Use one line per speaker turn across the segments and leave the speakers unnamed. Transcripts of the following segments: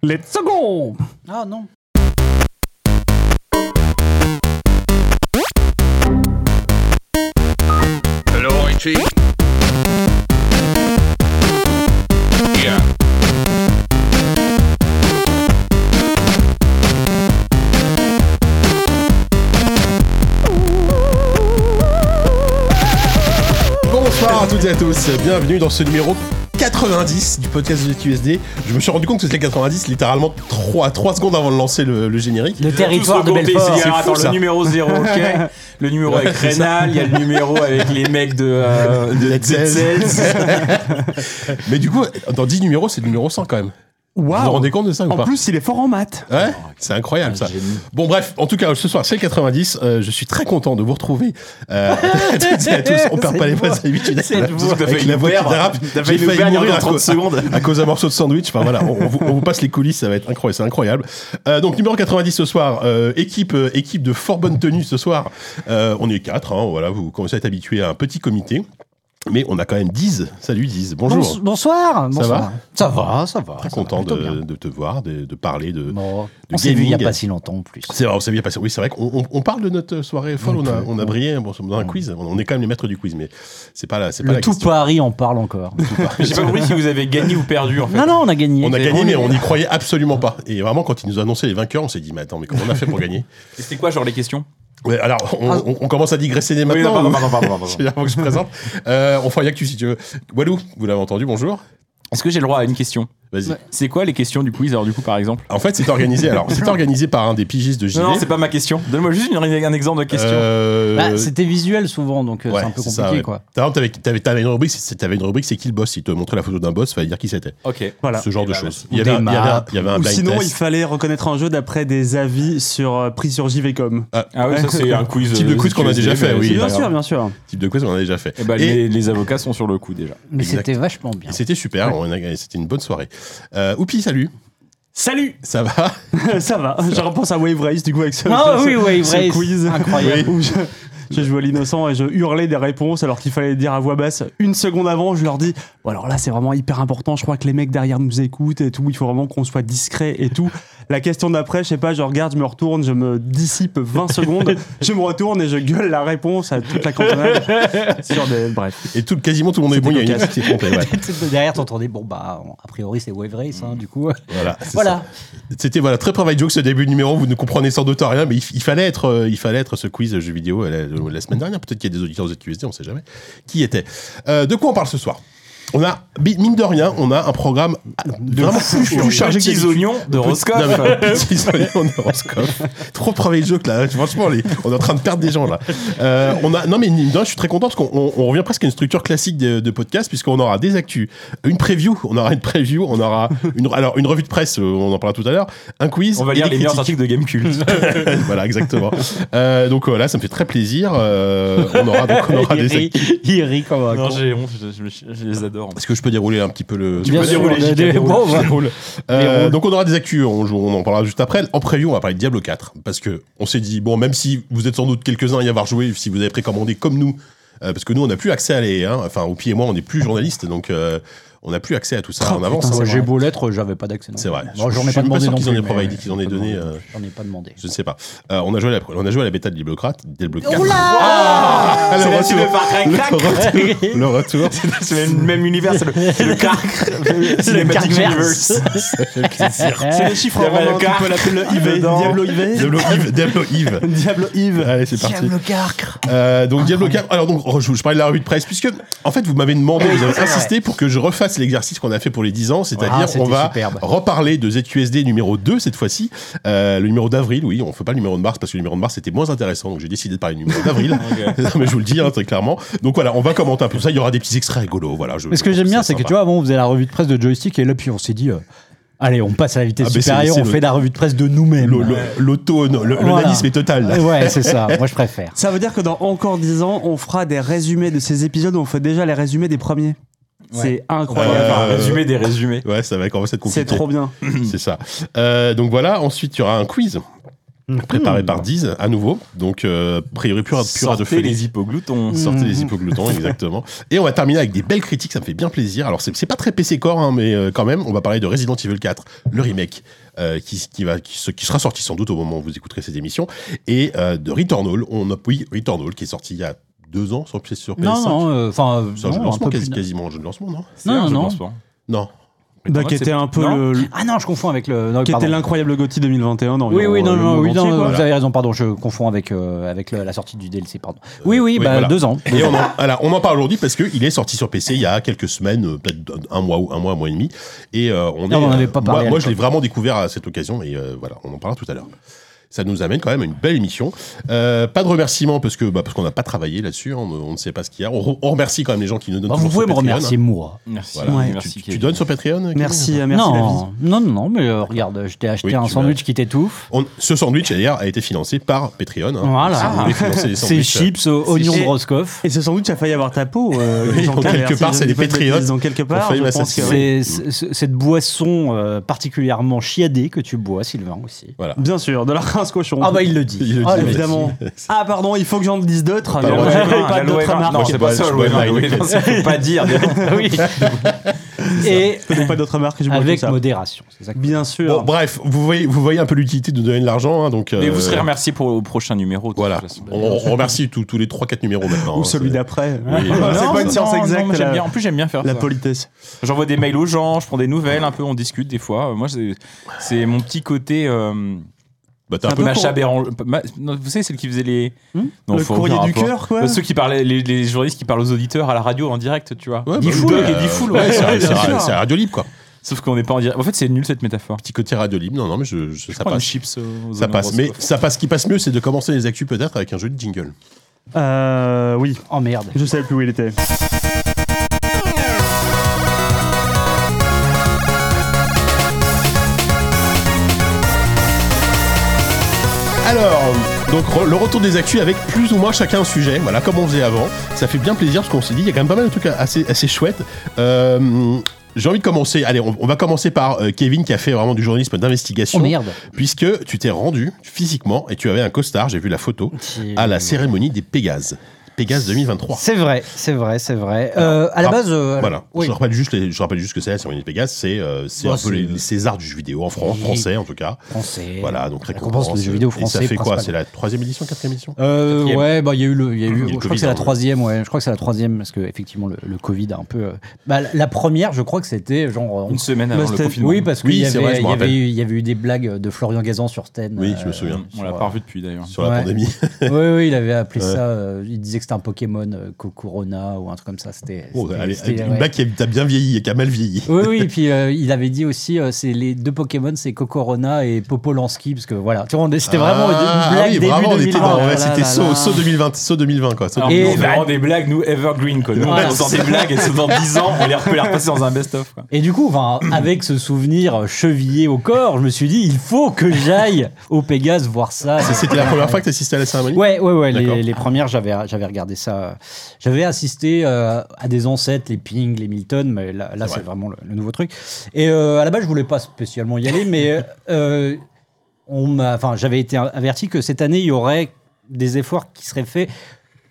Let's go
Ah non.
Hello, Richie. Yeah.
Bonsoir à toutes et à tous, bienvenue dans ce numéro 90 du podcast de QSD. Je me suis rendu compte que c'était 90 littéralement 3, 3 secondes avant de lancer le, le générique.
Le
Ils ont
territoire
tous
de
recompté,
Belfort.
c'est-à-dire,
C'est
attends,
fou, ça.
le numéro 0, ok. Le numéro avec
c'est ça.
Rénal, il y a le numéro avec les mecs de, euh, de
Dead
Dead
Cells.
Cells.
Mais du coup, dans 10 numéros, c'est le numéro 100 quand même. Vous vous
Waouh
rendez compte de ça ou
En
pas
plus, il est fort en maths.
Ouais, c'est incroyable ça. Bon bref, en tout cas, ce soir c'est le 90. euh, je suis très content de vous retrouver. Euh, à toutes et à tous, on perd pas les passes d'habitude.
Cette voix.
T'as
Avec
failli
la
nous
voix qui
perdre.
dérape,
T'as
j'ai
failli nous
failli
perdre il y
mourir
a
à
30
cause-
secondes.
à cause d'un morceau de sandwich. Enfin voilà, on, on vous, on vous passe les coulisses, ça va être incroyable. C'est incroyable. Euh, donc numéro 90 ce soir, euh, équipe euh, équipe de fort bonne tenue ce soir. Euh, on est quatre, hein, voilà, vous commencez à être habitué à un petit comité, mais on a quand même 10. Salut 10, bonjour.
Bonso- bonsoir. bonsoir.
va
Ça va, ça va.
Très
Ah, ça
content
va plutôt bien.
de, de te voir, de, de parler de.
Bon,
de
on s'est vu il n'y a
gaming.
pas si longtemps en plus.
C'est vrai, on s'est bien passé. Oui, c'est vrai qu'on on- on parle de notre soirée folle. On a, on a brillé bon, dans un quiz. On on est quand même les maîtres du quiz, mais c'est pas là. C'est pas
Mm. Le
la
tout
question.
Paris en parle encore.
J'ai pas compris si vous avez gagné ou perdu, en fait.
non, non, on a gagné.
On a gagné,
on
mais
est-
on n'y croyait absolument pas. Et vraiment, quand ils nous annonçaient les vainqueurs, on s'est dit, mais attends, mais comment on a fait pour gagner
Et C'était quoi, genre, les questions
Ouais, alors, on,
Ah.
on- on commence à digresser dès
Oui, non,
maintenant.
Bah, pardon,
ou-
pardon, pardon, pardon.
C'est avant que je présente. Euh, on fera une actu si tu veux. Walou, vous l'avez entendu, bonjour.
Est-ce que j'ai le droit à une question
Vas-y.
Ouais.
C'est quoi les questions du quiz, alors, du coup, par exemple
En fait, c'est organisé. Alors, c'est organisé par un des pigistes de JV.
Non, non, c'est pas ma question. Donne-moi juste une- un exemple de question.
Euh,
Bah, C'était visuel souvent, donc euh,
ouais,
c'est un peu
c'est
compliqué
ça, ouais.
quoi.
T'as- T'avais t'avais- t'avais une rubrique, c'est- t'avais une rubrique, c'est qui le boss Il te montrait la photo d'un boss, fallait dire qui c'était.
Ok.
Voilà.
Ce genre de
bah,
choses.
ou
un-
des
il y avait un-
maps,
il y avait un
Ou
blind
sinon,
test.
il fallait reconnaître un jeu d'après des avis sur, euh, pris sur JVcom.
Ah oui, ça, c'est un quiz.
Type de quiz qu'on a déjà fait, oui. bah,
bien sûr, bien sûr.
type de quiz on en a déjà fait.
Et bah,
Et-
les, les avocats sont sur le coup déjà.
Mais
Exact.
c'était vachement bien.
Et c'était super, on a- c'était une bonne soirée. Euh, Oupi, salut,
Salut
ça va
Ça va. Je repense à Wave Race, du coup, avec ce,
Ah
ce-
oui, Wave
ce
Race.
quiz.
Incroyable.
Où je, je jouais l'innocent et je hurlais des réponses alors qu'il fallait dire à voix basse une seconde avant. Je leur dis Bon, alors là, c'est vraiment hyper important. Je crois que les mecs derrière nous écoutent et tout. Il faut vraiment qu'on soit discret et tout. La question d'après, je sais pas, je regarde, je me retourne, je me dissipe 20 secondes. Je me retourne et je gueule la réponse à toute la cantonade. sur des... Bref.
Et tout, quasiment tout le monde est bon, il y a une équipe qui est trompée. ouais.
Derrière, t'entendais, bon bah, on- a priori c'est Wave Race, hein, du coup.
Voilà. c'est ça.
voilà.
C'était voilà, très private joke ce début de numéro, vous ne comprenez sans doute rien, mais il, il fallait, être, euh, il fallait être ce quiz jeux vidéo euh, la, euh, la semaine dernière. Peut-être qu'il y a des auditeurs de QSD, on sait jamais qui était. Euh, de quoi on parle ce soir on a, bi- mine de rien, on a un programme vraiment plus, plus chargé que
Petits
d'habitude.
oignons de
Non,
Roscoff.
mais petits oignons d'horoscope. Trop private joke là. Franchement, les- on est en train de perdre des gens là. Euh, on a, non mais mine de rien, je suis très content parce qu'on on- on revient presque à une structure classique de, de podcast puisqu'on aura des actus, une preview, on aura une preview, on aura une, alors une revue de presse, euh, on en parlera tout à l'heure, un quiz.
On va
et
lire
des
les meilleurs
critiques.
articles de Gamecult.
voilà, exactement. Euh, donc voilà, ça me fait très plaisir. Euh, on aura donc on aura
il,
des.
rit, il rit comme un con.
j'ai honte, je, je- je les adore.
Est-ce que je peux dérouler un petit peu le
Bien
Tu peux
sûr,
dérouler,
des-
JK,
des-
déroule.
bon, bah.
Déroule. Euh,
Déroule.
donc on aura des actus, on, joue- on en parlera juste après. En preview, on va parler de Diablo 4 parce que on s'est dit bon, même si vous êtes sans doute quelques-uns à y avoir joué, si vous avez précommandé comme nous, euh, parce que nous on n'a plus accès à les, hein, enfin Oupi et moi on n'est plus journalistes, donc euh, on n'a plus accès à tout ça en avance.
Putain,
hein.
moi, j'ai beau l'être, j'avais pas d'accès. non
C'est vrai.
plus.
Je-
Bon, J'en
je
ai
suis
pas
même pas
demandé
sûr
non
qu'ils en
plus,
aient providé,
mais-
qu'ils en aient donné, euh,
J'en ai pas demandé.
Je ne sais pas. Euh, on a joué à la, on a joué à la bêta de Diablo 4. Diablo 4.
Ah,
le
c'est la
retour.
suite de Far Cry Crack.
Le retour.
C'est le même, même univers, c'est le, c'est le Crack. C'est
Crack verse.
C'est les chiffres
Eh, Il y avait
romains,
le
tu
car-
peux l'appeler le IV,
dedans.
Diablo IV.
Diablo Yves. Diablo Yves.
Diablo IV.
Allez, c'est parti.
Diablo Carcre.
Euh, donc Diablo 4. Alors donc re- je, je parlais de la revue de presse puisque en fait vous m'avez demandé, vous avez insisté pour que je refasse l'exercice qu'on a fait pour les 10 ans,
Ah,
c'est-à-dire
c'était
on va
superbe.
reparler de ZQSD numéro 2 cette fois-ci, Euh, le numéro d'avril. Oui, on fait pas le numéro de mars parce que le numéro de mars c'était moins intéressant, donc j'ai décidé de parler du numéro d'avril. Non, mais je vous le dis hein, très clairement. Donc voilà, on va commenter un peu ça. Il y aura des petits extraits rigolos. Voilà. je-
Mais ce que
je
j'aime
trouve
bien,
ça
c'est que
sympa.
tu vois, avant, on faisait la revue de presse de joystick et là, puis on s'est dit, euh, allez, on passe à la vitesse
Ah, mais c'est-
supérieure,
c'est
on
le-
fait la revue de presse de nous-mêmes.
Le- le- l'auto, le, le
Voilà.
nanisme est total. là.
Euh, Ouais, c'est ça, moi je préfère.
Ça veut dire que dans encore 10 ans, on fera des résumés de ces épisodes où on fait déjà les résumés des premiers. C'est incroyable.
Ouais.
Enfin,
Euh,
résumé des résumés.
Ouais, ça va commencer à être
C'est
compliqué.
trop bien.
C'est ça. Euh, donc voilà, ensuite il y aura un quiz.
Mhm.
préparé par Diz à nouveau. Donc, euh, a priori, pur, pur à de
Sortez les Mhm. hypogloutons.
Sortez les hypogloutons, exactement. Et on va terminer avec des belles critiques, ça me fait bien plaisir. Alors, c'est c'est pas très PC Core, hein, mais euh, quand même, on va parler de Resident Evil 4, le remake, euh, qui, qui, va, qui, se- qui sera sorti sans doute au moment où vous écouterez cette émission, et euh, de Returnal. On a, oui, Returnal, qui est sorti il y a deux ans sur, PS- sur PS5.
Non, non, euh, enfin, euh,
C'est un jeu de
non, un
lancement,
peu
quasi-
plus.
quasiment un jeu de lancement, non
C'est un
non,
jeu de
non.
lancement.
Non.
Bah, qui était un peu
Non.
le, le-
Ah non, je confonds avec le. non,
qui
pardon.
était l'incroyable Gotti 2021 dans
Oui,
dans
oui, non,
le
non,
monde
oui, non,
entier, quoi.
vous avez raison, pardon, je confonds avec, euh, avec le- la sortie du DLC, pardon. Oui, oui, bah,
voilà.
deux ans.
Et on en, voilà, on en parle aujourd'hui parce qu'il est sorti sur PC il y a quelques semaines, euh, peut-être un mois ou un mois, un mois et demi. Et euh, on,
Non,
est,
on en
euh,
avait pas
moi,
parlé à
moi, je l'ai
l'époque.
vraiment découvert à cette occasion et euh, voilà, on en parlera tout à l'heure. Ça nous amène quand même à une belle émission. Euh, pas de remerciements parce que bah, parce qu'on n'a pas travaillé là-dessus, on, on ne sait pas ce qu'il y a. On, re- on remercie quand même les gens qui nous donnent.
Bah, vous
toujours sur
pouvez me
Patreon. hein.
remercier, moi.
Merci.
Voilà.
Ouais.
Tu-
merci,
tu,
Kevin.
donnes sur Patreon Kevin
Merci, euh, merci la vie.
non, non, non, non, mais euh, regarde, je t'ai acheté
Oui,
un
tu
sandwich qui t'étouffe.
On- Ce sandwich d'ailleurs a été financé par Patreon. hein.
Voilà.
Si vous voulez financer les
C'est
sandwichs,
chips, euh, oignons
chips.
de Roscoff.
Et ce sandwich a failli avoir ta peau. euh,
Oui,
Jean-Claude,
donc, quelque
merci,
part,
je
c'est
ne
des
dis pas de
Patriotes.
bêtises, Donc quelque part,
failli
je pense que
m'assassiner.
oui.
C'est c'est- c'est- cette boisson euh, particulièrement chiadée que tu bois, Sylvain, aussi.
Bien sûr, de la rince cochon.
Ah bah il le dit.
Il le
Ah,
dit,
le-
évidemment. Ah pardon, il faut que j'en dise d'autres.
Pas
mais
loin.
moi, j'avais
L'aloe
pas
vera,
d'autres
l'aloe vera.
remarques.
Non,
Je
c'est
bois-
pas ça,
je bois
l'aloe vera.
de la
l'aloe vera, ça, faut pas dire. dis donc.
oui. Et
J'ai pas d'autres remarques. je bois
avec
comme ça.
modération. c'est ça que-
Bien
Bon,
sûr.
bref, vous voyez, vous voyez un peu l'utilité de nous donner de l'argent. hein, donc,
Mais
euh,
vous serez remercié pour au prochain numéro. de toute
Voilà,
façon.
on, on remercie tous- tous les 3-4 numéros maintenant.
Ou
hein,
celui
c'est-
d'après.
Oui,
Non,
voilà.
C'est pas une
non,
science
non,
exacte,
mais j'aime
la-
bien. En plus, j'aime bien
Ah,
faire
La
ça.
politesse.
J'envoie des mails aux gens, je prends des nouvelles, un peu, on discute des fois. Euh, Moi, c'est- c'est mon petit côté. euh,
Bah, t'as un
un
peu
peu Macha Béran- Ma- non, Vous savez, celle qui faisait les.
Hmm
Non,
Le
faut
courrier
aucun
du
rapport.
cœur, quoi.
Bah, Ceux qui parlaient, les, les journalistes qui parlent aux auditeurs à la radio en direct, tu vois.
Ouais,
Dis
bah,
foule,
bah,
et dis foule,
ouais,
ouais,
c'est
ouais,
c'est-
bien sûr.
c'est radio libre, quoi.
Sauf qu'on n'est pas en direct. En fait, c'est nul cette métaphore.
Petit côté radio libre, non, non, mais je, je- ça
Prends une
passe.
chips euh, aux
Ça
oignons
passe, mais
roscoff.
ça passe. Ce qui passe mieux, c'est de commencer les actus peut-être avec un jeu de jingle.
Euh, oui.
Oh merde.
Je savais plus où il était.
Alors, donc re- le retour des actus avec plus ou moins chacun un sujet, voilà, comme on faisait avant. Ça fait bien plaisir parce qu'on s'est dit, il y a quand même pas mal de trucs assez, assez chouettes. Euh, J'ai envie de commencer. Allez, on, on va commencer par euh, Kevin qui a fait vraiment du journalisme
Oh
d'investigation,
merde.
puisque tu t'es rendu physiquement et tu avais un costard, j'ai vu la photo, à la cérémonie des Pégases. Pégases 2023.
C'est vrai, c'est vrai, c'est vrai. Euh, à la
Ah,
base, euh,
Voilà,
oui.
je, rappelle juste les- je rappelle juste que c'est la cérémonie Pégase, c'est euh, c'est
Bah,
un peu les,
c'est-
les Césars du jeu vidéo en France,
Oui.
français en tout cas.
français.
Voilà, donc
récompense de jeux vidéo français.
Et ça fait quoi
principalement.
C'est la troisième édition, quatrième édition
Euh,
Quatrième.
ouais, bah il y a eu le, il y a
Il y a eu
eu,
le
je crois
Covid,
que c'est
hein,
la
ouais.
troisième, ouais, je crois que c'est la troisième parce que effectivement le, le Covid a un peu, euh, bah, la- la première, je crois que c'était genre, on-
Une semaine avant
Bah,
le
c'était-
confinement.
oui, parce qu'il
Oui,
y,
c'est
avait,
vrai, je
il
me
y
rappelle.
avait eu, il y avait eu des blagues de Florian Gazan sur Sténe.
Oui, je me souviens.
On l'a pas revu depuis d'ailleurs.
Sur la
ouais.
pandémie
oui, euh, oui, il avait appelé
Ouais.
ça, euh, il disait que c'était un Pokémon euh, Cocorona ou un truc comme ça. C'était.
Oh,
c'était-
allez,
c'était-
Une
ouais.
blague qui a qui a bien vieilli et qui a mal vieilli.
Oui, oui, et puis euh, il avait dit aussi, euh, c'est les deux Pokémon, c'est Cocorona et Popolanski, parce que voilà, tu vois, on- c'était vraiment une-
Ah,
une blague
oui,
début
vraiment, on
2020.
était dans. ouais,
Oh là
C'était
là
saut
là.
saut 2020, saut 2020, quoi. saut
Alors,
2020.
nous,
Et- bah,
on fait vraiment des blagues, nous, evergreen, quoi. Nous, on
Voilà.
sort des blagues, et c'est dans 10 ans, on les re- peut les repasser dans un best-of, quoi.
Et du coup, enfin, avec ce souvenir chevillé au corps, je me suis dit, il faut que j'aille au Pégase voir ça.
C'était la première fois que tu assistais à la cérémonie
Ouais, ouais, ouais.
D'accord.
Les, les premières, j'avais, j'avais regardé ça. J'avais assisté euh, à des ancêtres, les Ping, les Milton, mais là, là,
C'est
c'est
vrai.
vraiment le, le nouveau truc. Et euh, à la base, je voulais pas spécialement y aller, mais euh, on m'a, enfin, j'avais été averti que cette année, il y aurait des efforts qui seraient faits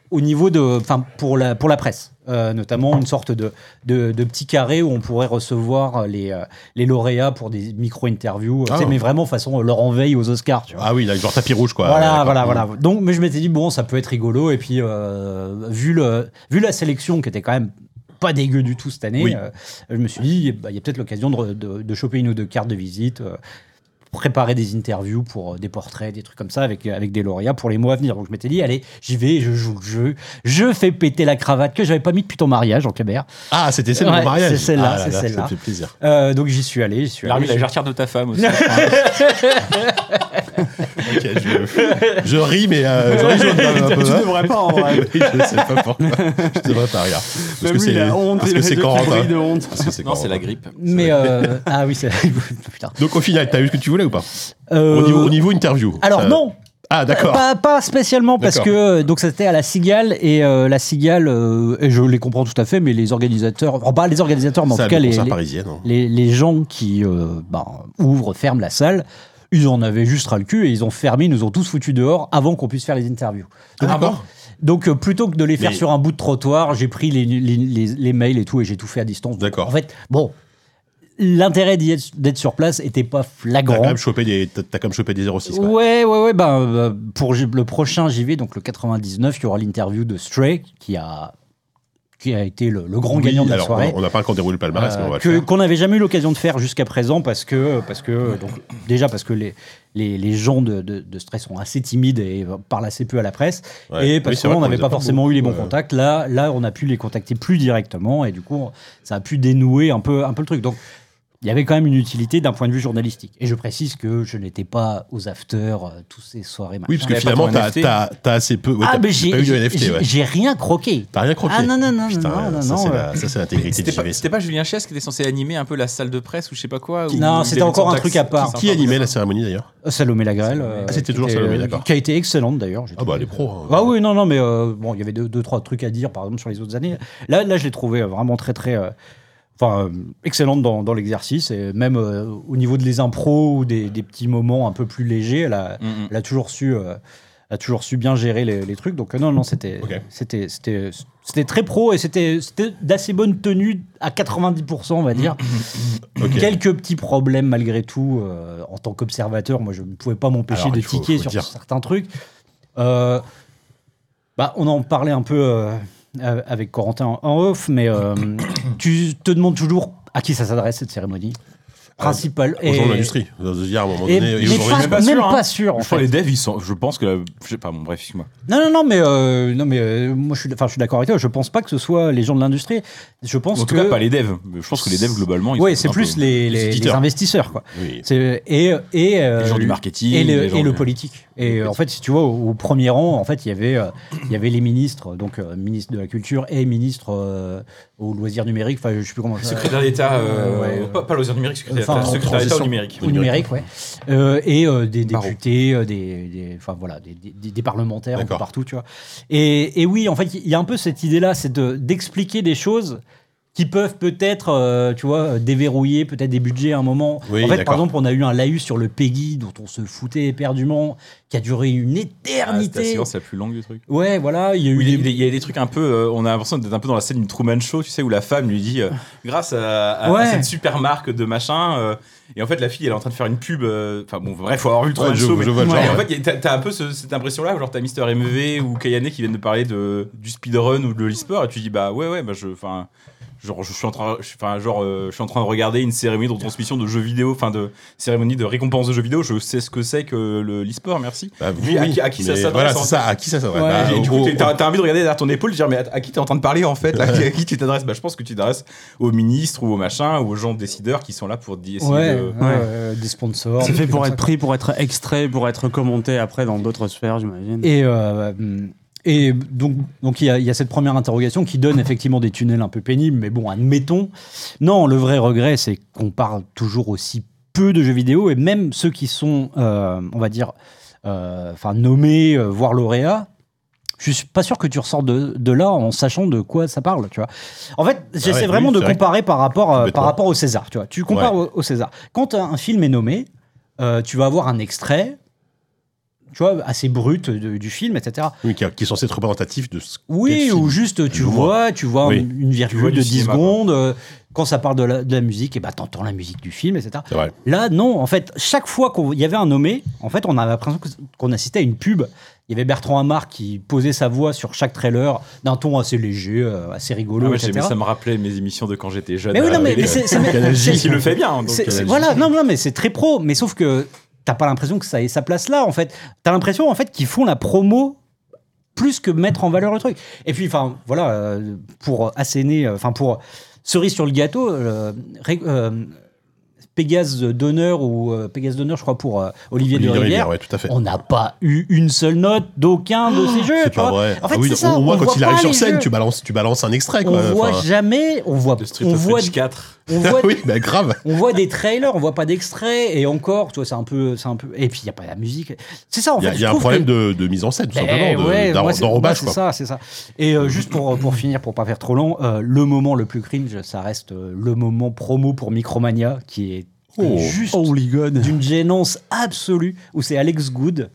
au niveau de, enfin, pour la, pour la presse, Euh, notamment une sorte de, de, de petit carré où on pourrait recevoir les, euh, les lauréats pour des micro-interviews,
Ah.
tu sais, mais vraiment façon euh, Laurent Veil aux Oscars, tu vois.
Ah oui, là, genre tapis rouge, quoi.
Voilà,
Ouais,
voilà,
d'accord.
voilà. Donc, mais je m'étais dit, bon, ça peut être rigolo. Et puis, euh, vu, le, vu la sélection qui était quand même pas dégueu du tout cette année,
Oui.
euh, je me suis dit, eh ben, il y a peut-être l'occasion de, re- de- de choper une ou deux cartes de visite, euh, préparer des interviews pour euh, des portraits, des trucs comme ça, avec, avec des lauréats pour les mois à venir. Donc, je m'étais dit, allez, j'y vais, je joue le jeu, je fais péter la cravate que j'avais pas mis depuis ton mariage, Jean Clébert.
Ah, c'était celle de
Ouais,
mon mariage.
c'est celle-là,
Ah là
c'est
là, Ça
celle-là.
me fait plaisir.
Euh, donc, j'y suis allé, j'y suis allé.
L'armée, la jarretière de ta femme aussi.
Ok, je, je ris, mais euh, je ris jaune, un peu,
Tu
hein.
devrais pas, en vrai.
Oui, je sais pas pourquoi. Je devrais pas rire. Parce
Même
que
lui, il
c'est
a honte,
parce
il
que
a
c'est
des
Corentin.
bruits de honte.
Parce que c'est
Non, c'est la
Corentin.
grippe.
Mais euh, ah oui, c'est putain.
Donc au final, t'as eu ce que tu voulais ou pas au,
Euh,
niveau, au niveau interview.
alors
ça-
non,
Ah d'accord.
Pas, pas spécialement parce
D'accord.
que euh, donc c'était à la Cigale et euh, la Cigale euh, et je les comprends tout à fait mais les organisateurs enfin pas les organisateurs mais en
Ça,
tout cas
le
les,
concert
les,
parisien, non
les- les gens qui euh, ben, ouvrent ferment la salle Ils en avaient juste ras le cul et ils ont fermé, ils nous ont tous foutus dehors avant qu'on puisse faire les interviews. Donc, donc, euh, plutôt que de les faire
Ah, Mais-
sur un bout de trottoir, j'ai pris les, les- les- les mails et tout et j'ai tout fait à distance. Donc,
D'accord.
En fait, bon, l'intérêt d'y être- d'être sur place était pas
T'as quand
flagrant.
même chopé des, t'as- t'as quand même chopé des 06. quoi.
Ouais, ouais, ouais. Ben, euh, pour j- le prochain JV, donc le 99, il y aura l'interview de Stray qui a, qui a été le, le grand
Oui,
gagnant de la
alors,
soirée.
on- on n'a Bah pas encore déroulé le palmarès, mais on va
Euh,
le
que-
faire.
qu'on n'avait jamais eu l'occasion de faire jusqu'à présent parce que, parce que donc, déjà parce que les, les, les gens de, de, de Stray sont assez timides et euh, parlent assez peu à la presse
Ouais.
et
Oui,
parce
c'est vrai
qu'on
qu'on
n'avait
les a
pas
pas
forcément
beaucoup,
eu les bons
ouais.
contacts là, là on a pu les contacter plus directement et du coup ça a pu dénouer un peu, un peu le truc donc il y avait quand même une utilité d'un point de vue journalistique et je précise que je n'étais pas aux afters euh, tous ces soirées machin.
Oui, parce
On
que
avait pas
finalement,
ton
t'as
NFT.
t'as- t'as assez peu. ouais,
ah
t'as- t'as pas
mais
eu
j'ai
de
j'ai-
NFT, ouais.
j'ai- j'ai rien croqué
T'as rien croqué.
Ah, non, non, non,
Putain,
non,
ouais,
non,
ça,
non,
c'est
ouais.
la- ça, c'est l'intégrité du
C'était pas,
JV. ça.
c'était pas Julien Chies qui était censé animer un peu la salle de presse ou je sais pas quoi ou-
Non,
ou
c'était
des
encore un
contacts.
truc à part.
C'est
Qui
sympa,
animait la
ça.
cérémonie d'ailleurs
Salomé Lagrelle. euh,
Salomé.
Ah, c'était toujours
qui était-
Salomé, d'accord.
Qui a été excellente d'ailleurs. j'ai
Ah bah
trouvé.
les pros. hein.
Ah oui, non, non, mais euh, bon, il y avait deux, deux, trois trucs à dire, par exemple, sur les autres années. Là, là je l'ai trouvé euh, vraiment très, très. euh, Enfin, euh, excellente dans, dans l'exercice. Et même euh, au niveau de les impros ou des, des petits moments un peu plus légers, elle a,
Mm, mm.
elle a toujours su. euh, a toujours su bien gérer les, les trucs. Donc, euh, non, non, c'était
Ok.
c'était c'était c'était très pro et c'était c'était d'assez bonne tenue à 90%, on va dire.
Ok.
Quelques petits problèmes malgré tout. euh, en tant qu'observateur, moi, je ne pouvais pas m'empêcher
Alors,
de
il faut-
tiquer
faut
sur
dire.
certains trucs. Euh, bah, on en parlait un peu euh, euh, avec Corentin en- en off, mais euh, tu te demandes toujours à qui ça s'adresse cette cérémonie principale.
Aux gens
et-
de l'industrie. Je veux dire, à un moment
et-
donné, et
mais
aujourd'hui,
pas,
même
même
pas
pas
sûr,
sûr.
hein.
en
Je crois
fait.
les devs, ils sont. Je pense que. la- Je sais pas, bon, bref, excuse-moi.
Non, non, non, mais, euh, non, mais euh, moi, je suis, enfin, je suis d'accord avec toi. Je pense pas que ce soit les gens de l'industrie. Je pense
En tout
que.
cas, pas les devs. Je pense que les devs, globalement, ils
Ouais,
sont
c'est
un
plus
peu-
les, les- les
éditeurs.
investisseurs, quoi.
oui.
C'est- et et euh,
les gens du marketing.
et
les
le,
gens
et le
du-
politique. Et euh, en fait, si tu vois, au, au premier rang, en fait, il y avait, euh, il y avait les ministres, donc euh, ministre de la culture et ministre euh, aux loisirs numériques. Enfin, je sais plus comment. ça-
Secrétaire d'État, euh,
Euh, ouais.
pas, pas l'osir numérique, secrétaire
Enfin,
d'État,
en
secrétaire d'État au
transition.
numérique.
au numérique, ouais. Euh, et euh, des
Barreau.
députés, euh, des, des- enfin voilà, des, des- des- des parlementaires un peu
D'accord.
partout, tu vois. Et, et oui, en fait, il y a un peu cette idée-là, c'est de- d'expliquer des choses qui peuvent peut-être, euh, tu vois, déverrouiller peut-être des budgets à un moment.
Oui,
en fait,
d'accord.
par exemple, on a eu un laïus sur le PEGI dont on se foutait éperdument, qui a duré une
Ah, c'était la
éternité.
séquence la plus longue du truc.
ouais, voilà, il y a eu
Oui,
des-
il y a- il y a des trucs un peu. euh, on a l'impression d'être un peu dans la scène d'une Truman Show, tu sais, où la femme lui dit, euh, grâce à, à- à
Ouais.
cette super marque de machin, euh, et en fait la fille, elle est en train de faire une pub. euh, Enfin bon, bref, faut avoir vu le Truman
Ouais, je-
Show.
je
mais-
vois le genre,
et en
ouais.
fait, il y a- t'as- t'as un peu ce- cette impression-là, où genre t'as Mister MV ou Kayane qui viennent de parler de du speedrun ou de l'e-sport, et tu dis bah ouais ouais, bah je, enfin. Genre, je suis en train, je suis- enfin, genre, euh, je suis en train de regarder une cérémonie de transmission de jeux vidéo, enfin, de cérémonie de récompense de jeux vidéo. Je sais ce que c'est que le- l'e-sport, merci.
Bah,
Lui, à qui- à qui ça
mais
s'adresse,
Voilà,
en
c'est
fait.
ça. À qui ça s'adresse
Ouais.
Bah,
et du
au-
coup, t'es-
au-
t'as t'as envie de regarder derrière ton épaule, de dire, mais à, à qui t'es en train de parler en fait là, À qui tu t'adresses bah, Je pense que tu t'adresses aux ministres ou aux machins ou aux gens décideurs qui sont là pour dire. essayer
ouais,
de-
ouais, euh, des sponsors.
C'est
des
fait
trucs
pour
comme
être
ça.
pris, pour être extrait, pour être commenté après dans d'autres sphères, j'imagine.
Et, euh, et donc, donc il y, a- il y a cette première interrogation qui donne effectivement des tunnels un peu pénibles, mais bon, admettons. Non, le vrai regret, c'est qu'on parle toujours aussi peu de jeux vidéo, et même ceux qui sont, euh, on va dire, euh, enfin nommés, euh, voire lauréats, je suis pas sûr que tu ressors de, de là en sachant de quoi ça parle, tu vois. En fait, j'essaie
Ah ouais,
vraiment
oui,
de
c'est vrai.
comparer par rapport, euh,
Complètement.
par rapport au César, tu vois. Tu compares au, au César. Quand un un film est nommé, euh, tu vas avoir un extrait, tu vois, assez brut de- du film, etc.
oui, qui, qui est censé être représentatif de ce
Oui,
film.
ou juste tu
Le
vois, tu vois
Oui.
une- une
vois
virgule
du
de 10
cinéma, quoi.
secondes. euh, Quand ça parle de la, de la musique, et bah t'entends la musique du film, etc.
C'est vrai.
Là, non, en fait, chaque fois qu'il y avait un nommé, en fait, on avait l'impression que- qu'on assistait à une pub. Il y avait Bertrand Amar qui posait sa voix sur chaque trailer d'un ton assez léger, euh, assez
Ah
rigolo,
ouais,
etc.
j'aimais, ça me rappelait mes émissions de quand j'étais jeune. Ah,
Mais oui,
à
non,
la
mais,
télé.
mais c'est- c'est-
Canal J.
c'est-
Qui le fait bien. hein, donc,
c'est-
euh,
c'est- voilà, non, non, mais c'est très pro, mais sauf que t'as pas l'impression que ça ait sa place là, en fait. T'as l'impression, en fait, qu'ils font la promo plus que mettre en valeur le truc. Et puis, enfin, voilà, euh, pour asséner, euh, enfin, pour cerise sur le gâteau, euh, ré- euh, Pégase d'honneur ou euh, Pégase d'honneur, je crois, pour euh, Olivier,
Olivier
de Rivière.
ouais, tout à fait.
On n'a pas eu une seule note d'aucun de ces jeux.
C'est
tu
pas
vois.
vrai.
En fait,
Ah oui,
c'est
au-
ça.
au moins,
on
quand
voit
il arrive
pas
sur
les
scène,
jeux.
tu balances, tu balances un extrait.
on
Quoi.
voit
Enfin,
jamais, on voit,
de Street
on
of
voit,
Rage 4.
on voit
oui, bah grave.
on voit des trailers, on voit pas d'extraits, et encore, tu vois, c'est un peu, c'est un peu, et puis il y a pas la musique. C'est ça en
Il y
fait.
a, il
je
y a un
trouve
problème
que-
de, de mise en scène, tout
Eh
simplement, de-
ouais,
d'en-
moi, c'est-
d'enrobage.
moi,
quoi.
C'est ça, c'est ça. Et euh, juste pour, pour finir, pour pas faire trop long, euh, le moment le plus cringe, ça reste euh, le moment promo pour Micromania, qui est
Oh.
juste
Holy God.
d'une gênance absolue, où c'est Alex Good,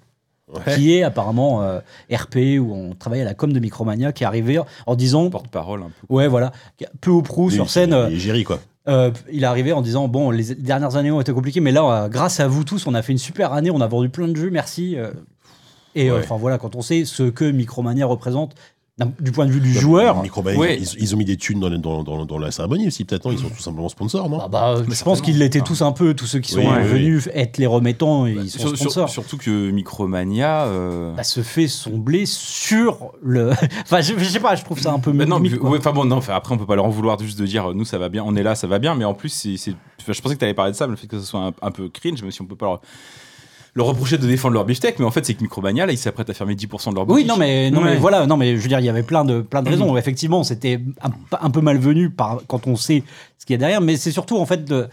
Ouais.
qui est apparemment euh, RP, où on travaille à la com de Micromania, qui est arrivé en disant,
Porte-parole un peu.
ouais voilà, peu ou prou sur scène, euh,
Et Jerry, quoi.
euh, il est arrivé en disant, bon, les dernières années ont été compliquées, mais là, euh, grâce à vous tous, on a fait une super année, on a vendu plein de jeux, merci. euh. et euh,
Ouais.
enfin voilà, quand on sait ce que Micromania représente d'un- du point de vue du
Bah,
joueur,
Micromania,
Ouais.
ils, ils ont mis des thunes dans, le- dans, dans, dans la cérémonie aussi, peut-être. non Ils sont tout simplement sponsors, non
Ah bah, je pense
certainement. Ah.
qu'ils l'étaient tous un peu, tous ceux qui sont
Oui,
euh,
oui,
venus être les remettants, ils sont
Bah, Sur- sur-
sponsors.
surtout que Micromania. euh,
Bah, se fait sombler sur le. enfin, je, je sais pas, je trouve ça un peu.
Bah non,
limite,
puis-
quoi.
ouais, enfin bon, non, enfin, après on peut pas leur en vouloir juste de dire euh, nous ça va bien, on est là, ça va bien, mais en plus c'est, c'est- enfin, je pensais que tu allais parler de ça, mais le fait que ce soit un, un peu cringe, même si on peut pas leur, leur reprocher de défendre leur beefsteak, mais en fait c'est que Micromania là ils s'apprêtent à fermer 10% de leur
Oui,
boutique.
non mais, non, mais
Ouais.
voilà, non, mais je veux dire, il y avait plein de,
Mm.
plein de raisons. Effectivement, c'était un, un peu malvenu par, quand on sait ce qu'il y a derrière, mais c'est surtout en fait de.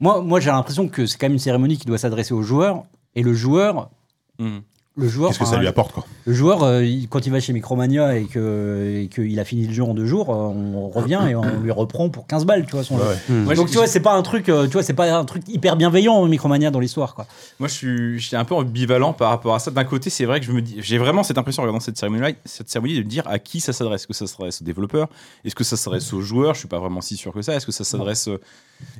Moi, moi j'ai l'impression que c'est quand même une cérémonie qui doit s'adresser aux joueurs, et le joueur.
Mhm.
Le joueur,
Qu'est-ce que
enfin,
ça lui apporte, quoi
le joueur, euh, il- quand il va chez Micromania et que et qu'il a fini le jeu en deux jours, euh, on revient et on lui reprend pour 15 balles, tu vois, son jeu.
Ouais.
Moi,
Donc
je-
tu vois, c'est pas un truc, euh, tu vois, c'est pas un truc hyper bienveillant Micromania dans l'histoire, quoi.
Moi, je suis, j'étais un peu ambivalent par rapport à ça. D'un côté, c'est vrai que je me dis, j'ai vraiment cette impression en regardant cette cérémonie, cette cérémonie de me dire à qui ça s'adresse. Est-ce que ça s'adresse aux développeurs Est-ce que ça s'adresse aux joueurs Je suis pas vraiment si sûr que ça. Est-ce que ça s'adresse euh,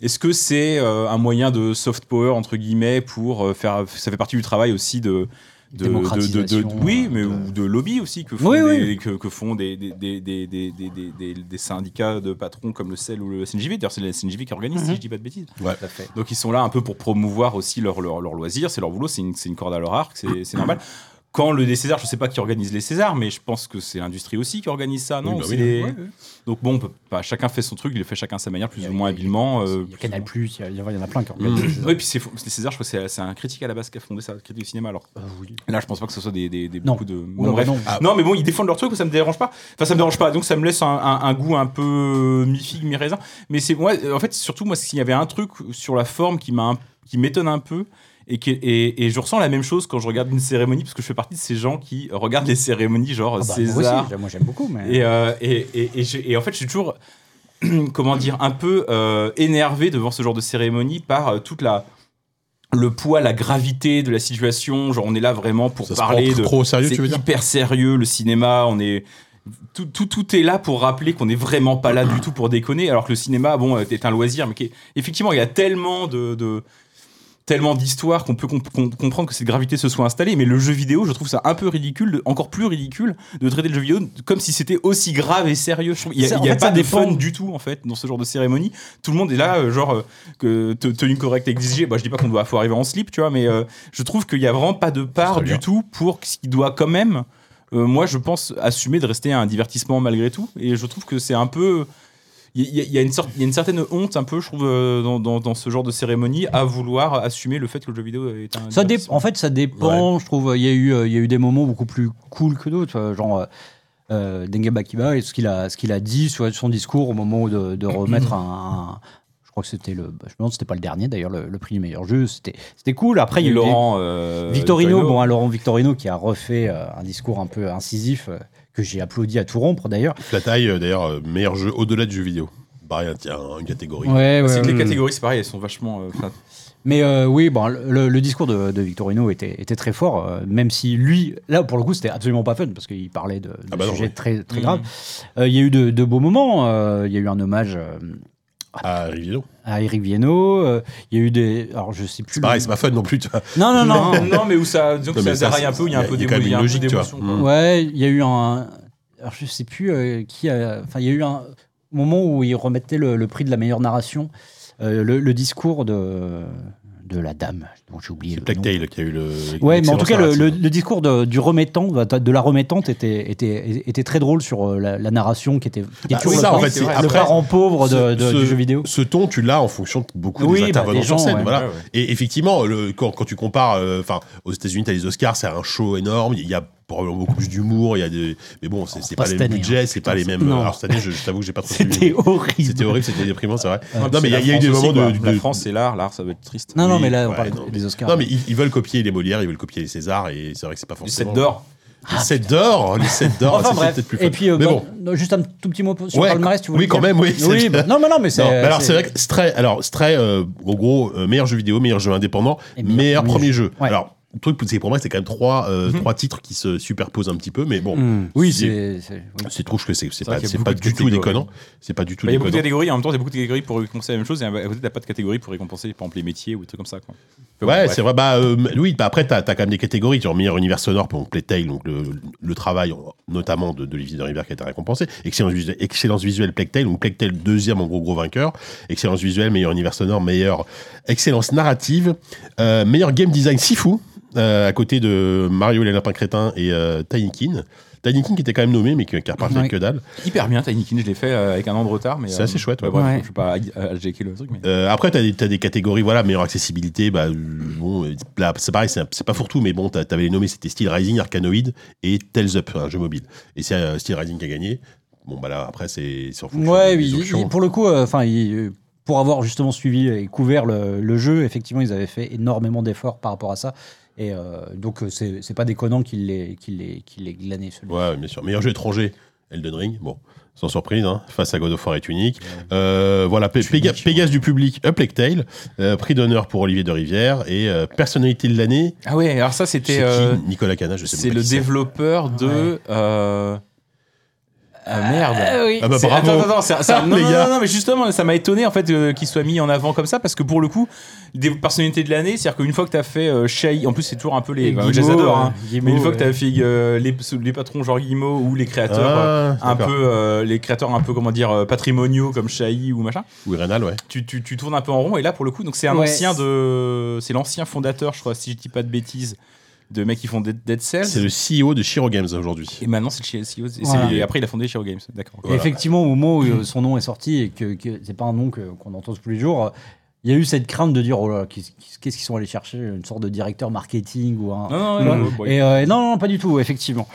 Est-ce que c'est euh, un moyen de soft power entre guillemets pour euh, faire Ça fait partie du travail aussi de. De, de, de-
Démocratisation,
de- oui,
euh,
mais
de-
ou de lobby aussi que font,
Oui,
des,
oui.
Que, que font des, des, des, des, des, des- des- des- des syndicats de patrons comme le CEL ou le SNJV. D'ailleurs, c'est le SNJV qui organise,
Mhm.
si je dis pas de bêtises. Donc ils sont là un peu pour promouvoir aussi leur, leur, leur loisir, c'est leur boulot, c'est une, c'est une corde à leur arc, c'est c'est normal. Quand le des Césars, je sais pas qui organise les Césars, mais je pense que c'est l'industrie aussi qui organise ça, non
bah oui.
C'est les- Donc bon, on peut pas- chacun fait son truc, il le fait chacun à sa manière, plus ou moins habilement. euh,
Il y a Canal Plus, il y a- il y en a plein qui
Mm.
organisent.
Oui, puis c'est fou- les Césars, je crois que c'est- c'est un critique à la base qui a fondé ça, le critique du cinéma. Alors là, je pense pas que ce soit des, des, des-
Ah Non.
beaucoup de. bon,
Oula,
bref.
non.
Ah, Non, mais bon, ils défendent leur truc, ça me dérange pas. Enfin, ça me dérange pas. Donc, ça me laisse un, un- un goût un peu euh, mi-figue, mi-raisin. Mais c'est moi, euh, en fait, surtout, moi, s'il y avait un truc sur la forme qui m'a un- qui m'étonne un peu. Et, qui- et, et je ressens la même chose quand je regarde une cérémonie, parce que je fais partie de ces gens qui regardent les cérémonies, genre
Ah bah, moi aussi,
César,
j'aime- moi j'aime beaucoup, mais.
et, euh, et, et, et j'ai- et en fait, je suis toujours, comment dire, un peu euh, énervé devant ce genre de cérémonie par euh, toute la le poids, la gravité de la situation. Genre, on est là vraiment pour
Ça se prend
parler
tr-
de.
trop au sérieux,
C'est
tu veux dire
hyper sérieux le cinéma. On est tout, tout, tout est là pour rappeler qu'on n'est vraiment pas là du tout pour déconner. Alors que le cinéma, bon, euh, est un loisir, mais qui est- effectivement, il y a tellement de, de- tellement d'histoires qu'on peut comp- com- comprendre que cette gravité se soit installée. Mais le jeu vidéo, je trouve ça un peu ridicule, de- encore plus ridicule, de traiter le jeu vidéo comme si c'était aussi grave et sérieux. Je trouve- Il n'y a,
Ça, en
il y a
fait,
pas
ça
de
dépend.
fun du tout en fait dans ce genre de cérémonie. Tout le monde est là, euh, genre euh, que te- tenue correcte exigée. Bah, je dis pas qu'on doit faut arriver en slip, tu vois, mais euh, je trouve qu'il y a vraiment pas de part
serait bien.
du tout pour ce qui doit quand même. euh, moi, je pense assumer de rester un divertissement malgré tout, et je trouve que c'est un peu. Il y, a- il y a une sorte, il y a une certaine honte un peu, je trouve, euh, dans, dans- dans ce genre de cérémonie, à vouloir assumer le fait que le jeu vidéo est un.
Ça dé-
divertissement.
En fait, ça dépend, je trouve. Il y, a eu, euh, il y a eu des moments beaucoup plus cool que d'autres. euh, Genre, euh, euh, Denge Bakiba et ce qu'il a, ce qu'il a dit sur son discours au moment de, de remettre un. un- je crois que c'était le. bah, je me demande, c'était pas le dernier d'ailleurs, le, le prix du meilleur jeu. C'était c'était cool. Après, il y a eu des-
Laurent euh,
Victorino, bon, hein, Laurent Victorino qui a refait euh, un discours un peu incisif euh, que j'ai applaudi à tout rompre d'ailleurs.
La taille, euh, d'ailleurs, euh, meilleur jeu au-delà du jeu vidéo. Bah, il y a une catégorie.
Ouais,
c'est que les
Hmm.
catégories, c'est pareil, elles sont vachement. euh, enfin,
Mais euh, oui, bon, le, le discours de, de Victorino était, était très fort, euh, même si lui, là pour le coup, c'était absolument pas fun parce qu'il parlait de, de
Ah bah non,
sujets
ouais.
très, très
Mhm.
graves. Euh, Il y a eu de, de beaux moments. euh, Il y a eu un hommage euh,
Ah, Riviero.
à Eric Viennot. euh, Il y a eu des. Alors je sais plus.
C'est
le-
pareil, c'est pas fun non plus, tu vois.
Non, non, non.
non, non, mais où ça, disons que
Non, mais
ça
ça,
déraille un
c'est-
peu, où il y a un
il y a
peu hein.
quand même
d'émo- il y
une
a un peu
logique, tu vois.
d'émotion. quoi.
Hmm.
Ouais, il y a eu un. Alors, je sais plus euh, qui a. Enfin, il y a eu un moment où ils remettaient le, le prix de la meilleure narration, euh, le, le discours de, de la dame, dont j'ai oublié le
Black
nom.
Tail qui a eu le.
Ouais, mais en tout cas, le, le-
l'excellence
le discours de- du remettant, de de la remettante, était, était, était très drôle sur euh, la, la narration qui était, qui est
Bah,
toujours
c'est
le,
ça, en
oui,
fait,
c'est
c'est-
vrai. le
après,
parent pauvre de-
ce-
de-
ce-
du jeu vidéo.
Ce ton, tu l'as en fonction de beaucoup
Oui,
des
bah,
intervenants
des
sur
gens,
scène.
ouais.
voilà.
Ouais, ouais.
Et effectivement, le, quand, quand tu compares, euh, enfin, aux États-Unis, tu as les Oscars, c'est un show énorme. Il y a probablement beaucoup plus d'humour. Il y a des, mais bon, c'est c'est
pas
pas,
cette
les mêmes
année,
budgets, c'est pas les mêmes.
non.
Alors cette année, je, je t'avoue que j'ai pas trop.
C'était
suivi.
horrible.
C'était horrible, c'était déprimant, c'est vrai.
Ouais,
non, mais il y a-
c'est
il y a eu
la
des
France
moments
aussi,
de,
quoi. La
de-
France, c'est l'art, l'art, ça va être triste.
Non, non,
Oui,
mais là, on
ouais,
parle
non,
des Oscars.
Non, mais ils, ils veulent copier les Molières, ils veulent copier les Césars, et c'est vrai que c'est pas
Du
forcément.
7 d'or.
Les 7 d'or, les 7 d'or,
Enfin
c'est- c'est
bref.
peut-être plus fun.
Et puis, euh,
mais
bon,
bon.
non, juste un tout petit mot sur
Ouais,
le palmarès, tu voulais
oui,
dire.
quand même, oui, c'est-
bah, non, mais non, mais c'est.
Non, mais alors c'est vrai que Stray, alors Stray, euh, au gros, euh, meilleur jeu vidéo, meilleur jeu indépendant,
Et
meilleur,
meilleur
premier
premier
jeu.
Ouais.
Alors, le truc, c'est pour moi, c'est quand même trois, euh, trois titres qui se superposent un petit peu, mais bon.
Hmm.
Oui,
c'est.
c'est. c'est- oui.
C'est trouve que c'est c'est
C'est vrai
pas,
qu'il y a
c'est
beaucoup
pas
de
du tout
catégories.
déconnant. C'est pas du tout
Bah, Il y a beaucoup de
déconnant.
catégories, en même temps, il y a beaucoup de catégories pour récompenser la même chose, et à côté, t'as pas de catégorie pour récompenser, par exemple, les métiers ou des trucs comme ça. Quoi. Enfin, bon,
Ouais,
bref.
c'est vrai. Bah, euh, oui, bah après, t'as as quand même des catégories, genre meilleur univers sonore pour donc, Playtale, donc le, le travail en- notamment de d'Olivier de Rivière qui a été récompensé. Excellence, visu- excellence visuelle Playtale, donc Playtale deuxième en gros gros vainqueur. Excellence visuelle, meilleur univers sonore, meilleur excellence narrative, euh, meilleur game design Sifu, euh, à côté de Mario et les lapins crétins et euh, Tiny Kin. Tiny Kin qui était quand même nommé, mais qui, qui repartait
Ouais.
que dalle.
Hyper bien, Tiny Kin, je l'ai fait euh, avec un an de retard. mais euh, bah,
C'est assez chouette, ouais.
bref,
Ouais.
Je vais pas euh, hijacker le truc, mais.
Euh, après, tu as, des catégories, voilà, meilleure accessibilité, bah, euh, bon, euh, là, c'est pareil, c'est un- c'est pas fourre-tout, mais bon, t'as- t'avais les nommés, c'était Steel Rising, Arcanoid et Tales Up, un jeu mobile. Et c'est euh, Steel Rising qui a gagné. Bon, bah là, après, c'est sur
Ouais, oui, il- il- pour le coup, euh, enfin, il- euh, pour avoir justement suivi et couvert le, le jeu, effectivement, ils avaient fait énormément d'efforts par rapport à ça. Et euh, donc, euh, c'est c'est pas déconnant qu'il l'ait qu'il l'ait- qu'il l'ait glané, celui-là.
Ouais, bien sûr. Meilleur jeu étranger, Elden Ring, bon, sans surprise, hein, face à God of War et Tunic. Euh, voilà, Pe- Péga- Pégase du public, A Plague Tale, euh, prix d'honneur pour Olivier de Rivière et euh, personnalité de l'année,
Ah ouais, alors ça,
c'est
c'était.
qui
euh,
Nicolas Cana, je sais
C'est
même pas
le
qui c'est.
développeur de. euh, Ah merde
Ah bah
C'est-
bravo.
Attends, attends, c'est- c'est-
Ah,
non,
les
non,
gars.
non, non, mais justement, ça m'a étonné en fait euh, qu'il soit mis en avant comme ça parce que pour le coup, des personnalités de l'année, c'est-à-dire qu'une fois que t'as fait euh, Shai, en plus c'est toujours un peu les. bah, je les adore, hein. mais
oh,
une fois que t'as fait euh, les, les patrons genre Guillemot ou les
Ah,
créateurs. euh, un
d'accord.
peu euh, les créateurs un peu comment dire euh, patrimoniaux comme Shai ou machin
Oui, Rénal, ouais.
tu, tu, tu tournes un peu en rond et là pour le coup donc c'est un
Ouais.
ancien de c'est l'ancien fondateur je crois si je dis pas de bêtises de mecs qui font Dead, Dead Cells
C'est le CEO de Shiro Games aujourd'hui.
et maintenant, c'est le CEO. c'est-
Voilà.
c'est- Et après, il a fondé Shiro Games. D'accord.
Et Effectivement, au moment où euh, son nom est sorti et que, que c'est pas un nom que- qu'on entend tous les jours, euh, il y a eu cette crainte de dire oh là, là, qu'est-ce qu'est-ce qu'ils sont allés chercher Une sorte de directeur marketing ou un.
Non, non,
Voilà.
non, non, bon,
Et euh, non, non, pas du tout, effectivement.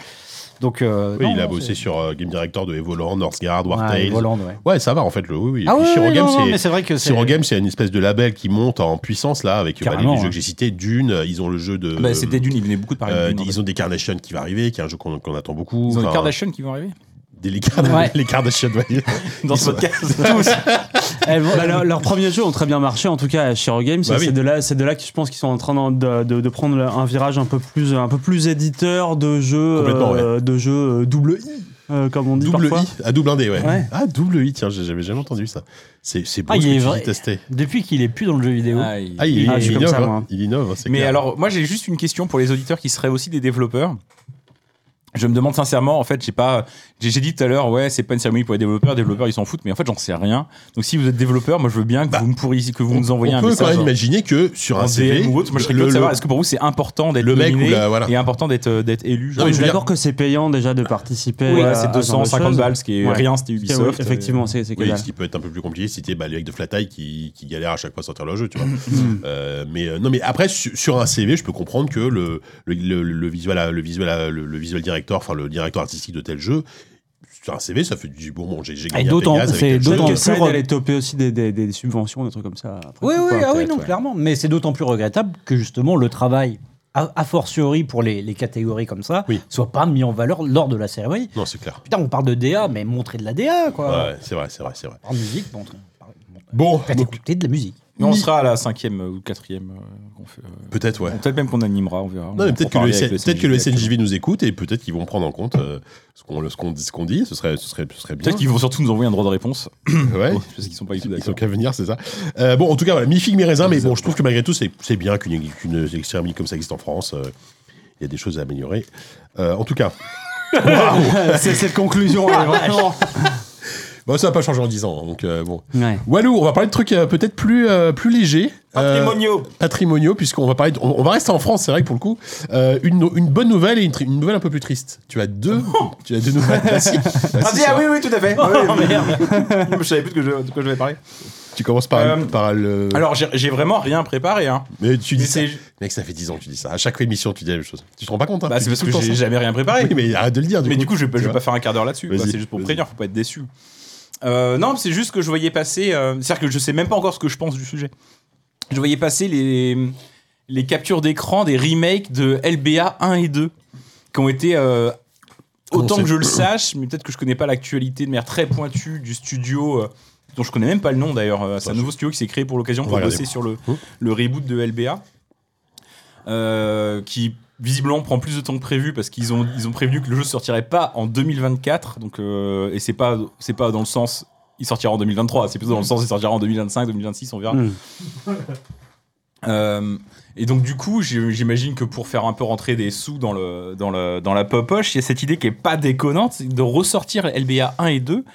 Donc, euh,
Oui,
non,
il a
non,
bossé
c'est-
sur euh, Game Director de Evoland, Northgard,
Ouais,
War Tales.
Voland, ouais.
Ouais, ça va en fait. Le, oui, oui. Et
Ah
puis
oui,
Shiro
oui,
Games,
non, non,
c'est-
mais c'est vrai que c'est.
Shiro Games, c'est une espèce de label qui monte en puissance là, avec bah, les- les,
Carrément,
jeux
hein.
que j'ai cités, Dune. euh, Ils ont le jeu de.
bah, C'était d'une, il venait beaucoup de parler
euh,
de Dune, en fait.
ils ont des Kardashian qui va arriver, qui est un jeu qu'on qu'on attend beaucoup.
Ils ont des
Enfin,
Kardashian qui vont arriver
des- les, Card-
Ouais.
les Kardashian, ouais.
dans ce
sont-
podcast. Tous.
Eh, bon,
Bah, leur, leurs premiers jeux ont très bien marché, en tout cas à Shiro Games.
Bah
c'est
oui.
de là, c'est de là que je pense qu'ils sont en train d'en- de, de- de prendre un virage un peu plus, un peu plus éditeur de jeux,
Complètement,
euh, de jeux euh, double I, euh, comme on dit
Double
parfois.
I, à double indé, ouais.
Ouais.
Ah, double I, tiens, j'ai- j'avais jamais entendu ça. C'est c'est beau
Ah,
ce
il est
que tu
vrai.
dis, testé.
Depuis qu'il est plus dans le jeu vidéo.
Ah, il-
Ah, il,
Ah,
il
je suis comme
innove,
ça,
hein.
moi.
il innove, hein, c'est
Mais
clair.
alors, moi, j'ai juste une question pour les auditeurs qui seraient aussi des développeurs. Je me demande sincèrement, en fait, j'ai pas, j'ai j'ai dit tout à l'heure, ouais, c'est pas une cérémonie pour les développeurs, les développeurs ils s'en foutent, mais en fait, j'en sais rien. Donc, si vous êtes développeur, moi, je veux bien que
Bah,
vous me pourrissiez, que vous nous
on
envoyiez un
peut quand
message.
même imaginer que sur
en
un CV,
DM ou autre. Moi, je serais
le-
curieux de
le-
savoir, est-ce que pour vous, c'est important d'être
le mec ou
nominé
la- voilà. Ah
et important d'être euh, d'être élu
Non,
genre
mais
Je
je
suis
veux dire-
d'accord que c'est payant déjà de participer.
Oui,
à- à
c'est
ce genre de
250
choses.
balles, ce qui est
ah, Ouais.
rien, c'était
Ok,
Ubisoft.
oui, effectivement, c'est c'est que
Oui,
dalle.
ce qui peut être un peu plus compliqué, c'était bah, les mecs de Flataille qui, qui galèrent à chaque fois à sortir leur jeu, tu vois. Euh, mais euh, non, mais après su- sur un CV, je peux comprendre que le le, le, le visuel le visuel le, le visuel director, enfin le directeur artistique de tel jeu, sur un CV, ça fait du bon. Bon, j'ai j'ai gagné. à
Ah, d'autant-
Vegas avec
c'est
tel jeu.
d'autant
Peut-être que
plus
ça aide
re-
à les toper aussi des, des- des subventions, des trucs comme ça. après
Oui,
coup,
oui,
quoi.
ah oui, non,
ouais.
clairement. Mais c'est d'autant plus regrettable que justement le travail, a, a fortiori pour les, les catégories comme ça,
Oui.
soit pas mis en valeur lors de la cérémonie.
Non, c'est clair.
Putain, on parle de DA, mais montrer de la DA, quoi.
Ouais, c'est vrai, c'est vrai, c'est vrai.
En musique, montre- par- montre-
Bon,
faites
donc,
écouter de la musique.
Mais on sera à la cinquième euh, ou quatrième. euh, qu'on fait, euh,
peut-être ouais.
Peut-être même qu'on animera, on verra.
Non, mais peut-être que, le SN peut-être que le SNJV nous écoute et peut-être qu'ils vont prendre en compte euh, ce qu'on le- ce qu'on dit, ce qu'on dit, ce serait ce serait ce serait bien.
Peut-être qu'ils vont surtout nous envoyer un droit de réponse.
Hein Ouais.
Parce qu'ils sont pas du tout
Ils sont
d'accord.
qu'à venir, c'est ça. Euh, bon, en tout cas, voilà, mi-figue, mi-raisin, mais bon, je trouve que malgré tout, c'est c'est bien qu'une qu'une cérémonie comme ça existe en France. Euh, Il y a des choses à améliorer. Euh, en tout cas,
c'est cette conclusion. elle est vraiment-
bon, Bah, ça n'a pas changé en 10 ans. Donc, euh, bon.
Ouais.
Walou, on va parler de trucs euh, peut-être plus, euh, plus légers. Patrimoniaux. patrimoniaux, puisqu'on va parler. de- on, on va rester en France, c'est vrai que pour le coup. Euh, une, no- une bonne nouvelle et une, tri- une nouvelle un peu plus triste. Tu as deux, tu as deux nouvelles classiques.
Ah, si, ah oui, oui, tout à fait.
Oh,
Oui, oui. je savais plus de quoi je, de quoi je vais parler.
Tu commences par,
Euh,
par le.
Alors, j'ai- j'ai vraiment rien préparé. Hein.
mais tu dis
mais
ça.
c'est-
Mec, ça fait 10 ans que tu dis ça. À chaque émission, tu dis la même chose. Tu te rends pas compte hein,
Bah,
tu dis
c'est parce
tout
que
le temps
j'ai
ça.
jamais rien préparé.
Oui, mais arrête de le dire.
mais du coup, je vais, pas-
tu
je vais
vois.
pas faire un quart d'heure là-dessus. quoi.
Vas-y,
C'est juste pour
vas-y.
prévenir, faut pas être déçu. Euh, non, c'est juste que je voyais passer. euh, C'est-à-dire que je sais même pas encore ce que je pense du sujet. Je voyais passer les, les captures d'écran des remakes de LBA 1 et 2. qui ont été euh, autant
Concept.
que je le sache, mais peut-être que je connais pas l'actualité de manière très pointue du studio. euh, dont je connais même pas le nom d'ailleurs. Euh, C'est un nouveau studio qui s'est créé pour l'occasion
va
pour
regarder. Hein
bosser sur le, le reboot de LBA, euh, qui visiblement prend plus de temps que prévu parce qu'ils ont ils ont prévenu que le jeu sortirait pas en 2024. Donc euh, et c'est pas c'est pas dans le sens il sortira en 2023, c'est plutôt dans le sens il sortira en 2025, 2026, on verra.
Hmm.
Euh, et donc du coup, j'ai- j'imagine que pour faire un peu rentrer des sous dans, le, dans, le, dans la poche, il y a cette idée qui est pas déconnante c'est de ressortir LBA 1 et 2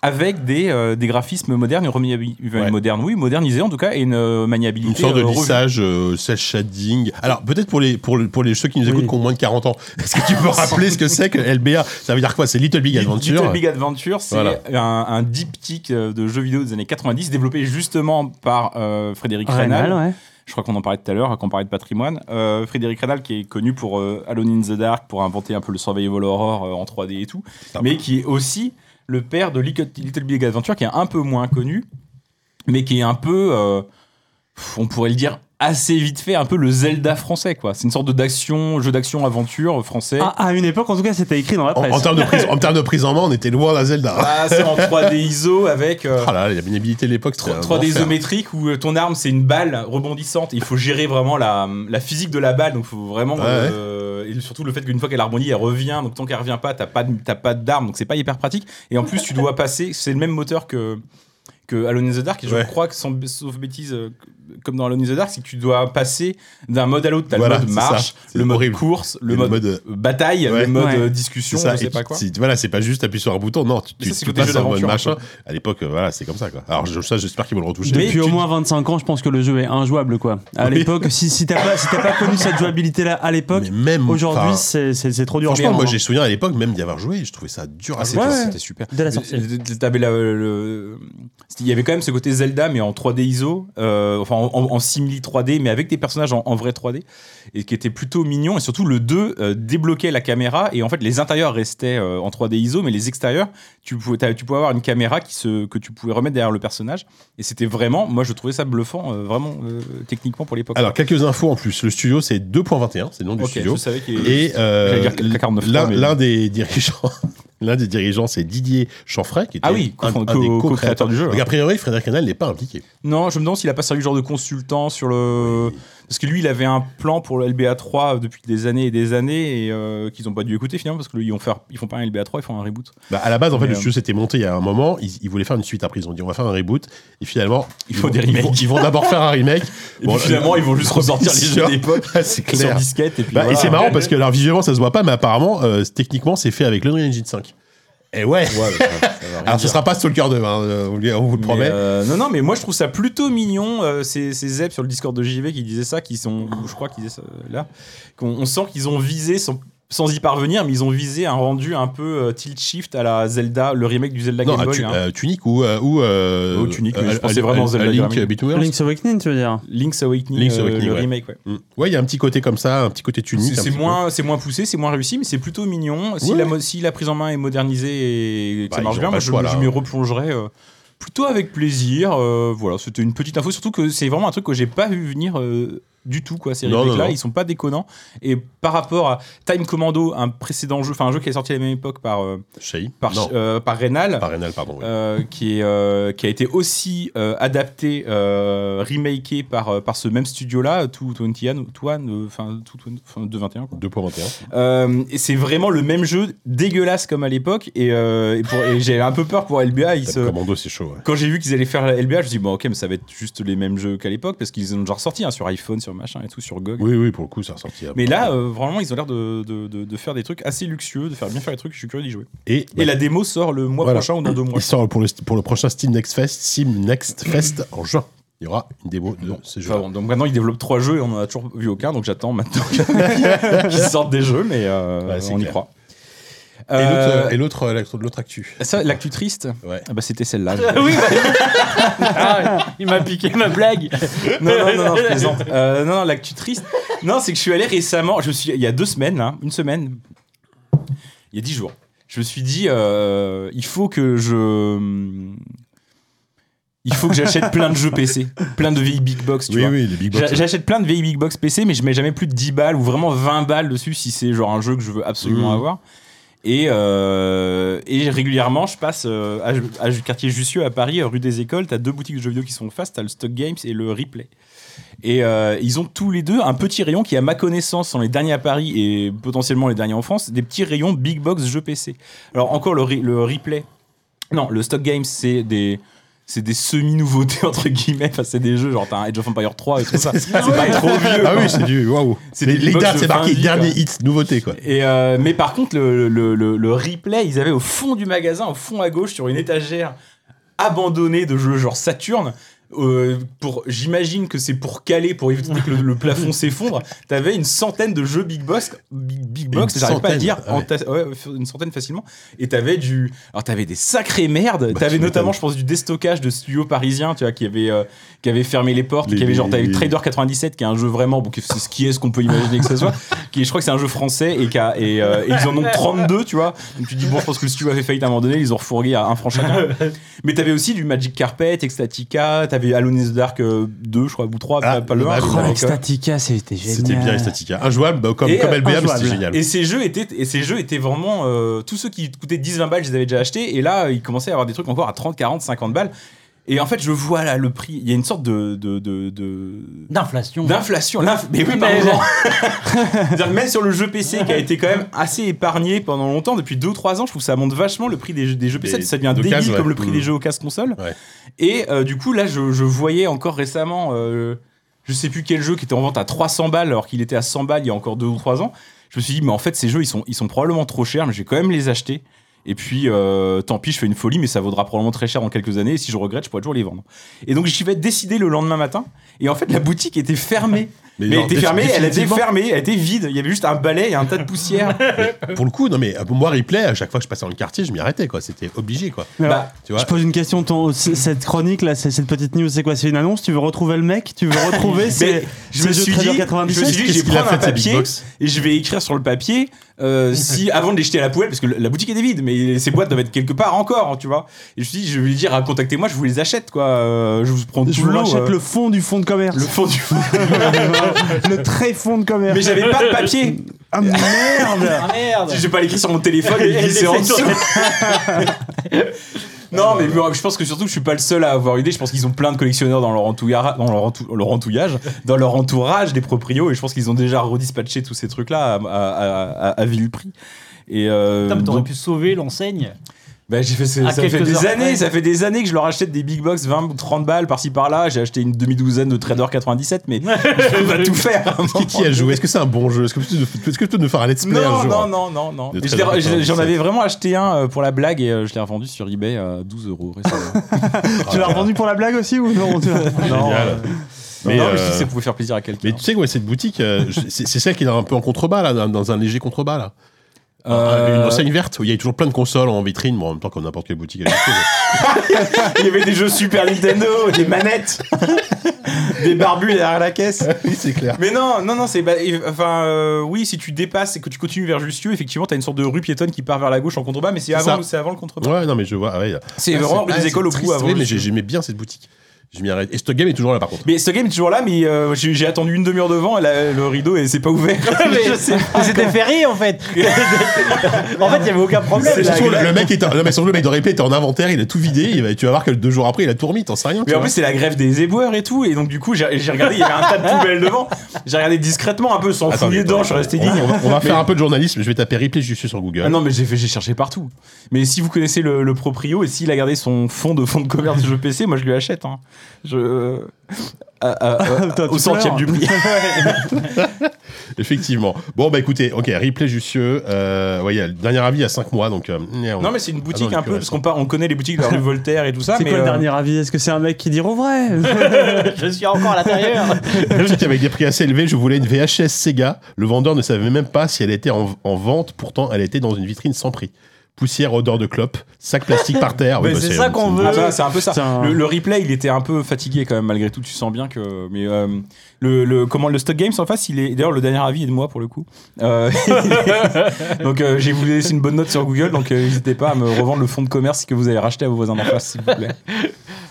avec des, euh, des graphismes modernes, une remaniabil- enfin,
Ouais.
moderne, oui, modernisés en tout cas, et une euh, maniabilité.
Une sorte de
euh, revue.
lissage, euh, cel shading. Alors peut-être pour les pour, le- pour les ceux qui nous écoutent qui ont moins de 40 ans, est-ce que tu peux rappeler ce que c'est que LBA Ça veut dire quoi C'est Little Big Adventure.
Little Big Adventure, c'est
Voilà.
un, un diptyque euh, de jeux vidéo des années 90, développé justement par euh, Frédéric Reynal.
Rénal, ouais.
Je crois qu'on en parlait tout à l'heure, hein, qu'on parlait de patrimoine. Euh, Frédéric Rénal, qui est connu pour euh, Alone in the Dark, pour inventer un peu le Survival Horror euh, en 3D et tout, mais qui est aussi le père de Lic- Little Big Adventure, qui est un peu moins connu, mais qui est un peu, euh, pff, on pourrait le dire assez vite fait, un peu le Zelda français, quoi. C'est une sorte de d'action, jeu d'action-aventure français.
Ah, à une époque, en tout cas, c'était écrit dans la
En,
presse.
en termes de prise, en termes de prise en main, on était loin d'un Zelda.
Ah, c'est en 3D ISO avec... euh,
Ah là, là, la maniabilité de l'époque, c'était un
3D
enfer.
isométrique où euh, ton arme c'est une balle rebondissante. Il faut gérer vraiment la, la physique de la balle, donc faut vraiment
Ouais,
euh, et surtout le fait qu'une fois qu'elle rebondit, elle revient. Donc tant qu'elle revient pas, t'as pas de- t'as pas d'arme, donc c'est pas hyper pratique. Et en plus tu dois passer. C'est le même moteur que que Alone in the Dark. Et je
Ouais.
crois que sans b- sauf bêtise euh, comme dans Alone in the Dark, c'est que tu dois passer d'un mode à l'autre. T'as
Voilà,
le mode
c'est
marche,
ça. C'est
le mode
horrible.
course, le
Et
mode,
euh,
bataille,
Ouais.
le mode
Ouais.
euh, discussion,
c'est ça.
je sais
Et
pas
tu-
quoi.
c'est- voilà, c'est pas juste appuyer sur un bouton. Non, tu,
Mais ça,
tu-
c'est
tu
côté jeu
passes en mode
d'aventure,
machin. À l'époque, euh, voilà, c'est comme ça. Quoi. Alors je- ça, j'espère qu'ils vont le retoucher.
Mais-
Depuis
tu-
au moins 25 ans, je pense que le jeu est injouable, quoi. À
Oui.
l'époque, si, si t'as pas, si t'as pas connu cette jouabilité-là à l'époque,
Mais même
aujourd'hui,
enfin,
c'est- c'est c'est trop dur.
Franchement,
Mais
moi,
en-
j'ai souvenir à l'époque même d'y avoir joué. Je trouvais ça dur à
c'était
ouais.
c'était super.
De la sorcière.
Il Euh, T'avais la- le- c'était- il y avait quand même ce côté Zelda, mais en 3D ISO, euh, enfin en, en- en simili 3D, mais avec des personnages en, en vrai 3D, et qui était plutôt mignon. Et surtout, le 2 euh, débloquait la caméra, et en fait, les intérieurs restaient euh, en 3D ISO, mais les extérieurs, tu pouvais, t'as- tu pouvais avoir une caméra qui se, que tu pouvais remettre derrière le personnage. Et c'était vraiment, moi je trouvais ça bluffant, euh, vraiment euh, techniquement pour l'époque.
Alors quelques infos en plus. Le studio, c'est 2.21, c'est Ah, le nom du
ok,
studio.
je savais qu'il
Et euh,
J'allais dire 49,
l'un
mais-
l'un des dirigeants, l'un des dirigeants, c'est Didier Chanfray, qui était
Ah oui,
un,
co-
un
co-
des
co-créateur
co-créateurs
du jeu, hein.
Donc
ouais.
a priori, Frédéric Canal n'est pas impliqué.
Non, je me demande s'il a pas servi genre de consultant sur le. Parce que lui, il avait un plan pour le LBA 3 depuis des années et des années et euh, qu'ils n'ont pas dû écouter finalement parce qu'ils faire... ils font pas un LBA 3, ils font un reboot.
Bah, à la base, en fait, le
Mais, euh,
studio s'était monté il y a un moment. Ils, ils voulaient faire une suite après. Ils ont dit on va faire un reboot. Et finalement,
Il faut
ils
des
vont- ils vont-
remakes.
Ils vont, d'abord faire un remake. euh,
Et puis finalement, ils vont juste ressortir les jeux d'époque
c'est
sur
clair.
disquette et puis.
Bah,
voilà.
Et c'est marrant parce que alors, visuellement, ça se voit pas, mais apparemment, euh, techniquement, c'est fait avec l'Unreal Engine 5. Et ouais. bah, alors, ce sera pas Stalker 2, hein, euh, on lui- on vous le
Mais,
promet.
euh, non, non, mais moi je trouve ça plutôt mignon. euh, c'est c'est Zeb sur le Discord de JV qui disait ça, qui sont, je crois qu'ils disaient ça euh, là. qu'on on sent qu'ils ont visé sans, sans y parvenir, mais ils ont visé un rendu un peu euh, tilt shift à la Zelda, le remake du Zelda
non,
Game
à
Boy.
Tu-
hein.
euh, Tunic ou euh, ou euh,
Oh, Tunic, mais je
euh,
pensais
euh,
vraiment
euh,
Zelda
Link
Pyramid.
euh, Between Worlds.
Link's Awakening, tu veux dire
Link's Awakening,
Link's
euh,
Awakening,
le
ouais.
remake, ouais.
Mm. Ouais, il y a un petit côté comme ça, un petit côté Tunic.
C'est-
un
C'est
petit
moins, c'est moins poussé, c'est moins réussi, mais c'est plutôt mignon. Si,
Ouais.
la, mo- si la prise en main est modernisée et que
Bah,
ça
ils
marche
ont
bien,
pas
moi
le
je,
choix, là.
je m'y replongerai euh, plutôt avec plaisir. Euh, voilà, c'était une petite info, surtout que c'est vraiment un truc que j'ai pas vu venir. euh, du tout quoi ces
Non,
remakes
non,
là
non.
ils sont pas déconnants et par rapport à Time Commando un précédent jeu enfin un jeu qui est sorti à la même époque par euh,
peu. Shay.
par
Non,
euh, par Reynal
par Rénal, pardon. oui.
euh, qui, est, euh, qui a été aussi euh, adapté, euh, remaké par, euh, par ce même studio-là, 221, euh, enfin 220, enfin, 221. quoi.
2.21.
Euh, et c'est vraiment le même jeu, dégueulasse comme à l'époque, et, euh, et pour- et j'ai un peu peur pour LBA. Ils
Tape
se...
Commando, c'est chaud. ouais.
Quand j'ai vu qu'ils allaient faire la LBA, je me suis dit, bon, ok, mais ça va être juste les mêmes jeux qu'à l'époque, parce qu'ils en ont déjà ressorti hein, sur iPhone, sur machin et tout, sur GOG.
Oui, oui, pour le coup, ça ressortit.
Mais là, euh, vraiment, ils ont l'air de, de- de- de faire des trucs assez luxueux, de faire bien faire des trucs, je suis curieux d'y jouer.
et,
Et la démo sort le mois
Voilà.
prochain ou dans deux mois.
il sort pour le, pour le prochain Steam Next Fest, Steam Next Fest en juin. Il y aura une démo de ce jeu.
Enfin bon, donc maintenant ils développent trois jeux et on en a toujours vu aucun, donc j'attends maintenant qu'ils sortent des jeux, mais euh,
Ouais, c'est
on y
clair.
croit.
Et
Euh,
l'autre- et l'autre, euh, l'actu- l'autre actu.
ça, l'actu triste,
Ouais.
ah bah, c'était celle-là.
oui, bah- Ah, il m'a piqué ma blague.
non, non, non, non, je plaisante. Euh, non, non, l'actu triste. Non, c'est que je suis allé récemment, je me suis, il y a deux semaines, là, une semaine, il y a dix jours, je me suis dit, euh, il faut que je. il faut que j'achète plein de jeux PC, plein de vieilles big box, tu
Oui,
vois.
oui, les big
J'a-
box.
J'achète plein de vieilles big box PC, mais je mets jamais plus de 10 balles ou vraiment 20 balles dessus si c'est genre un jeu que je veux absolument
Mhm.
avoir. Et, euh, et régulièrement, je passe euh, à, à quartier Jussieu à Paris, rue des Écoles. T'as deux boutiques de jeux vidéo qui sont en face, t'as le Stock Games et le Replay. Et euh, ils ont tous les deux un petit rayon qui, à ma connaissance, sont les derniers à Paris et potentiellement les derniers en France, des petits rayons big box jeux PC. Alors encore le, ri- le Replay. Non, le Stock Games, c'est des c'est des semi-nouveautés entre guillemets, enfin c'est des jeux genre t'as un Age of Empire 3 et tout ça. c'est pas trop vieux.
Ah oui, c'est du waouh.
C'est
Les,
des
les
box
dates,
de
c'est
fin
marqué
de vie,
dernier
quoi.
hit, nouveauté quoi.
Et euh, mais par contre, le, le- le- le replay, ils avaient au fond du magasin, au fond à gauche, sur une étagère abandonnée de jeux genre Saturne. euh, pour, j'imagine que c'est pour caler, pour éviter que le, le plafond s'effondre. T'avais une centaine de jeux Big Box, Big, Big Box,
Une
j'arrive pas à
centaine,
dire, en
ouais.
ta- ouais, une centaine facilement. Et t'avais du, alors t'avais des sacrées merdes.
Bah,
t'avais
tu
notamment,
m'étonnes.
je pense, du déstockage de studios parisiens, tu vois, qui avait, euh, qui avait fermé les portes,
Les-
qui avait genre,
les-
t'avais
les-
Trader 97, qui est un jeu vraiment, bon, qui- c'est ce qui est ce qu'on peut imaginer que ce soit qui je crois que c'est un jeu français et, qui a- et, euh, et ils en ont 32 tu vois donc tu dis bon je pense que le studio avait failli à un moment donné ils ont refourgué à un franc chacun mais t'avais aussi du Magic Carpet Ecstatica t'avais Alone in the Dark euh, 2 je crois ou 3
Ah,
pas, pas le 1
dommage,
avec,
Oh,
euh,
Ecstatica, c'était génial.
C'était bien Estatica. Injouable, bah, comme,
Et,
comme
euh,
LBM, c'était
injouable.
génial.
et ces jeux étaient et ces jeux étaient vraiment euh, tous ceux qui coûtaient 10 20 balles je les avais déjà achetés et là ils commençaient à avoir des trucs encore à 30 40 50 balles et en fait je vois là le prix il y a une sorte de- de- de- de
D'inflation.
D'inflation, l'inf-
Eh
mais oui, par
Mmh. Mais-
moment. C'est-à-dire que même sur le jeu PC qui a été quand même assez épargné pendant longtemps, depuis 2-3 ans, je trouve que ça monte vachement le prix des jeux, des jeux PC,
Des-
ça devient
de
débile
cases, ouais.
comme le prix
Mmh.
des jeux aux cases console.
Ouais.
Et euh, du coup, là, je, je voyais encore récemment, euh, je sais plus quel jeu qui était en vente à 300 balles alors qu'il était à 100 balles il y a encore 2 ou 3 ans. Je me suis dit, mais en fait, ces jeux, ils sont, ils sont probablement trop chers, mais je vais quand même les acheter. Et puis, euh, tant pis, je fais une folie, mais ça vaudra probablement très cher dans quelques années. Et si je regrette, je pourrais toujours les vendre. Et donc, j'y vais décider le lendemain matin. Et en fait, la boutique était fermée. Mais,
genre,
elle était
dé-
fermée, elle était
définitivement.
fermée, elle était vide. Il y avait juste un balai et un tas de poussière.
Pour le coup, non mais euh, pour moi, replay, à chaque fois que je passais dans le quartier, je m'y arrêtais quoi. C'était obligé quoi.
Mais alors,
Bah,
Tu vois
je pose une question. ton- c- cette chronique là, c'est- cette petite news, c'est quoi C'est une annonce Tu veux retrouver le mec Tu veux retrouver
Mais
ces,
je
ces
me
jeux
suis
Trader
dit- je me
97
suis dit,
Qu'est-ce
j'ai
qu'il a
prendre
fait
un
de ces big
papier
box
et je vais écrire sur le papier euh, si avant de les jeter à la poubelle parce que la boutique était vide mais ces boîtes doivent être quelque part encore hein, tu vois et je me suis dit je vais lui dire ah, contactez-moi je vous les achète quoi euh, je vous prends tout
Je vous
le lot,
achète
euh,
le fond du fond de commerce.
le fond du
Le, très fond de commerce.
mais j'avais pas de papier
Ah merde
Ah merde
Si j'ai pas l'écrit sur mon téléphone,
Et
il
les
glissait en
fait
dessous.
Ah,
Non,
bah,
mais bon, je pense que surtout, je suis pas le seul à avoir une idée. Je pense qu'ils ont plein de collectionneurs dans leur, entouillage, dans leur, entou- leur entouillage, dans leur entourage des proprios, et je pense qu'ils ont déjà redispatché tous ces trucs-là à, à, à, à vil prix. Et euh,
Putain, mais t'aurais
donc,
pu sauver l'enseigne.
Ah,
bah, j'ai fait, ce-
à
ça fait
quelques
des
heures
années,
près.
ça fait des années que je leur achète des big box 20 ou 30 balles par-ci par-là. J'ai acheté une demi-douzaine de Trader 97, mais je vais pas tout faire. à un
Qui, qui a joué Est-ce que c'est un bon jeu Est-ce que tu est-ce que tu peux nous faire un let's play un
Non,
jour
non, non, non, non.
De
Mais
13
je l'ai-
heures,
J'en
ça.
avais vraiment acheté un euh, pour la blague et euh, je l'ai revendu sur eBay à 12 euros récemment.
Tu l'as revendu pour la blague aussi ou non tu vois
non,
Génial.
euh,
Mais,
non, mais je
euh,
dis que ça pouvait faire plaisir à quelqu'un.
Mais tu sais que ouais, cette boutique, euh, je- c'est c'est celle qui est un peu en contrebas là, dans, dans un léger contrebas là.
Euh,
Une enseigne verte où il y a toujours plein de consoles en vitrine, bon, en même temps comme n'importe quelle boutique. elle est vitrine, mais-
Il y avait des jeux Super Nintendo, des manettes, des barbus derrière la caisse.
oui, c'est clair.
Mais non, non, non, c'est. bah, et- enfin, euh, oui, si tu dépasses et que tu continues vers Jussieu, effectivement, t'as une sorte de rue piétonne qui part vers la gauche en contrebas, mais c'est
ça.
avant, c'est avant le contrebas.
Ouais, non, mais je vois. ah ouais.
C'est
Ah,
vraiment rue
ah,
des écoles au bout
triste,
avant.
oui, mais
Jussieu.
j'ai- j'aimais bien cette boutique. Je m'y arrête. Et Stock Game est toujours là par contre.
Mais ce game est toujours là, mais euh, j'ai j'ai attendu une demi-heure devant, et là, le rideau, et c'est pas ouvert. Je sais
Mais C'était ferré en fait. en fait, il y avait aucun problème.
C'est
Ça
là.
se trouve, le, le mec était, non, mais son jeu, le mec de répé était en inventaire, il a tout vidé, il va- tu vas voir que deux jours après, il a tout remis, t'en sais rien. tu
Mais en
vois.
plus, c'est la grève des éboueurs et tout. Et donc, du coup, j'ai j'ai regardé, il y avait un tas de poubelles devant. J'ai regardé discrètement, un peu sans
Attends,
fouiller
mais-
dedans. Je suis resté
on,
digne.
on va, on va faire un peu de journalisme, je vais taper replay juste sur Google.
Ah non, mais j'ai fait- j'ai cherché partout. Mais si vous connaissez le, le proprio et s'il a gardé son fonds de fonds de commerce de jeux PC, moi je lui achète. hein. Je. euh, à- à- à-
Putain, tu
au centième
pleures.
du prix.
Effectivement. Bon, bah écoutez, ok, replay Jussieu. Euh, ouais, il y a le dernier avis il y a 5 mois, donc. euh, on-
Non, mais c'est une boutique
mais
un peu,
que-
parce qu'on part- on connaît les boutiques de la rue Voltaire et tout ça.
C'est
mais,
quoi le
euh,
dernier avis Est-ce que c'est un mec qui dit au vrai
Je suis encore à l'intérieur.
Une boutique avec des prix assez élevés, je voulais une VHS Sega. Le vendeur ne savait même pas si elle était en, en vente, pourtant elle était dans une vitrine sans prix. Poussière, odeur de clope, sac plastique par terre.
Mais c'est ça qu'on
Ah
veut.
bah, c'est un peu ça.
C'est un-
Le, le replay, il était un peu fatigué quand même, malgré tout. Tu sens bien que. Mais euh, le, le- comment le Stock Games en face, il est. D'ailleurs, le dernier avis est de moi pour le coup. Euh, donc, euh, j'ai voulu laisser une bonne note sur Google. Donc, euh, n'hésitez pas à me revendre le fonds de commerce que vous avez racheté à vos voisins d'en face, s'il vous plaît.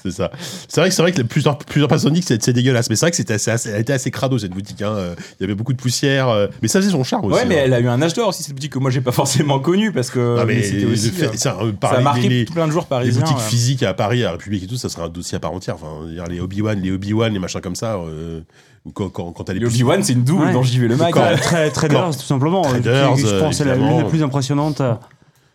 C'est ça. C'est vrai que c'est vrai que les- plusieurs, plusieurs personnes disent que c'est- c'est dégueulasse, mais c'est vrai que c'était assez, assez- elle était assez crado cette boutique. hein. Euh, Il y avait beaucoup de poussière, euh, mais ça faisait son charme aussi.
Ouais, mais
hein.
elle a eu un âge d'or aussi, cette boutique que moi j'ai pas forcément connue parce que
Ah, mais
mais c'était
le
aussi.
fait-
euh,
ça, euh,
Ça
pareil,
a marqué
les-
plein de joueurs
les
parisiens. hein. euh.
boutiques
ouais.
physiques à Paris, à la République et tout, ça serait un dossier à part entière. Enfin, je veux dire, les Obi-Wan, les Obi-Wan, les machins comme ça. euh, ou quand, quand, quand t'as les
Les
plus-
Obi-Wan, c'est une double
Ouais.
dans JV Le
Ah,
Mag.
Quand-
ouais.
Très, traders, tout simplement. euh, qui-
Traders,
je pense que c'est la- l'une
évidemment.
des plus impressionnantes euh,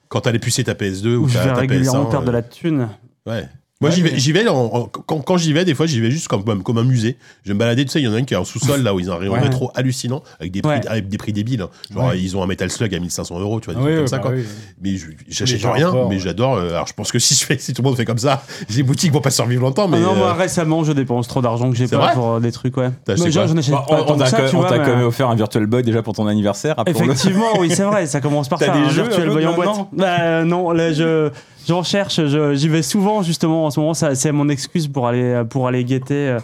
quand t'as les pucés ta PS2 ou
où je
ta,
vais
ta
régulièrement
PS1,
perdre de
euh,
la thune.
Ouais. Moi, j'y vais, j'y vais en- en- quand, quand j'y vais, des fois, j'y vais juste comme, comme un musée. Je vais me balader, tu sais, il y en a un qui est en sous-sol, là, où ils ont un rayon
Ouais.
rétro hallucinant, avec des prix,
Ouais.
avec des prix débiles. hein. Genre, ils ont un Metal Slug à 1500 euros, tu vois, des
Oui,
trucs comme
oui,
ça,
bah
quoi.
oui.
Mais je- j'achète
Les gens
rien,
encore,
mais
ouais.
j'adore. euh, alors, je pense que si, je fais, si tout le monde fait comme ça, les boutiques vont pas survivre longtemps, mais.
Ah non, moi
euh,
récemment, je dépense trop d'argent que j'ai
C'est
pas
vrai
pour euh, des trucs, ouais.
T'as acheté
Mais genre,
quoi
j'en achète
Bah,
pas
on on
tant que
t'a
ça, tu
quand- on
vois,
t'a
mais- euh,
quand même offert un Virtual Boy déjà pour ton anniversaire. rappelons-le.
Effectivement, oui, c'est vrai, ça commence par
T'as
ça.
des
un
jeux,
virtuel
un peu,
boy en boîte.
maintenant
Bah, euh, non, là, je j'en cherche, je- j'y vais souvent justement en ce moment, ça, c'est mon excuse pour aller pour aller guetter. euh,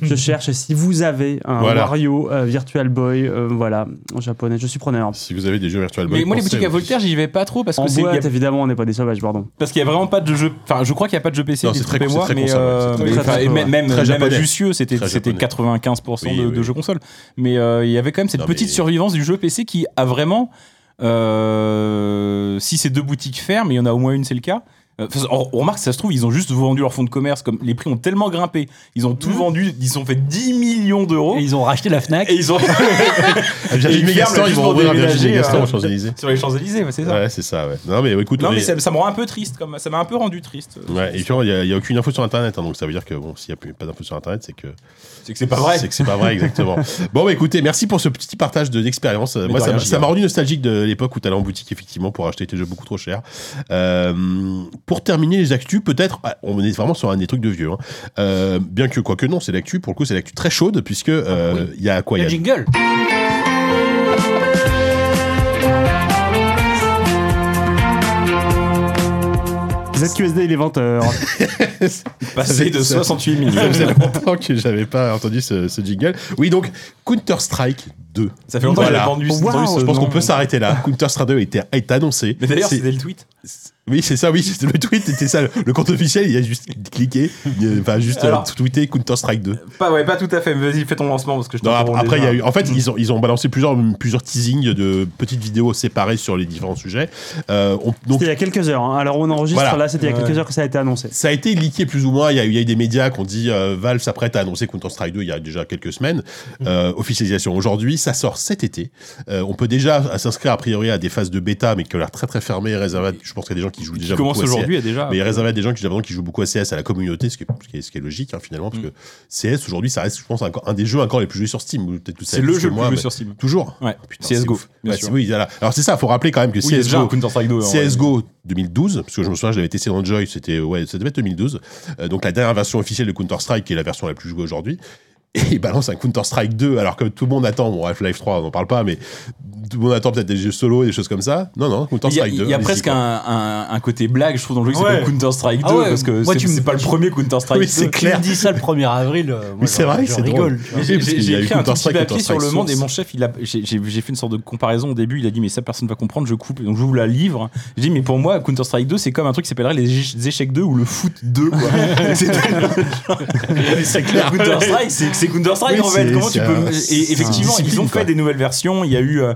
Je cherche si vous avez un
Voilà.
Wario euh, Virtual Boy, euh, voilà, en japonais, je suis preneur.
Si vous avez des jeux virtuels,
Mais moi, les boutiques à Voltaire, j'y vais pas trop parce
En
que c'est. y a-
boîte, évidemment, on n'est pas des sauvages, pardon.
Parce qu'il y a vraiment pas de jeu. Enfin, je crois qu'il y a pas de jeu PC.
Non, c'est très-
moi,
c'est très
mais,
console, ouais,
euh,
c'est très
mais
console.
enfin, et
Très
même même,
japonais.
même à Jussieu, c'était
Très
c'était
japonais.
95% de,
Oui,
de
oui.
jeux console. Mais euh, il y avait quand même cette
Non,
petite
mais-
survivance du jeu PC qui a vraiment. euh, si ces deux boutiques ferment, et il y en a au moins une, c'est le cas. euh, enfin, on, on remarque, ça se trouve, ils ont juste vendu leur fonds de commerce. Comme les prix ont tellement grimpé, ils
Mm.
ont tout vendu, ils ont fait 10 millions d'euros.
Et ils ont racheté la Fnac.
Et ils ont Et ils ferment
euh, Megastar, ils
juste
vont
pour
ouvrir un
déménager,
Virgin Megastar
euh,
aux Champs-Élysées.
sur les Champs-Élysées, ouais, c'est ça.
Ouais, c'est ça, ouais. Non, mais écoute,
Non,
on
mais
est-
ça, ça me rend un peu triste, comme ça m'a un peu rendu triste.
Ouais, et puis il n'y a, aucune info sur Internet, hein, donc ça veut dire que bon, s'il n'y a plus- pas d'info sur Internet, c'est que
C'est que c'est pas vrai.
C'est que c'est pas vrai, exactement. bon, bah, écoutez, merci pour ce petit partage de- d'expérience. Euh, Moi,
de
ça
rien,
m'a-
Giga.
ça m'a rendu nostalgique de l'époque où t'allais en boutique, effectivement, pour acheter tes jeux beaucoup trop chers. Euh, pour terminer les actus, peut-être, ah, on est vraiment sur un des trucs de vieux. hein. Euh, bien que, quoi que non, c'est l'actu. Pour le coup, c'est l'actu très chaude, puisque
Ah
euh, il y a quoi il y
Le
a-
jingle.
ZQSD, il est 20h.
Passer de
Ça-
68 minutes.
Ça faisait longtemps que j'avais pas entendu ce, ce jingle. Oui, donc Counter-Strike 2.
Ça fait longtemps que
Voilà.
j'ai entendu
Wow.
entendu ce-
Je pense
non.
qu'on peut s'arrêter là. Counter-Strike 2 était, est annoncé.
Mais d'ailleurs,
C'est-
c'était le tweet.
Oui, c'est ça, oui, c'était le tweet était ça. Le compte officiel, il a juste cliqué, euh, enfin, juste euh,
Alors.
tweeté Counter-Strike 2.
Pas, ouais, pas tout à fait. mais Vas-y, fais ton lancement parce que je
Non, ap-
t'interromps
après, il y
déjà. Hmm.
a eu. En fait, ils, ont, ils ont balancé plusieurs, plusieurs teasings de petites vidéos séparées sur les différents sujets. Euh, on- donc,
C'était il y a quelques heures. hein. Alors on enregistre
Voilà.
là, c'était il y a quelques
Ouais.
heures que ça a été annoncé.
ça a été leaké plus ou moins. Il y a, eu- il y a eu des médias qui ont dit euh, Valve s'apprête à annoncer Counter-Strike 2 il y a déjà quelques semaines.
Hmm.
Euh, officialisation aujourd'hui, ça sort cet été. Euh, on peut déjà s'inscrire a priori à des phases de bêta, mais qui ont l'air très très fermées, réservées. à- Je pense qu'il y a des gens qui jouent
Qui
déjà
commence
beaucoup à CS.
aujourd'hui et déjà.
Mais il réservé à des gens qui, évidemment, qui jouent beaucoup à CS à la communauté, ce qui est, ce qui est- ce qui est logique hein, finalement, parce
Mm.
que CS aujourd'hui, ça reste, je pense, un, un des jeux encore les plus joués sur Steam. ou peut-être vous
C'est
savez
le
plus
jeu
que
le plus
moi,
joué
mais-
sur Steam.
Toujours
Ouais.
Putain, c'est
CSGO,
ouf.
bien
Ouais,
sûr.
c'est- oui, voilà. Alors c'est ça, faut rappeler quand même que
Oui, Bah, il y a déjà un
CSGO,
Counter-Strike 2. hein, ouais.
CSGO 2012, parce que je me souviens, je l'avais testé dans le Joy, c'était ouais, ça devait être 2012. Euh, donc la dernière version officielle de Counter Strike, qui est la version la plus jouée aujourd'hui. Et il balance un Counter Strike 2, alors que tout le monde attend, bon, Half-Life 3, on n'en parle pas, mais tout le monde attend peut-être des jeux solo, des choses comme ça. Non, non, Counter
Il y a,
Strike 2.
il y a
allez-y,
presque
quoi.
un, un- un côté blague, je trouve, dans le jeu, qui
Ouais.
s'appelle Counter-Strike 2,
Ah ouais,
parce que
moi,
c'est
tu me-
c'est pas le premier Counter-Strike
Oui, c'est
2.
clair.
Tu me dis ça le 1er avril. euh, moi,
Oui, c'est
je-
vrai,
je
c'est
rigole.
drôle.
tu vois.
J'ai
parce qu'il y a
j'ai
eu
écrit un tout petit
Counter-Strike,
papier sur le
Counter-Strike
monde et
Source.
mon chef, il a- j'ai j'ai- j'ai fait une sorte de comparaison au début. Il a dit, mais ça, personne va comprendre, je coupe, donc je vous la livre. J'ai dit, mais pour moi, Counter-Strike 2, c'est comme un truc qui s'appellerait les éche- les échecs 2 ou le foot 2. quoi. C'est
c'est clair.
Counter-Strike, c'est c'est Counter-Strike
Oui,
en fait.
c'est-
Comment tu
c'est
peux.
un-
Et effectivement,
c'est une
ils ont
discipline,
fait
quoi.
des nouvelles versions. Il y a eu. euh,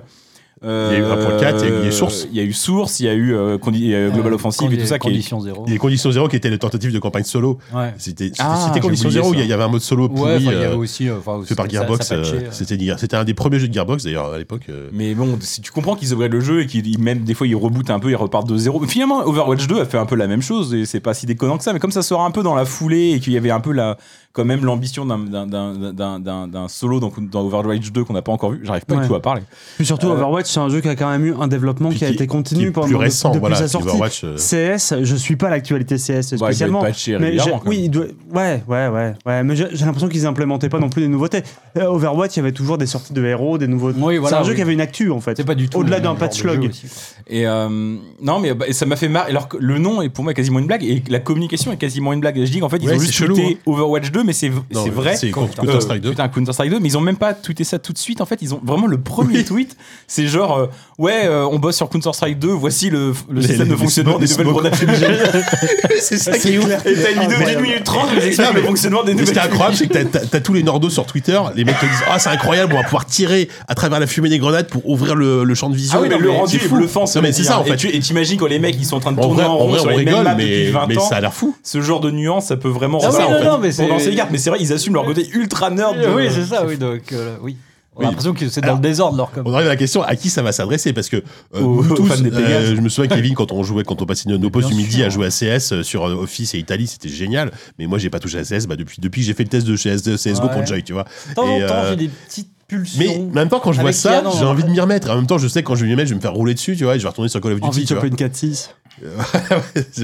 Il y a eu 1.4, il y a eu les sources.
Il y a eu Source, il y a eu euh, condi- il y a eu Global
Euh,
Offensive et tout ça. Qui est...
Condition zéro.
Les conditions zéro qui étaient les tentatives de campagne solo.
Ouais.
C'était c'était-
Ah,
c'était
j'ai
conditions
oublié
zéro,
ça.
il y avait un mode solo
Ouais, enfin,
pourri
il y avait
euh,
aussi. euh, enfin,
fait par
ça-
Gearbox.
ça patchait,
euh,
euh.
C'était Gear- c'était un des premiers jeux de Gearbox d'ailleurs à l'époque. euh.
Mais bon, si tu comprends qu'ils upgradent le jeu et qu'ils ils- même des fois ils rebootent un peu, ils repartent de zéro. Mais finalement, Overwatch 2 a fait un peu la même chose et c'est pas si déconnant que ça. Mais comme ça sort un peu dans la foulée et qu'il y avait un peu la, quand même l'ambition d'un- d'un- d'un d'un- d'un- d'un solo dans, dans Overwatch 2 qu'on n'a pas encore vu, j'arrive pas
Ouais.
du tout à parler.
Puis surtout,
Euh,
Overwatch, c'est un jeu qui a quand même eu un développement
Puis
qui a
qui-
été
qui est
continu pendant
plus
de-
récent,
depuis
voilà,
sa sortie.
Overwatch, euh.
CS, je suis pas l'actualité CS
Bah, il doit
spécialement.
être patché
mais j'ai-
régulièrement, quand
oui,
même.
il doit- ouais, ouais, ouais, ouais. Mais j'ai j'ai l'impression qu'ils implémentaient pas non plus des nouveautés. Euh, Overwatch, il y avait toujours des sorties de héros, des nouveaux.
Oui, voilà,
c'est un jeu
oui.
qui avait une actu en fait.
C'est pas du tout.
Au-delà
le
d'un
même
patch
genre de
log.
jeu aussi, quoi.
Et euh, non, mais bah, et ça m'a fait marre. Alors que le nom est pour moi quasiment une blague et la communication est quasiment une blague. Je dis qu'en fait, ils
Ouais,
ont
c'est
juste
chelou, hein.
tweeté Overwatch 2, mais c'est v-
Non,
c'est
mais
vrai.
c'est
Quand-
Counter- Counter-Strike
euh,
2.
Putain, Counter-Strike 2, mais ils ont même pas tweeté ça tout de suite. En fait, ils ont vraiment le premier tweet. C'est genre, euh, ouais, euh, on bosse sur Counter-Strike 2, voici le, le
Les- les-
système de
les
fonctionnement
smokes,
des
les
nouvelles
smokes.
grenades fumigènes.
c'est ça qui est clair.
Et t'as une vidéo d'une minute trente, ils expliquent
Non, mais-
le fonctionnement des
Mais ce qui est
nouvelles
incroyable, c'est que t'as- t'as t'as tous les nordos sur Twitter, les mecs te disent Ah, c'est incroyable, on va pouvoir tirer à travers la fumée des grenades pour ouvrir le, le champ de vision.
Ah oui, mais
Non,
le
mais
rendu
c'est
est
fou.
bluffant. ce
Non, mais
mec,
c'est
hein.
ça, en
Et
fait.
tu- Et t'imagines quand les mecs, ils sont en train de
En
tourner
vrai,
en
en
rond
vrai,
sur
on
les mêmes
rigole,
maps
mais,
depuis 20
mais
ans.
ça a l'air fou.
ce genre de nuance, ça peut vraiment
Ah
rendre
oui,
ça,
non,
en fait.
non, mais
Pour
c'est-
lancer les cartes, mais c'est vrai, ils assument leur côté ultra nerd. de-
Oui, c'est ça, oui. Donc, euh, oui. On a
Oui.
l'impression que c'est dans le désordre, leur com.
On arrive à la question à qui ça va s'adresser parce que euh,
Aux-
nous
aux
tous,
fans des
euh,
Pégases.
je me souviens Kevin quand on jouait quand on passait nos postes du
bien
midi
sûr.
à jouer à CS euh, sur euh, Office et Italie c'était génial mais moi j'ai pas touché à CS bah, depuis depuis que j'ai fait le test de CS CS:GO
Ouais.
pour Joy tu vois
De temps en
Et,
temps,
euh,
j'ai des petites pulsions.
mais en même temps quand je vois
Avec
ça
Yann, on-
j'ai envie de m'y remettre en même temps je sais que quand je vais m'y mettre je vais me faire rouler dessus tu vois et je vais retourner sur Call of
Envie
Duty
de
tu vois.
choper une 4-6.
Je-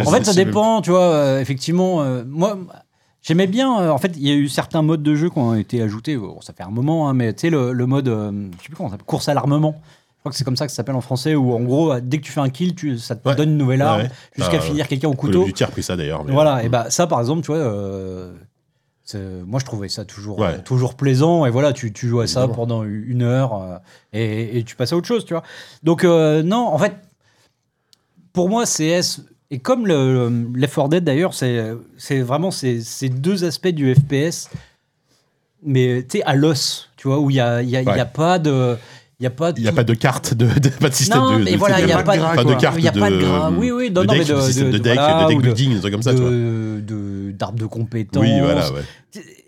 En fait,
je
ça
sais
dépend, tu vois. euh, effectivement, euh, moi, j'aimais bien. euh, en fait, il y a eu certains modes de jeu qui ont été ajoutés. Bon, ça fait un moment, hein, mais tu sais, le, le mode, euh, je sais plus comment ça s'appelle, course à l'armement. Je crois que c'est comme ça que ça s'appelle en français, où en gros, euh, dès que tu fais un kill, tu, ça te
Ouais.
donne une nouvelle arme,
Ouais.
jusqu'à
Bah,
finir quelqu'un au
Call
couteau.
of Duty a repris ça d'ailleurs mais- euh,
Voilà, et bah ça par exemple, tu vois, euh, c'est- moi je trouvais ça toujours,
Ouais.
euh, toujours plaisant, et voilà, tu, tu joues à ça
Évidemment.
pendant u- une heure, euh, et, et tu passes à autre chose, tu vois. Donc euh, non, en fait, pour moi CS, et comme le- Left 4 Dead d'ailleurs, c'est c'est vraiment ces, ces deux aspects du FPS, mais tu sais, à l'os, tu vois, où il n'y a, il y a, il y a
Ouais.
pas de... Il n'y a pas de
il n'y a pas de carte de, de- pas de système
Non,
de,
mais
de-
voilà,
de-
il y
de-
a pas de-
enfin, de
quoi.
carte
Il y a pas de gras. Oui, oui, non,
de
non, mais
deck,
de-
système de
de-
deck
voilà,
de deck
ou de-
building des trucs comme ça tu vois
de- de- d'arbres de, compétences.
oui voilà ouais.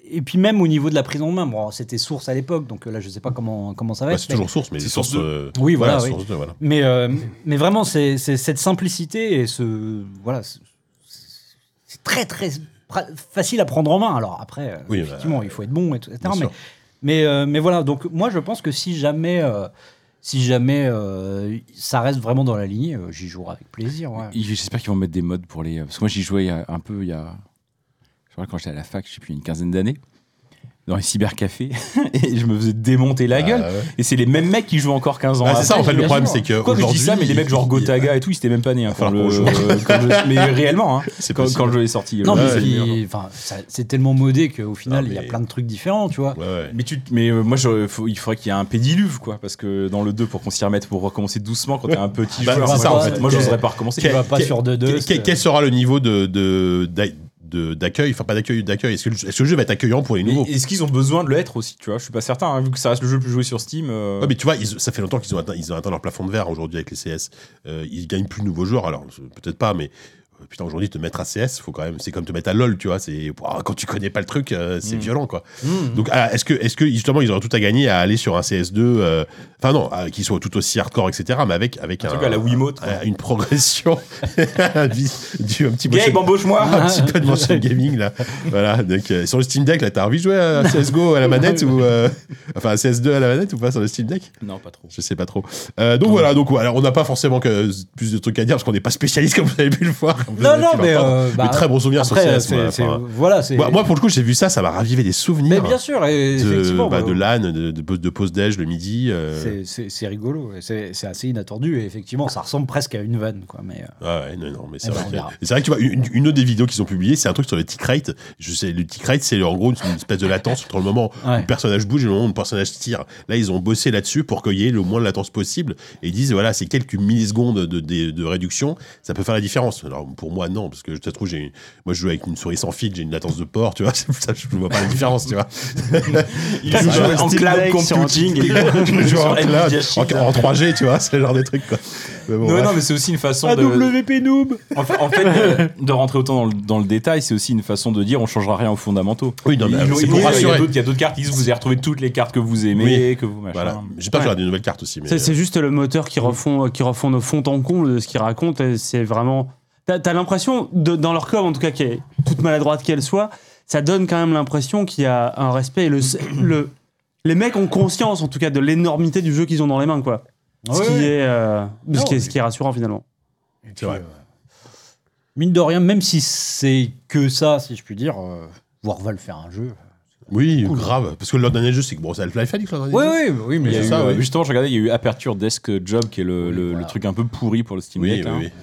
Et puis même au niveau de la prise en main, bon, c'était source à l'époque, donc euh, là je sais pas comment, comment ça va
Bah,
être.
c'est
mais-
toujours source mais
c'est
c'est
source
source
de-
euh,
Oui, voilà, oui.
source de, voilà
Mais, euh, mais vraiment, c'est c'est cette simplicité et ce. Voilà, c'est- c'est très très pra- facile à prendre en main. Alors après, euh,
Oui, bah,
effectivement, il faut être bon, etc.
bien
Mais,
sûr.
mais, euh, mais voilà, donc moi je pense que si jamais. euh, si jamais euh, ça reste vraiment dans la lignée, euh, j'y jouerai avec plaisir. ouais.
Et J'espère qu'ils vont mettre des modes pour les. Parce que moi, j'y jouais il y a un peu il y a. Je crois quand j'étais à la fac, je sais plus, une quinzaine d'années, dans les cybercafés, et je me faisais démonter la
Ah,
gueule.
ouais.
Et c'est les mêmes mecs qui jouent encore 15 ans.
Ah, c'est ça en fait le
bien
problème
sûr.
c'est que
Quoi que je dis ça, mais les
aujourd'hui,
mecs genre
il-
Gotaga et tout, ils étaient même pas nés. hein, quand
falloir
le-
qu'on joue.
quand je- mais réellement, hein,
C'est
quand,
possible.
quand le jeu est sorti. euh.
Non,
le-
mais
Ouais,
c'est
puis,
le meilleur.
enfin, ça- c'est tellement modé qu'au final,
Non,
il y a
mais-
plein de trucs différents, tu vois.
Ouais, ouais.
Mais, tu, mais euh, moi, je- faut- il faudrait qu'il y ait un pédiluve, quoi. Parce que dans le 2, pour qu'on s'y remette, pour recommencer doucement quand t'es un petit
Bah,
joueur.
c'est
moi,
ça, en
je-
fait.
Moi, j'oserais pas recommencer.
Tu vas pas
quel-
sur deux
Quel-
deux.
quel, quel sera le niveau de, de- d'a- de- d'accueil, enfin pas d'accueil, d'accueil. Est-ce que, le- est-ce que le jeu va être accueillant pour les
Mais
nouveaux
Est-ce qu'ils ont besoin de le être aussi, tu vois Je suis pas certain, hein, vu que ça reste le jeu le plus joué sur Steam. euh,
Ouais, Ah, mais tu vois, ils- ça fait longtemps qu'ils ont atteint, ils ont atteint leur plafond de verre aujourd'hui avec les CS. Euh, ils gagnent plus de nouveaux joueurs, alors euh, peut-être pas, mais euh, putain, aujourd'hui te mettre à CS, faut quand même, c'est comme te mettre à LoL, tu vois. C'est ouah, quand tu connais pas le truc, euh, c'est
Mm.
violent, quoi.
Mm.
Donc ah, est-ce que, est-ce que justement, ils auraient tout à gagner à aller sur un CS2, euh, enfin non, à- qui soit tout aussi hardcore, etc. Mais avec avec
Un truc à la Wiimote, quoi.
à- une progression, du, du- un petit motion-
Gabe, embauche-moi
un petit peu de mention gaming là. Voilà, donc euh, sur le Steam Deck là, t'as envie de jouer à CS:GO à la manette ou euh, enfin à CS2 à la manette ou pas sur le Steam Deck
Non, pas trop.
Je sais pas trop. Euh, donc voilà, donc voilà, on n'a pas forcément que, plus de trucs à dire parce qu'on n'est pas spécialiste comme vous avez pu le voir. comme vous
Non,
avez
non,
pu
mais.
l'entendre.
euh, bah,
Mais très bon souvenir sur
Après,
CS.
c'est-
Moi,
c'est-
enfin,
voilà, c'est.
moi, moi, pour le coup, j'ai vu ça, ça m'a ravivé des
mais
souvenirs.
bien sûr, et
de,
effectivement.
bah,
bah,
de LAN, de, de, pause- de pause déj le midi. euh,
c'est- C'est c'est rigolo, et c'est c'est assez inattendu, et effectivement, ça ressemble presque à une vanne, quoi. Mais, euh,
Ah ouais, non, non, mais c'est
Eh ben,
vrai.
on
que-
verra.
C'est vrai que tu vois, une, une autre des vidéos qu'ils ont publiées, c'est un truc sur le tick rate. Je sais, le tick rate, c'est en gros une espèce de latence entre le moment où
Ouais.
le personnage bouge et le moment où le personnage tire. Là, ils ont bossé là-dessus pour qu'il y ait le moins de latence possible. Et ils disent, voilà, c'est quelques millisecondes de, de- de réduction, ça peut faire la différence. Alors, pour moi, non, parce que je te trouve, j'ai, moi, je joue avec une souris sans fil, j'ai une latence de port, tu vois, ça, je vois pas la différence, tu vois.
Il
Ça,
joue
ça
en
Steam
cloud
Deck, sur un
computing. et-
Je joue en,
sur
cloud,
Nvidia Shield.
en- en 3G, tu vois, c'est le genre des trucs, quoi. Mais bon,
Non,
bref.
non, mais c'est aussi une façon de.
AWP Noob
En fait, en fait, euh, de rentrer autant dans le, dans le détail, c'est aussi une façon de dire on changera rien aux fondamentaux.
Oui, non, mais
Ils l'ont-
c'est
ils
pour
l'ont- il, y a
rassurer.
d'autres- il y a d'autres cartes, ils disent vous avez retrouvé toutes les cartes que vous aimez, que vous machin.
Voilà. J'ai pas
Ouais.
joué à des nouvelles cartes aussi, mais. euh, Mm.
C'est c'est juste le moteur qui refond, qui refond nos fonds en comble de ce qu'il raconte. et C'est vraiment. T'as as, l'impression, de- dans leur com, en tout cas, qui est toute maladroite qu'elle soit, ça donne quand même l'impression qu'il y a un respect. Et le, le- les mecs ont conscience, en tout cas, de l'énormité du jeu qu'ils ont dans les mains, quoi. Ce,
ouais,
qui,
ouais.
Est, euh, ce,
Non,
qui, est,
mais-
ce qui est rassurant, finalement.
et
c'est
puis,
vrai.
euh, mine de rien, même si c'est que ça, si je puis dire, euh, voir Valve faire un jeu.
Oui,
Cool.
grave. Parce que leur dernier jeu, c'est que bon, c'est Half-Life Alyx, leur dernier
Oui,
jeu.
oui, oui,
Il y a
mais.
eu,
ça,
euh,
ouais.
Justement, je regardais, il y a eu Aperture Desk Job, qui est le,
Oui,
le- le
voilà.
truc un peu pourri pour le Steam
Oui,
Deck. hein.
oui,
là.
oui.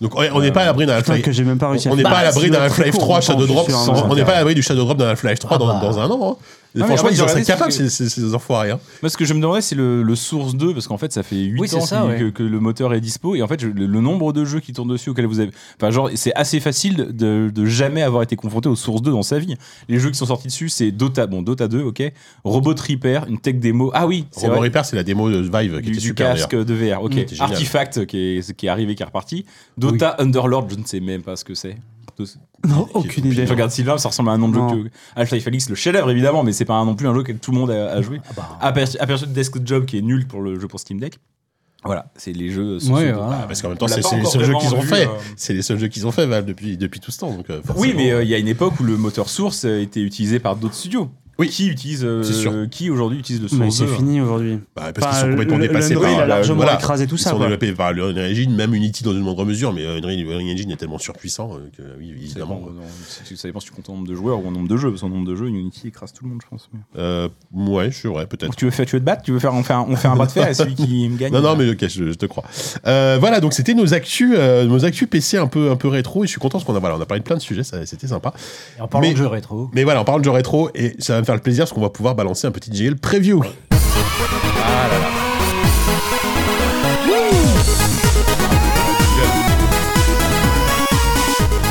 Donc ouais, on n'est pas à l'abri d'un
Putain,
Half-Life.
que j'ai même pas réussi à
On n'est
faire.
pas à
Bah,
l'abri
ça doit
d'un
être très
Half-Life
court,
3
longtemps,
Shadow
je
Drop.
suis en-
sans- on n'est pas à l'abri du Shadow Drop d'un Half-Life 3 dans, dans un an. hein. Et
mais
franchement,
après,
ils en
j'ai
seraient
réalisé
capables,
que-
ces, ces- ces enfoirés. hein.
Moi, ce que je me demandais, c'est le, le Source 2, parce qu'en fait, ça fait 8
Oui, c'est
ans
ça,
qu'il-
ouais.
que, que le moteur est dispo, et en fait, je- le, le nombre de jeux qui tournent dessus auxquels vous avez. Enfin, genre, c'est assez facile de, de jamais avoir été confronté au Source 2 dans sa vie. Les jeux qui sont sortis dessus, c'est Dota, bon, Dota 2, ok, Robot Repair, une tech démo. Ah oui, c'est
Robot
vrai.
Repair, c'est la démo de Vive qui
du,
était
du
super. d'ailleurs.
casque de VR, ok.
Mm.
génial.
Artifact euh, qui est, qui est arrivé, qui est reparti. Dota Underlord, je ne sais même pas ce que c'est.
Non, aucune idée.
Je regarde Sylvain, ça ressemble à un nom de
Non.
jeu que Half-Life Alix, le chef-d'œuvre évidemment, mais c'est pas un non plus un jeu que tout le monde a, a joué. Aperçu, aperçu de Desk Job qui est nul pour le jeu pour Steam Deck. Voilà, c'est les jeux. sont-
Ouais,
sont-
voilà.
Ah, Parce qu'en même temps,
On l'a
c'est
pas
c'est les
encore
seuls jeux
vraiment
qu'ils ont
vu,
fait.
euh.
C'est les seuls jeux qu'ils ont fait, Valve, depuis, depuis tout ce temps. donc, euh,
Oui,
forcément.
mais euh, il y a une époque où le moteur source a été utilisé par d'autres studios.
Oui.
Qui utilise euh,
C'est sûr.
qui aujourd'hui utilise le
Mais
source
c'est
2 hein.
fini aujourd'hui.
Bah, parce
Enfin,
qu'ils sont complètement
le-
dépassés
l'Unreal
par.
a
la-
largement
voilà.
écrasé tout
Ils
ça.
sont
quoi.
développés par le Unreal Engine, même Unity dans une moindre mesure, mais euh, Unreal, Unreal Engine est tellement surpuissant euh, que, oui,
Ça
évidemment.
dépend, euh, si- ça dépend si tu comptes en nombre de joueurs ou en nombre de jeux, parce qu'en nombre de jeux, Unity écrase tout le monde, je pense. mais-
Euh, ouais, c'est vrai, peut-être.
Donc, tu veux faire, tu veux te battre, tu veux faire, on fait un, on fait un bras de fer et celui qui me gagne.
Non, non, mais ok, je, je te crois. Euh, voilà, donc c'était nos actus, euh, nos actus PC un peu, un peu rétro, et je suis content parce qu'on a, voilà, on a parlé de plein de sujets, ça- c'était sympa.
Et En parlant
Mais-
de jeux rétro.
Mais voilà, on parle de jeux rétro, et ça va me faire le plaisir parce qu'on va pouvoir balancer un petit JL preview.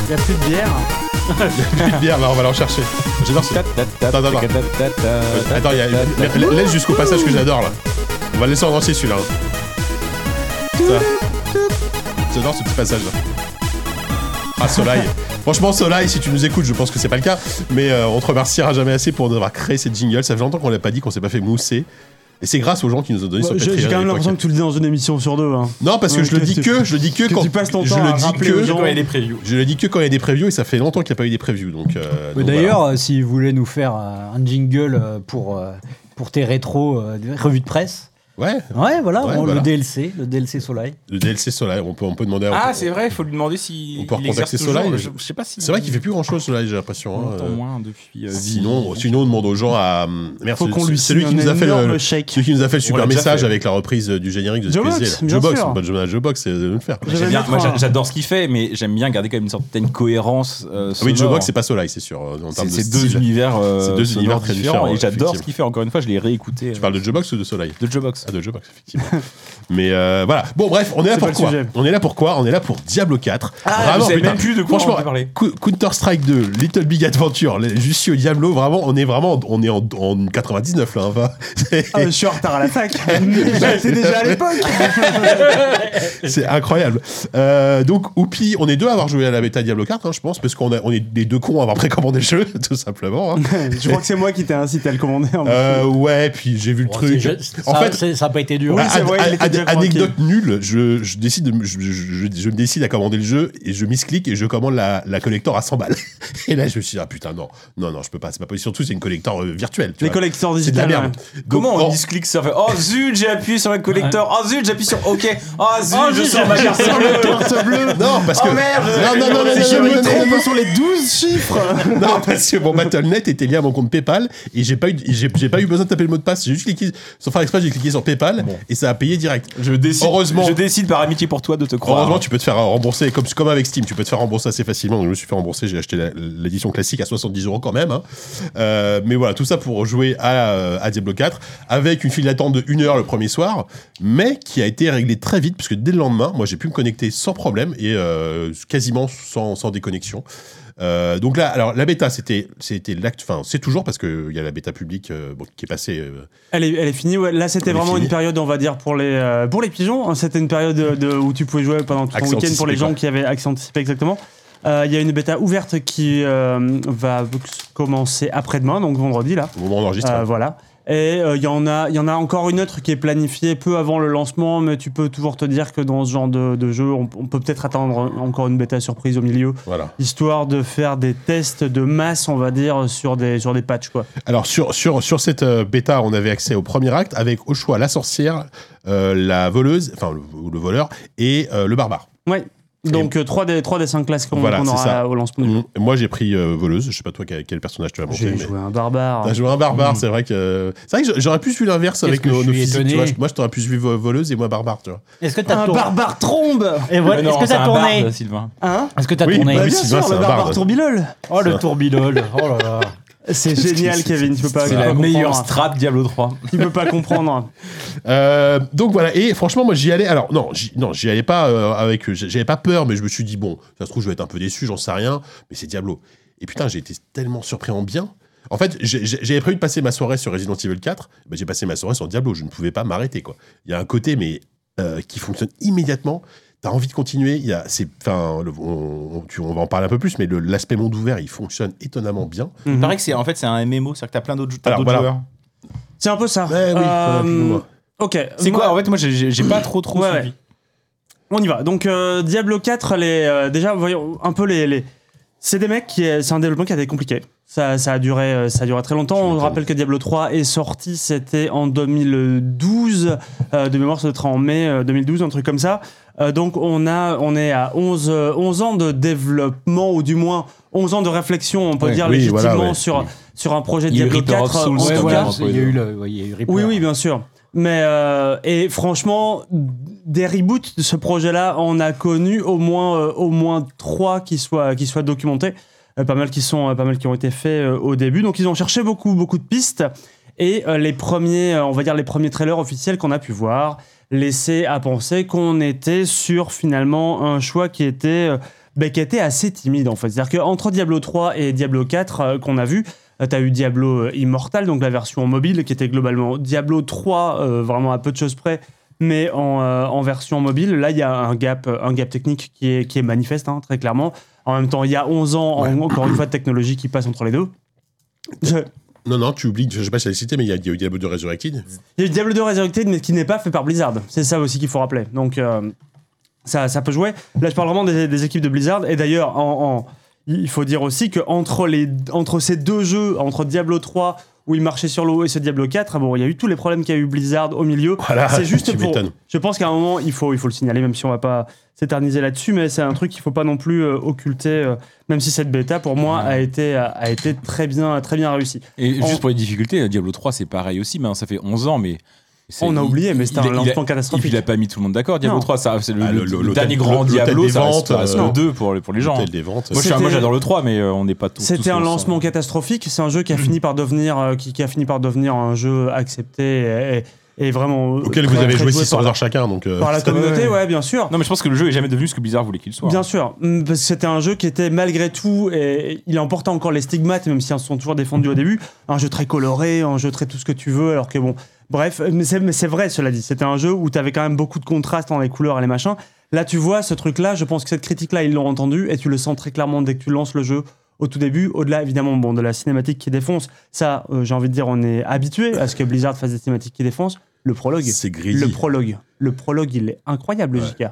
Il y a plus de bière.
Bien, bah, on va l'en chercher. J'adore ce. Attends, attends, attends. Euh, Attends, il y a- la- la- laisse jusqu'au passage que j'adore là. On va laisser en entier celui-là. hein. Ça. J'adore ce petit passage là. Ah, Soleil. Franchement, Soleil, si tu nous écoutes, je pense que c'est pas le cas. Mais euh, on te remerciera jamais assez pour d'avoir créé cette jingle. Ça fait longtemps qu'on l'a pas dit, qu'on s'est pas fait mousser. Et c'est grâce aux gens qui nous ont donné ce
Bah, J'ai j'ai quand même l'impression que tu le dis dans une émission sur deux. hein.
Non, parce que
Ouais,
je le
que
dis
tu-
que, je le dis que,
que
quand
tu passes ton
je
temps
le
à
dis
rappeler
que-
aux gens.
Quand il est preview.
Je le dis que quand il y a des previews et ça fait longtemps qu'il n'y a pas eu des previews. Donc, euh, donc
D'ailleurs, euh, si vous voulez nous faire euh, un jingle euh, pour, euh, pour tes rétros, euh, des revues de presse,
voilà. ouais,
ouais, voilà,
Ouais,
on-
voilà.
le DLC, le DLC Soleil.
le DLC Soleil, on peut, on peut demander.
Ah,
on-
c'est vrai, il faut lui demander si.
On peut
il exerce
recontacter
toujours.
Soleil.
Je, je sais pas si.
C'est vrai qu'il fait plus grand chose là, j'ai l'impression. hein.
longtemps
Euh,
moins depuis. euh,
sinon, sinon, on demande aux gens à. Merde,
Faut
c'est-
qu'on lui
c'est lui
signe
qui
un
nous a fait le.
énorme shake.
Celui qui nous a fait le
On
super
l'a déjà
message
fait.
avec la reprise euh, du générique de ce
Joe
PC.
Box,
là.
bien
Joe Box,
sûr.
bonne journée à Joe Box, c'est de le faire.
J'aime
J'avais
bien,
bien
moi
faim,
j'a-
hein.
j'adore ce qu'il fait, mais j'aime bien garder quand même une certaine cohérence. euh,
Ah oui, Joe
sonore.
Box, c'est pas Soleil, c'est sûr. euh, En
C'est
termes de
c'est deux
style.
univers, euh,
C'est deux
sonores
univers très différents,
et j'adore ce
effectivement.
qu'il fait. Encore une fois, je l'ai réécouté.
Tu
euh,
parles de Joe Box ou de Soleil
de Jobox.
Ah, de Jobox, effectivement. Mais euh, voilà. Bon, bref, on est là
C'est
pour
pas le
quoi
sujet.
On est là pour quoi On est là pour Diablo 4.
Ah, je savais
putain.
même plus de quoi
Franchement,
on peut parler.
Cou- Counter-Strike 2, Little Big Adventure, les- Jussieu Diablo, vraiment, on est vraiment on est en, en 99 là. hein, va.
Ah, mais je suis en retard à l'attaque. J'étais déjà à l'époque.
C'est incroyable. Euh, donc, Oupi, on est deux à avoir joué à la bêta Diablo 4, hein, je pense, parce qu'on a- on est des deux cons à avoir précommandé le jeu, tout simplement. hein.
Je crois que c'est moi qui t'ai incité à le commander. en plus.
Euh, ouais, puis j'ai vu le
Bon,
truc.
c'est- je-
en
ça,
fait,
c'est- ça n'a pas été dur.
Oui,
Ah,
c'est
ad-
vrai, il était
ad-
déjà convaincu.
anecdote nulle, je, je décide de me- je, je- je- je me décide à commander le jeu et je misclick et je commande la, la collector à 100 balles. Et là, je me suis dit, ah putain, non, non, non, je peux pas, c'est pas possible. Surtout, c'est une collector euh, virtuelle. tu
Les
vois.
collecteurs
C'est de la
digitales.
merde. Donc,
Comment on
en-
misclic ça fait Oh zut, j'ai appuyé sur le collecteur. Oh zut, j'appuie sur OK. Oh zut,
Oh,
je
zut,
sors ma
j'ai-
carte
j'ai-
sur le.
Carte bleue Non, parce que.
Oh, merde,
non, non, non, non, non,
ouais.
non, non, non, non, non,
sur les 12 chiffres.
non, parce que mon BattleNet était lié à mon compte PayPal et j'ai pas eu, j'ai j'ai pas eu besoin de taper le mot de passe. J'ai juste cliqué, sans faire exprès, j'ai cliqué sur PayPal et ça a payé direct.
Je décide,
Heureusement.
je décide par amitié pour toi de te croire.
Heureusement, tu peux te faire rembourser, comme, comme avec Steam, tu peux te faire rembourser assez facilement. Donc, je me suis fait rembourser, j'ai acheté la- l'édition classique à 70 euros quand même. hein. Euh, mais voilà, tout ça pour jouer à, euh, à Diablo 4 avec une file d'attente de 1 heure le premier soir, mais qui a été réglée très vite, puisque dès le lendemain, moi j'ai pu me connecter sans problème et euh, quasiment sans, sans déconnexion. Euh, donc là, alors la bêta, c'était, c'était l'acte, enfin c'est toujours parce que il y a la bêta publique euh, bon, qui est passée. euh,
Elle est, elle est finie. ouais. Là, c'était
Elle est
vraiment
finie.
une période, on va dire, pour les, euh, pour les pigeons. hein. C'était une période de, de- où tu pouvais jouer pendant tout ton
Accès
week-end pour les
anticipé,
gens
quoi.
qui avaient accès anticipé, exactement. Euh, Il y a une bêta ouverte qui euh, va commencer après-demain, donc vendredi, là.
au moment où on enregistre.
Euh, voilà. Et euh, il y en a, il y en a encore une autre qui est planifiée peu avant le lancement, mais tu peux toujours te dire que dans ce genre de, de jeu, on, on peut peut-être attendre encore une bêta surprise au milieu,
voilà.
histoire de faire des tests de masse, on va dire, sur des, sur des patchs, quoi.
Alors sur, sur, sur cette euh, bêta, on avait accès au premier acte avec au choix la sorcière, euh, la voleuse, enfin le, ou le voleur et euh, le barbare.
Ouais. Donc 3 des, 3 des 5 classes qu'on
Voilà,
qu'on
c'est ça.
aura au lancement du jeu.
Mm. Moi, j'ai pris euh, voleuse. Je sais pas toi quel, quel personnage tu as monté.
J'ai
mais-
joué un barbare.
T'as joué un barbare,
Mm.
c'est vrai que. C'est vrai que j'a- j'aurais plus vu l'inverse avec
que
nos,
je
nos
suis
physiques.
étonné.
tu vois. Je- moi, je t'aurais plus vu vo- voleuse et moi barbare, tu vois.
Est-ce que t'as tour-
barbare trombe
Et
Mais
voilà,
non,
Est-ce que
c'est
t'as
un
tourné
barde, Sylvain.
Hein
Est-ce que t'as
Oui,
tourné
bah,
Bien
oui, Sylvain,
sûr,
c'est
le
un
barbare
barde.
tourbillol
Oh le tourbillol Oh là là
C'est
Qu'est-ce que
génial,
c'est-
Kevin, tu peux pas,
C'est
tu peux
la
pas
meilleure
comprendre.
strat Diablo 3.
Tu peux pas comprendre.
Euh, donc voilà. Et franchement, moi, j'y allais. Alors, non, j'y, non, j'y allais pas euh, avec. eux. J'avais pas peur, mais je me suis dit, bon, ça se trouve, je vais être un peu déçu, j'en sais rien. Mais c'est Diablo. Et putain, j'ai été tellement surpris en bien. En fait, j'ai- j'ai- j'avais prévu de passer ma soirée sur Resident Evil 4. bah, j'ai passé ma soirée sur Diablo. Je ne pouvais pas m'arrêter, quoi. Il y a un côté, mais euh, qui fonctionne immédiatement. T'as envie de continuer. Il y a, c'est, enfin, le- on, on- tu- on va en parler un peu plus, mais le- l'aspect monde ouvert, il fonctionne étonnamment bien.
Il paraît que c'est en fait c'est un MMO, c'est-à-dire que t'as plein d'autres t'as
Alors,
d'autres
voilà.
joueurs.
C'est un peu ça.
Ouais, oui,
Euh,
ouais, plus-moi.
ok.
C'est
Moi-
quoi En fait, moi j'ai- j'ai j'ai pas trop trop
Ouais,
suivi.
ouais. On y va. Donc euh, Diablo 4, les, euh, déjà voyons un peu les. les- C'est des mecs qui, c'est un développement qui a été compliqué. Ça, ça a duré, euh, ça a duré très longtemps. On
m'étonnes.
rappelle que Diablo 3 est sorti, c'était en 2012 euh, de mémoire, ça doit être en mai euh, 2012, un truc comme ça. Euh, donc on a, on est à 11, euh, 11 ans de développement ou du moins 11 ans de réflexion, on peut
Ouais.
dire
Oui,
légitimement
voilà, ouais.
sur sur un projet de
Il y a eu
Diablo
Reaper of
4.
Souls,
en
ouais,
tout
voilà,
cas,
entre les deux.
le, ouais, il y a eu Reaper.
oui, oui, bien sûr. Mais euh, et franchement, des reboots de ce projet-là, on a connu au moins euh, au moins trois qui soient qui soient documentés, Euh, pas mal qui sont euh, pas mal qui ont été faits euh, au début. Donc ils ont cherché beaucoup beaucoup de pistes et euh, les premiers, euh, on va dire les premiers trailers officiels qu'on a pu voir laissaient à penser qu'on était sur finalement un choix qui était euh, bah, qui était assez timide en fait. C'est-à-dire qu'entre Diablo 3 et Diablo 4 euh, qu'on a vu, euh, T'as eu Diablo euh, Immortal, donc la version mobile, qui était globalement Diablo 3, euh, vraiment à peu de choses près, mais en, euh, en version mobile. Là, il y a un gap, euh, un gap technique qui est, qui est manifeste, hein, très clairement. En même temps, il y a 11 ans, en- encore une fois, de technologie qui passe entre les deux. Je-
Non, non, tu oublies. Je sais pas si t'as cité, mais il y a, il y a eu Diablo 2 Resurrected.
Il y a eu Diablo 2 Resurrected, mais qui n'est pas fait par Blizzard. C'est ça aussi qu'il faut rappeler. Donc, euh, ça, ça peut jouer. Là, je parle vraiment des, des équipes de Blizzard. Et d'ailleurs, en, en- il faut dire aussi qu'entre entre ces deux jeux, entre Diablo 3, où il marchait sur l'eau, et ce Diablo 4, bon, il y a eu tous les problèmes qu'il y a eu Blizzard au milieu.
Voilà,
C'est juste
tu
pour.
m'étonnes.
Je pense qu'à un moment, il faut, il faut le signaler, même si on va pas s'éterniser là-dessus, mais c'est un truc qu'il faut pas non plus euh, occulter, euh, même si cette bêta, pour moi, a été, a, a été très bien, très bien réussie.
Et
On-
juste pour les
euh,
difficultés, Diablo 3, c'est pareil aussi,
hein,
mais ça fait 11 ans, mais. c'est-
On a
il-
oublié, mais
il-
c'était
il-
un
il a-
lancement
Et puis
catastrophique.
il a pas mis tout le monde d'accord. Diablo
Non.
3, ça, c'est le,
Ah, le-
le-
le-
le
le
dernier
thème-
grand
le- le
Diablo,
thème des
ça reste,
ventes,
ça reste
euh,
le 2 pour, les- pour les
hein.
gens.
L'hôtel
Moi,
des ventes.
je suis un-
C'était-
moi, j'adore le 3, mais euh, on n'est pas tous.
C'était
tous
un
ensemble.
lancement catastrophique. C'est un jeu qui a fini par devenir, euh, qui, qui a fini par devenir un jeu accepté et, et- et vraiment. euh,
Auquel
très-
vous avez
très
joué
joué
600
par,
heures chacun, donc. euh,
par la communauté, ouais, bien sûr.
Non, mais je pense que le jeu est jamais devenu ce que Blizzard voulait qu'il soit.
Bien sûr, Mm, parce que c'était un jeu qui était malgré tout, et il emportait encore les stigmates, même si elles sont toujours défendus au début, un jeu très coloré, un jeu très tout ce que tu veux, alors que bon, bref, mais c'est, mais c'est vrai cela dit, c'était un jeu où tu avais quand même beaucoup de contrastes dans les couleurs et les machins. Là tu vois ce truc-là, je pense que cette critique-là, ils l'ont entendu, et tu le sens très clairement dès que tu lances le jeu. Au tout début, au-delà évidemment bon, de la cinématique qui défonce, ça euh, j'ai envie de dire on est habitué à ce que Blizzard fasse des cinématiques qui défoncent, le prologue.
C'est
Le
greedy.
prologue. Le prologue, il est incroyable, le JK.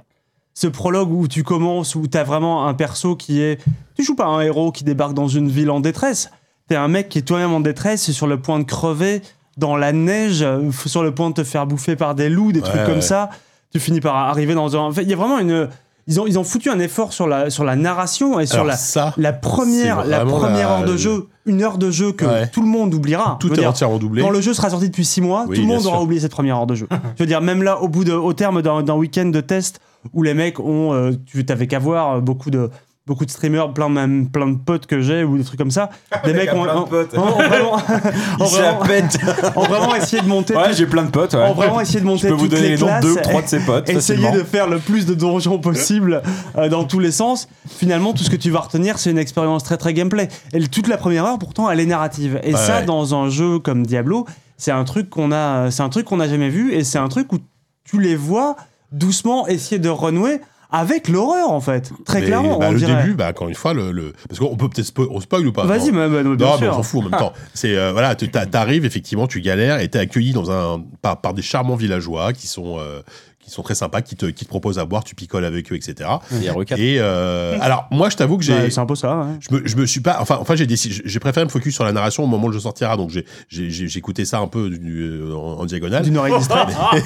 Ce prologue où tu commences, où t'as vraiment un perso qui est. Tu joues pas un héros qui débarque dans une ville en détresse. T'es un mec qui est toi-même en détresse et sur le point de crever dans la neige, euh, sur le point de te faire bouffer par des loups, des trucs
ouais.
comme ça. Tu finis par arriver dans un. en fait, il y a vraiment une. Ils ont, ils ont foutu un effort sur la, sur la narration et sur
Alors
la,
ça,
la première,
c'est
la
vraiment
première
la-
heure de jeu, une heure de jeu que
Ouais.
tout le monde oubliera. Je
tout
veux
est
dire,
entièrement doublé.
quand le jeu sera sorti depuis 6 mois,
Oui,
tout le
bien
monde aura
sûr.
oublié cette première heure de jeu. Je veux dire, même là, au bout de, au terme d'un d'un week-end de test où les mecs ont, euh, tu t'avais qu'à voir euh, beaucoup de beaucoup de streamers, plein même plein de potes que j'ai ou des trucs comme ça. Des mecs
a
ont,
plein de
ont-
potes.
ont- ont vraiment, ont vraiment- ont vraiment essayé de monter.
Ouais,
tout-
j'ai plein de potes.
ont
Ouais.
vraiment essayé de
Je
monter
peux vous
toutes
donner
les
les noms de
classes.
deux ou trois de ses potes.
Essayer
facilement.
de faire le plus de donjons possible euh, dans tous les sens. Finalement, tout ce que tu vas retenir, c'est une expérience très très gameplay. Et le- toute la première heure, pourtant, elle est narrative. Et
Ouais,
ça,
ouais.
dans un jeu comme Diablo, c'est un truc qu'on a, c'est un truc qu'on a jamais vu. Et c'est un truc où tu les vois doucement essayer de renouer avec l'horreur, en fait. Très
Mais,
clairement,
bah,
on
le
dirait.
début, bah, encore une fois, le, le- parce qu'on peut peut-être spo- on spoil ou pas.
Vas-y,
non
mais, bah, mais- mais bien
non, mais
sûr. Ah.
on s'en fout en même temps. C'est euh, voilà, tu- t'a- t'arrives effectivement, tu galères et t'es accueilli dans un par, par des charmants villageois qui sont euh, qui qui sont très sympas, qui te, qui te proposent à boire, tu picoles avec eux, etc.
Il y a Rocket.
Et euh, alors, moi, je t'avoue que j'ai.
Bah, C'est un peu ça. ouais.
Je me, je me suis pas. Enfin, enfin j'ai décidé. j'ai- J'ai préféré me focus sur la narration au moment où je sortira. Donc, j'ai- j'ai j'ai- j'ai écouté ça un peu du- euh, en, en diagonale.
D'une oreille distraite.
Ah,
oh,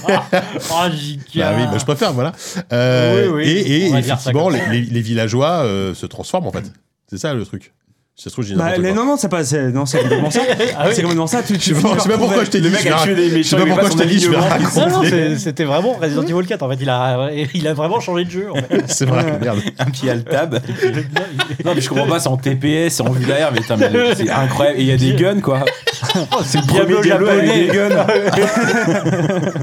Bah oui, bah je préfère, voilà. Euh,
Oui, oui.
Et, et
On va dire ça
effectivement,
comme
les, les- les villageois euh, se transforment en fait. C'est ça le truc. Si ça se trouve, j'ai
Bah,
n'importe
les-
quoi.
non, non, c'est pas, c'est, non, c'est complètement ça. C'est complètement ça. Tu, tu
Ah Je sais pas- je sais pas pourquoi je t'ai dit. je vais rac- Je sais pas pourquoi je t'ai dit. Je vais
Ah, Non, non,
raconter.
c'est- c'était vraiment Resident Evil 4. En fait, il a, il a vraiment changé de jeu. En fait.
C'est vrai. Merde.
Un pied à le tab. non, mais je comprends pas, c'est en TPS, c'est en vue d'air, mais, putain, mais c'est incroyable. Et il y a des guns, quoi.
Oh,
c'est le
Diablo
premier Diablo avec
japonais.
des guns.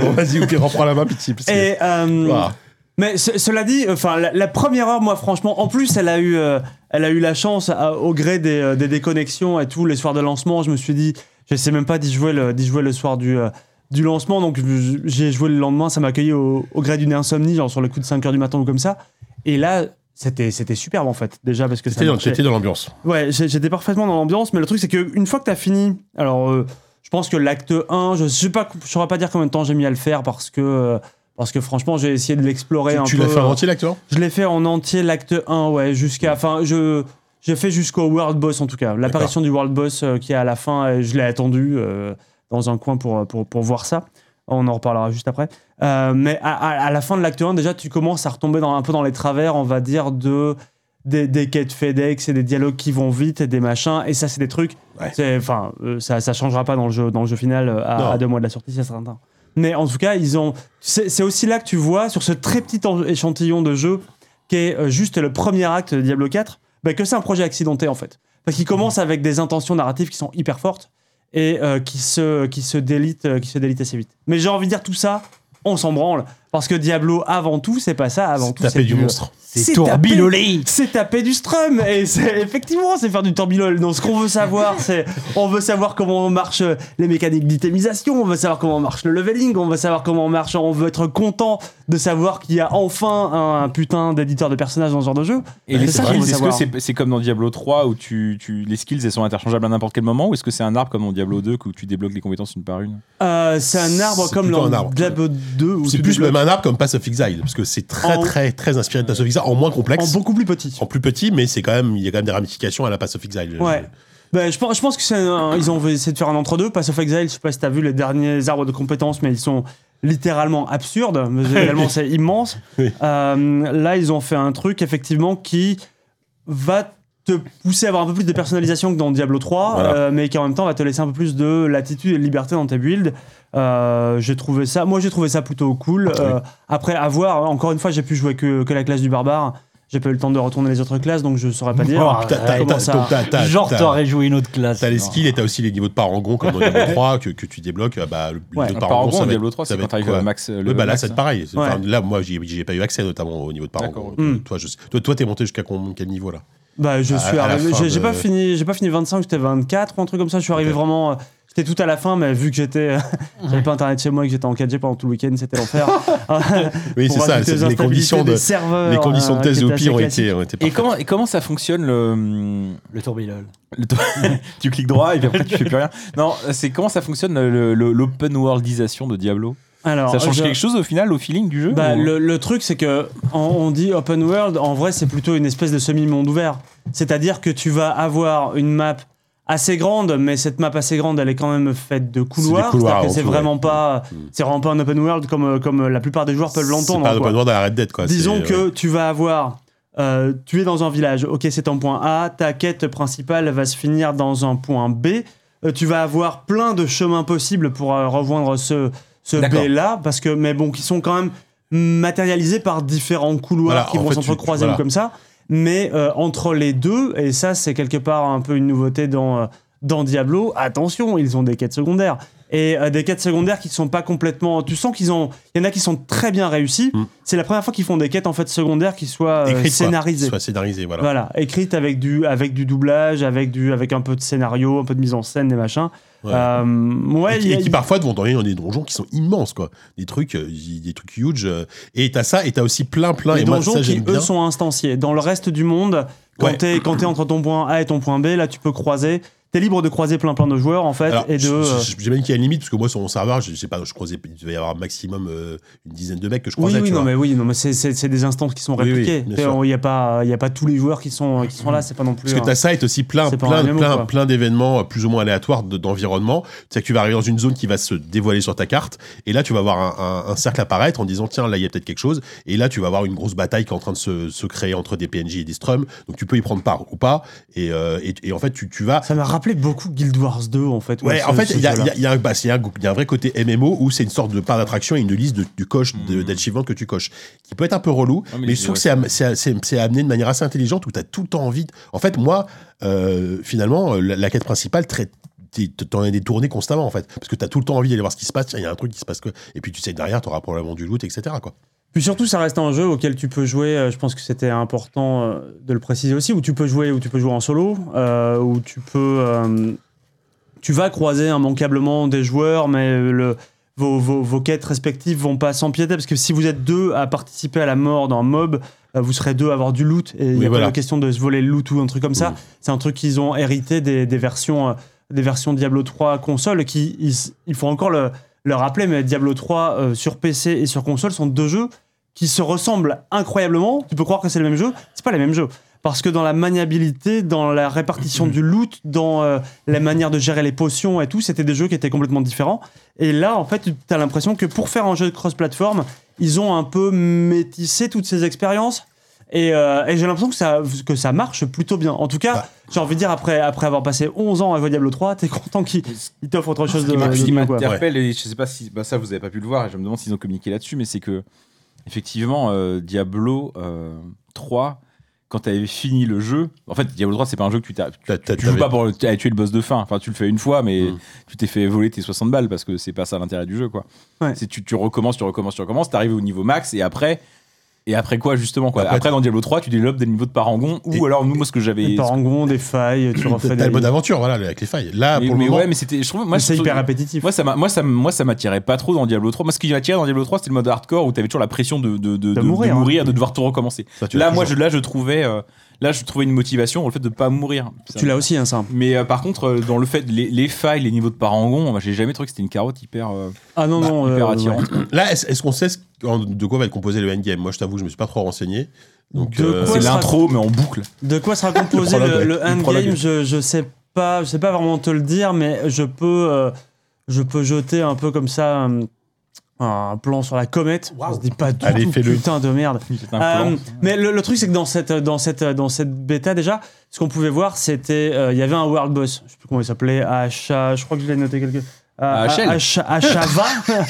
Bon, vas-y, ok, reprends la main, petit. parce que-
Et, euh,
Ouah.
Mais ce- cela dit, enfin, la, la première heure, moi, franchement, en plus, elle a eu, euh, elle a eu la chance, à- au gré des, euh, des déconnexions et tout, les soirs de lancement, je me suis dit, je sais même pas d'y jouer le, d'y jouer le soir du, euh, du lancement, donc je- j'ai joué le lendemain, ça m'a accueilli au, au gré d'une insomnie, genre sur le coup de 5 heures du matin ou comme ça. Et là, c'était, c'était superbe en fait, déjà, parce que ça
T'étais dans-
marchait.
T'étais dans l'ambiance.
Ouais, j'ai- j'étais parfaitement dans l'ambiance, mais le truc c'est que une fois que t'as fini, alors euh, je pense que l'acte 1, je sais pas, je saurais pas dire combien de temps j'ai mis à le faire parce que euh, parce que franchement j'ai essayé de l'explorer un
Tu
peu.
l'as fait en entier, l'acteur
Je l'ai fait en entier l'acte 1, ouais, jusqu'à, enfin je j'ai fait jusqu'au world boss en tout cas, l'apparition du world boss euh, qui est à la fin, euh, je l'ai attendu euh, dans un coin pour, euh, pour pour voir ça. On en reparlera juste après. Euh, mais à, à- à la fin de l'acte 1, déjà, tu commences à retomber dans, un peu dans les travers, on va dire, de, des, des quêtes FedEx et des dialogues qui vont vite et des machins. Et ça, c'est des trucs.
Ouais.
c'est- Enfin, euh, ça ne changera pas dans le jeu, dans le jeu final euh,
Non.
à, à deux mois de la sortie, ça sera certain. Mais en tout cas, ils ont. C'est c'est aussi là que tu vois, sur ce très petit en- échantillon de jeu, qui est euh, juste le premier acte de Diablo 4, bah, que c'est un projet accidenté, en fait. Parce qu'il commence avec des intentions narratives qui sont hyper fortes et euh, qui, se, qui, se délitent, euh, qui se délitent assez vite. Mais j'ai envie de dire tout ça, on s'en branle. Parce que Diablo, avant tout, c'est pas ça. Avant tout,
Taper du
monstre
monstre.
c'est
tourbillolé.
taper- C'est taper du strum et c'est effectivement c'est faire du tourbillol. Donc ce qu'on veut savoir c'est on veut savoir comment marchent les mécaniques d'itémisation, on veut savoir comment marche le leveling, on veut savoir comment marche, on veut être content de savoir qu'il y a enfin un, un putain d'éditeur de personnages dans ce genre de jeu.
Et les
C'est ça qu'il
skills,
faut
est-ce que
savoir.
c'est c'est comme dans Diablo 3 où tu, tu, les skills elles sont interchangeables à n'importe quel moment ou est-ce que c'est un arbre comme dans Diablo 2 où tu débloques les compétences une par une
Euh, c'est un arbre
C'est
comme
plutôt
dans
un arbre.
Diablo 2 où
C'est
tu
plus
développes
même un arbre comme Pass of Exile, parce que c'est très,
En-
très, très inspiré de Pass of Exile, en moins
en
complexe,
beaucoup plus petit.
en plus petit, mais c'est quand même, il y a quand même des ramifications à la Pass of Exile.
Ouais. Ben, je, pense, je pense que c'est un- ils ont essayé de faire un entre-deux. Pass of Exile, je sais pas si t'as vu les derniers arbres de compétences, mais ils sont littéralement absurdes. Mais Également, c'est immense.
Oui.
Euh, là, ils ont fait un truc, effectivement, qui va te pousser à avoir un peu plus de personnalisation que dans Diablo 3,
Voilà.
euh, mais qui en même temps va te laisser un peu plus de latitude et de liberté dans tes builds. Euh, j'ai trouvé ça, moi j'ai trouvé ça plutôt cool. Euh, Après avoir, encore une fois, j'ai pu jouer que, que la classe du barbare. J'ai pas eu le temps de retourner les autres classes, donc je saurais pas dire.
Oh,
T'as- t'as-
Comment
t'as-
ça
donc t'as- t'as-
Genre,
t'as-
t'aurais joué une autre classe.
T'as les
non.
skills et t'as aussi les niveaux de parangon comme dans Diablo 3 que, que tu débloques. euh, Bah, le
Ouais.
niveau de
Par contre,
parangon, ça
dans
va
Diablo
être-
3,
ça
c'est
va
quand
être
t'arrives
quoi
au max. euh,
Ouais,
Le
bah là,
max,
c'est
hein.
pareil.
Ouais.
Enfin, là, moi, j'y j'y ai pas eu accès, notamment au niveau de parangon.
D'accord.
Toi,
Mm.
toi, je sais- toi, toi, t'es monté jusqu'à con- quel niveau là
Bah, je
À-
suis
à la
arrivé.
fin
J'ai j'ai
de-
pas fini. J'ai pas fini 25. J'étais 24 ou un truc comme ça. Je suis arrivé
Ok.
vraiment. euh, J'étais tout à la fin, mais vu que j'étais, j'avais pas internet chez moi et que j'étais en 4G pendant tout le week-end, c'était l'enfer.
Oui,
Pour
c'est ça.
rajouter
c'est
aux
Les conditions
instabilités des
de
serveurs,
les conditions
euh,
de
qui
thèse de
étaient
OP ont
assez
été ont été
Et
parfaites.
comment, et comment ça fonctionne le. hum,
Le tourbillol.
le to- tu cliques droit et puis après tu fais plus rien. Non, c'est comment ça fonctionne le- le- l'open worldisation de Diablo
classiques. Alors,
Ça change
je-
quelque chose au final, au feeling du jeu
Bah,
ou- euh
le, le truc, c'est que on, on dit open world, en vrai, c'est plutôt une espèce de semi-monde ouvert. C'est-à-dire que tu vas avoir une map assez grande, mais cette map assez grande, elle est quand même faite de couloirs.
couloirs,
C'est-à-dire
en
que c'est
tout, ouais.
vraiment pas, c'est vraiment pas un open world comme euh, comme la plupart des joueurs peuvent
C'est
l'entendre.
pas
quoi.
open world à la Red Dead, quoi.
Disons
c'est-
que tu vas avoir. euh, tu es dans un village, ok, c'est en point A. Ta quête principale va se finir dans un point B. Euh, tu vas avoir plein de chemins possibles pour euh, rejoindre ce, ce
D'accord.
B là, parce que, mais bon, qui sont quand même matérialisés par différents couloirs
Voilà,
qui
en
vont
fait, tu-
s'entrecroiser
tu- voilà.
comme ça. Mais euh, entre les deux, et ça, c'est quelque part un peu une nouveauté dans, euh, dans Diablo, attention, ils ont des quêtes secondaires. Et euh, des quêtes secondaires qui ne sont pas complètement. Tu sens qu'ils ont. Il y en a qui sont très bien réussies.
Mm.
C'est la première fois qu'ils font des quêtes en fait secondaires qui soient euh,
Écrite, quoi.
scénarisées.
Soit scénarisé, voilà.
Voilà, écrites avec du, avec du doublage, avec, du, avec un peu de scénario, un peu de mise en scène, des machins.
Ouais.
Euh, ouais,
et, qui-
il y a-
et qui parfois te vont t'envoyer dans des donjons qui sont immenses quoi des trucs euh, des trucs huge euh, et t'as ça et t'as aussi plein plein
les
et moi
donjons
ça
qui,
j'aime bien
eux, sont instanciés. Dans le reste du monde, quand
Ouais.
t'es quand t'es entre ton point A et ton point B, là, tu peux croiser. t'es libre de croiser plein plein de joueurs en fait
Alors,
et de.
je-
euh,
je- J'imagine qu'il y a une limite, parce que moi, sur mon serveur, je, je sais pas, je croisais, il devait y avoir maximum euh, une dizaine de mecs que je
Oui,
croisais.
oui,
tu
non,
vois.
mais oui, non, mais c'est- c'est c'est des instances qui sont
Oui, oui,
répliquées.
bien
Et
sûr. Mm.
on- Il n'y a pas, il y a pas tous les joueurs qui sont qui sont là, c'est pas non plus.
Parce que
un-
ta site aussi plein,
C'est pas
plein,
un MMO,
plein,
quoi.
plein d'événements euh, plus ou moins aléatoires de- d'environnement. C'est-à-dire que tu vas arriver dans une zone qui va se dévoiler sur ta carte, et là tu vas avoir un, un- un cercle apparaître en disant tiens là il y a peut-être quelque chose, et là tu vas avoir une grosse bataille qui est en train de se, se créer entre des PNJ et des strums, donc tu peux y prendre part ou pas, et, euh, et, et en fait tu, tu vas
Ça m'a rappelé beaucoup Guild Wars 2 en fait.
Ouais,
ce-
en fait,
ce
il y, a-
jeu-là.
il y a- il y a un- bah, c'est un go- il y a un vrai côté MMO où c'est une sorte de part d'attraction et une liste de, du coche, de- d'achievements que tu coches, qui peut être un peu relou,
Mmh. mais
mais,
c'est-
je trouve que c'est am- c'est a- c'est c'est amené de manière assez intelligente où tu as tout le temps envie. de- En fait, moi, euh, finalement, euh, la, la quête principale, très t'es- t'en es détourné constamment en fait parce que t'as tout le temps envie d'aller voir ce qui se passe tiens il y a un truc qui se passe que et puis tu sais que derrière t'auras probablement du loot etc quoi
Puis surtout, ça reste un jeu auquel tu peux jouer. euh, Je pense que c'était important euh, de le préciser aussi, où tu peux jouer, où tu peux jouer en solo, euh, où tu peux, euh, tu vas croiser immanquablement des joueurs, mais le vos, vos, vos quêtes respectives vont pas s'empiéter parce que si vous êtes deux à participer à la mort d'un mob, euh, vous serez deux à avoir du loot et il n'y a
voilà.
pas de question de se voler le loot ou un truc comme ça.
Mmh.
C'est un truc qu'ils ont hérité des, des versions euh, des versions Diablo 3 console qui ils, il faut encore le, le rappeler mais Diablo 3 euh, sur PC et sur console sont deux jeux qui se ressemblent incroyablement. Tu peux croire que c'est le même jeu, c'est pas les mêmes jeux. Parce que dans la maniabilité, dans la répartition du loot, dans euh, la manière de gérer les potions et tout, c'était des jeux qui étaient complètement différents. Et là, en fait, tu as l'impression que pour faire un jeu de cross-platform, ils ont un peu métissé toutes ces expériences. Et, euh, et j'ai l'impression que ça, que ça marche plutôt bien. En tout cas,
Bah.
j'ai envie de dire, après, après avoir passé 11 ans à jouer à Diablo 3, t'es content qu'ils ils t'offrent autre chose de,
Ce qui m'a-
de
ce qui
mieux, quoi.
m'interpelle, et je sais pas si bah ça vous avez pas pu le voir, et je me demande s'ils ont communiqué là-dessus, mais c'est que effectivement euh, Diablo euh, 3, quand tu avais fini le jeu, en fait Diablo 3 c'est pas un jeu que tu t'as-
T'as- t'as-
tu joues
t'avais-
pas pour le- aller tuer le boss de fin. Enfin, tu le fais une fois, mais
Mm.
tu t'es fait voler tes 60 balles parce que c'est pas ça l'intérêt du jeu, quoi.
Ouais.
C'est tu, tu recommences, tu recommences, tu recommences, t'arrives au niveau max et après. Et après quoi, justement quoi
Après,
Après, dans Diablo 3, tu développes des niveaux de parangon ou
Et-
alors, nous, moi, ce que j'avais.
Des parangons, des failles, tu refais
t'as
des.
le mode aventure voilà avec les failles là
Mais,
pour le
mais
moment
ouais, mais c'était. Je trouve. Moi,
Moi, c'est
je-
hyper répétitif.
Moi ça, m'a- moi, ça, m- moi, ça m'attirait pas trop dans Diablo 3. Moi, ce qui m'attirait dans Diablo 3, c'était le mode hardcore où t'avais toujours la pression de, de, de, de- de
mourir,
mourir,
hein.
de, devoir tout recommencer.
ça, tu l'as
Là, moi, je,
toujours.
là, je trouvais, euh, là, je trouvais une motivation dans le fait de pas mourir.
tu l'as aussi, hein, ça.
Mais euh, par contre, euh, dans le fait, les, les failles, les niveaux de parangon, bah, j'ai jamais trouvé que c'était une carotte hyper, euh,
Ah non, non.
hyper
euh,
attirante.
là est-ce est-ce qu'on sait ce- en- de quoi va être composé le endgame moi je t'avoue je me suis pas trop renseigné donc
De
euh,
quoi
C'est
sera-
l'intro, mais en boucle.
De quoi sera composé
prologue,
le,
ouais.
le
Le
endgame
prologue.
je, je sais pas, je sais pas vraiment te le dire, mais je peux, euh, je peux jeter un peu comme ça euh, un plan sur la comète. On se dit pas du
Allez,
tout,
fais-le.
putain de merde.
C'est un
Euh,
plan.
mais le, le truc, c'est que dans cette, dans, cette, dans cette bêta, déjà, ce qu'on pouvait voir, c'était. euh, Il y avait un world boss. Je sais plus comment il s'appelait. Acha. Je crois que je l'ai noté quelque. Ah,
Achel.
ah, Acha- Achava.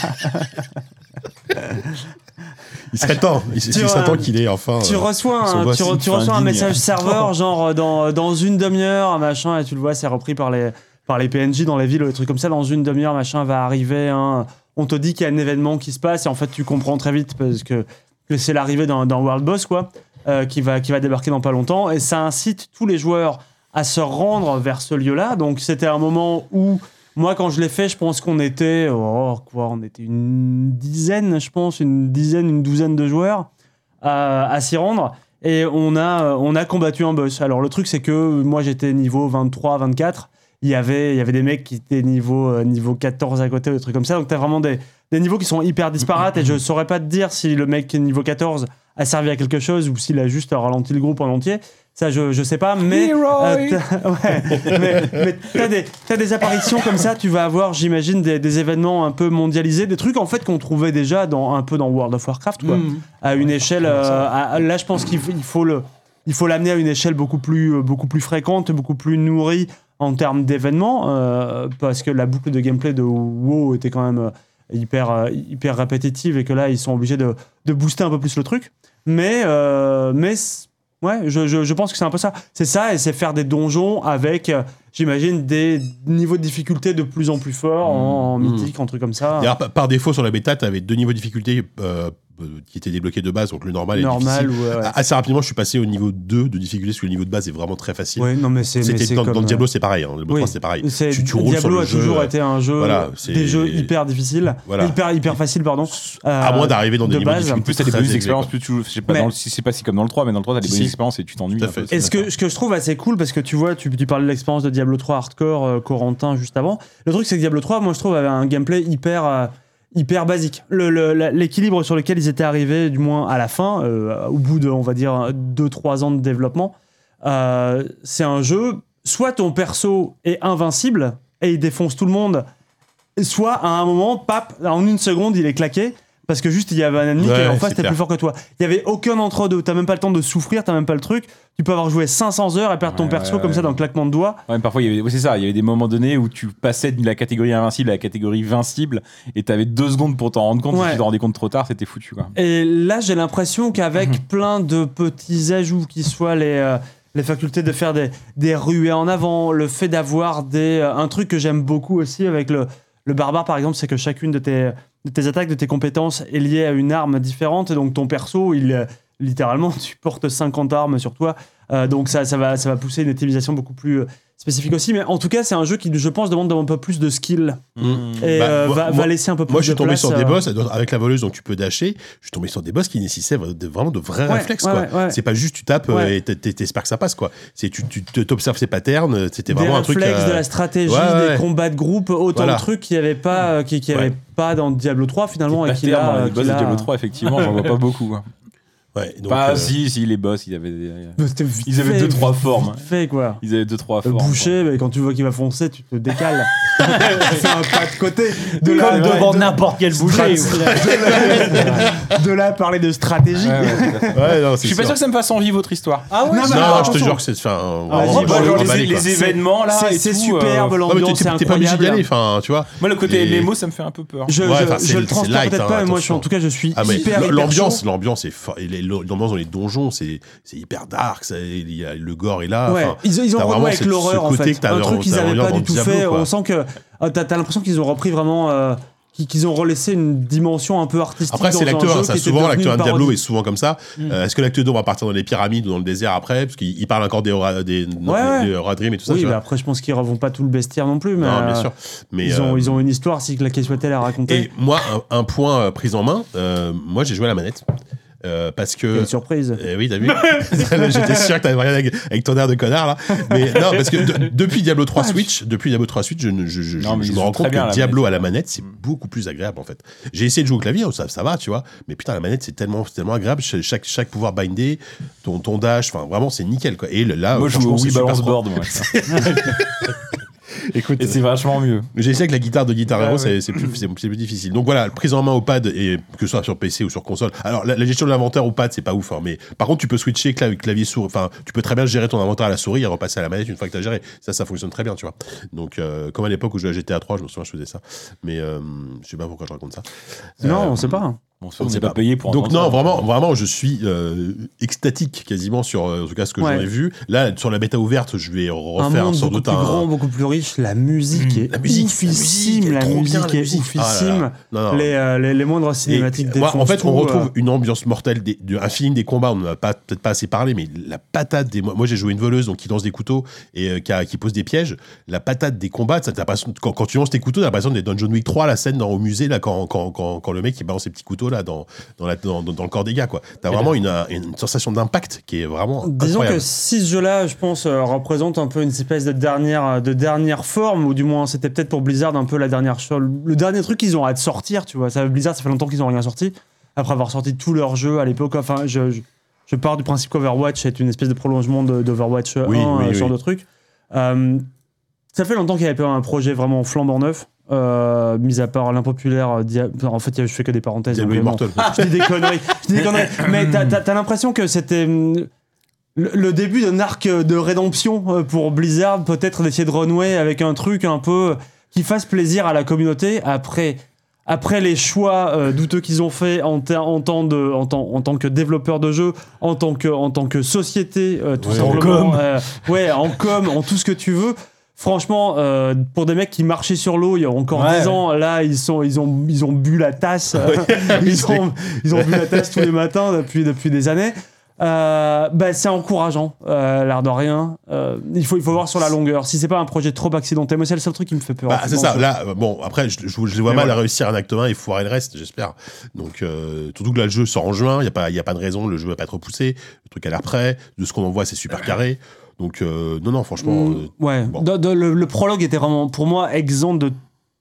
Il serait temps, il, il
Tu
serait
vois,
temps qu'il ait enfin.
tu
euh,
reçois
son
un,
boss,
tu, re-
il
tu
fait un
reçois un
digne.
message serveur genre euh, dans, dans une demi-heure machin et tu le vois c'est repris par les par les PNJ dans les villes ou des trucs comme ça dans une demi-heure machin va arriver un- on te dit qu'il y a un événement qui se passe et en fait tu comprends très vite parce que, que c'est l'arrivée d'un d'un world boss quoi euh, qui va qui va débarquer dans pas longtemps et ça incite tous les joueurs à se rendre vers ce lieu-là donc c'était un moment où moi, quand je l'ai fait, je pense qu'on était, oh, quoi, on était une dizaine, je pense, une dizaine, une douzaine de joueurs euh, à, à s'y rendre. Et on a, euh, on a combattu un boss. Alors, le truc, c'est que moi, j'étais niveau 23, 24. Il y avait, il y avait des mecs qui étaient niveau, euh, niveau 14 à côté, ou des trucs comme ça. Donc, tu as vraiment des, des niveaux qui sont hyper disparates. Et je saurais pas te dire si le mec qui est niveau 14 a servi à quelque chose ou s'il a juste ralenti le groupe en entier. Ça, je, je sais pas, mais. euh, t'as- ouais, mais mais t'as des, t'as des apparitions comme ça, tu vas avoir, j'imagine, des, des événements un peu mondialisés, des trucs en fait qu'on trouvait déjà dans, un peu dans World of Warcraft, quoi à une échelle. euh, à- à- là, je pense qu'il f- il faut le, il faut l'amener à une échelle beaucoup plus, euh, beaucoup plus fréquente, beaucoup plus nourrie en termes d'événements, euh, parce que la boucle de gameplay de WoW était quand même euh, hyper, euh, hyper répétitive et que là, ils sont obligés de, de booster un peu plus le truc. Mais, euh, mais c- ouais, je, je- je pense que c'est un peu ça. C'est ça, et c'est faire des donjons avec. euh, J'imagine des niveaux de difficulté de plus en plus forts en, en
Mmh.
mythique, en truc comme ça.
D'ailleurs, pa- par défaut, sur la bêta, tu avais deux niveaux de difficulté euh, euh, qui était débloqué de base, donc le normal est
normal
difficile. Ah,
ou. ouais, ouais.
A- Assez rapidement, je suis passé au niveau 2 de difficulté, parce que le niveau de base est vraiment très facile.
Ouais, non, mais c'est. mais
C'était
c'est
dans,
comme,
dans
euh,
Diablo, c'est pareil. hein. Diablo
oui.
3, c'est pareil.
c'est-
Tu, tu roules sur
Diablo
le
a
jeu,
toujours
euh,
été un jeu,
voilà, c'est-
des jeux hyper difficiles,
Voilà.
hyper hyper faciles pardon.
à
Euh,
moins d'arriver dans des
de
niveaux de
base.
difficulté
En plus, t'as des
très
bonnes
élevés,
expériences,
quoi.
plus tu je sais pas,
Mais-
dans le- si c'est pas si comme dans le 3, mais dans le 3, t'as des
Si.
bonnes expériences et tu t'ennuies.
Tout à
un
fait.
peu.
Et ce que, ce que je trouve assez cool, parce que tu vois, tu, tu parlais de l'expérience de Diablo 3 hardcore, euh, Corentin juste avant. Le truc, c'est que Diablo 3, moi, je trouve, avait un gameplay hyper, euh, hyper basique. Le- le- la- L'équilibre sur lequel ils étaient arrivés, du moins à la fin, euh, au bout de, on va dire, 2-3 ans de développement, euh, c'est un jeu, soit ton perso est invincible et il défonce tout le monde, soit à un moment, pap, en une seconde, il est claqué. Parce que juste, il y avait un ennemi qui
Ouais,
est en
ouais,
face
c'est
était
clair.
plus fort que toi. Il y avait aucun entre deux. T'as même pas le temps de souffrir, t'as même pas le truc tu peux avoir joué 500 heures et perdre ton
Ouais,
perso
ouais,
comme
ouais.
ça dans le claquement de doigts.
Ouais, mais parfois, il y avait, ouais, c'est ça, il y avait des moments donnés où tu passais de la catégorie invincible à la catégorie vincible et t'avais deux secondes pour t'en rendre compte.
Ouais.
Si tu t'en rendais compte trop tard, c'était foutu, quoi.
Et là, j'ai l'impression qu'avec
Mhm.
plein de petits ajouts, qui soient les, euh, les facultés de faire des, des ruées en avant, le fait d'avoir des. euh, un truc que j'aime beaucoup aussi avec le, le barbare, par exemple, c'est que chacune de tes, de tes attaques, de tes compétences est liée à une arme différente. Et donc, ton perso, il. euh, Littéralement, tu portes 50 armes sur toi. Euh, donc, ça, ça, va, ça va pousser une optimisation beaucoup plus euh, spécifique aussi. Mais en tout cas, c'est un jeu qui, je pense, demande un peu plus de skill. Et
Bah,
euh,
moi-
va, va
moi-
laisser un peu plus
Moi, je suis
de
tombé
place,
sur
euh,
des boss avec la voleuse, donc tu peux dasher. Je suis tombé sur des boss qui nécessitaient de- vraiment de vrais
Ouais,
euh, réflexes.
ouais,
quoi.
ouais, ouais.
C'est pas juste tu tapes euh,
Ouais.
et t'es- t'es- t'espères que ça passe. quoi. C'est tu tu- tu- t'observes ces patterns. euh, C'était vraiment
des
un truc.
réflexes,
euh,
de la stratégie,
ouais, ouais,
des
ouais.
combats de groupe, autant
Voilà.
de trucs qu'il n'y avait pas, euh, qui, qui
Ouais.
avait pas dans Diablo 3 finalement et
Pas
qu'il
clair dans
a.
les
qu'il
boss de
a-
Diablo 3, effectivement, j'en vois pas beaucoup. quoi.
ouais, donc,
Pas
euh,
Bah, si, si, les boss, ils avaient des-
euh, C'était vite
Ils avaient
fait,
deux, trois
vite
formes.
Fait quoi.
Ils avaient deux, trois
Le
formes, quoi.
boucher, mais quand tu vois qu'il va foncer, tu te décales. C'est un pas de côté. De là,
Comme
de-
devant
de-
n'importe quel boucher.
de là à parler de stratégie.
Ouais, ouais, tout à fait.
ouais, non,
Je suis pas sûr que ça me fasse envie votre histoire.
Ah ouais,
Non,
c'est-
mais
Non,
alors,
je te
attention.
jure que c'est. enfin, on
Ah, Vas-y,
va- bah, on va
bon, genre,
le
les,
remballer,
les
quoi.
événements là,
Oh C'est
et
c'est
tout,
superbe,
euh,
Non, mais t'es-
l'ambiance
t'es
c'est
t'es pas obligé d'y
incroyable.
aller. Enfin, tu vois.
Moi, le côté
Et-
mémo, ça me fait un peu peur.
Je,
Ouais,
je-
enfin,
je
c'est-
le transporte
c'est light,
peut-être
hein,
pas, mais moi, je suis,
attention.
en tout cas, je suis
Ah mais
hyper, hyper
l'ambiance,
chaud.
l'ambiance est fort. Et les- l'ambiance dans les donjons, c'est c'est hyper dark. ça, il y a- le gore est là.
Ouais,
Ah, enfin,
ils, ils ont
t'as
renoué
vraiment
avec
cette- ce
l'horreur en
côté que
fait.
t'as
Un
dans-
truc qu'ils
t'as
n'avaient
vraiment
pas
dans
du tout
Diablo,
fait.
quoi.
On sent que ah, t'as t'as l'impression qu'ils ont repris vraiment. euh, qu'ils- qu'ils ont relaissé une dimension un peu artistique.
Après, c'est
dans un
l'acteur,
jeu
hein, ça
qui était
souvent,
devenu
l'acteur
une
de Diablo
parodie. Mm.
est souvent comme ça. Euh, Est-ce que l'acteur d'eau va partir dans les pyramides ou dans le désert après Parce qu'il il parle encore des Aura- des, non,
Ouais, ouais.
des Aura Dream et tout ça.
Oui, bah,
tu
mais
vois.
après, je pense qu'ils ne pas tout le bestiaire non plus. Mais
non, bien
euh,
sûr. Mais,
Ils ont,
euh,
ils ont une histoire, si la question était à raconter.
Et moi, un, un point euh, pris en main, euh, moi j'ai joué à la manette. Euh, parce que
Quelle surprise.
Eh oui, t'as vu J'étais sûr que t'avais rien avec, avec ton air de connard là. Mais non, parce que de- depuis Diablo 3 Switch, depuis Diablo 3 Switch, je, ne- je, je,
Non, mais
je
ils
me
jouent
rends
très
compte
bien à
que
la
Diablo
manette.
à la manette, c'est beaucoup plus agréable en fait. J'ai essayé de jouer au clavier, ça, ça va, tu vois. Mais putain, la manette, c'est tellement, c'est tellement agréable. Cha- Chaque, chaque pouvoir bindé, ton, ton dash, enfin vraiment, c'est nickel quoi. Et le- là,
Moi, je joue
franchement,
au
c'est
Wii
super
Balance
propre.
Board. moi, ça.
Écoute,
Et c'est vachement mieux.
mais J'ai essayé avec la guitare de Guitar Hero,
Ouais,
c'est- c'est plus, c'est- c'est plus difficile. Donc voilà, prise en main au pad, et que ce soit sur PC ou sur console. Alors la, la gestion de l'inventaire au pad, c'est pas ouf, hein, mais par contre, tu peux switcher clav- clavier souris. Enfin, tu peux très bien gérer ton inventaire à la souris et repasser à la manette une fois que t'as géré. Ça, ça fonctionne très bien, tu vois. Donc, euh, comme à l'époque où je jouais à GTA 3, je me souviens, je faisais ça. Mais euh, je sais pas pourquoi je raconte ça.
non,
Euh,
on sait pas. hein.
Bon,
on
on
sait
n'est pas
pas.
payé pour
donc non,
entendre ça.
vraiment, vraiment, je suis euh, extatique quasiment sur, euh, en tout cas, ce que
Ouais.
j'en ai vu. Là, sur la bêta ouverte, je vais
Un
refaire
monde
sans
beaucoup
doute
plus
un. Mm,
grand, beaucoup plus riche. La musique est
La musique,
oufissime. La musique est
Ah là
oufissime.
là. Non, non.
Les, euh, les, les moindres
Et
cinématiques
moi,
défoncent
en fait, on
tout, euh.
retrouve une ambiance mortelle, des, de, un feeling des combats. On n'a pas peut-être pas assez parlé, mais la patate des. Moi, moi, j'ai joué une voleuse donc qui lance des couteaux et euh, qui, a- qui pose des pièges. La patate des combats, ça, t'as l'impression- quand, quand tu lances tes couteaux, t'as l'impression d'être dans John Wick 3, la scène dans, au musée là, quand, quand, quand, quand le mec il balance ses petits couteaux là dans, dans, la, dans, dans- dans le corps des gars quoi. T'as vraiment une, un- une sensation d'impact qui est vraiment
Disons
incroyable.
que si ce jeu-là, je pense, euh, représente un peu une espèce de dernière, euh, de dernière forme, ou du moins c'était peut-être pour Blizzard un peu la dernière chose, le dernier truc qu'ils ont hâte de sortir, tu vois. Ça, Blizzard, ça fait longtemps qu'ils n'ont rien sorti, après avoir sorti tous leurs jeux à l'époque. Enfin, je, je, je pars du principe qu'Overwatch est une espèce de prolongement de- d'Overwatch 1
Oui, oui,
euh, sur
oui.
d'autres trucs. Euh, ça fait longtemps qu'il n'y avait pas un projet vraiment flambant neuf, euh, mis à part l'impopulaire. euh, Dia- En fait, je fais que des parenthèses.
Diablo
donc, euh, vraiment
Immortal.
je dis des conneries. Je dis des conneries. Mais t'as, t'as- t'as l'impression que c'était hum, le, le début d'un arc euh, de rédemption euh, pour Blizzard, peut-être d'essayer de renouer avec un truc un peu euh, qui fasse plaisir à la communauté après. Après les choix euh, douteux qu'ils ont fait en, ter- en tant de, en, tant, en tant que développeur de jeu, en tant que, en tant que société, euh, tout
Ouais, en
simplement, euh, ouais, en com, en tout ce que tu veux, Franchement, euh, pour des mecs qui marchaient sur l'eau il y a encore
Ouais,
10 ans, là, ils, sont, ils, ont, ils ont bu la tasse. ils, ont, ils ont bu la tasse tous les matins depuis, depuis des années. Euh, bah, c'est encourageant, euh, l'air de rien. Euh, il, faut, il faut voir sur la longueur. Si c'est pas un projet trop accidenté, moi, c'est le seul truc qui me fait peur.
Bah, c'est
Dans
ça.
ce-
Là, euh, bon, après, je, je- je les vois
Mais
mal
voilà.
à réussir un acte 1 et foirer le reste, j'espère. Donc, euh, surtout que là, le jeu sort en juin. Il n'y a, pas- y a pas de raison. Le jeu va pas être repoussé. Le truc a l'air prêt. De ce qu'on en voit, c'est super carré. Donc, euh, non, non, franchement.
Mm,
euh,
ouais.
bon.
Dans- dans le, le prologue était vraiment, pour moi, exempt de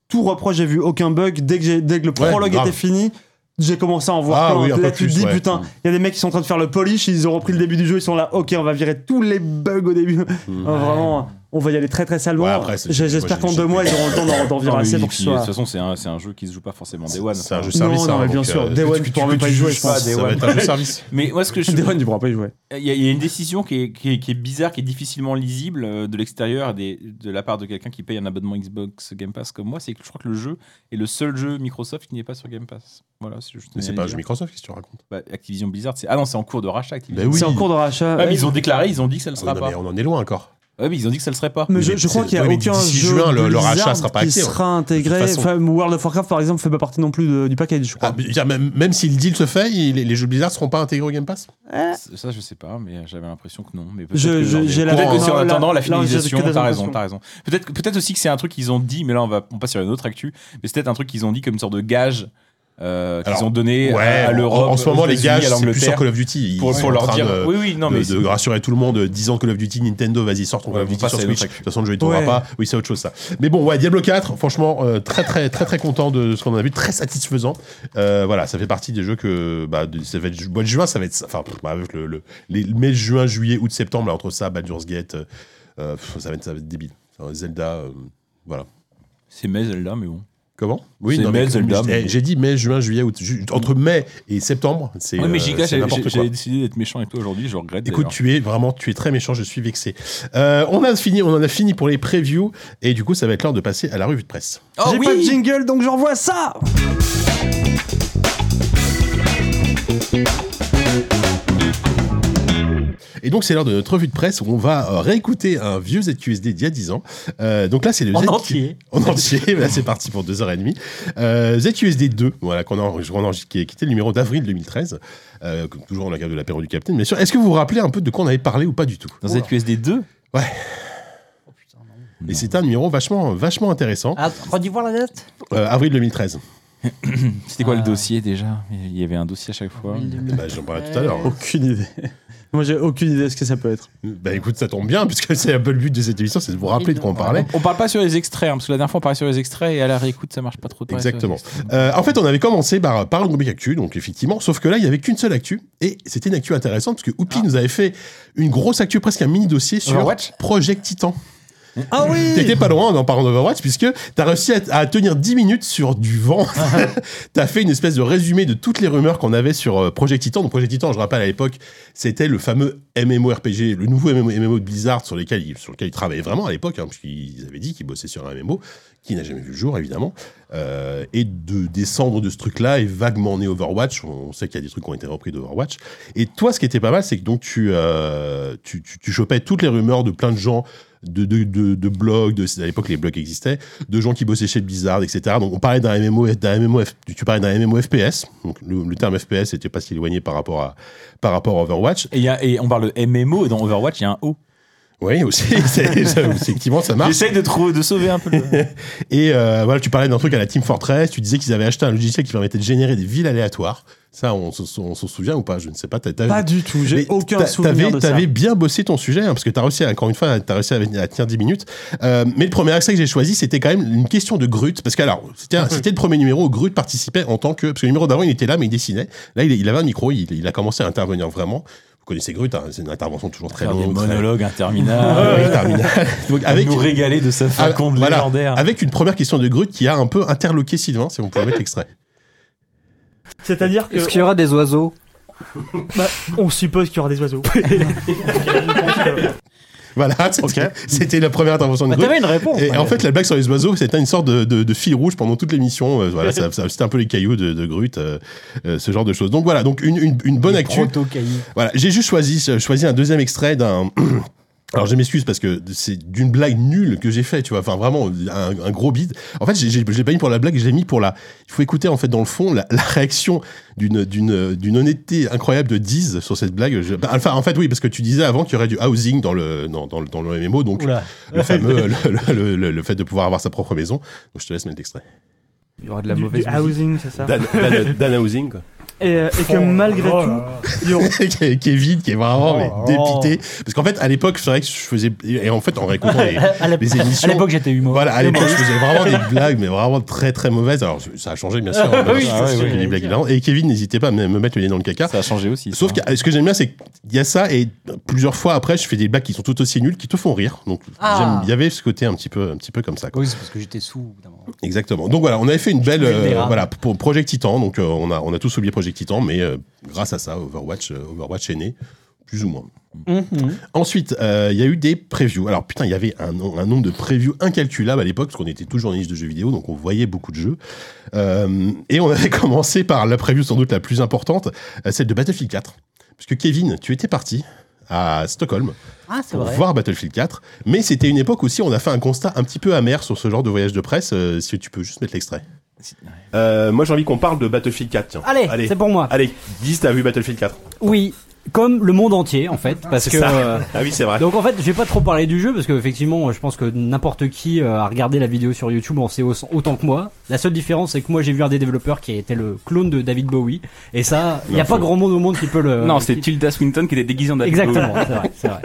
tout reproche. J'ai vu aucun bug. Dès que, j'ai- dès que le
Ouais,
prologue
grave.
était fini, j'ai commencé à en voir
Ah
plein.
oui, un
là,
peu
tu te
plus,
dis,
ouais. Mm.
putain, il y a des mecs qui sont en train de faire le polish. Ils ont repris le début du jeu. Ils sont là, ok, on va virer tous les bugs au début.
Mm.
Euh, Vraiment, on va y aller très très salement.
Ouais, après, c'est-
J'ai-
moi,
J'espère
j'ai-
qu'en
j'ai-
deux mois, ils auront le temps d'en- d'en virer
Non, mais
assez
Ah oui,
pour que ce
puis, De
soit.
toute façon, c'est un, c'est un jeu qui se joue pas forcément Day One.
C'est un jeu
Enfin,
service.
Non, non,
hein,
mais bien
donc,
sûr.
euh,
Day One,
tu-
tu
tu
pourras
peux
même pas
y
y
jouer,
jouer,
je
je
pense.
pense.
Ça va être un jeu service.
Mais moi, ce que je.
Day One, tu pourras pas y jouer.
Il y, a- il y a une décision qui est, qui, est, qui est bizarre, qui est difficilement lisible euh, de l'extérieur, des- de la part de quelqu'un qui paye un abonnement Xbox Game Pass comme moi, c'est que je crois que le jeu est le seul jeu Microsoft qui n'est pas sur Game Pass. Voilà, c'est juste.
Mais c'est pas un jeu Microsoft, qu'est-ce que tu racontes
Activision Blizzard, c'est ah non, c'est en cours de rachat. Activision.
Ben oui.
C'est en cours de rachat.
Ouais, mais ils ont déclaré, ils ont dit que ça ne le
Ah,
sera
non,
pas.
mais on en est loin encore.
Ouais, mais ils ont dit que ça le serait pas.
Mais
Mais
je,
mais
je crois
c'est-
qu'il n'y a
ouais, mais
aucun
d'ici
jeu
juin, le- le
Blizzard
rachat sera pas
qui
acté, hein,
sera intégré.
de toute façon.
Enfin, World of Warcraft, par exemple, fait pas partie non plus de- du package, je crois.
Ah, je veux dire, même, même si le deal se fait, il- les, les jeux Blizzard seront pas intégrés au Game Pass
Ça, je sais pas, mais euh, j'avais l'impression que non. Mais peut-être
Je-
que,
je- j'ai la-
peut-être que c'est en
non, là-
attendant la,
là, j'ai
finalisation.
que des
T'as raison,
impressions.
t'as raison. Peut-être, peut-être aussi que c'est un truc qu'ils ont dit, mais là on va on passe sur une autre actu. Mais c'est peut-être un truc qu'ils ont dit comme une sorte de gage euh, qu'ils
Alors,
ont donné à- à,
en-
l'Europe.
En ce moment,
aux
les
États-Unis,
gars,
à
c'est plus sur
l'Angleterre,
Call of Duty. Ils
pour,
sont
pour
en
leur
train
dire.
de-
oui, oui, non,
de,
mais
de rassurer tout le monde, euh, disant Call of Duty, Nintendo, vas-y, sort ton
Ouais,
Call of
bon,
Duty
ça,
sur
c'est notre
Switch. De
actu.
toute façon, le jeu, il tournera
Ouais.
pas. Oui, c'est autre chose, ça. Mais bon, ouais, Diablo 4, franchement, euh, très, très, très, très content de ce qu'on a vu, très satisfaisant. Euh, voilà, ça fait partie des jeux que, bah, de- ça va être, mois de juin, ça va être, ça. enfin, bah, avec le, le- les mai, juin, juillet, août, septembre, là, entre ça, Baldur's Gate, euh, euh, pff, ça va être, ça va être débile. Enfin, Zelda, euh, voilà.
c'est mais Zelda, mais bon.
Comment Oui,
C'est mai,
mais-
Zelda,
mais-
mais-
eh, J'ai dit mai, juin, juillet, août. Ju- Entre mai et septembre, c'est.
Oui, mais
euh,
Giga,
c'est
j'avais
n'importe quoi.
j'avais décidé d'être méchant avec toi aujourd'hui, je regrette.
Écoute,
d'ailleurs.
tu es vraiment, tu es très méchant, je suis vexé. Euh, on a fini, on en a fini pour les previews et du coup, ça va être l'heure de passer à la revue de presse.
Oh
J'ai
oui
pas de jingle, donc j'envoie ça
Et donc, c'est l'heure de notre revue de presse où on va euh, réécouter un vieux ZQSD d'il y a 10 ans. Euh, donc là, c'est le
En
ZQ
entier.
En entier, là, c'est parti pour 2h30. Euh, ZQSD 2, voilà, qu'on a enregistré, qu'on a enregistré- qui, qui était le numéro d'avril 2013. Euh, comme toujours, on a de l'apéro du capitaine, bien sûr. Est-ce que vous vous rappelez un peu de quoi on avait parlé ou pas du tout
Dans ZQSD 2
Et c'était un numéro vachement, vachement intéressant.
Ah, redis-voir la date
Euh, avril 2013.
C'était quoi le
Ah.
dossier déjà Il y avait un dossier à chaque fois.
Bah, J'en parlais tout à l'heure. hein.
Aucune idée. Moi, j'ai aucune idée de ce que ça peut être.
Bah écoute, ça tombe bien, puisque c'est un peu le but de cette émission, c'est de vous rappeler de quoi on parlait.
On parle pas sur les extraits, hein, parce que la dernière fois on parlait sur les extraits et à la réécoute ça marche pas trop. de parler sur les
Exactement.
extraits.
Euh, en fait, on avait commencé par, par le rubrique actu, donc effectivement, sauf que là, il n'y avait qu'une seule actu, et c'était une actu intéressante, parce que Oupi
Ah.
nous avait fait une grosse actu, presque un mini-dossier sur
Overwatch
Project Titan.
Ah oui
T'étais pas loin en parlant d'Overwatch, puisque t'as réussi à, à tenir 10 minutes sur du vent. t'as fait une espèce de résumé de toutes les rumeurs qu'on avait sur euh, Project Titan. Donc Project Titan, je rappelle à l'époque, c'était le fameux MMORPG, le nouveau MMO, de Blizzard sur, lesquels ils- sur lequel ils travaillaient vraiment à l'époque, hein, puisqu'ils avaient dit qu'ils bossaient sur un MMO, qui n'a jamais vu le jour, évidemment. Euh, et de descendre de ce truc-là et vaguement né Overwatch. On, on sait qu'il y a des trucs qui ont été repris d'Overwatch. Et toi, ce qui était pas mal, c'est que donc tu, euh, tu, tu, tu chopais toutes les rumeurs de plein de gens de, de, de, de blogs, de, à l'époque les blogs existaient, de gens qui bossaient chez Blizzard, etc. Donc on parlait d'un MMO, d'un MMO, tu tu parlais d'un MMO FPS. Donc le, le terme FPS n'était pas si éloigné par rapport à, par rapport à Overwatch.
Et, il y a- et on parle de MMO et dans Overwatch il y a un O.
Oui, aussi, c'est- ça- effectivement, ça marche.
J'essaye de, trouver- de sauver un peu le.
Et euh, voilà, tu parlais d'un truc à la Team Fortress, tu disais qu'ils avaient acheté un logiciel qui permettait de générer des villes aléatoires. Ça, on, s'en- on s'en souvient ou pas Je ne sais pas. T'as- t'as-
Pas du tout, j'ai
Mais
aucun
t'a-
souvenir
t'avais-
de ça.
T'avais bien bossé ton sujet, hein, parce que t'as réussi, à- encore une fois, t'as réussi à, venir- à tenir 10 minutes. Euh, mais le premier accès que j'ai choisi, c'était quand même une question de Grut. Parce que, alors, c'était un- c'était le premier numéro où Grut participait en tant que. Parce que le numéro d'avant, il était là, mais il dessinait. Là, il, il avait un micro, il, il a commencé à intervenir vraiment. Vous connaissez Grut, hein, c'est une intervention toujours très
Faire des
longue. très-
monologues
Ah,
interminables.
oui, terminale. Donc, avec,
nous régaler de sa
ah,
faconde
voilà,
légendaire.
avec une première question de Grut qui a un peu interloqué Sylvain, si on pouvait mettre l'extrait.
C'est-à-dire que
Est-ce qu'il y aura des oiseaux
bah, on suppose qu'il y aura des oiseaux.
Voilà, c'était c'était la première intervention de
bah,
Grut.
T'avais une réponse.
Et en fait, la blague sur les oiseaux, c'était une sorte de, de, de fil rouge pendant toute l'émission. Euh, voilà, ça- ça- c'était un peu les cailloux de, de Grut, euh, euh, ce genre de choses. Donc voilà, donc une, une, une bonne actu.
proto
euh, Voilà, j'ai juste choisi, choisi un deuxième extrait d'un Alors je m'excuse parce que c'est d'une blague nulle que j'ai fait, tu vois. Enfin vraiment un, un gros bide. En fait, j'ai- j'ai- je l'ai pas mis pour la blague, je l'ai mis pour la. Il faut écouter en fait dans le fond la, la réaction d'une d'une d'une honnêteté incroyable de Diz sur cette blague. Je- bah, enfin en fait oui parce que tu disais avant qu'il y aurait du housing dans le dans dans, le- dans le MMO donc
Oula.
le fameux le, le- le- le fait de pouvoir avoir sa propre maison. Donc je te laisse mettre l'extrait.
Il y aura de la
Du,
mauvaise
du
musique.
housing, c'est ça.
Dan, Dan- Dan Housing, quoi.
Et, euh, et que malgré tout, il y aura-
qui est qui est vide, qui est vraiment mais,
Oh,
dépité. Parce qu'en fait, à l'époque, c'est vrai que je faisais. Et en fait, en réécoutant les,
À l'ép-
les émissions.
à l'époque, j'étais humour.
Voilà, à l'époque, je faisais vraiment des blagues, mais vraiment très très mauvaises. Alors, je- ça a changé, bien sûr.
Ah
Maintenant,
oui,
je
ça,
fais
c'est
des
vrai.
blagues hilarantes. Et Kevin, n'hésitez pas à me me mettre le nez dans le caca.
Ça hein. a changé aussi.
Sauf que ce que j'aime bien, c'est qu'il y a ça, et plusieurs fois après, je fais des blagues qui sont tout aussi nulles, qui te font rire. Donc,
Ah.
j'aime- il y avait ce côté un petit peu, un petit peu comme ça. quoi.
Oui, c'est parce que j'étais sous. évidemment.
Exactement. Donc voilà, on avait fait une belle
Belle
euh,
dérape.
voilà pour Project Titan. Donc euh, on a on a tous oublié Project Titan, mais euh, grâce à ça, Overwatch euh, Overwatch est né plus ou moins. Ensuite, euh, il y a eu des previews. Alors putain, il y avait un, nom- un nombre de previews incalculable à l'époque parce qu'on était tous journalistes de jeux vidéo, donc on voyait beaucoup de jeux. Euh, et on avait commencé par la preview sans doute la plus importante, euh, celle de Battlefield 4, parce que Kevin, tu étais parti à Stockholm
Ah, c'est
pour
vrai.
voir Battlefield 4, mais c'était une époque aussi où on a fait un constat un petit peu amer sur ce genre de voyage de presse. euh, si tu peux juste mettre l'extrait.
Euh, moi, j'ai envie qu'on parle de Battlefield 4. Tiens.
Allez,
allez,
c'est pour moi.
allez. Guise, t'as vu Battlefield 4
Oui, comme le monde entier en fait, parce
C'est
que.
ça.
euh,
Ah oui, c'est vrai.
Donc en fait, je vais pas trop parler du jeu parce que effectivement, je pense que n'importe qui euh, a regardé la vidéo sur YouTube en sait au- autant que moi. La seule différence, c'est que moi j'ai vu un des développeurs qui était le clone de David Bowie, et ça, il y a pas grand monde au monde qui peut le.
Non, c'est Tilda Swinton qui était déguisée en David
Exactement, c'est vrai, c'est vrai.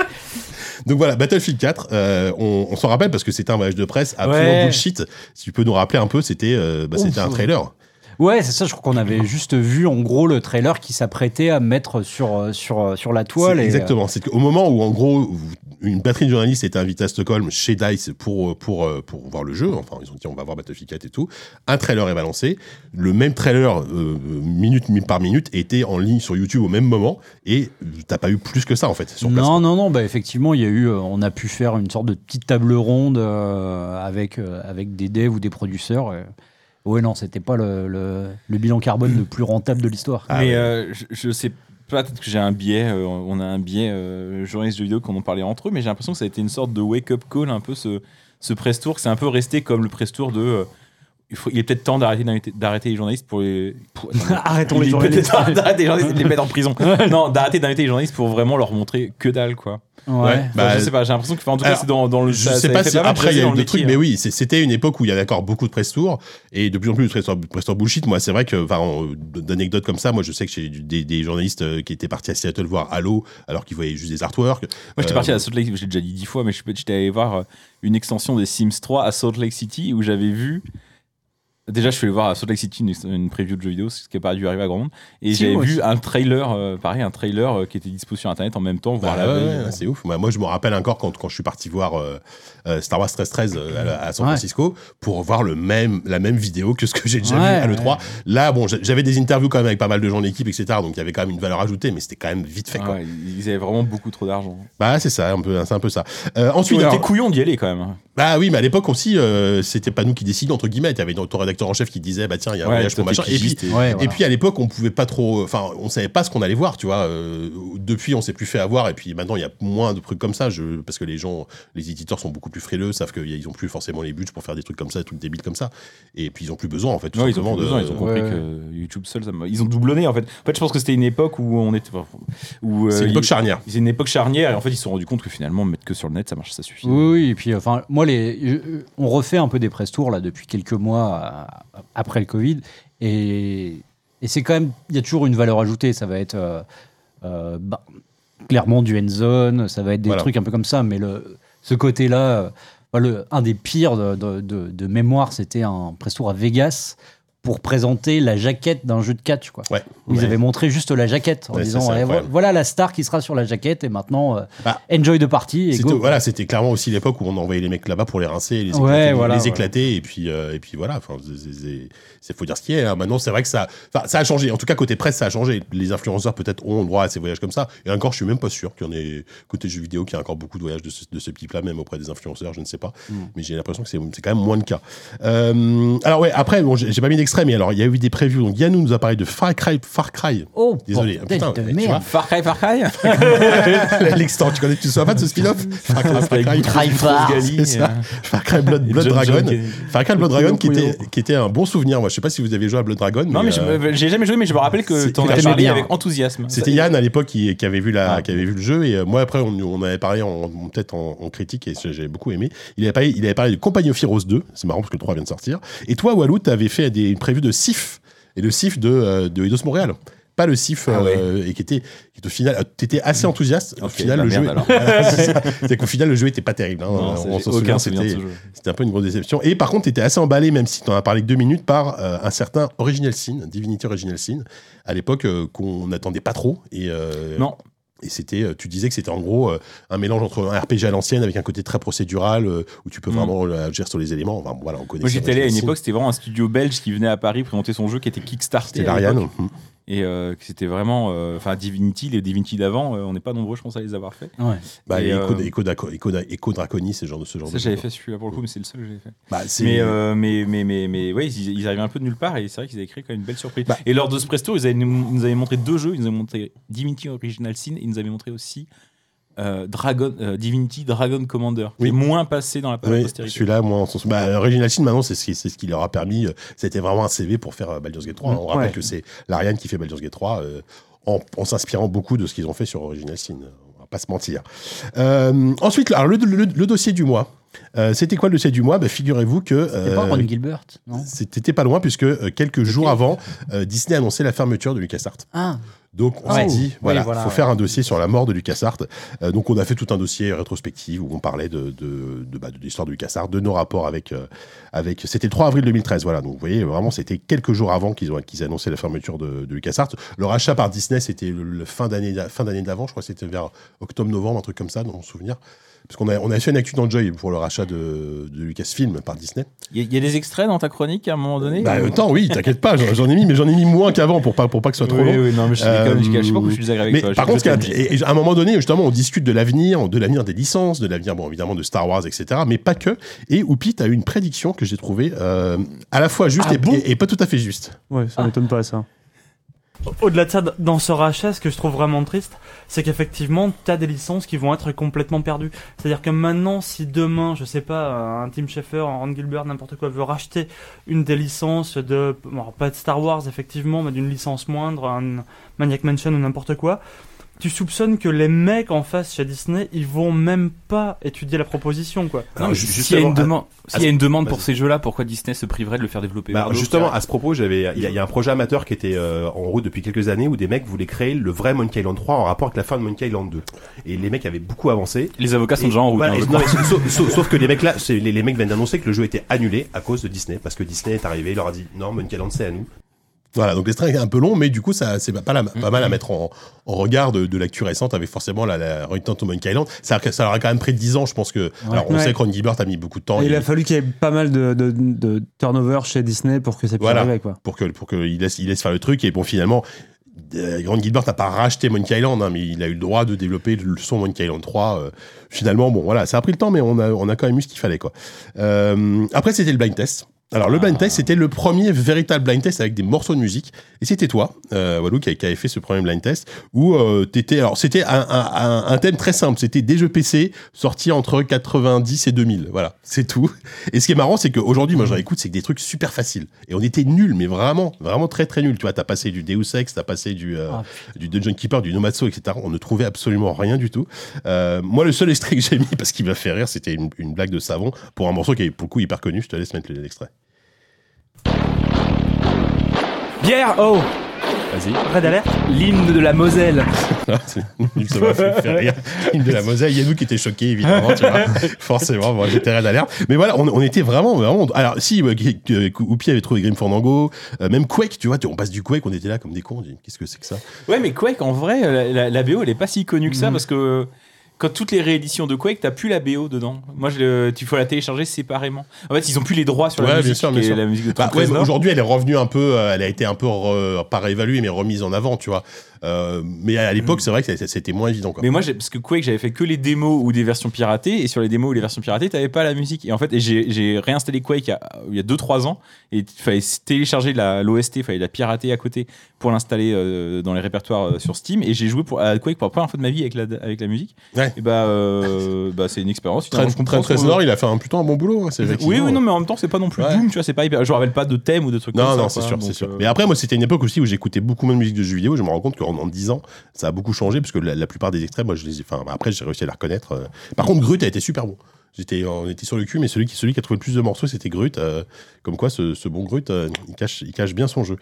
Donc voilà, Battlefield 4, euh, on, on s'en rappelle parce que c'était un voyage de presse absolument
Ouais.
bullshit. Si tu peux nous rappeler un peu, c'était euh, bah,
Ouf.
c'était un trailer.
Ouais, c'est ça. Je crois qu'on avait juste vu en gros le trailer qui s'apprêtait à mettre sur euh, sur euh, sur la toile.
C'est-
et, euh,
Exactement. C'est au moment où, en gros, vous- une batterie de journalistes était invitée à Stockholm chez DICE pour, euh, pour, euh, pour voir le jeu. Enfin, ils ont dit on va voir Battlefield 4 et tout. Un trailer est balancé. Le même trailer, euh, minute mi- par minute, était en ligne sur YouTube au même moment. Et t'as pas eu plus que ça, en fait, sur place.
Non, non, non. Bah effectivement, il y a eu, euh, on a pu faire une sorte de petite table ronde euh, avec euh, avec des devs ou des producteurs. euh. Ouais, non, c'était pas le, le, le bilan carbone le plus rentable de l'histoire.
Ah
mais
ouais.
euh, je, je sais pas, peut-être que j'ai un biais, euh, on a un biais euh, journaliste de vidéo qu'on en parlait entre eux, mais j'ai l'impression que ça a été une sorte de wake-up call, un peu ce, ce press tour, que c'est un peu resté comme le press tour de. euh, il, faut- il est peut-être temps d'arrêter, d'inviter- d'arrêter les journalistes pour les. pour- attends,
Arrêtons les
il est
journalistes.
peut-être temps d'arrêter les journalistes et de les mettre en prison. non, d'arrêter d'inviter les journalistes pour vraiment leur montrer que dalle, quoi.
Ouais.
Enfin,
Bah,
je sais pas, j'ai l'impression que. enfin, en tout cas,
alors,
c'est dans, dans le.
Je
ça-
sais
ça
pas
fait
si
mal
après il y a
jaser
eu
dans
des
le
trucs,
métier,
mais
hein.
oui, c'est- c'était une époque où il y avait encore beaucoup de press tours et de plus en plus de press tours, press tours bullshit. Moi, c'est vrai que, enfin, on- d'anecdotes comme ça, moi je sais que j'ai eu des, des journalistes euh, qui étaient partis à Seattle voir Halo alors qu'ils voyaient juste des artworks.
Moi, j'étais
Euh,
parti à Salt Lake, je l'ai déjà dit dix fois, mais je peux- j'étais allé voir euh, une extension des Sims 3 à Salt Lake City où j'avais vu. Déjà, je suis allé voir à Salt Lake City une, ex- une preview de jeu vidéo, ce qui n'a pas dû arriver à grand monde. Et
Si,
j'avais
moi
vu
aussi.
un trailer, euh, pareil, un trailer euh, qui était dispo sur internet en même temps,
Bah,
voir la
ouais,
veille.
ouais, ouais, c'est ouf. Bah, moi, je me rappelle encore quand, quand je suis parti voir euh, euh, Star Wars 1313 euh, à, à San
Ouais.
Francisco pour voir le même, la même vidéo que ce que j'ai déjà
Ouais,
vu à l'E3. Là, bon, j'a- j'avais des interviews quand même avec pas mal de gens de l'équipe, etc. Donc, il y avait quand même une valeur ajoutée, mais c'était quand même vite fait.
Ah
quoi.
ouais, ils avaient vraiment beaucoup trop d'argent.
Bah, c'est ça, un peu, c'est un peu ça. Euh,
On
ensuite,
était
alors-
couillons d'y aller quand même. hein.
bah oui, mais à l'époque aussi, euh, c'était pas nous qui décidions entre guillemets. Il y avait ton rédacteur en chef qui disait, bah tiens, il y a un voyage
toi,
pour machin.
t'es
Et puis,
pigiste et-
Ouais,
et
voilà.
puis à l'époque, on pouvait pas trop, enfin, on savait pas ce qu'on allait voir, tu vois. euh, depuis, on s'est plus fait avoir, et puis maintenant, il y a moins de trucs comme ça, je, parce que les gens, les éditeurs sont beaucoup plus frileux, savent qu'ils ont plus forcément les budgets pour faire des trucs comme ça, des trucs débiles comme ça, et puis ils ont plus besoin en fait. Tout euh,
Non, ils ont
simplement,
plus besoin,
de-
ils ont compris
ouais.
que euh, YouTube seul, ça me- ils ont doublonné en fait. En fait, je pense que c'était une époque où on était. Où, euh,
C'est une époque
ils-
charnière.
c'est une époque charnière et en fait, ils se sont rendus compte que finalement, mettre que sur le net, ça marche, ça suffit.
euh,
Oui, oui, et puis enfin, moi, les, je- on refait un peu des press tours là depuis quelques mois euh, après le Covid, et, et c'est quand même, il y a toujours une valeur ajoutée. Ça va être euh, euh, bah, clairement du end zone, ça va être des
Voilà.
trucs un peu comme ça, mais le, ce côté-là, euh, enfin, le, un des pires de, de- de- de mémoire, c'était un press tour à Vegas pour présenter la jaquette d'un jeu de catch, quoi.
Ouais.
Ils
Ouais.
avaient montré juste la jaquette en
Ouais, ça,
disant
c'est
eh,
incroyable.
voilà la star qui sera sur la jaquette et maintenant euh,
Bah,
enjoy de partie et
C'était-
go.
Voilà, c'était clairement aussi l'époque où on envoyait les mecs là-bas pour les rincer, et les éclater,
Ouais, voilà,
les
ouais.
éclater et puis euh, et puis voilà. Enfin, c'est- c'est- c'est- c'est faut dire ce qui est. hein. Maintenant, c'est vrai que ça, enfin, ça a changé. En tout cas, côté presse, ça a changé. Les influenceurs peut-être ont le droit à ces voyages comme ça. Et encore, je suis même pas sûr qu'il y en ait côté jeux vidéo qu'il y a encore beaucoup de voyages de ce, de ce type là, même auprès des
Mm.
influenceurs. Je ne sais pas, mais j'ai l'impression que c'est c'est quand même moins le cas. Euh, alors ouais, après, bon, j'ai j'ai pas mis d'extrait extrait, mais alors il y a eu des previews. Donc Yannou nous a parlé de Far Cry, Far Cry.
Oh,
Désolé,
bordel
putain,
de
mais tu
merde.
Far Cry, Far Cry
L'extort, tu connais, tu ne sois pas de ce spin-off Far Cry, Far Cry,
Cry Far.
c'est ça. Far Cry Blood, Blood
John
Dragon.
John qui est-
Far Cry Blood Dragon qui
Couillon,
était, qui était un bon souvenir. Moi, je sais pas si vous avez joué à Blood Dragon.
Non, mais je
euh,
me- j'ai jamais joué, mais je me rappelle que
c'est-
t'en as
t'aimais
parlé
bien.
avec enthousiasme.
C'était
Hein, Ça-
Yann à l'époque qui, qui avait vu la,
Ah.
qui avait vu le jeu et euh, moi après on, on avait parlé en, en- peut-être en, en critique et j'ai j'ai beaucoup aimé. Il avait parlé, il avait parlé de Compagnie of Heroes 2, c'est marrant parce que le 3 vient de sortir. Et toi Walou, t'avais fait des, une preview de Sif et le Sif de euh, de Eidos Montréal. Pas le Sif
Ah
euh, et qui était qui était au final euh, t'étais assez enthousiaste au
Ok,
final
bah
le
merde
jeu
alors.
c'est ça. c'est qu'au final le jeu était pas terrible hein.
Non,
Euh,
ça,
on
j'ai
s'en souvient
aucun souvenir de
c'était
ce jeu.
c'était un peu une grosse déception et par contre t'étais assez emballé même si t'en as parlé que deux minutes par euh, un certain Original Sin Divinity Original Sin à l'époque euh, qu'on n'attendait pas trop et euh,
Non.
et c'était euh, tu disais que c'était en gros euh, un mélange entre un RPG à l'ancienne avec un côté très procédural euh, où tu peux
Mm.
vraiment euh, agir sur les éléments enfin voilà on connaît
Moi, j'étais allé à une époque, c'était vraiment un studio belge qui venait à Paris présenter son jeu qui était Kickstarter.
c'était l'Ariane Mm.
Et euh, que c'était vraiment. euh, Enfin, Divinity, les Divinity d'avant, euh, on n'est pas nombreux, je pense, à les avoir fait.
bah,
Et,
et
euh,
Echo- Echo Draco- Echo Dra- Echo Draconis ce genre de ce genre
Ça,
de
j'avais
jeu.
fait celui-là pour le coup, mais c'est le seul que j'avais fait.
Bah, c'est-
Mais, euh, mais, mais, mais, mais, ouais, ils, ils arrivaient un peu de nulle part et c'est vrai qu'ils avaient créé quand même une belle surprise.
Bah.
Et lors de ce presto, ils, avaient- ils nous avaient montré deux jeux. Ils nous avaient montré Divinity Original Sin et ils nous avaient montré aussi euh, Dragon, euh, Divinity Dragon Commander, qui
Oui.
est moins passé dans la
Oui,
postérité.
celui-là, moi, on s'en souvient. Bah, Original Sin, maintenant, c'est ce, qui, c'est ce qui leur a permis. euh, C'était vraiment un CV pour faire euh, Baldur's Gate 3. hein. On rappelle
Ouais.
que c'est l'Ariane qui fait Baldur's Gate 3 euh, en, en s'inspirant beaucoup de ce qu'ils ont fait sur Original Sin. On va pas se mentir. Euh, ensuite, alors, le, le- le dossier du mois. Euh, C'était quoi le dossier du mois Bah, Figurez-vous que.
C'était pas
euh,
Ron Gilbert, non
C'était pas loin, puisque euh, quelques jours avant, euh, Disney annonçait la fermeture de LucasArts.
Ah,
Donc on
Ah ouais.
s'est dit,
Oui,
voilà,
voilà,
faut
ouais.
faire un dossier sur la mort de LucasArts. Euh, donc on a fait tout un dossier rétrospectif où on parlait de, de, de- bah, de l'histoire de LucasArts, de nos rapports avec... euh, avec c'était le 3 avril 2013, voilà. Donc vous voyez, vraiment, c'était quelques jours avant qu'ils ont qu'ils annonçaient la fermeture de, de LucasArts. Leur achat par Disney, c'était le, le fin d'année d'a- fin d'année d'avant, je crois que c'était vers octobre-novembre, un truc comme ça, dans mon souvenir. Parce qu'on a, on a fait une actu dans Joy pour le rachat de, de Lucasfilm par Disney.
Il y, a- il y a des extraits dans ta chronique à un moment donné
Bah,
Ou-
attends, oui, t'inquiète pas, j'en j'en ai mis, mais j'en ai mis moins qu'avant pour pas, pour pas que ce soit trop long.
oui, non, mais je, suis
Euh,
comme- je sais pas pourquoi je suis désagréable avec
Mais
toi.
par
je-
contre,
je
ce qu'il y a- et- et à un moment donné, justement, on discute de l'avenir, de l'avenir des licences, de l'avenir, bon, évidemment, de Star Wars, etc. Mais pas que. Et Oupi, t'as eu une prédiction que j'ai trouvée euh, à la fois juste
Ah
et,
bon
et- et pas tout à fait juste.
Ouais, ça m'étonne pas ça.
Au-delà de ça, dans ce rachat, ce que je trouve vraiment triste, c'est qu'effectivement, t'as des licences qui vont être complètement perdues. C'est-à-dire que maintenant, si demain, je sais pas, un Tim Schafer, un Ron Gilbert, n'importe quoi, veut racheter une des licences de, bon, alors, pas de Star Wars effectivement, mais d'une licence moindre, un Maniac Mansion ou n'importe quoi, tu soupçonnes que les mecs en face chez Disney, ils vont même pas étudier la proposition, quoi.
Alors,
mais
ju-
S'il y a une
justement,
demande, s'il y a
à-
une demande
vas-y.
pour ces jeux-là, pourquoi Disney se priverait de le faire développer
Bah,
par d'autres
justement, à ce propos, j'avais, il y, a- il y a un projet amateur qui était euh, en route depuis quelques années où des mecs voulaient créer le vrai Monkey Island 3 en rapport avec la fin de Monkey Island 2. Et les mecs avaient beaucoup avancé.
Les avocats sont
Et-
déjà en route.
bah,
hein,
voilà, et-
je
non,
crois.
mais sauf, sauf- sauf que les mecs là, c'est- les, les mecs viennent d'annoncer que le jeu était annulé à cause de Disney parce que Disney est arrivé, il leur a dit non, Monkey Island c'est à nous.
Voilà, donc l'extrait est un peu long, mais du coup, ça c'est pas, la- pas
Mm-hmm.
mal à mettre en, en regard de, de l'actu récente avec forcément la, la Return to Monkey Island. Ça, ça leur a quand même pris 10 ans, je pense que. Alors, on
Ouais.
sait que Ron Gilbert a mis beaucoup de temps.
Et il
Oh, il-
a fallu qu'il y ait pas mal de, de, de turnover chez Disney pour que ça puisse
Voilà.
arriver, quoi.
pour que pour que il laisse il laisse faire le truc et bon finalement euh, Grant Gilbert n'a pas racheté Monkey Island, hein, mais il a eu le droit de développer le son Monkey Island 3. euh, finalement, bon, voilà, ça a pris le temps, mais on a, on a quand même eu ce qu'il fallait, quoi. Euh, après, c'était le blind test. Alors, le blind test, c'était le premier véritable blind test avec des morceaux de musique. Et c'était toi, euh, Walou, qui, a- qui avait fait ce premier blind test, où euh, t'étais. Alors, c'était un, un- un- un thème très simple. C'était des jeux PC sortis entre 90 et 2000. Voilà, c'est tout. Et ce qui est marrant, c'est qu'aujourd'hui, moi, je réécoute, c'est que des trucs super faciles. Et on était nuls, mais vraiment, vraiment très, très nuls. Tu vois, t'as passé du Deus Ex, t'as passé du, euh,
Ah,
du Dungeon Keeper, du Nomatsu, etc. On ne trouvait absolument rien du tout. Euh, moi, le seul extrait que j'ai mis, parce qu'il m'a fait rire, c'était une, une blague de savon pour un morceau qui est pour le coup hyper connu. Je te laisse mettre l'extrait.
Bière, oh,
Vas-y.
Red Alert,
l'hymne de la Moselle.
C'est- ça m'a fait faire rire. Une de la Moselle, Yannou qui était choqué, évidemment, tu vois. Forcément, moi, j'étais raide d'alerte. Mais voilà, on, on était vraiment, vraiment. Alors, si, euh, G- G- Oupi avait trouvé Grim Fandango, euh, même Quake, tu vois, tu- on passe du Quake, on était là comme des cons, on dit, qu'est-ce que c'est que ça
Ouais, mais Quake, en vrai, la, la- la BO, elle est pas si connue
Mm.
que ça parce que quand toutes les rééditions de Quake, t'as plus la BO dedans. Moi, je, le- tu faut la télécharger séparément. En fait, ils ont plus les droits sur la
Ouais, bien
musique.
sûr, bien
et
sûr.
La musique de
Bah,
Trent
ouais, mais
Reznor.
aujourd'hui, elle est revenue un peu, euh, elle a été un peu, re- pas réévaluée, mais remise en avant, tu vois. Euh, Euh, mais à l'époque, c'est vrai que c'était- c'était moins évident. Quoi.
Hmm. Mais moi, j'ai- parce que Quake, j'avais fait que les démos ou des versions piratées, et sur les démos ou les versions piratées, t'avais pas la musique. Et en fait, et j'ai j'ai réinstallé Quake il y a- il y a 2-3 ans, et il fallait s- télécharger l'OST, il fallait la pirater à côté pour l'installer euh, dans les répertoires euh, sur Steam, et j'ai joué pour, à Quake pour la première fois de ma vie avec la, avec la musique.
Ouais.
Et bah, euh, bah, c'est une expérience.
Trent,
finalement, je comprends
Trent
ce qu'on-
Reznor, il a fait un, plutôt un bon boulot. hein, c'est vrai qu'il-
Oui, oui, non, mais en même temps, c'est pas non plus
Ouais.
Doom, tu vois, c'est pas hyper. Je me rappelle pas de thème ou de trucs
Non,
comme ça.
non, c'est
quoi,
sûr, c'est
donc,
sûr.
euh,
Mais après, moi, c'était une époque aussi où j'écoutais beaucoup moins de musique de jeux vidéo. Je me rends compte qu'en en 10 ans, ça a beaucoup changé parce que la, la plupart des extraits, moi, je les ai. Enfin, après, j'ai réussi à les reconnaître. euh. Par contre, Grut a été super bon. J'étais, on était sur le cul, mais celui qui, celui qui a trouvé le plus de morceaux, c'était Grut. euh, comme quoi, ce, ce bon Grut, euh, il, cache, il cache bien son jeu.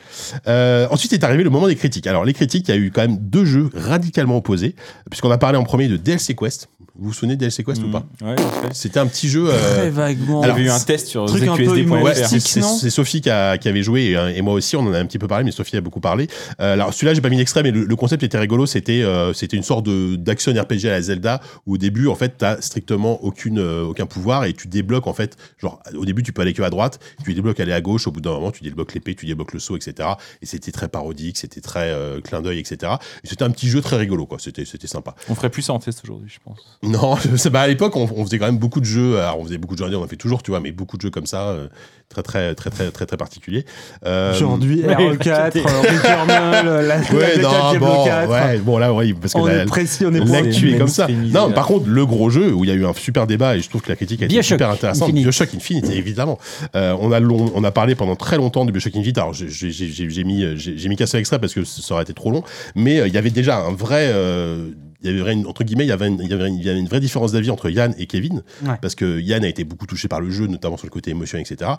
Euh, ensuite est arrivé le moment des critiques. Alors, les critiques, il y a eu quand même deux jeux radicalement opposés, puisqu'on a parlé en premier de DLC Quest. Vous vous souvenez de DLC Quest
Hmm.
ou pas
euh, Ouais, parce que-
C'était un petit jeu. euh,
Très vaguement.
il y avait eu un test sur
truc un peu
zqsd.fr.
Ouais,
Plastique,
c'est- c'est
non
c'est Sophie qui, a- qui avait joué et, hein, et moi aussi on en a un petit peu parlé mais Sophie a beaucoup parlé Euh, alors celui-là j'ai pas mis l'extrait mais le, le concept était rigolo c'était euh, c'était une sorte de d'action RPG à la Zelda où au début en fait t'as strictement aucune euh, aucun pouvoir et tu débloques en fait genre au début tu peux aller que à droite tu débloques aller à gauche au bout d'un moment tu débloques l'épée tu débloques le saut etc et c'était très parodique c'était très euh, clin d'œil etc Et c'était un petit jeu très rigolo quoi c'était c'était sympa
On ferait plus ça en test aujourd'hui, je pense.
non, c'est- bah à l'époque, on, on faisait quand même beaucoup de jeux. Alors, on faisait beaucoup de jeux, indés, on en fait toujours, tu vois, mais beaucoup de jeux comme ça, euh, très, très, très, très, très, très particuliers. Euh,
Aujourd'hui, RE4, euh, Returnal, euh, la,
ouais,
la
non,
Diablo
bon,
4.
ouais, bon, là, oui, parce que
On
la-
est précis, on est précis.
l'actu est comme ça.
mainstreamisé,
Non,
là.
par contre, le gros jeu où il y a eu un super débat et je trouve que la critique a été
Bioshock
super intéressante.
Infinite.
Bioshock Infinite, évidemment. Euh, on a long- on a parlé pendant très longtemps du Bioshock Infinite. Alors, j'ai- j'ai j'ai- j'ai mis, euh, j'ai j'ai mis qu'un seul extrait parce que ça aurait été trop long. Mais euh, il y avait déjà un vrai, euh, il y avait une, entre guillemets, il y avait une, il y avait une- il y avait une vraie différence d'avis entre Yann et Kevin
Ouais.
parce que Yann a été beaucoup touché par le jeu, notamment sur le côté émotion, etc.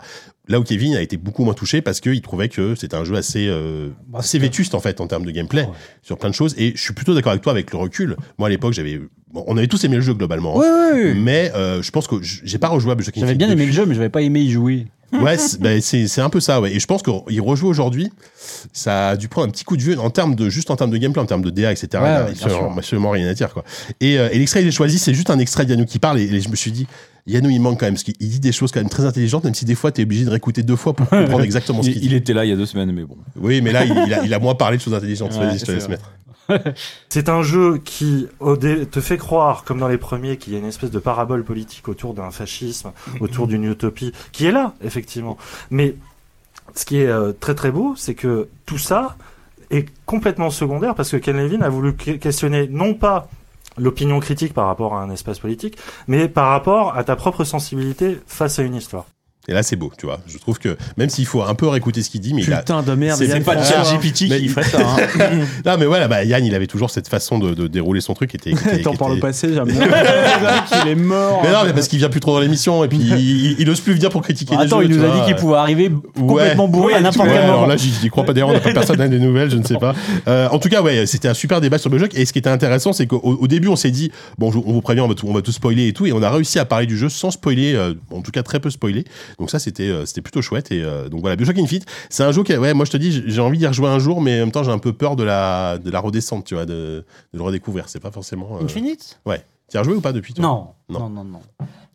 Là où Kevin a été beaucoup moins touché parce qu'il trouvait que c'était un jeu assez, euh,
Bah,
assez vétuste en fait en termes de gameplay sur plein de choses. Et je suis plutôt d'accord avec toi avec le recul. Moi à l'époque, j'avais, bon, on avait tous aimé le jeu globalement. hein.
Ouais, ouais, ouais.
Mais euh, je pense que j- j'ai pas rejoué à Bioshock
J'avais
Infinite
bien aimé
depuis.
le jeu, mais j'avais pas aimé y jouer.
Ouais, c'est bah, c'est- c'est un peu ça. Ouais. Et je pense qu'il rejoue aujourd'hui, ça a dû prendre un petit coup de vieux en termes de juste en termes de gameplay, en termes de DA, etc.
Ouais,
il a
ouais, bien
absolument,
sûr.
absolument rien à dire quoi. Et, euh, et l'extrait que j'ai choisi, c'est juste un extrait de Yannou qui parle. Et, et je me suis dit, Yannou, il manque quand même parce qu'il dit des choses quand même très intelligentes, même si des fois t'es obligé de réécouter deux fois pour comprendre exactement ce qu'il
Il,
dit.
il était là il y a deux semaines, mais bon.
Oui, mais là, il, il a, il a moins parlé de choses intelligentes.
Ouais,
Vas-y, je te
c'est
laisse
vrai.
mettre.
C'est un jeu qui au dé- te fait croire, comme dans les premiers, qu'il y a une espèce de parabole politique autour d'un fascisme, autour d'une utopie, qui est là, effectivement. Mais ce qui est euh, très très beau, c'est que tout ça est complètement secondaire parce que Ken Levin a voulu que- questionner non pas l'opinion critique par rapport à un espace politique, mais par rapport à ta propre sensibilité face à une histoire.
Et là, c'est beau, tu vois. Je trouve que même s'il faut un peu réécouter ce qu'il dit, mais il a,
Putain de merde.
C'est-
Yann
c'est pas
François.
Charlie Ah. Mais-
ferait ça. hein.
Non, mais voilà, bah, Yann, il avait toujours cette façon de, de dérouler son truc qui était. qui était-
T'en
qui
parles au
était-
passé, j'aime bien. Il est mort.
Mais non, mais parce qu'il vient plus trop dans l'émission et puis il, il- il ose plus venir pour critiquer les
Attends,
jeux,
il
tu
nous a
vois.
dit qu'il pouvait arriver complètement bourré à n'importe
Ouais,
quel
alors
moment.
là, j'y j'y crois pas d'ailleurs, on n'a pas personne à des nouvelles, je ne sais pas. Euh, en tout cas, ouais, c'était un super débat sur Bioshock. Et ce qui était intéressant, c'est qu'au au début, on s'est dit, bon, je- on vous prévient, on va, tout, on va tout spoiler et tout. Et on a réussi à parler du jeu sans spoiler, euh, en tout cas très peu spoiler. Donc ça, c'était euh, c'était plutôt chouette. Et euh, donc voilà, Bioshock Infinite, c'est un jeu qui, ouais, moi je te dis, j'ai- j'ai envie d'y rejouer un jour, mais en même temps, j'ai un peu peur de la, de la redescente, tu vois, de, de le redécouvrir. C'est pas forcément. euh,
Infinite
Ouais. T'y as rejoué ou pas depuis toi
non.
euh, Non.
non, non, non.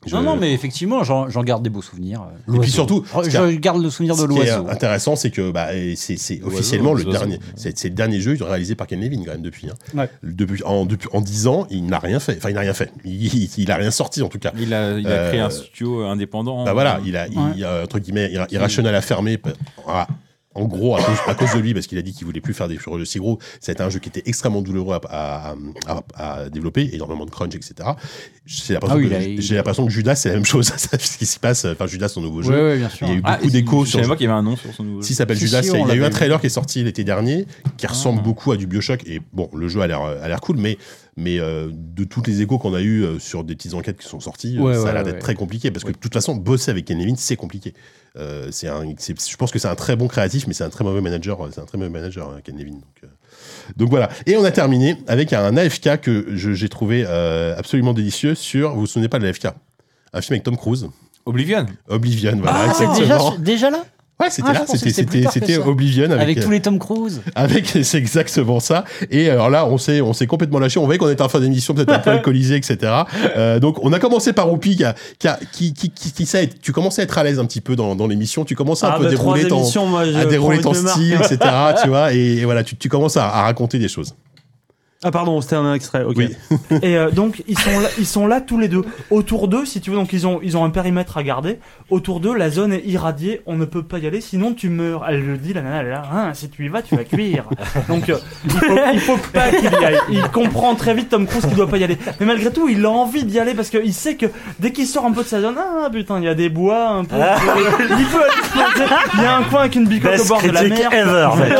Je-
Non, non, mais effectivement, j'en j'en garde des beaux souvenirs. euh,
Et puis
l'oiseau.
surtout,
Oh,
ce qui a-
je garde le souvenir de
Ce qui est
l'oiseau.
intéressant, c'est que bah, et c'est c'est
L'oiseau,
officiellement le
les oiseaux.
dernier, c'est c'est le dernier jeu réalisé par Ken Levin quand même depuis. hein.
Ouais.
Depuis en depuis en dix ans, il n'a rien fait. Enfin, il n'a rien fait. Il, il a rien sorti en tout cas.
Il a, il a créé
Euh,
un studio indépendant.
Bah voilà, il a il,
Ouais.
euh, entre guillemets Irra- irrational à fermer. pa- à- En gros, à cause, à cause de lui, parce qu'il a dit qu'il voulait plus faire des jeux si gros, c'était un jeu qui était extrêmement douloureux à, à- à- à développer, énormément de crunch, etc. J'ai l'impression
Ah oui,
que-
il a- il-
j'ai l'impression que Judas, c'est la même chose, ce qui s'y passe. Enfin, Judas, son nouveau jeu.
oui, bien
il
sûr.
y a eu
Ah,
beaucoup d'échos
Je
sur
savais pas qu'il y avait un nom sur son nouveau
si
jeu.
s'appelle
Si,
Judas,
si,
il y a-
on Ah.
il y a eu
l'avait
un
vu.
trailer qui est sorti l'été dernier qui ressemble beaucoup à du BioShock et bon le jeu a l'air a l'air cool mais mais euh, de toutes les échos qu'on a eu sur des petites enquêtes qui sont sorties euh,
Ouais,
ça a
ouais,
l'air
ouais,
d'être
ouais.
très compliqué parce que de toute façon bosser avec Ken Levine c'est compliqué Euh, c'est un c'est- je pense que c'est un très bon créatif mais c'est un très mauvais manager euh, c'est un très mauvais manager hein, Ken Levine donc euh, donc voilà et on a terminé avec un AFK que je- j'ai trouvé euh, absolument délicieux sur vous vous souvenez pas de l'AFK un film avec Tom Cruise
Oblivion.
Oblivion voilà
Ah, c'est
exactement
déjà, déjà là
ouais c'était
Ah, je
là
pensais que
c'était
c'était plus
c'était
tard que
c'était
ça.
Oblivion avec,
Avec,
euh,
tous les Tom Cruise
avec, c'est exactement ça. Et euh, alors là, on s'est, on s'est complètement lâché. On voyait qu'on était en fin d'émission, peut-être un peu alcoolisé, etc. Euh, donc, on a commencé par Oupi qui, a- qui, a- qui, qui, qui, qui sait être- tu commençais à être à l'aise un petit peu dans, dans l'émission. Tu commençais à un
Ah
peu
bah, trois
dérouler ton,
émissions, moi, je
à dérouler
prends
ton
une marque.
style, etc. tu vois, et, et voilà, tu, tu commences à, à raconter des choses.
Ah pardon, c'était un extrait, ok.
Et euh, donc ils sont là, ils sont là tous les deux. Autour d'eux, si tu veux, donc ils ont ils ont un périmètre à garder. Autour d'eux, la zone est irradiée. On ne peut pas y aller, sinon tu meurs. Elle le dit, la nana elle est là. Hein, si tu y vas, tu vas cuire. donc euh, il, faut, il faut pas qu'il y aille. Il comprend très vite Tom Cruise qu'il doit pas y aller. Mais malgré tout, il a envie d'y aller parce qu'il sait que dès qu'il sort un peu de sa zone, ah putain, il y a des bois un peu.
Ah.
il peut aller se poser. Il y a un coin avec une bicoque au
Best
bord de la
critique
mer.
ever, mec.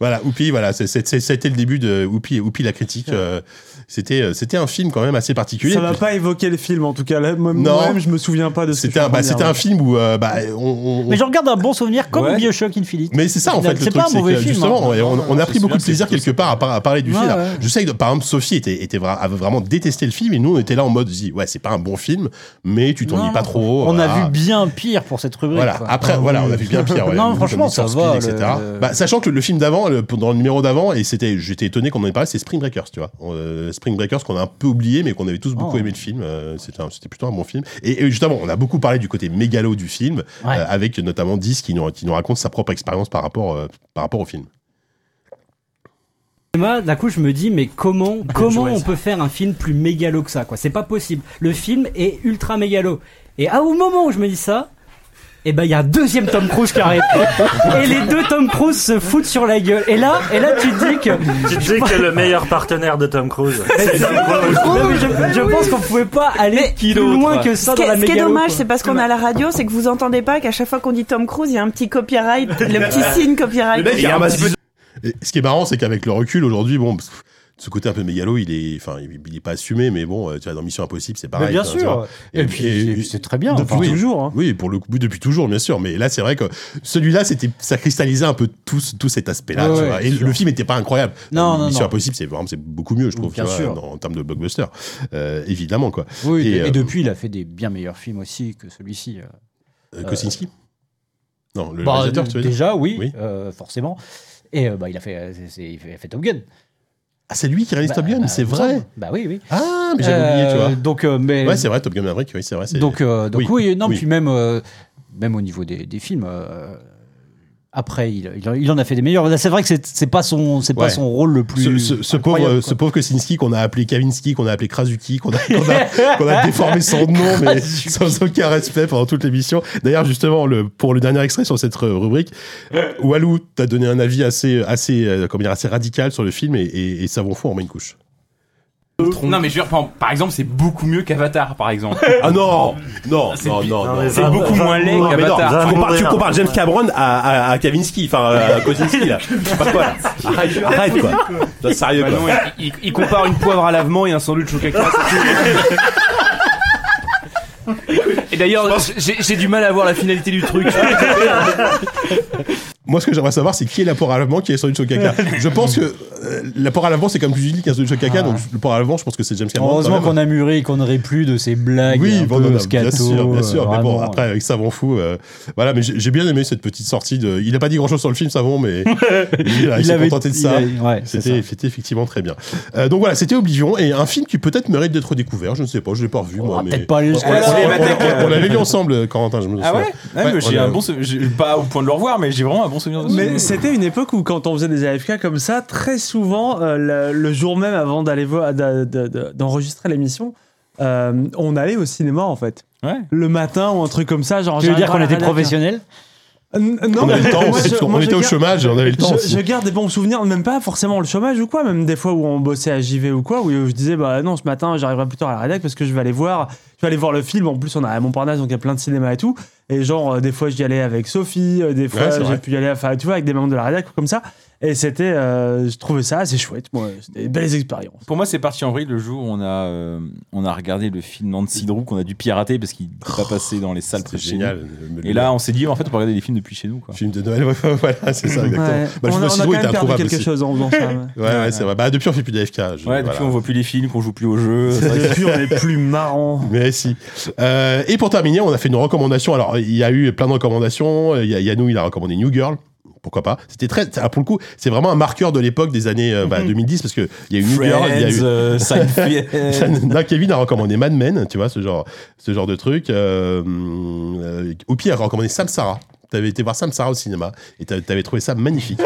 Voilà, Oupi, voilà, c'est- c'est- c'est- c'était le début de Oupi et Oupi la critique. euh, c'était, euh, c'était un film quand même assez particulier.
Ça va pas évoquer le film en tout cas. Là, moi-
Non.
Moi-même, je me souviens pas de ce que
C'était
je
un, bah,
viens de
c'était
dire.
un film où euh, bah, on- on- on-
Mais j'en regarde un bon souvenir comme
Ouais.
Bioshock Infinite.
Mais c'est ça en fait le
C'est
truc,
pas un
c'est
mauvais
que
film,
justement,
hein.
et on,
Non, non,
on a
non,
pris
c'est
beaucoup de plaisir
celui-là, c'est
quelque part à, par- à parler du
Ouais,
film.
ouais.
Je sais que par exemple Sophie était, était vra- avait vraiment détesté le film et nous on était là en mode dit ouais c'est pas un bon film mais tu
Non,
t'ennuies pas
non.
trop.
On
voilà.
a vu bien pire pour cette
oh,
rubrique.
ah. Voilà.
quoi.
Après,
Ah,
voilà,
oui.
on a vu bien pire. ouais.
non,
Comme
franchement, ça
Mr.
va.
Speed,
le-
etc.
le-
Bah, sachant que le film d'avant, le- dans le numéro d'avant, et c'était, j'étais étonné qu'on en ait parlé, c'est Spring Breakers, tu vois. Euh, Spring Breakers qu'on a un peu oublié, mais qu'on avait tous beaucoup
Oh.
aimé le film. Euh, c'était, un- c'était plutôt un bon film. Et, et justement, on a beaucoup parlé du côté mégalo du film,
Ouais.
euh, avec notamment 10 qui nous, qui nous raconte sa propre expérience par rapport, euh, par rapport au film.
cinéma, d'un coup, je me dis, mais comment, comment on peut faire un film plus mégalo que ça, quoi C'est pas possible. Le film est ultra mégalo. Et à au moment où je me dis ça, et ben il y a un deuxième Tom Cruise qui arrive. et les deux Tom Cruise se foutent sur la gueule. Et là, et là, tu te dis que
Tu dis que le meilleur partenaire de Tom Cruise, c'est Tom Cruise.
Non, mais je, Oh, je pense qu'on pouvait pas aller plus loin que ça
Ce qui
dans la
est, ce qui est
mégalo.
dommage,
quoi.
c'est parce qu'on a la radio, c'est que vous entendez pas qu'à chaque fois qu'on dit Tom Cruise, il y a un petit copyright, le petit signe copyright.
mec, il y a un petit peu de-
Et ce qui est marrant, c'est qu'avec le recul aujourd'hui, bon. pff, ce côté un peu mégalo, il est, enfin, il il est pas assumé, mais bon, euh, tu vois, dans Mission Impossible, c'est pareil.
Mais bien
tu vois, tu vois.
sûr. Et,
Et-
puis,
et-
et puis c'est très bien.
Depuis
enfin.
oui.
Toujours. hein.
Oui, pour le coup, depuis toujours, bien sûr. Mais là, c'est vrai que celui-là, c'était, ça cristallisait un peu tout, ce- tout cet aspect-là.
Ouais,
tu
ouais,
vois. Et
sûr.
le film n'était pas incroyable.
Non,
Euh,
non,
Mission
non.
Impossible, c'est vraiment, c'est beaucoup mieux, je trouve,
Bien
tu vois,
sûr.
dans- en termes de blockbuster, Euh, évidemment, quoi.
Oui,
Et,
et,
euh,
depuis, il a fait des bien meilleurs films aussi que celui-ci. euh.
Euh, Kosinski. Non, le
Bah,
réalisateur, tu veux dire.
déjà, oui,
Oui.
euh, forcément. Et euh, bah, il a fait, euh, c'est- c'est- il fait, il a fait Top Gun.
Ah, c'est lui qui réalise
Bah,
Top Gun,
bah,
c'est
il me
vrai.
semble. Bah oui, oui.
Ah, mais j'avais oublié, tu
Euh,
vois.
Donc, euh, mais
Ouais, c'est vrai, Top Gun Maverick, oui, c'est vrai. c'est-
Donc, euh, donc
Oui,
oui, non,
oui.
puis même, euh, même au niveau des, des films, euh, après, il, il, en- il en a fait des meilleurs. Là, C'est vrai que c'est c'est pas, son, c'est
Ouais.
pas son rôle le plus.
Ce, ce- ce
incroyable,
pauvre,
quoi.
ce pauvre Kosinski qu'on a appelé Kavinsky, qu'on a appelé Krasuki, qu'on a, qu'on a- qu'on a déformé son nom, mais sans aucun respect pendant toute l'émission. D'ailleurs, justement, le, pour le dernier extrait sur cette euh, rubrique, Walou, t'as donné un avis assez, assez, euh, comment dire, assez radical sur le film et, et, et Savon Fou en met une couche.
Euh,
Non, mais je veux dire, par- par exemple, c'est beaucoup mieux qu'Avatar, par exemple.
Ah non, non,
C'est
non,
bi-
non,
Non,
non.
mais
C'est
va-
beaucoup
va-
moins laid
Non,
Non, mais non,
qu'Avatar.
Avatar.
tu compares, tu
Mourir.
compares James Cameron à, à, à Kavinsky, enfin à Kosinski là. Je sais pas quoi. Arrête, arrête, quoi. Non, Sérieux
Bah
quoi.
non, il, il- il compare une poivre à lavement et un sandwich au caca. c'est tout. Et d'ailleurs, j'ai j'ai du mal à voir la finalité du truc.
Moi, ce que j'aimerais savoir, c'est qui est l'apport à l'avant, qui est le sandwich au caca. Je pense que euh, l'apport à l'avant, c'est comme tu dis qu'un sandwich au caca, donc l'apport à l'avant, je pense que c'est James Cameron.
Ah. Heureusement
quand même.
qu'on a mûri et qu'on n'aurait plus de ces blagues.
Oui,
un
bon,
peu
non, non, bien
scato,
sûr, bien
euh,
sûr. mais
vraiment,
bon, après, avec Savon Fou, euh, voilà, mais j'ai j'ai bien aimé cette petite sortie de. Il n'a pas dit grand chose sur le film, Savon, mais Bah, il, a- il s'est
avait-
contenté de
il
ça.
a- ouais, c'est
C'était
ça.
c'était effectivement très bien. Euh, donc voilà, c'était Oblivion et un film qui peut-être mérite d'être découvert. Je ne sais pas, je l'ai pas revu
On
moi.
va
mais-
peut-être pas aller
On- on-
jusqu'à
on-
là.
on- on- on l'avait vu ensemble, Corentin. Je me
Ah
souviens.
ouais, Ouais, mais
Ouais,
J'ai
on a-
un bon sou- j'ai- pas au point de le revoir, mais j'ai vraiment un bon souvenir de ce
Mais
film.
c'était une époque où quand on faisait des AFK comme ça, très souvent, euh, le, le jour même avant d'aller voir, d'a- d'a- d'a- d'enregistrer l'émission, euh, on allait au cinéma en fait.
Ouais.
Le matin ou un truc comme ça, genre.
Tu veux
j'arrive
dire
pas
qu'on
à
était
regarder-
professionnels
Euh, Non,
On avait le temps
moi,
aussi,
je-
parce qu'on
moi, je
était au
garde-
chômage et on avait le temps
je,
aussi.
je garde des bons souvenirs, même pas forcément le chômage ou quoi, même des fois où on bossait à JV ou quoi, où je disais bah non ce matin j'arriverai plus tard à la rédac parce que je vais aller voir, je vais aller voir le film. En plus on a à Montparnasse donc il y a plein de cinémas et tout. Et genre euh, des fois j'y allais avec Sophie, euh, des fois
Ouais, c'est
j'ai
vrai.
pu y aller, enfin tu vois avec des membres de la rédac ou comme ça. Et c'était, euh, je trouvais ça assez chouette. Moi c'était des belles expériences.
Pour moi, c'est parti en vrille le jour où on a, euh, on a regardé le film Nancy Drew qu'on a dû pirater parce qu'il n'était pas passé dans les salles
C'était
très
génial.
Et là, on s'est dit, en fait, on peut regarder des films depuis chez nous. Quoi.
Le film de Noël, voilà, c'est ça, exactement.
Ouais.
Bah,
on, a,
je me
on
suis
a quand
dit, oui,
même
t'es
perdu
introuvable
quelque
aussi.
chose en faisant ça. ouais.
Ouais, ouais, c'est vrai. Bah, depuis, on fait plus d'AFK. je-
Ouais, depuis,
voilà.
on voit plus les films, qu'on joue plus aux jeux. C'est vrai que-
Depuis on est plus marrant.
Mais si. Euh, et pour terminer, on a fait une recommandation. Alors, il y a eu plein de recommandations. Il y a Yannou, il a recommandé New Girl. Pourquoi pas C'était très. ah, Pour le coup, c'est vraiment un marqueur de l'époque des années euh,
Mhm.
bah, 2010 parce qu'il y a eu New Girl, il y a eu.
Friends, euh, Seinfeld.
Non, Kevin a recommandé Mad Men, tu vois, ce genre, ce genre de truc. Euh, euh, Oupi a recommandé Samsara, T'avais été voir Samsara au cinéma et t'avais- t'avais trouvé ça magnifique.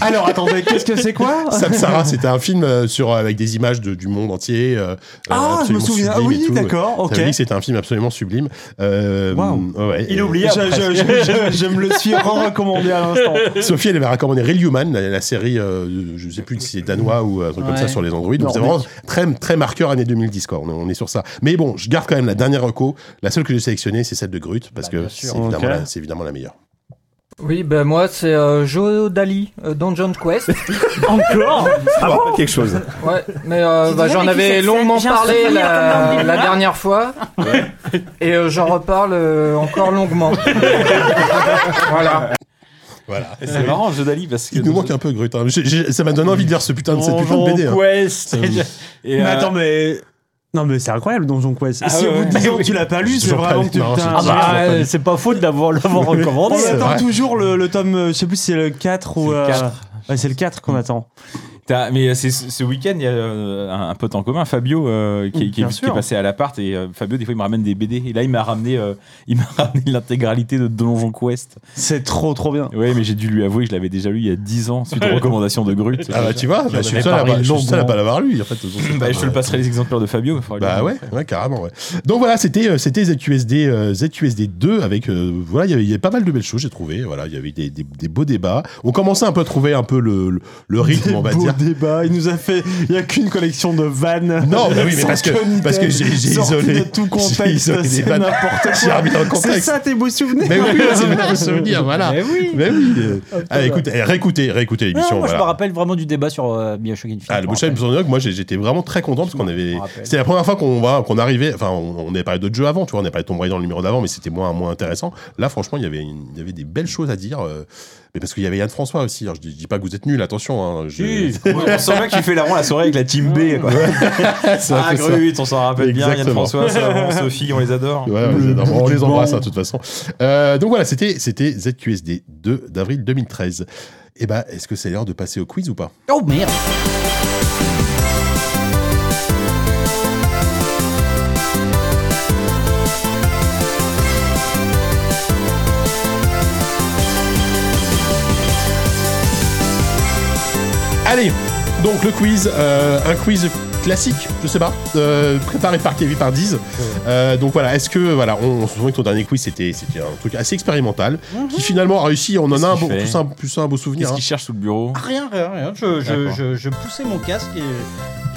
Alors attendez,
qu'est-ce que c'est quoi
Samsara, c'était un film euh, sur euh, avec des images de- du monde entier. euh,
Ah,
euh,
je me
absolument
souviens.
sublime
Oui,
et tout.
d'accord,
T'avais
ok.
dit que c'était un film absolument sublime. Euh, ouais,
Il est
et-
oublié Je- après. je- je- je- je me le suis re-recommandé à l'instant.
Sophie, elle avait recommandé Real Human, la, la série, euh, je sais plus si c'est danois ou euh, un truc comme
Ouais.
ça sur les androïdes. Donc, C'est
Nordique.
vraiment très, très marqueur année 2010, quoi. On est, on est sur ça. Mais bon, je garde quand même la dernière reco. La seule que j'ai sélectionnée, c'est celle de Grut,
Bah,
parce que
bien
c'est
sûr.
évidemment,
Ok.
la- c'est évidemment la meilleure.
Oui, ben moi c'est euh, Joe Dali, euh, Dungeon Quest.
Encore
Ah bon quelque chose.
Ouais, mais euh,
Tu
bah,
dirais
j'en
qu'il
avais
fait
longuement
ça, j'ai un
parlé
souvenir comme dans
la,
le livre.
la dernière fois. Et euh, j'en reparle euh, encore longuement. voilà.
Voilà.
C'est marrant, jeu d'Ali, parce que.
Il nous manque un peu, Grut. hein. J'ai- j'ai- ça m'a donné envie de lire ce putain de, cette putain de
Donjon
BD. hein.
Quest.
C'est-
euh,
mais attends, mais. Non, mais c'est incroyable, Donjon Quest.
Ah
si
ouais,
au bout de
ouais.
10 ans tu l'as pas lu, c'est
Toujours pas
vraiment
lu,
que tu.
non,
t'as-
c'est-
Ah
Ah bah,
bah,
euh,
c'est pas faute d'avoir l'avoir
recommandé.
On
C'est
attend
vrai.
toujours le, le tome, euh, je sais plus si c'est le 4 ou. euh, Ouais, c'est le 4 qu'on attend.
T'as- mais euh, c'est ce ce week-end, il y a euh, un, un pote en commun, Fabio, euh, qui, est- qui est,
Bien
qui est
sûr.
passé à l'appart. Et euh, Fabio, des fois, il me ramène des BD. Et là, il m'a ramené, euh, il m'a ramené l'intégralité de Donjon Quest.
C'est trop, trop bien.
Ouais, mais j'ai dû lui avouer que je l'avais déjà lu il y a 10 ans suite aux recommandations de Grut.
Ah bah, tu vois, bah, je suis le seul à pas- je suis le seul à pas l'avoir lu, en fait.
Bah, je te le passerai les exemplaires de Fabio.
Bah ouais, ouais, carrément. Ouais. Donc voilà, c'était euh, c'était ZQSD euh, ZQSD 2 avec euh, voilà, il y avait- il y avait pas mal de belles choses, j'ai trouvé. Voilà, il y avait des, des, des beaux débats. On commençait un peu à trouver un peu le, le, le rythme,
Des
on va
beaux
dire.
débats, il nous a fait. Il n'y a qu'une collection de vannes.
Non, bah oui, mais
Sans
parce que-
queue ni
parce que
tête,
j'ai- j'ai
sorties
isolé-
de tout
j'ai
contexte,
isolé des
c'est
vannes.
n'importe quoi.
J'ai remis dans le
C'est
contexte.
ça tes beaux souvenirs.
Mais oui, c'est mes souvenirs, voilà. Mais oui. Mais oui. euh,
Ah,
allez, écoutez, eh, réécoutez, réécoutez
Non,
l'émission.
moi, je me
Voilà.
rappelle vraiment du débat sur euh, Bioshock Infinite.
Ah, le
je me
Bushel
rappelle.
Bushel moi j'ai- j'étais vraiment très content parce qu'on avait.
rappelle.
C'était la première fois qu'on va- qu'on arrivait. Enfin, on, on avait parlé d'autres jeux avant, tu vois, on avait parlé de Tomb Raider dans le numéro d'avant, mais c'était moins, moins intéressant. Là, franchement, il y avait, une- il y avait des belles choses à dire. euh, mais parce qu'il y avait Yann François aussi. Alors, je, dis, je dis pas que vous êtes nuls, attention. Hein, je...
On sent bien qu'il fait la la soirée avec la team B. Quoi.
C'est un
ah,
peu ça.
Grut, on s'en rappelle bien. Yann
Exactement.
François, Savon, Sophie, on les adore.
Ouais, ouais, les adore. on les embrasse hein, de toute façon. Euh, donc voilà, c'était c'était ZQSD 2 d'avril 2013. Et ben, est-ce que c'est l'heure de passer au quiz ou pas
Oh merde
Allez, donc le quiz, euh, un quiz classique, je sais pas, euh, préparé par Kevin Pardiz. Euh, donc voilà, est-ce que voilà, on, on se souvient que ton dernier quiz c'était c'était un truc assez expérimental qui finalement a réussi. On en a un,
Qu'est-ce
beau-
qu'il fait
plus un plus un beau souvenir.
Qu'est-ce
hein.
qu'il cherche sous le bureau
Ah, Rien, rien, rien. Je, je,
D'accord.
je, je poussais mon casque et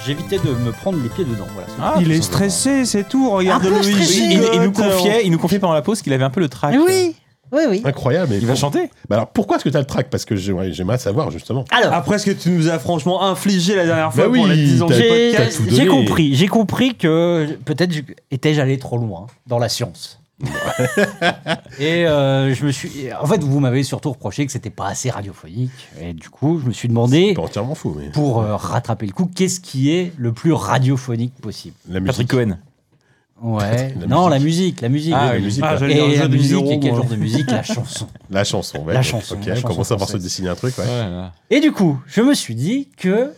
j'évitais de me prendre les pieds dedans. Voilà.
il est stressé, c'est tout.
Un
Regarde-le.
peu
il
stressé.
Il, il nous
gigote,
confiait, il nous confiait pendant la pause qu'il avait un peu le trac. euh,
Oui, oui, oui.
Incroyable. Il
va chanter
Bah alors pourquoi est-ce que t'as le track Parce que j'aimerais j'aimerais savoir justement.
Alors.
Après ce que tu nous as franchement infligé la dernière fois
Bah
pour
oui,
les 10 ans de
t'as-
podcast.
t'as tout
J'ai
donné.
compris, j'ai compris que peut-être je- étais-je allé trop loin dans la science. et euh, je me suis. En fait, vous m'avez surtout reproché que c'était pas assez radiophonique. Et du coup, je me suis demandé.
entièrement faux, mais.
Pour euh, rattraper le coup, qu'est-ce qui est le plus radiophonique possible
Patrick Cohen.
Ouais.
La
non, la musique, la musique.
Ah, oui, la musique, ouais.
et la musique, et quel
moi.
genre de musique La chanson.
La chanson, ouais.
La
ouais,
chanson,
Ok,
la
on
chanson
commence à voir se
française.
dessiner un truc, ouais.
Et du coup, je me suis dit que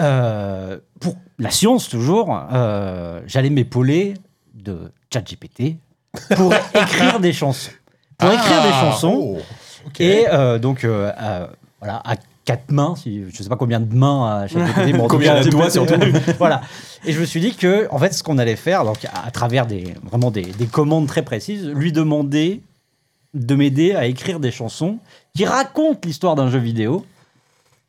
euh, pour la science toujours, euh, j'allais m'épauler de ChatGPT pour écrire des chansons. Pour
Ah,
écrire des chansons.
oh,
Et euh, donc, euh, à- voilà, à quatre mains, si, je sais pas combien de mains à ChatGPT. mais en tout
Combien
cas,
de doigts, surtout.
voilà. Et je me suis dit que, en fait, ce qu'on allait faire, donc à, à travers des, vraiment des, des commandes très précises, lui demander de m'aider à écrire des chansons qui racontent l'histoire d'un jeu vidéo,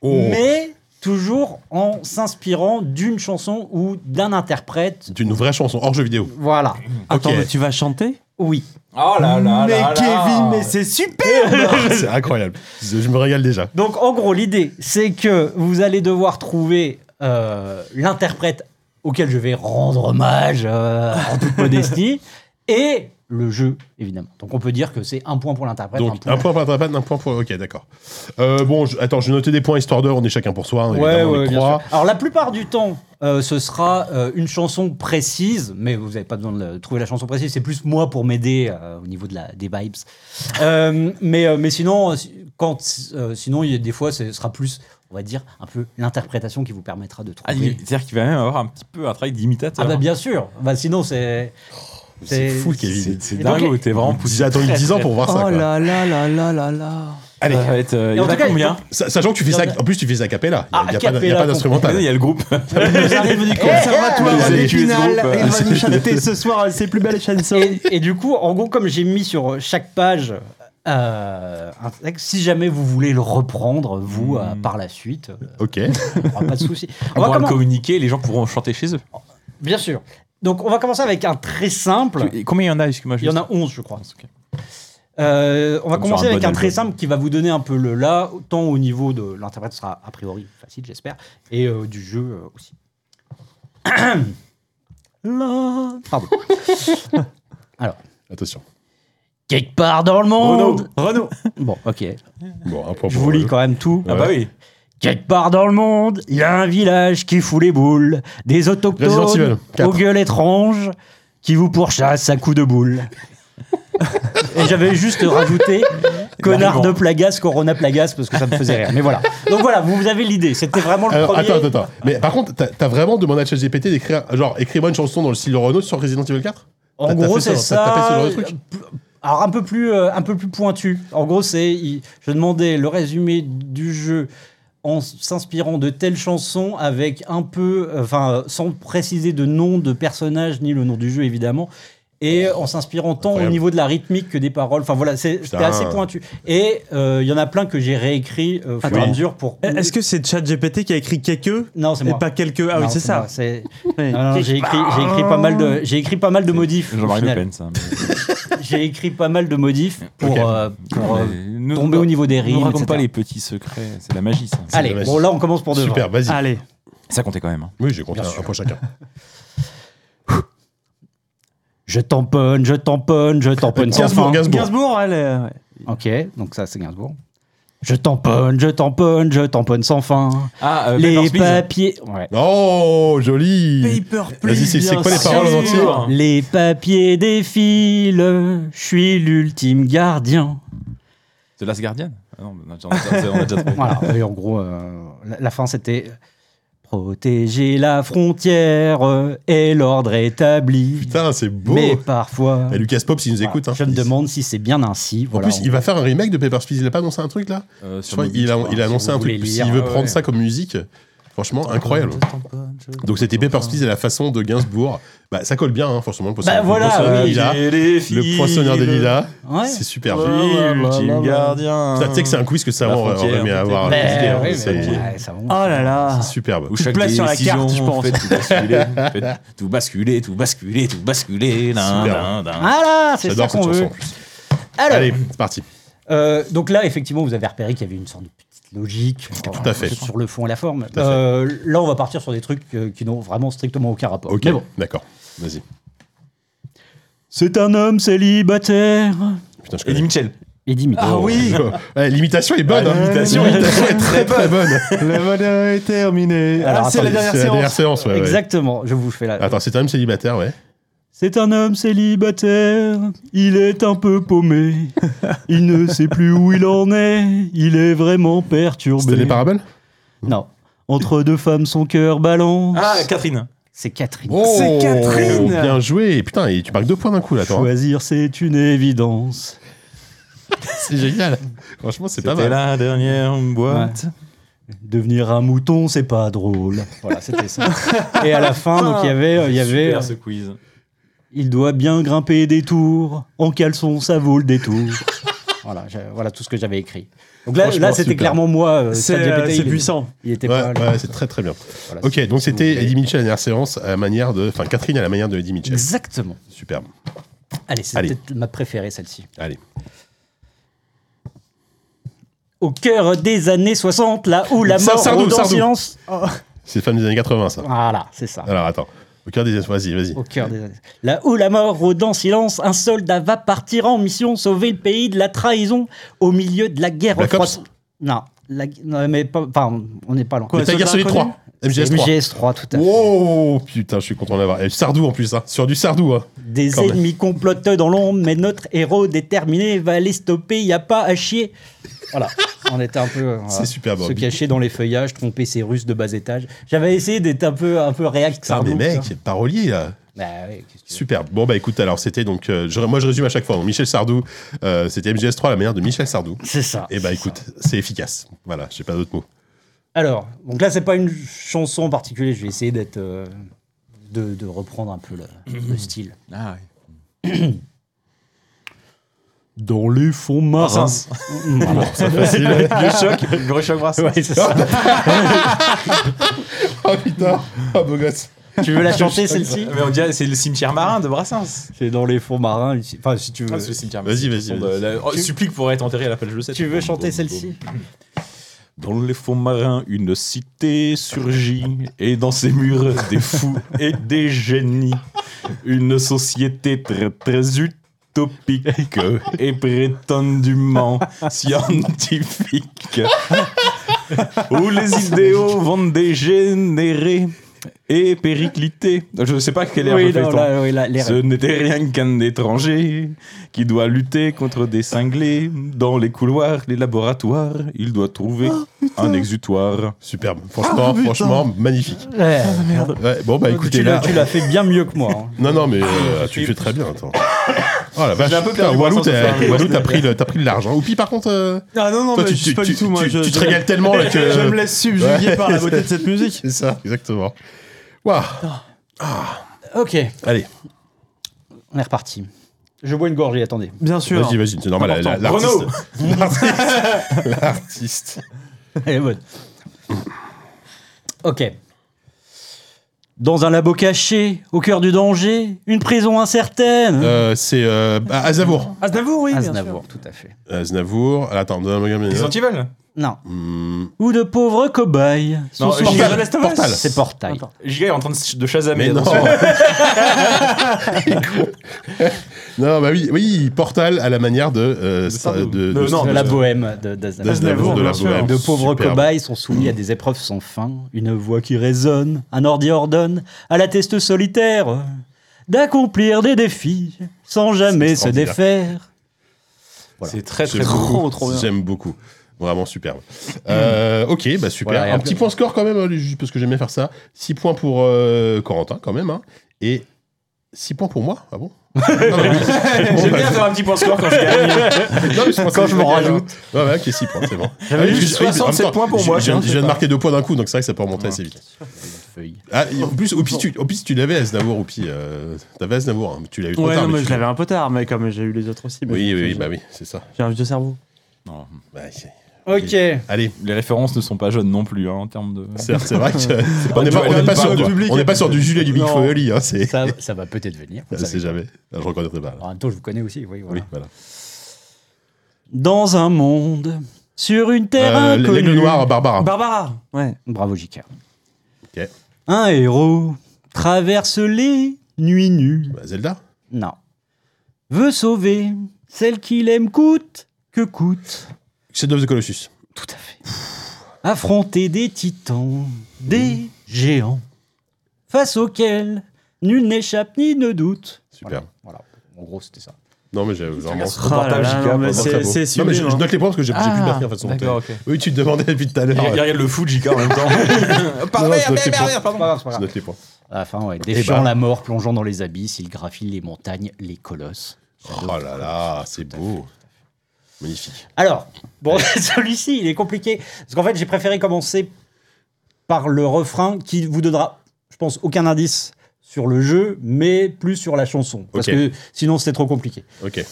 Oh.
mais toujours en s'inspirant d'une chanson ou d'un interprète.
D'une vraie chanson hors jeu vidéo.
Voilà.
Attends, mais tu vas chanter
Oui.
Oh là là
Mais
là là.
Kevin, mais c'est superbe
c'est incroyable. Je je me régale déjà.
Donc en gros, l'idée, c'est que vous allez devoir trouver euh, l'interprète auquel je vais rendre hommage euh, en toute modestie et le jeu, évidemment. Donc on peut dire que c'est un point pour l'interprète.
Donc, un point pour Atrapan, un point pour. Ok, d'accord. Euh, bon, je- attends, je notais des points histoire d'heure, on est chacun pour soi. hein,
Ouais,
évidemment, on est
ouais, bien
trois.
sûr. Alors la plupart du temps, euh, ce sera euh, une chanson précise, mais vous n'avez pas besoin de la- trouver la chanson précise. C'est plus moi pour m'aider euh, au niveau de la, des vibes. Euh, mais euh, mais sinon, euh, si- quand euh, sinon il y a des fois, ce sera plus, on va dire, un peu l'interprétation qui vous permettra de
Ah,
trouver. bah,
il- C'est-à-dire qu'il va même avoir un petit peu un travail d'imitateur.
Ah bah bien sûr. Bah sinon c'est.
C'est fou, Kevin. C'est dingue, t'es vraiment poussé.
J'ai attendu 10 ans pour voir ça.
Oh
quoi.
là là là là là là.
Allez,
Ça va être, euh,
il
Et y en en a tout cas, combien
Sa- Sachant que tu fais
Il y
ça,
en
en plus tu fais ça a cappella. Il y a-
Ah,
il y a, pas- il y a
cappella,
pas d'instrumental.
complet.
Il y a le groupe.
Nous arrive du conservatoire
Les
de
études
Épinal.
groupes.
Il va nous chanter ce soir ses plus belles chansons.
Et, et du coup, en gros, comme j'ai mis sur chaque page euh, un texte, si jamais vous voulez le reprendre, vous, euh, par la suite, euh,
Ok.
il n'y aura pas de souci.
On pourra le
commen-
communiquer, les gens pourront chanter chez eux.
Bien sûr. Donc, on va commencer avec un très simple.
Et combien il y en a, excuse-moi
Il y en a 11, je crois. Euh, on va
Comme
commencer
sur un
avec
bon
un très
album.
simple qui va vous donner un peu le là, tant au niveau de l'interprète ce sera a priori facile, j'espère, et euh, du jeu euh, aussi. Là. Pardon. Alors.
Attention.
Quelque part dans le monde.
Renault.
Bon, ok.
Bon, un point
Je
pour
vous lis
eux.
quand même tout.
Ah bah oui.
Quelque part dans le monde, il y a un village qui fout les boules. Des
Resident Evil,
autochtones
quatre.
aux gueules étranges qui vous pourchassent à coups de boule. Et j'avais juste rajouté connard de Plagas, Corona Plagas, parce que ça me faisait rire. Mais voilà. Donc voilà, vous, vous avez l'idée. C'était vraiment le
Alors,
premier.
attends, attends, attends. Mais par contre, t'as t'as vraiment demandé à ChatGPT d'écrire, genre, écris-moi une chanson dans le style de Renault sur Resident Evil 4
En
T'as- t'as
gros,
fait
c'est
T'as t'as fait ce
ça. euh,
genre de truc
Alors un peu plus, euh, un peu plus pointu. En gros, c'est il- je demandais le résumé du jeu en s- s'inspirant de telles chansons avec un peu, euh, enfin, euh, sans préciser de nom de personnage ni le nom du jeu évidemment. Et
Oh,
en s'inspirant tant au
Incroyable.
niveau de la rythmique que des paroles. Enfin voilà, c'est- c'était assez pointu. Et euh, il y en a plein que j'ai réécrit euh, au
Ah
fur et à
Attends.
mesure pour.
Eh, Est-ce que c'est ChatGPT qui a écrit quelques
Non, c'est moi.
Et pas quelques. Ah oui,
Non,
c'est
c'est
ça.
moi, c'est- Non, non, j'ai écrit, j'ai écrit pas mal de, j'ai écrit pas mal de modifs. au
Jean-Marie Le
final.
Pen, ça.
J'ai écrit pas mal de modifs pour,
Ok.
euh, pour, euh,
Nous-
tomber au niveau des rimes.
Nous raconte
etc.
pas les petits secrets, c'est de la magie ça.
Allez, C'est de la bon, magie. là, on commence pour de Super, vrai. Ah. vas-y. Allez.
Ça comptait quand même. hein.
Oui, j'ai compté un, un point chacun.
Je tamponne, je tamponne, je tamponne sans
Gainsbourg,
fin.
Gainsbourg. Gainsbourg, elle est- ouais.
Ok, donc ça c'est Gainsbourg. Je tamponne, je tamponne, je tamponne sans fin.
Ah, euh,
les
Papers, Please.
papiers. Ouais.
Oh, joli. Vas-y, c'est c'est quoi les paroles en entier
Les papiers défilent, je suis l'ultime gardien.
The Last Guardian Ah non, on a déjà- on a déjà on a déjà trouvé.
Voilà, et en gros, euh, la, la fin c'était euh, protéger la frontière euh, et l'ordre établi.
Putain, c'est beau.
Mais parfois.
Et Lucas Pop, s'il nous
Voilà,
écoute. hein.
Je me demande si c'est bien ainsi.
En plus, il va faire un remake de Papers, Please. Il a pas annoncé un truc là
Euh,
Je
sur
crois
Moby,
qu'il a-
je
Il a,
crois, si
annoncé
vous
un
voulez
truc.
lire.
S'il veut
Ah ouais.
prendre ça comme musique, franchement, incroyable. Donc c'était Papers, Please et la façon de Gainsbourg. Bah, ça colle bien, hein, forcément. Le poissonnier,
Bah, voilà,
le poissonnier
oui.
des lilas.
J'ai les
Le poissonnier des
filles,
lilas.
Ouais.
C'est super.
L'ultime gardien.
Ça, Tu sais que c'est un quiz que ça
La
aurait
frontière,
aimé
peut-être.
avoir.
Bah,
Mais
l'idée, hein,
oui, mais
c'est-
bon,
Ben, ouais, ça va.
Oh là là.
C'est superbe.
Ou
Tu te
chaque
places sur la
décision,
carte, je pense.
Fait, tout basculer, fait, tout basculer, tout basculer, tout basculer. Dun,
Super.
dun, dun.
Voilà, c'est ça
J'adore
qu'on
cette
veut.
chanson, en
Alors,
Allez, c'est parti.
euh, donc là, effectivement, vous avez repéré qu'il y avait une sorte de petite logique euh,
Tout à fait.
sur le fond et la forme.
à fait.
Euh, là, on va partir sur des trucs euh, qui n'ont vraiment strictement aucun rapport.
Ok,
Mais bon.
d'accord. Vas-y.
C'est un homme célibataire.
Putain, je
Eddie
Mitchell.
Eddie Mitchell.
Ah oui.
Ouais, L'imitation est bonne.
Ah,
hein.
l'imitation
L'imitation est très très bonne.
La valeur est terminée.
Alors,
Ah, c'est
attendez,
la dernière
c'est la
séance.
dernière séance, ouais, ouais. Ah.
Exactement, je vous fais la.
Attends, c'est un homme célibataire, ouais.
C'est un homme célibataire, il est un peu paumé, il ne sait plus où il en est, il est vraiment perturbé.
C'était les paraboles
Non. Entre deux femmes, son cœur balance.
Ah, Catherine.
C'est Catherine.
Oh, Bien joué. Putain, et tu marques deux points d'un coup là, toi. hein.
Choisir, c'est une évidence.
c'est génial. Franchement, c'est pas
C'était
mal.
la dernière boîte.
Devenir un mouton, c'est pas drôle. Voilà, c'était ça. Et à la fin, donc
Ah.
il y avait, euh, il y avait.
Super,
euh,
ce quiz.
Il doit bien grimper des tours. En caleçon, ça vaut le détour. voilà, j'ai- voilà tout ce que j'avais écrit. Donc là,
Franchement,
là c'était
super.
clairement moi. euh,
C'est,
ChatGPT,
euh, c'est
il est-
puissant.
Il était
Ouais,
pas. là.
ouais, c'est très très bien.
Voilà,
ok,
si-
donc
si vous
c'était
voulez.
Eddie Mitchell à la dernière séance à la manière de. Enfin, Catherine à la manière de Eddie Mitchell.
Exactement.
Superbe.
Allez, c'est
Allez.
peut-être ma préférée celle-ci.
Allez.
Au cœur des années 60, là où la
Sa-
mort
Sardou,
rôde en
Sardou.
silence. Oh.
C'est femme des années 80, ça.
Voilà, c'est ça.
Alors attends. Au cœur des. Vas-y, vas-y.
Au cœur des années. Là où la mort rôde en silence, un soldat va partir en mission sauver le pays de la trahison au milieu de la guerre
Black
froide.
Ops
Non, la- non, mais pas, enfin, on n'est pas loin.
Quoi, Metal Gear Solid 3 MGS 3.
MGS 3, tout à fait.
Oh putain, je suis content de l'avoir. Et Sardou en plus, hein. Sur du Sardou, hein.
Des
Quand même.
ennemis complotent dans l'ombre, mais notre héros déterminé va les stopper, il n'y a pas à chier. Voilà, on était un peu euh,
C'est super,
se
Bobby.
cacher dans les feuillages, tromper ces Russes de bas étage. J'avais essayé d'être un peu, un peu réac.
Putain, mais
Sardou,
mec,
tu vois. Bah
parolier là. Superbe. Bon, bah écoute, alors c'était donc. euh, je- moi, je résume à chaque fois. hein. Michel Sardou, euh, c'était MGS3, la manière de Michel Sardou.
C'est ça.
Et bah écoute, c'est efficace. Voilà, j'ai pas d'autres mots.
Alors, donc là, c'est pas une chanson en particulier. Je vais essayer d'être. euh, de, de reprendre un peu le, le style.
Ah
Dans les fonds marins.
Brassens.
Mm, mm, pardon.
C'est facile. Le choc, le gros choc Brassens.
Ouais, c'est ça.
oh putain, oh beau gosse.
Tu veux la chanter, celle-ci
Mais on dirait c'est le cimetière marin de Brassens.
C'est dans les fonds marins. ici. Enfin, si tu veux.
Ah, c'est le cimetière
Vas-y,
marin.
vas-y,
Fond de-
bah,
vas-y.
la- oh,
Tu-
Supplique pour être enterré à la plage de Sète.
Tu veux chanter celle-ci
Dans les fonds marins, une cité surgit, et dans ses murs, des fous et des génies. Une société très, très utopique et prétendument scientifique, où les idéaux vont dégénérer et péricliter. Je ne sais pas quel air
Oui,
je fais,
non,
Tom.
là, oui, là, l'air.
Ce n'était rien qu'un étranger qui doit lutter contre des cinglés dans les couloirs, les laboratoires. Il doit trouver un exutoire.
Superbe.
Ah,
Franchement, franchement, magnifique.
Ouais.
Ouais, bon, bah écoutez,
Oh, tu l'as-
là.
tu l'as fait bien mieux que moi. hein.
Non, non, mais euh, tu le fais très bien, attends. Oh la vache,
J'ai un peu
putain,
perdu
Walou,
mon sens de
t'as
faire.
Walou, t'as pris le- t'as pris de l'argent. Oupi, par contre. euh,
Ah non, non,
toi,
mais
tu,
je suis
tu-
pas du
tu-
tout, moi,
tu-
je-
tu te
je-
régales tellement là que.
je me laisse subjuguer par la beauté de cette Ah,
musique. C'est ça, exactement. Waouh.
Ok,
Allez.
on est reparti. Je bois une gorgée, attendez.
Bien sûr.
Vas-y, vas-y, c'est normal, la- la- l'artiste-
Renaud
L'artiste.
Elle est bonne. Ok. Dans un labo caché, au cœur du danger, une prison incertaine.
Euh, c'est euh, à- Aznavour.
Aznavour, oui.
Aznavour, tout à fait.
Aznavour. Alors, Attends, donne-moi
Ils
une
sont veulent
Non.
Mmh.
Ou de pauvres cobayes.
Non,
sous son-
Gilles de Lest-
Portal. C'est Portail.
Giga est en train de, ch- de chasamer.
Mais non.
attention.
Non, bah oui, oui, Portal à la manière de. euh, de, de-
De,
de-
la bohème de- d'Aznavour.
d'Aznavour, de la bohème.
De pauvres
Superbe.
cobayes sont soumis à des épreuves sans fin. Une voix qui résonne, un ordi ordonne, à la teste solitaire, d'accomplir des défis sans jamais se
extraordinaire.
défaire.
C'est très
J'aime
très
beaucoup.
trop trop bien.
J'aime beaucoup. Vraiment superbe. Euh, ok, bah super.
Voilà, et
un
après-
petit point score quand même, hein, juste parce que j'aime bien faire ça. 6 points pour euh, Corentin quand même. hein. Et 6 points pour moi Ah bon
J'aime bien faire un petit point score quand je gagne.
Quand je m'en rajoute. Ouais, ouais, ok, 6 points, c'est bon.
J'avais
Ah,
juste
juste- oui, mais en même
67
temps,
points pour
je-
moi,
Je viens
tiens,
je viens
c'est
de
pas-
marquer 2 points d'un coup, donc c'est vrai que ça peut remonter assez vite. Ah, et en plus, Oupi, tu, Oupi, tu l'avais Aznavour, Oupi. euh, T'avais Aznavour, hein, mais tu l'as eu trop
Ouais,
tard.
non,
mais
mais
tu-
je l'avais un peu tard, mais comme j'ai eu les autres aussi. mais
Oui,
je-
oui,
je-
bah oui, c'est ça. Bah,
J'ai un vieux cerveau.
Non.
Ok.
Allez.
Les références ne sont pas jeunes non plus hein, en termes de.
C'est c'est vrai qu'on n'est pas, on n'est pas sur, du- on n'est pas sur du Jules et du Big Foley. Hein, c'est-
Ça, ça va peut-être venir. vous
Je sais
savez.
jamais. Je reconnaîtrai pas. là.
Ah,
En même temps, je vous connais aussi. Oui, voilà.
Oui, voilà.
Dans un monde, sur une terre
Euh,
inconnue.
l'aigle noir, Barbara.
Barbara Ouais.
Bravo, J.K.
Ok.
Un héros traverse les nuits nues.
Bah, Zelda
Non. Veut sauver celle qu'il aime coûte que coûte.
Shadow of the Colossus.
Affronter des titans, des géants, face auxquels nul n'échappe ni ne doute.
Super.
Voilà. En gros, c'était ça.
Non, mais j'ai vraiment.
Ah là là, non, mais c'est- c'est
Non, mais je,
sublime,
je note les points parce que j'ai j'ai plus de
Ah,
batterie en fait sur mon
d'accord,
téléphone. euh, Oui, tu te demandais depuis tout à l'heure.
Il regarde le foot, Giga en même temps.
Non,
Pardon,
non, je
merde,
note les
merde,
points.
merde, pardon.
Je note les points.
À la fin, ouais.
Eh
Défiant
ben.
la mort, plongeant dans les abysses, il graphie les montagnes, les colosses.
Oh là là, c'est beau. Magnifique.
Alors, bon, celui-ci, il est compliqué. Parce qu'en fait, j'ai préféré commencer par le refrain qui vous donnera, je pense, aucun indice sur le jeu, mais plus sur la chanson. Parce
Ok.
que sinon, c'était trop compliqué.
Ok.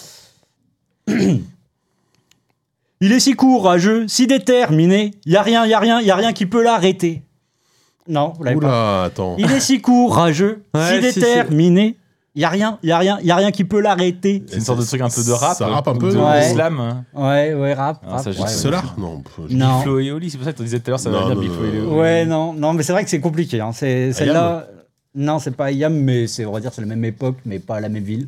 Il est si courageux, si déterminé, y a rien, y a rien, y a rien qui peut l'arrêter. Non, vous l'avez pas.
Oula, attends.
Il est si courageux, si
Ouais, si, si.
déterminé, y a rien, y a rien, y a rien qui peut l'arrêter.
C'est une sorte de truc un peu de rap. hein.
Ça rappe un
ou
peu,
de hein.
ouais.
slam.
Ouais, ouais, rap.
Ah,
rap,
ça, j'ai
ouais,
dit
ouais.
Solar Non. pff, je-
Non.
Flo et Oli, c'est pour ça que tu disais tout à l'heure, ça
Non,
va
non,
venir Big Flo et
non,
Oli.
non.
Ouais, non, non, mais c'est vrai que c'est compliqué. Hein. C'est celle-là.
Ayam
Non, c'est pas Ayam, mais c'est on va dire c'est la même époque, mais pas la même ville.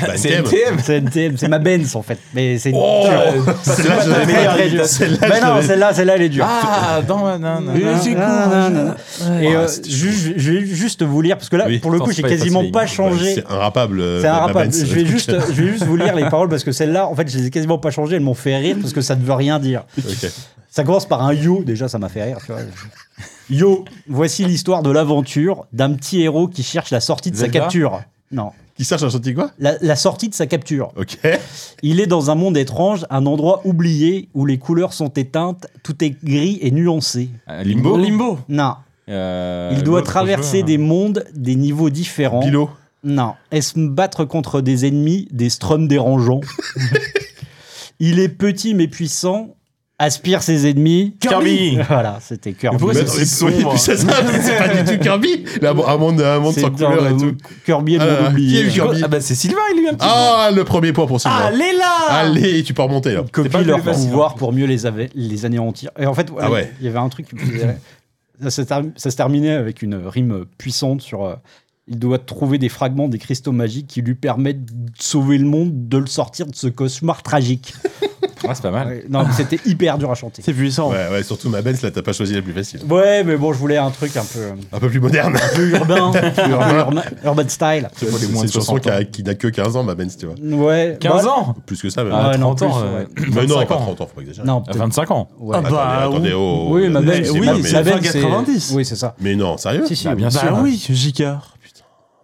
Bah,
C'est
NTM.
NTM.
C'est NTM, c'est ma Benz en fait, mais c'est. euh,
Oh
C'est
Celle-là,
pas
je
ta
l'avais
meilleure
pas.
imitation.
Celle-là,
mais
je
non,
l'avais-
celle-là, celle-là, elle est dure.
Ah, dans non,
Non,
non.
non, non, non. Et euh, ju- je vais juste vous lire parce que là,
Ah, Oui.
pour le coup,
Attends, c'est
j'ai
pas
quasiment
facile,
pas
Ouais,
changé.
C'est irrapable. euh,
C'est un
la
rappel.
Benz.
Je vais juste, je vais juste vous lire les paroles parce que celle-là, en fait, je les ai quasiment pas changées. Elles m'ont fait rire parce que ça ne veut rien dire.
Ok.
Ça commence par un yo, déjà, ça m'a fait rire. tu vois. Yo, voici l'histoire de l'aventure d'un petit héros qui cherche la sortie de sa
Zelda
capture. Non.
Qui cherche la sortie quoi
la, la sortie de sa capture.
Ok.
Il est dans un monde étrange, un endroit oublié où les couleurs sont éteintes, tout est gris et nuancé.
Euh,
Limbo
Limbo Non. Il doit traverser des mondes, des niveaux différents.
hein. Bilo
Non. Et se battre contre des ennemis, des strums dérangeants. Il est petit mais puissant. Aspire ses ennemis.
Kirby.
Voilà, c'était Kirby.
Mais non, mais- oui, puis c'est ça, c'est pas du tout Kirby. Là, bon, un monde, un monde
hein. C'est
sans
dans
couleur et
le-
tout.
Kirby est
Ah,
monde oublié.
Qui a eu Kirby
Ah bah,
c'est Sylvain, il lui un petit.
Ah, le premier point pour Sylvain.
Allez là
Allez, tu peux remonter là.
copie leur pouvoir pour mieux les, ave- les anéantir. Et en fait,
Ah ouais.
il y avait un truc. qui me faisait- ça, se term- ça se terminait avec une rime puissante sur. euh, il doit trouver des fragments des cristaux magiques qui lui permettent de sauver le monde, de le sortir de ce cauchemar tragique.
Ah, c'est pas mal.
Non, mais c'était hyper dur à chanter.
C'est puissant.
Ouais, ouais, surtout ma Benz, là, t'as pas choisi la plus facile.
Ouais, mais bon, je voulais un truc un peu.
Un peu plus moderne.
Un peu urbain, un peu
Urbain.
urbain- urban style.
C'est c'est une chanson qui, a- qui n'a que 15 ans, ma Benz, tu vois.
Ouais.
15
bah-
ans
Plus que ça, même.
Ah, non,
30 ans,
plus,
euh,
ouais.
Mais non,
25
pas
ans.
30 ans, faut pas exagérer.
Non, peut-être.
25 ans.
Ouais.
Attendez, attendez, oh, Ah, oh,
oui, ma belle,
excusez-moi,
oui,
mais-
ma belle, c'est- Oui, c'est ça.
Mais non, sérieux
Si, si, Bah, oui. bien sûr.
Ah oui, Jicard.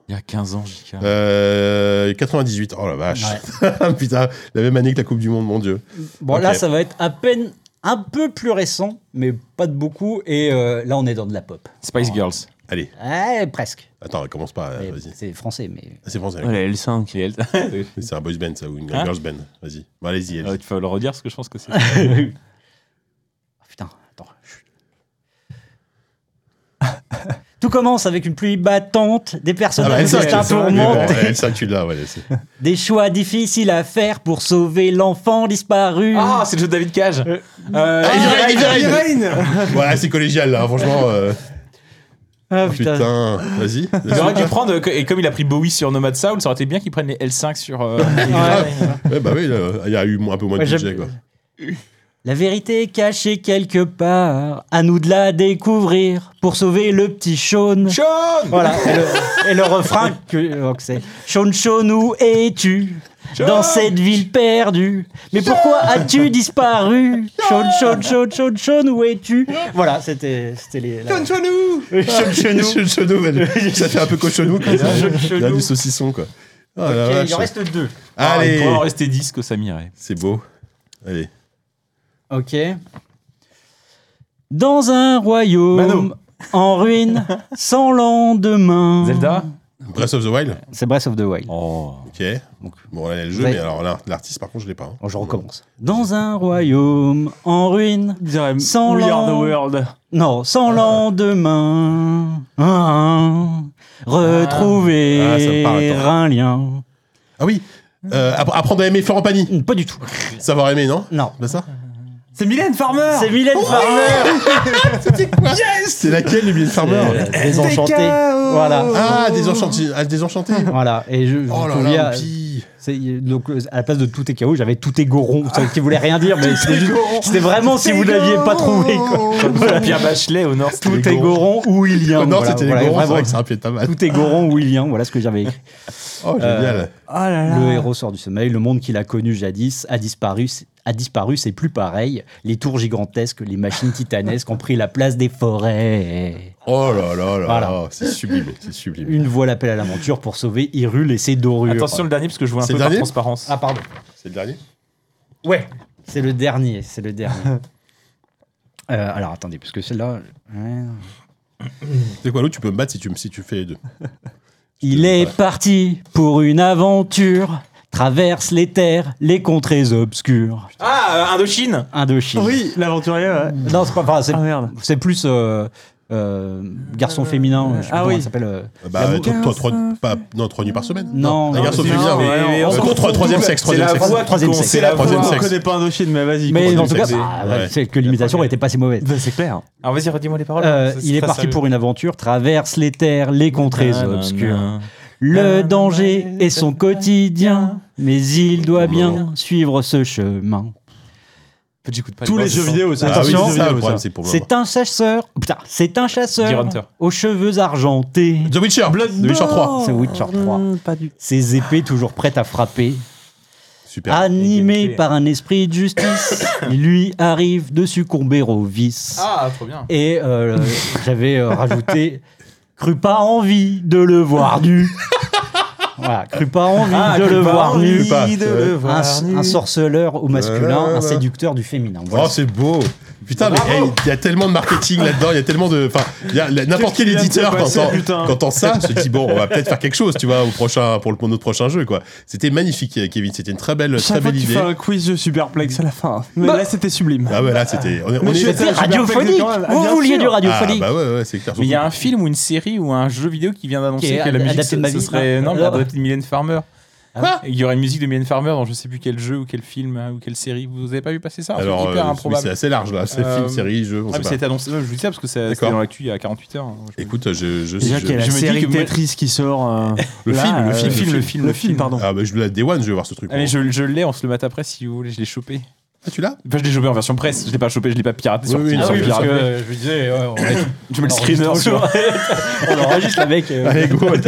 Il y a 15 ans, JK.
Euh, 98, oh la vache. Putain, la même année que la Coupe du Monde, mon dieu.
Bon,
Ok.
là, ça va être à peine un peu plus récent, mais pas de beaucoup. Et euh, là, on est dans de la pop.
Spice Girls.
Allez.
Ouais, presque.
Attends, commence pas, euh, vas-y.
C'est français, mais.
Ah, C'est français.
Ouais, la L5 et L.
Mais C'est un boys band, ça, ou une
Hein
girls band. Vas-y. Bon, allez-y. allez-y.
Euh, tu vas le redire parce que je pense que c'est.
Ah, Putain, attends. je- Tout commence avec une pluie battante, des
Ah bah,
personnages
L5,
destin
L5, mais bon,
tourmentés,
L5, tu l'as, ouais. c'est-
des choix difficiles à faire pour sauver l'enfant disparu.
Ah, c'est le jeu de David Cage. Euh,
Ah,
Heavy
Heavy
Rain, Heavy Rain.
Rain.
Ouais, c'est collégial, là, franchement. euh,
Ah,
oh, putain. Vas-y.
Il aurait dû prendre, et comme il a pris Bowie sur Nomad Soul, ça aurait été bien qu'il prenne les L5 sur. euh,
Ouais, bah oui, là, il y a eu un peu moins de
Ouais, j'aime-
budget, quoi.
La vérité est cachée quelque part, à nous de la découvrir pour sauver le petit Sean.
Sean
Voilà, et le, et le refrain que, euh, que c'est Sean, Sean, où es-tu Dans cette ville perdue. Mais pourquoi as-tu disparu Sean, Sean, Sean, Sean, Sean, où es-tu Voilà, c'était c'était les. la- Oui, Sean, Sean, où
Sean Chenou, mais ça fait un peu cochonou. quoi.
Sean
Il y a
Chenou.
du saucisson, quoi. Ah, la
Ok,
vache.
il en reste deux.
Ah, il
Allez.
pourrait en rester 10 que ça m'irait.
C'est beau. Allez.
Ok. Dans un royaume
Mano.
en ruine, sans lendemain.
Zelda
Breath of the Wild
C'est Breath of the Wild.
Oh.
Ok. Bon, là, il y a le jeu,
Ouais.
mais alors là, l'artiste, par contre, je l'ai pas. hein.
je recommence. Dans un royaume en ruine, sans
We are
lend-
the world.
Non, sans
Ah.
lendemain. Ah, retrouver
Ah, ça me parle, attends.
un lien. Mmh,
Ah oui Euh, app- Apprendre à aimer Florent Pagny
Pas du tout.
Savoir aimer, non
Non.
Pas ça
C'est Mylène Farmer
C'est Mylène
Oh,
Farmer
C'était quoi C'est laquelle, Emile Farmer
Euh, Désenchanté.
TKO.
Voilà.
Ah, Désenchanté. Ah, Désenchanté.
Voilà. Et je, je
Oh
vous
là
convie
là,
à-
Oupi.
c'est- donc, euh, à la place de tout est KO, j'avais tout est goron,
Ah.
ça qui voulait rien dire, mais c'était juste- c'était vraiment si vous ne l'aviez pas trouvé. quoi.
Comme Pierre Bachelet au nord, c'était
Tout
les
est
gros.
goron ou William.
Non,
Voilà,
c'était
voilà,
les gorons, c'est
vraiment.
vrai que ça aurait pu être pas mal.
Tout Euh, est Goron ou William, voilà ce que j'avais écrit.
Oh, génial.
Oh là là.
Le héros sort du sommeil, le monde qu'il a connu jadis a disparu, c'est- a disparu, c'est plus pareil. Les tours gigantesques, les machines titanesques ont pris la place des forêts.
Oh là là là,
Voilà.
là, c'est sublime, c'est sublime.
Une voix l'appelle à l'aventure pour sauver Hyrule et ses dorures.
Attention le dernier parce que je vois un
C'est
peu
le
par
dernier
transparence.
Ah pardon.
C'est le dernier
Ouais, c'est le dernier, c'est le dernier. Euh, alors attendez, parce que celle-là... ouais.
C'est quoi l'autre Tu peux me battre si tu, me- si tu fais les deux.
Il
te-
est
voilà.
parti pour une aventure, traverse les terres, les contrées obscures.
Ah, euh, Indochine
Indochine.
Oui, l'aventurier, ouais.
Non, c'est pas. Enfin, c'est,
Ah merde.
c'est plus euh, euh, garçon féminin. Je sais
ah
pas comment
oui.
elle s'appelle. euh,
Bah,
la-
euh, trois- trois- trois- pas- non, trois nuits par semaine.
Non,
Un
non,
garçon
mais-
féminin,
non,
mais. Ah
mais-
mais
on
on
s'en
contre,
fout,
troisième
c'est
sexe,
la
troisième sexe.
voix qui
Troisième
compte,
sexe.
c'est la voix.
Troisième
On
sexe.
connaît pas Indochine, mais vas-y.
Mais
continue.
en tout cas,
c'est-
bah,
ouais.
ouais, c'est que l'imitation était pas si mauvaise.
Bah, c'est clair.
Alors vas-y, redis-moi les paroles.
Euh,
Ça, Oh, c'est
il est
très
parti
sérieux.
pour une aventure, traverse les terres, les contrées
Nanana.
obscures. Le danger est son quotidien, mais il
Oh,
doit bien suivre ce chemin.
Petit coup de patte.
Tous les jeux vidéo, ça.
Ah oui,
Attention.
c'est ça, le
Vidéo, ça.
problème, c'est
bah,
pour moi.
C'est un chasseur. oh, Putain, c'est un
Deer
chasseur
Hunter.
aux cheveux argentés.
The Witcher, The Witcher 3.
C'est Witcher 3.
Oh, Pas du
Ses épées toujours prêtes à frapper. Animé par un esprit de justice, il lui arrive de succomber au vice.
Ah, trop bien.
Et euh, j'avais euh, rajouté cru pas envie de le voir nu. Voilà, cru pas envie
Ah,
de
cru
le
pas
voir
envie de
nu.
le
Un-
voir
un,
nu.
sorceleur au masculin,
Voilà.
un séducteur du féminin.
Oh, c'est beau. Putain, mais hey, il y a tellement de marketing là-dedans, il y a tellement de. Enfin, il y a la- n'importe
Qu'est-ce
quel
qui vient de se
éditeur, quand
passer,
on-
putain
quand on ça, se dit bon, on va peut-être faire quelque chose, tu vois, au prochain, pour, le, pour notre prochain jeu, quoi. C'était magnifique, euh, Kevin. C'était une très belle, très
Chaque fois
belle
que tu
idée.
fais un quiz de Superplex à la fin. Mais
Bah.
là, c'était sublime.
Ah ouais, là, c'était. on est- on
Mais
est-
je-
C'était radiophonique. Vous vouliez du radiophonique. Ah bah ouais, ouais, c'est clair.
Mais il y a un film ou une série ou un jeu vidéo qui vient
Qui
d'annoncer
est
que la musique,
adapté
ce,
de ma
ce
vie.
serait.
Ah,
Non, mais
alors.
adapté de Mylène Farmer.
Quoi
Il y aurait une musique de Mylène Farmer dans je sais plus quel jeu ou quel film hein, ou quelle série. Vous avez pas vu passer ça Un truc
Alors,
hyper
euh,
improbable.
c'est assez large, là. C'est film, série, jeu, on
Ah,
sait
mais
pas.
ça a été annoncé. ouais, Je vous dis ça parce que ça- c'était
D'accord.
dans l'actu il y a 48 heures. hein.
Écoute, je. je,
Déjà
je-
qu'il y a la
je me dis
série
que-
Tetris qui sort. euh,
Le
là,
film, le
euh,
film,
le film, le film, pardon.
Ah, bah, je la Day One, je vais voir ce truc.
Ah, mais je, je l'ai, on se le mate après si vous voulez, je l'ai chopé.
Ah, tu l'as
Je l'ai chopé en version presse, je l'ai pas chopé, je l'ai pas piraté sur
Oui, oui,
Steam,
ah
sur
oui, parce
Pirate
que,
Bay.
euh, je lui disais, ouais, on-
Je mets le
on
screener
enregistre
sur.
On enregistre le mec. euh,
Allez, go,
Non, non,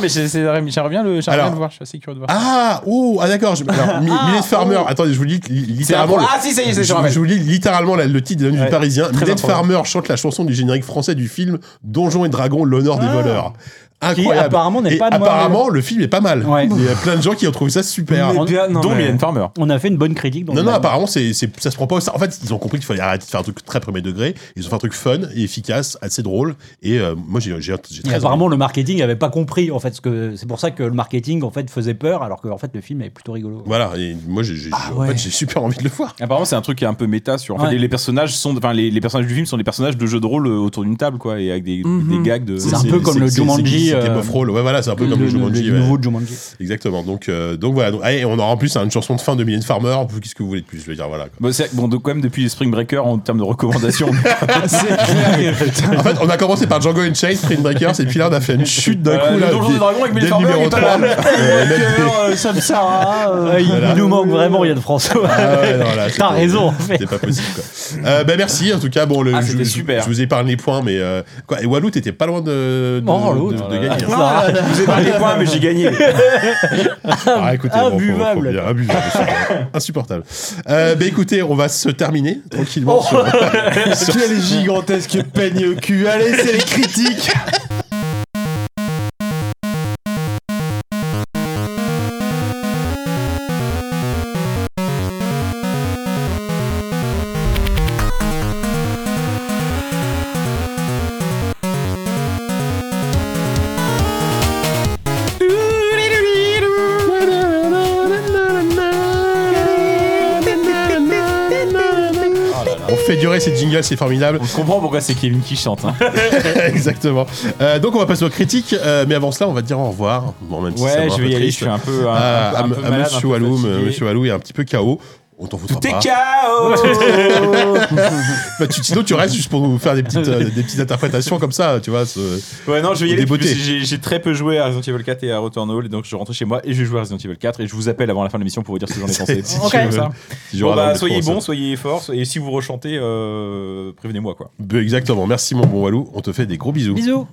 mais j'aimerais bien, j'aimerais bien le j'aimerais bien le voir, je suis assez curieux de voir.
Ah, oh, ah d'accord. je- Alors, Mi- Mylène Farmer,
oh.
attendez, je vous lis li- littéralement.
C'est un-
le-
Ah, si, ça y est, c'est- je
je,
rappelle.
je vous lis littéralement la- le titre de
Ouais.
du Parisien.
Très
Mylène
improbable.
Farmer chante la chanson du générique français du film Donjons et Dragons, l'honneur des voleurs. Incroyable.
Ah. apparemment n'est
Et
pas de moi,
apparemment,
mais-
le film est pas mal. Il y a plein de gens qui ont trouvé ça super.
Mais bien- non, Dont mais- Mylène
Farmer.
On a fait une bonne critique. dans
Non,
le
non,
live.
apparemment, c'est, c'est- ça se prend pas au sérieux. En fait, ils ont compris qu'il fallait arrêter de faire un truc très premier degré. Ils ont fait un truc fun et efficace, assez drôle. Et euh, moi, j'ai, j'ai, j'ai
Et
très envie.
apparemment, le marketing n'avait pas compris. En fait, ce que c'est pour ça que le marketing en fait faisait peur, alors que en fait le film est plutôt rigolo.
Voilà, et moi, j'ai,
Ah
j'ai- en fait, j'ai super envie de le voir.
Apparemment, c'est un truc qui est un peu méta sur. En
Ouais.
fait, les, les personnages sont, enfin, les, les personnages du film sont des personnages de jeux de rôle euh, autour d'une table, quoi, et avec des, des gags de.
C'est un peu comme le Jumanji.
C'était
euh,
Bob Roll. Ouais, voilà, c'est un peu
le-
comme le,
le-
Jumanji.
le
ouais.
nouveau Jumanji.
Exactement. Donc, euh, donc voilà. Donc, ah, et on aura en plus une chanson de fin de Mylène Farmer. Vous, Qu'est-ce que vous voulez de plus Je veux dire, voilà. quoi.
Bon, c'est- bon, donc, quand même, depuis Spring Breaker, en termes de recommandations. Euh,
en fait, on a commencé par Django Unchained, Spring Breakers, et puis là, on a fait une chute d'un
Euh,
coup.
le
là,
Donjon
dès-
des Dragons avec
dès
Mylène
le
Farmer,
numéro
il est pas
3.
mal.
Euh,
Samsara.
il il nous manque vraiment Yann François.
Ah ouais, non, là,
T'as
c'était-
raison. en fait.
C'était pas possible, quoi. Euh, bah, merci, en tout cas. Bon, le,
Ah,
je,
c'était
je-
super.
je vous épargne les points, mais. euh, quoi, et Walou, t'étais pas loin de, de,
Oh,
de-
l'autre.
de gagner.
Ah,
Je vous ai parlé des points, mais j'ai gagné.
Ah, écoutez, bon, faut- faut
Imbuvable.
bien, imbuvable, c'est insupportable. Euh, bah, écoutez, on va se terminer tranquillement. sur-
Quel gigantesque peigne au cul. Allez, c'est les critiques.
On fait durer ces jingles, c'est formidable.
Je comprends pourquoi c'est Kevin qui chante. hein.
Exactement. Euh, donc on va passer aux critiques, euh, mais avant cela on va dire au revoir. Bon, même si
Ouais,
ça me
je
rend
vais y aller,
triste.
je suis un peu- un-
Ah,
un peu-
à
un
m-
peu
à
malade, un
Monsieur
peu
Walou,
fatigué.
Monsieur Walou est un petit peu KO. On t'en foutra
T'es
pas.
KO
Bah, tu- sinon tu restes juste pour nous faire des petites, euh, des petites interprétations comme ça, tu vois. ce-
Ouais, non, je vais y
Des
aller parce que
beautés.
j'ai j'ai très peu joué à Resident Evil 4 et à Return Hall, et donc je rentre chez moi et je vais jouer à Resident Evil 4 et je vous appelle avant la fin de l'émission pour vous dire ce que j'en ai pensé.
Si
Ok.
tu veux.
Comme ça.
Si tu
Bon,
auras dans
bah,
le
soyez
cours,
bons,
ça.
soyez forts, et si vous rechantez, euh, prévenez-moi quoi.
Bah, Exactement. Merci mon bon Walou. On te fait des gros bisous.
Bisous.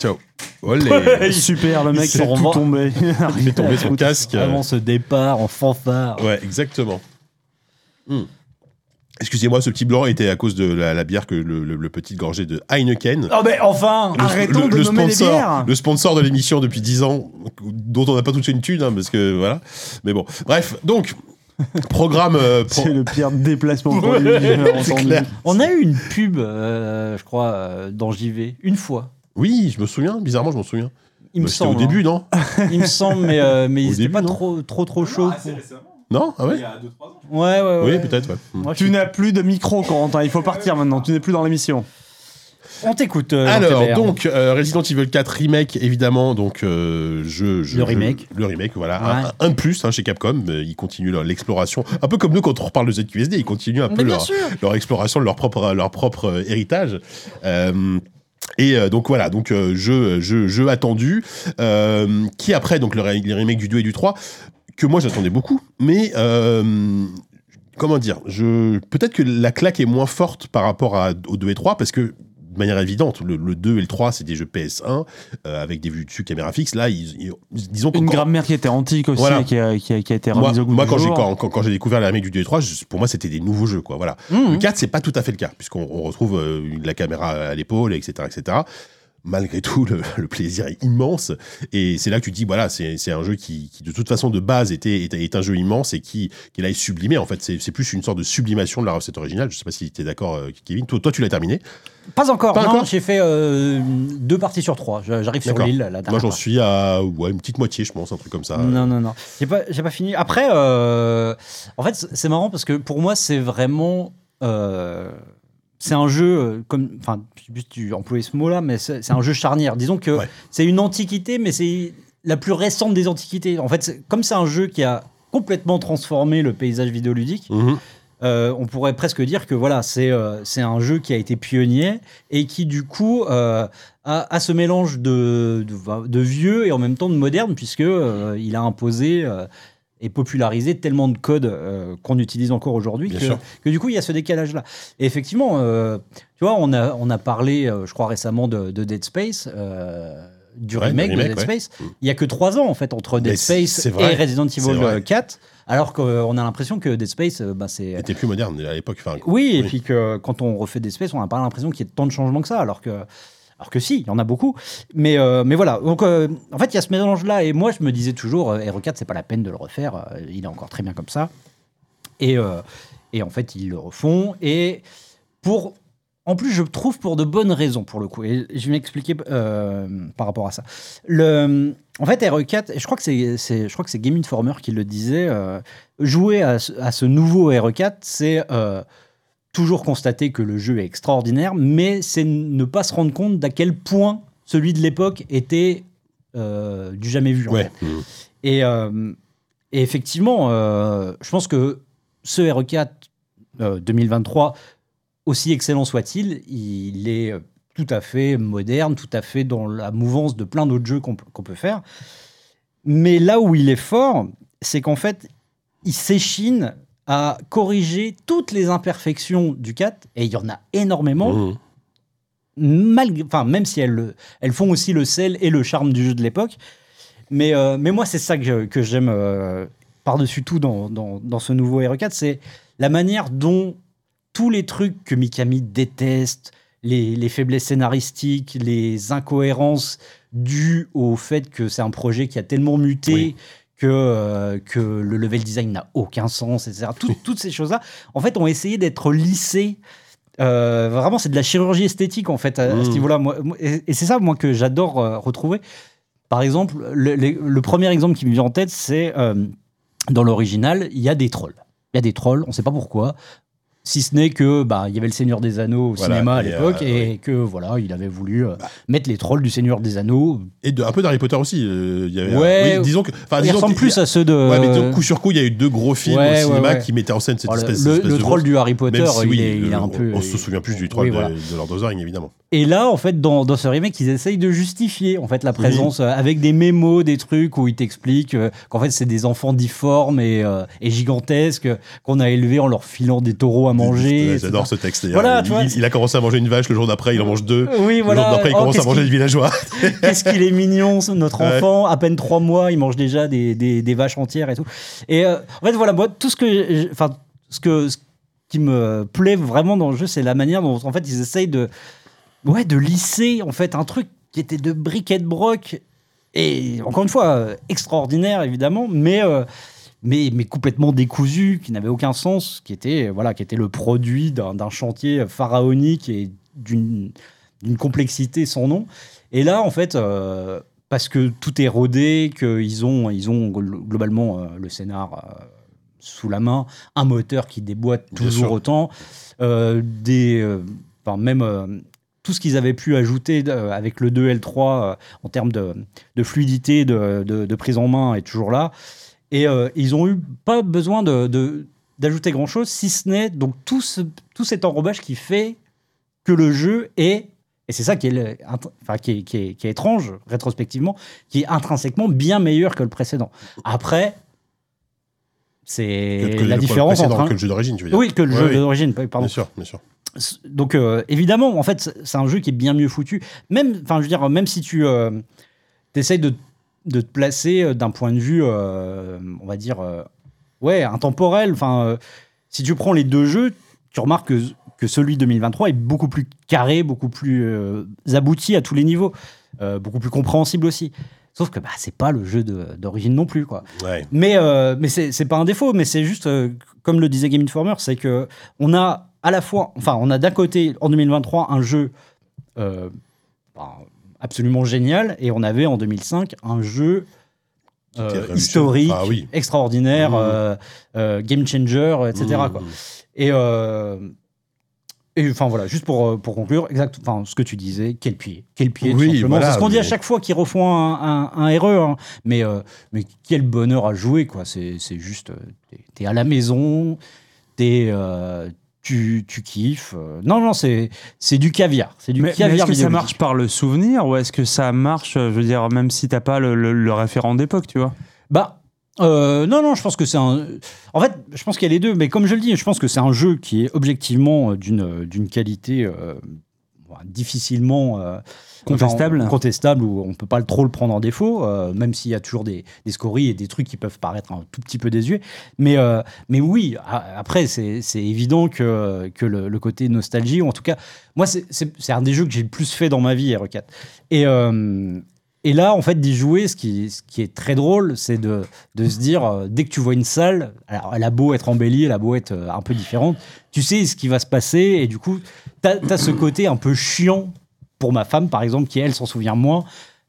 Ciao. Olé.
Super, le
Il
mec,
s'est
c'est tout
revend-
tombé.
Il fait tomber son casque. euh,
Avant ce départ en fanfare.
Ouais, exactement.
Hmm.
Excusez-moi, ce petit blanc était à cause de la, la bière que le, le- le petit gorgé de Heineken.
Oh, mais enfin
Le- le- le sponsor, le sponsor de l'émission depuis 10 ans, dont on n'a pas touché une thune, hein, parce que voilà. Mais bon, bref, donc, programme. euh, pro-
C'est le pire déplacement pour lui.
C'est clair.
On a eu une pub, euh, je crois, euh, dans JV, une fois.
Oui, je me souviens, bizarrement, je m'en souviens.
Il me
Bah, c'était
semble. hein.
au début, non
Il me semble, mais, euh, mais
Au
ils étaient
début,
pas
non
trop, trop, trop
Ah,
chauds. pour-
Non Ah ouais
Ouais, ouais, ouais.
Oui, peut-être, ouais. Hmm.
Moi, je
Tu n'as plus de micro, Corentin. Il faut partir maintenant. Tu n'es plus dans l'émission.
On t'écoute. euh,
Alors,
TBR.
donc, euh, Resident Evil 4 Remake, évidemment, donc, euh, je, je- je-
Le remake.
Le remake, voilà.
Ouais.
Un, un de plus hein, chez Capcom, euh, ils continuent leur- l'exploration. Un peu comme nous quand on reparle de ZQSD, ils continuent un
Mais
peu
bien
leur,
sûr.
leur exploration de leur propre, leur propre euh, héritage. Euh, et euh, donc voilà, donc euh, jeu, jeu, jeu attendu, euh, qui après donc le, ré- les remakes du 2 et du 3, que moi j'attendais beaucoup, mais euh, comment dire, je peut-être que la claque est moins forte par rapport à, au 2 et 3 parce que manière évidente. Le, le 2 et le 3, c'est des jeux PS1 euh, avec des vues dessus caméra fixe. Là, ils, ils- disons que
Une
quand-
grammaire qui était antique aussi
Voilà.
et qui a, qui a- qui a été
moi,
remise au goût
moi,
du
quand j'ai
jour.
quand, quand- quand j'ai découvert la du 2 et 3, je- pour moi c'était des nouveaux jeux quoi. Voilà.
Mmh.
Le 4 c'est pas tout à fait le cas puisqu'on on retrouve euh, une- la caméra à l'épaule etc etc. Malgré tout, le, le plaisir est immense. Et c'est là que tu te dis, voilà, c'est c'est un jeu qui, qui, de toute façon, de base, était, est, est un jeu immense et qui, qui là est sublimé. En fait, c'est c'est plus une sorte de sublimation de la recette originale. Je sais pas si tu es d'accord, euh, Kevin. Toi, toi, tu l'as terminé.
Pas encore,
Pas
non,
encore
j'ai fait euh, deux parties sur trois. Je- J'arrive sur
D'accord.
l'île, la
Moi,
dernière.
j'en suis à ouais, une petite moitié, je pense, un truc comme ça.
Non, non, non. J'ai pas, j'ai pas fini. Après, euh, en fait, c'est marrant parce que pour moi, c'est vraiment. euh, c'est un jeu, euh, comme, enfin, je sais plus si tu employais ce mot-là, mais c'est c'est un jeu charnière. Disons que c'est une antiquité, mais c'est la plus récente des antiquités. En fait, c'est- comme c'est un jeu qui a complètement transformé le paysage vidéoludique,
Mmh.
euh, on pourrait presque dire que voilà, c'est euh, c'est un jeu qui a été pionnier et qui du coup euh, a, a ce mélange de, de, de vieux et en même temps de moderne puisque euh, il a imposé euh, et popularisé tellement de codes euh, qu'on utilise encore aujourd'hui
Bien
que,
sûr.
que du coup il y a ce décalage là. Et effectivement, euh, tu vois, on a on a parlé, euh, je crois récemment de, de Dead Space. euh, du
Ouais, du
remake,
remake,
de Dead
ouais.
Space, il y a que trois ans en fait entre
Mais
Dead
c'est-
Space
c'est vrai.
et Resident
C'est
Evil
vrai.
4, alors qu'on a l'impression que Dead Space, euh, bah, c'est
C'était plus moderne à l'époque. Enfin,
oui, et puis que quand on refait des spaces, on n'a pas l'impression qu'il y ait tant de changements que ça, alors que, alors que si, il y en a beaucoup. Mais, euh, mais voilà, donc euh, en fait, il y a ce mélange-là, et moi, je me disais toujours, euh, RE4, c'est pas la peine de le refaire, euh, il est encore très bien comme ça. Et, euh, et en fait, ils le refont, et pour. En plus, je trouve pour de bonnes raisons, pour le coup. Et je vais m'expliquer euh, par rapport à ça. Le, en fait, RE4, je crois que c'est- c'est je crois que c'est Game Informer qui le disait, euh, jouer à ce, à ce nouveau RE4, c'est euh, toujours constater que le jeu est extraordinaire, mais c'est n- ne pas se rendre compte d'à quel point celui de l'époque était euh, du jamais vu. en
Ouais.
Mmh.
fait. Et, euh, et effectivement, euh, je pense que ce RE4 euh, 2023, aussi excellent soit-il, il est euh, tout à fait moderne, tout à fait dans la mouvance de plein d'autres jeux qu'on peut- qu'on peut faire. Mais là où il est fort, c'est qu'en fait, il s'échine à corriger toutes les imperfections du 4, et il y en a énormément, malgré, enfin, même si elles, le- elles font aussi le sel et le charme du jeu de l'époque. Mais, euh, mais moi, c'est ça que, je- que j'aime euh, par-dessus tout dans, dans- dans ce nouveau RE4, c'est la manière dont tous les trucs que Mikami déteste, les, les faiblesses scénaristiques, les incohérences dues au fait que c'est un projet qui a tellement muté que, euh, que le level design n'a aucun sens, etc. Tout- toutes ces choses-là, en fait, ont essayé d'être lissées. Euh, vraiment, c'est de la chirurgie esthétique, en fait, à, à ce
Hmm.
Mmh.
niveau-là. Moi, moi- et et c'est ça, moi, que j'adore euh, retrouver. Par exemple, le, les- le premier exemple qui me vient en tête, c'est euh, dans l'original, il y a des trolls. Il y a des trolls, on ne sait pas pourquoi. Si ce n'est que bah il y avait le Seigneur des Anneaux au
Voilà,
cinéma à
et,
l'époque
euh,
et que voilà il avait voulu euh, mettre les trolls du Seigneur des Anneaux
et de, un peu d'Harry Potter aussi. euh, il y avait,
Ouais,
oui, disons que, enfin,
ils
Ah, disons
ressemblent
que-
plus à ceux de-
Ouais, mais disons que coup sur coup, il y a eu deux gros films
Ouais,
au
ouais,
cinéma
ouais.
qui mettaient en scène cette
Oh, le-
espèce,
le-
espèce
le
de
troll
monstre.
du Harry Potter,
Même si,
il
oui,
est- il est un
on-
peu-
On se souvient plus du troll
Oui,
de,
voilà.
de Lord Ozorg, évidemment.
Et là, en fait, dans, dans ce remake, ils essayent de justifier en fait la présence euh, avec des mémos, des trucs où ils t'expliquent euh, qu'en fait c'est des enfants difformes et, euh, et gigantesques euh, qu'on a élevés en leur filant des taureaux à manger.
Ouais, J'adore ce
etc.
texte. d'ailleurs.
Voilà,
il,
tu vois.
il a commencé à manger une vache, le jour d'après, il en mange deux.
Oui,
le
voilà.
jour d'après, il
Oh,
commence à
qu'est-ce
manger
qu'il-
le villageois.
Qu'est-ce qu'il est mignon, ce- notre
Ouais.
enfant. À peine trois mois, il mange déjà des, des, des vaches entières et tout. Et euh, en fait, voilà, moi, tout ce que, j'ai- enfin, ce que, ce qui me plaît vraiment dans le jeu, c'est la manière dont, en fait, ils essayent de, ouais, de lisser en fait un truc qui était de briquet de broc et encore une fois euh, extraordinaire évidemment, mais euh, mais, mais complètement décousu, qui n'avait aucun sens, qui était euh, voilà, qui était le produit d'un d'un chantier pharaonique et d'une d'une complexité sans nom. Et là, en fait, euh, parce que tout est rodé, qu'ils ont ils ont gl- globalement euh, le scénar. euh, sous la main, un moteur qui déboîte
Bien sûr.
toujours autant, euh, des, euh, enfin, même euh, tout ce qu'ils avaient pu ajouter euh, avec le 2 et le 3 euh, en termes de, de fluidité, de, de- de prise en main est toujours là. Et euh, ils ont eu pas besoin de- de- d'ajouter grand chose, si ce n'est donc tout, ce- tout cet enrobage qui fait que le jeu est, et c'est ça qui est, le- int- enfin, qui, est, qui est- qui est étrange rétrospectivement, qui est intrinsèquement bien meilleur que le précédent. Après, C'est
Que- que
la
le
différence
précédent,
entre. un-
que le jeu d'origine, tu veux dire.
Oui, que le
Ouais,
jeu
oui.
d'origine, pardon.
Bien sûr, bien sûr.
Donc euh, évidemment, en fait, c'est- c'est un jeu qui est bien mieux foutu. Même, enfin, je veux dire, même si tu euh, t'essayes de, de te placer euh, d'un point de vue, euh, on va dire, euh, ouais, intemporel. Enfin, euh, si tu prends les deux jeux, tu remarques que, que celui 2023 est beaucoup plus carré, beaucoup plus euh, abouti à tous les niveaux, euh, beaucoup plus compréhensible aussi. Sauf que bah, c'est pas le jeu de- d'origine non plus, quoi.
Ouais.
Mais, euh, mais c'est c'est pas un défaut, mais c'est juste, euh, comme le disait Game Informer, c'est que on a à la fois, enfin, on a d'un côté, en 2023, un jeu euh, bah, absolument génial, et on avait en 2005 un jeu euh,
était révolutionnaire.
historique,
Ah oui.
extraordinaire, euh, euh, game changer, etc.
Mmh.
quoi. Et. euh, et enfin voilà, juste pour, euh, pour conclure, exact, enfin ce que tu disais, quel pied, quel pied. tout
Oui,
simplement.
voilà,
c'est ce qu'on dit à
mais-
chaque fois qu'ils refont un, un, un RE, hein. mais euh, mais quel bonheur à jouer quoi. C'est c'est juste, euh, t'es- t'es à la maison, t'es euh, tu, tu kiffes. Euh, Non non c'est c'est du caviar, c'est du
Mais, mais est-ce
caviar.
que ça
vidéoludique.
marche par le souvenir ou est-ce que ça marche, euh, je veux dire, même si t'as pas le, le- le référent d'époque, tu vois
Bah, euh, non, non, je pense que c'est un. En fait, je pense qu'il y a les deux, mais comme je le dis, je pense que c'est un jeu qui est objectivement euh, d'une euh, d'une qualité euh, bon, difficilement. euh,
Contestable.
enfin, contestable, où on peut pas le- trop le prendre en défaut, euh, même s'il y a toujours des, des scories et des trucs qui peuvent paraître un tout petit peu désuets. Mais, euh, mais oui, a- après, c'est c'est évident que, que le, le côté nostalgie, ou en tout cas, moi, c'est- c'est c'est un des jeux que j'ai le plus fait dans ma vie, R4. Et, euh, et là, en fait, d'y jouer, ce qui, ce qui est très drôle, c'est de, de se dire, euh, dès que tu vois une salle, alors elle a beau être embellie, elle a beau être euh, un peu différente, tu sais ce qui va se passer, et du coup, t'as as ce côté un peu chiant pour ma femme, par exemple, qui elle s'en souvient moins.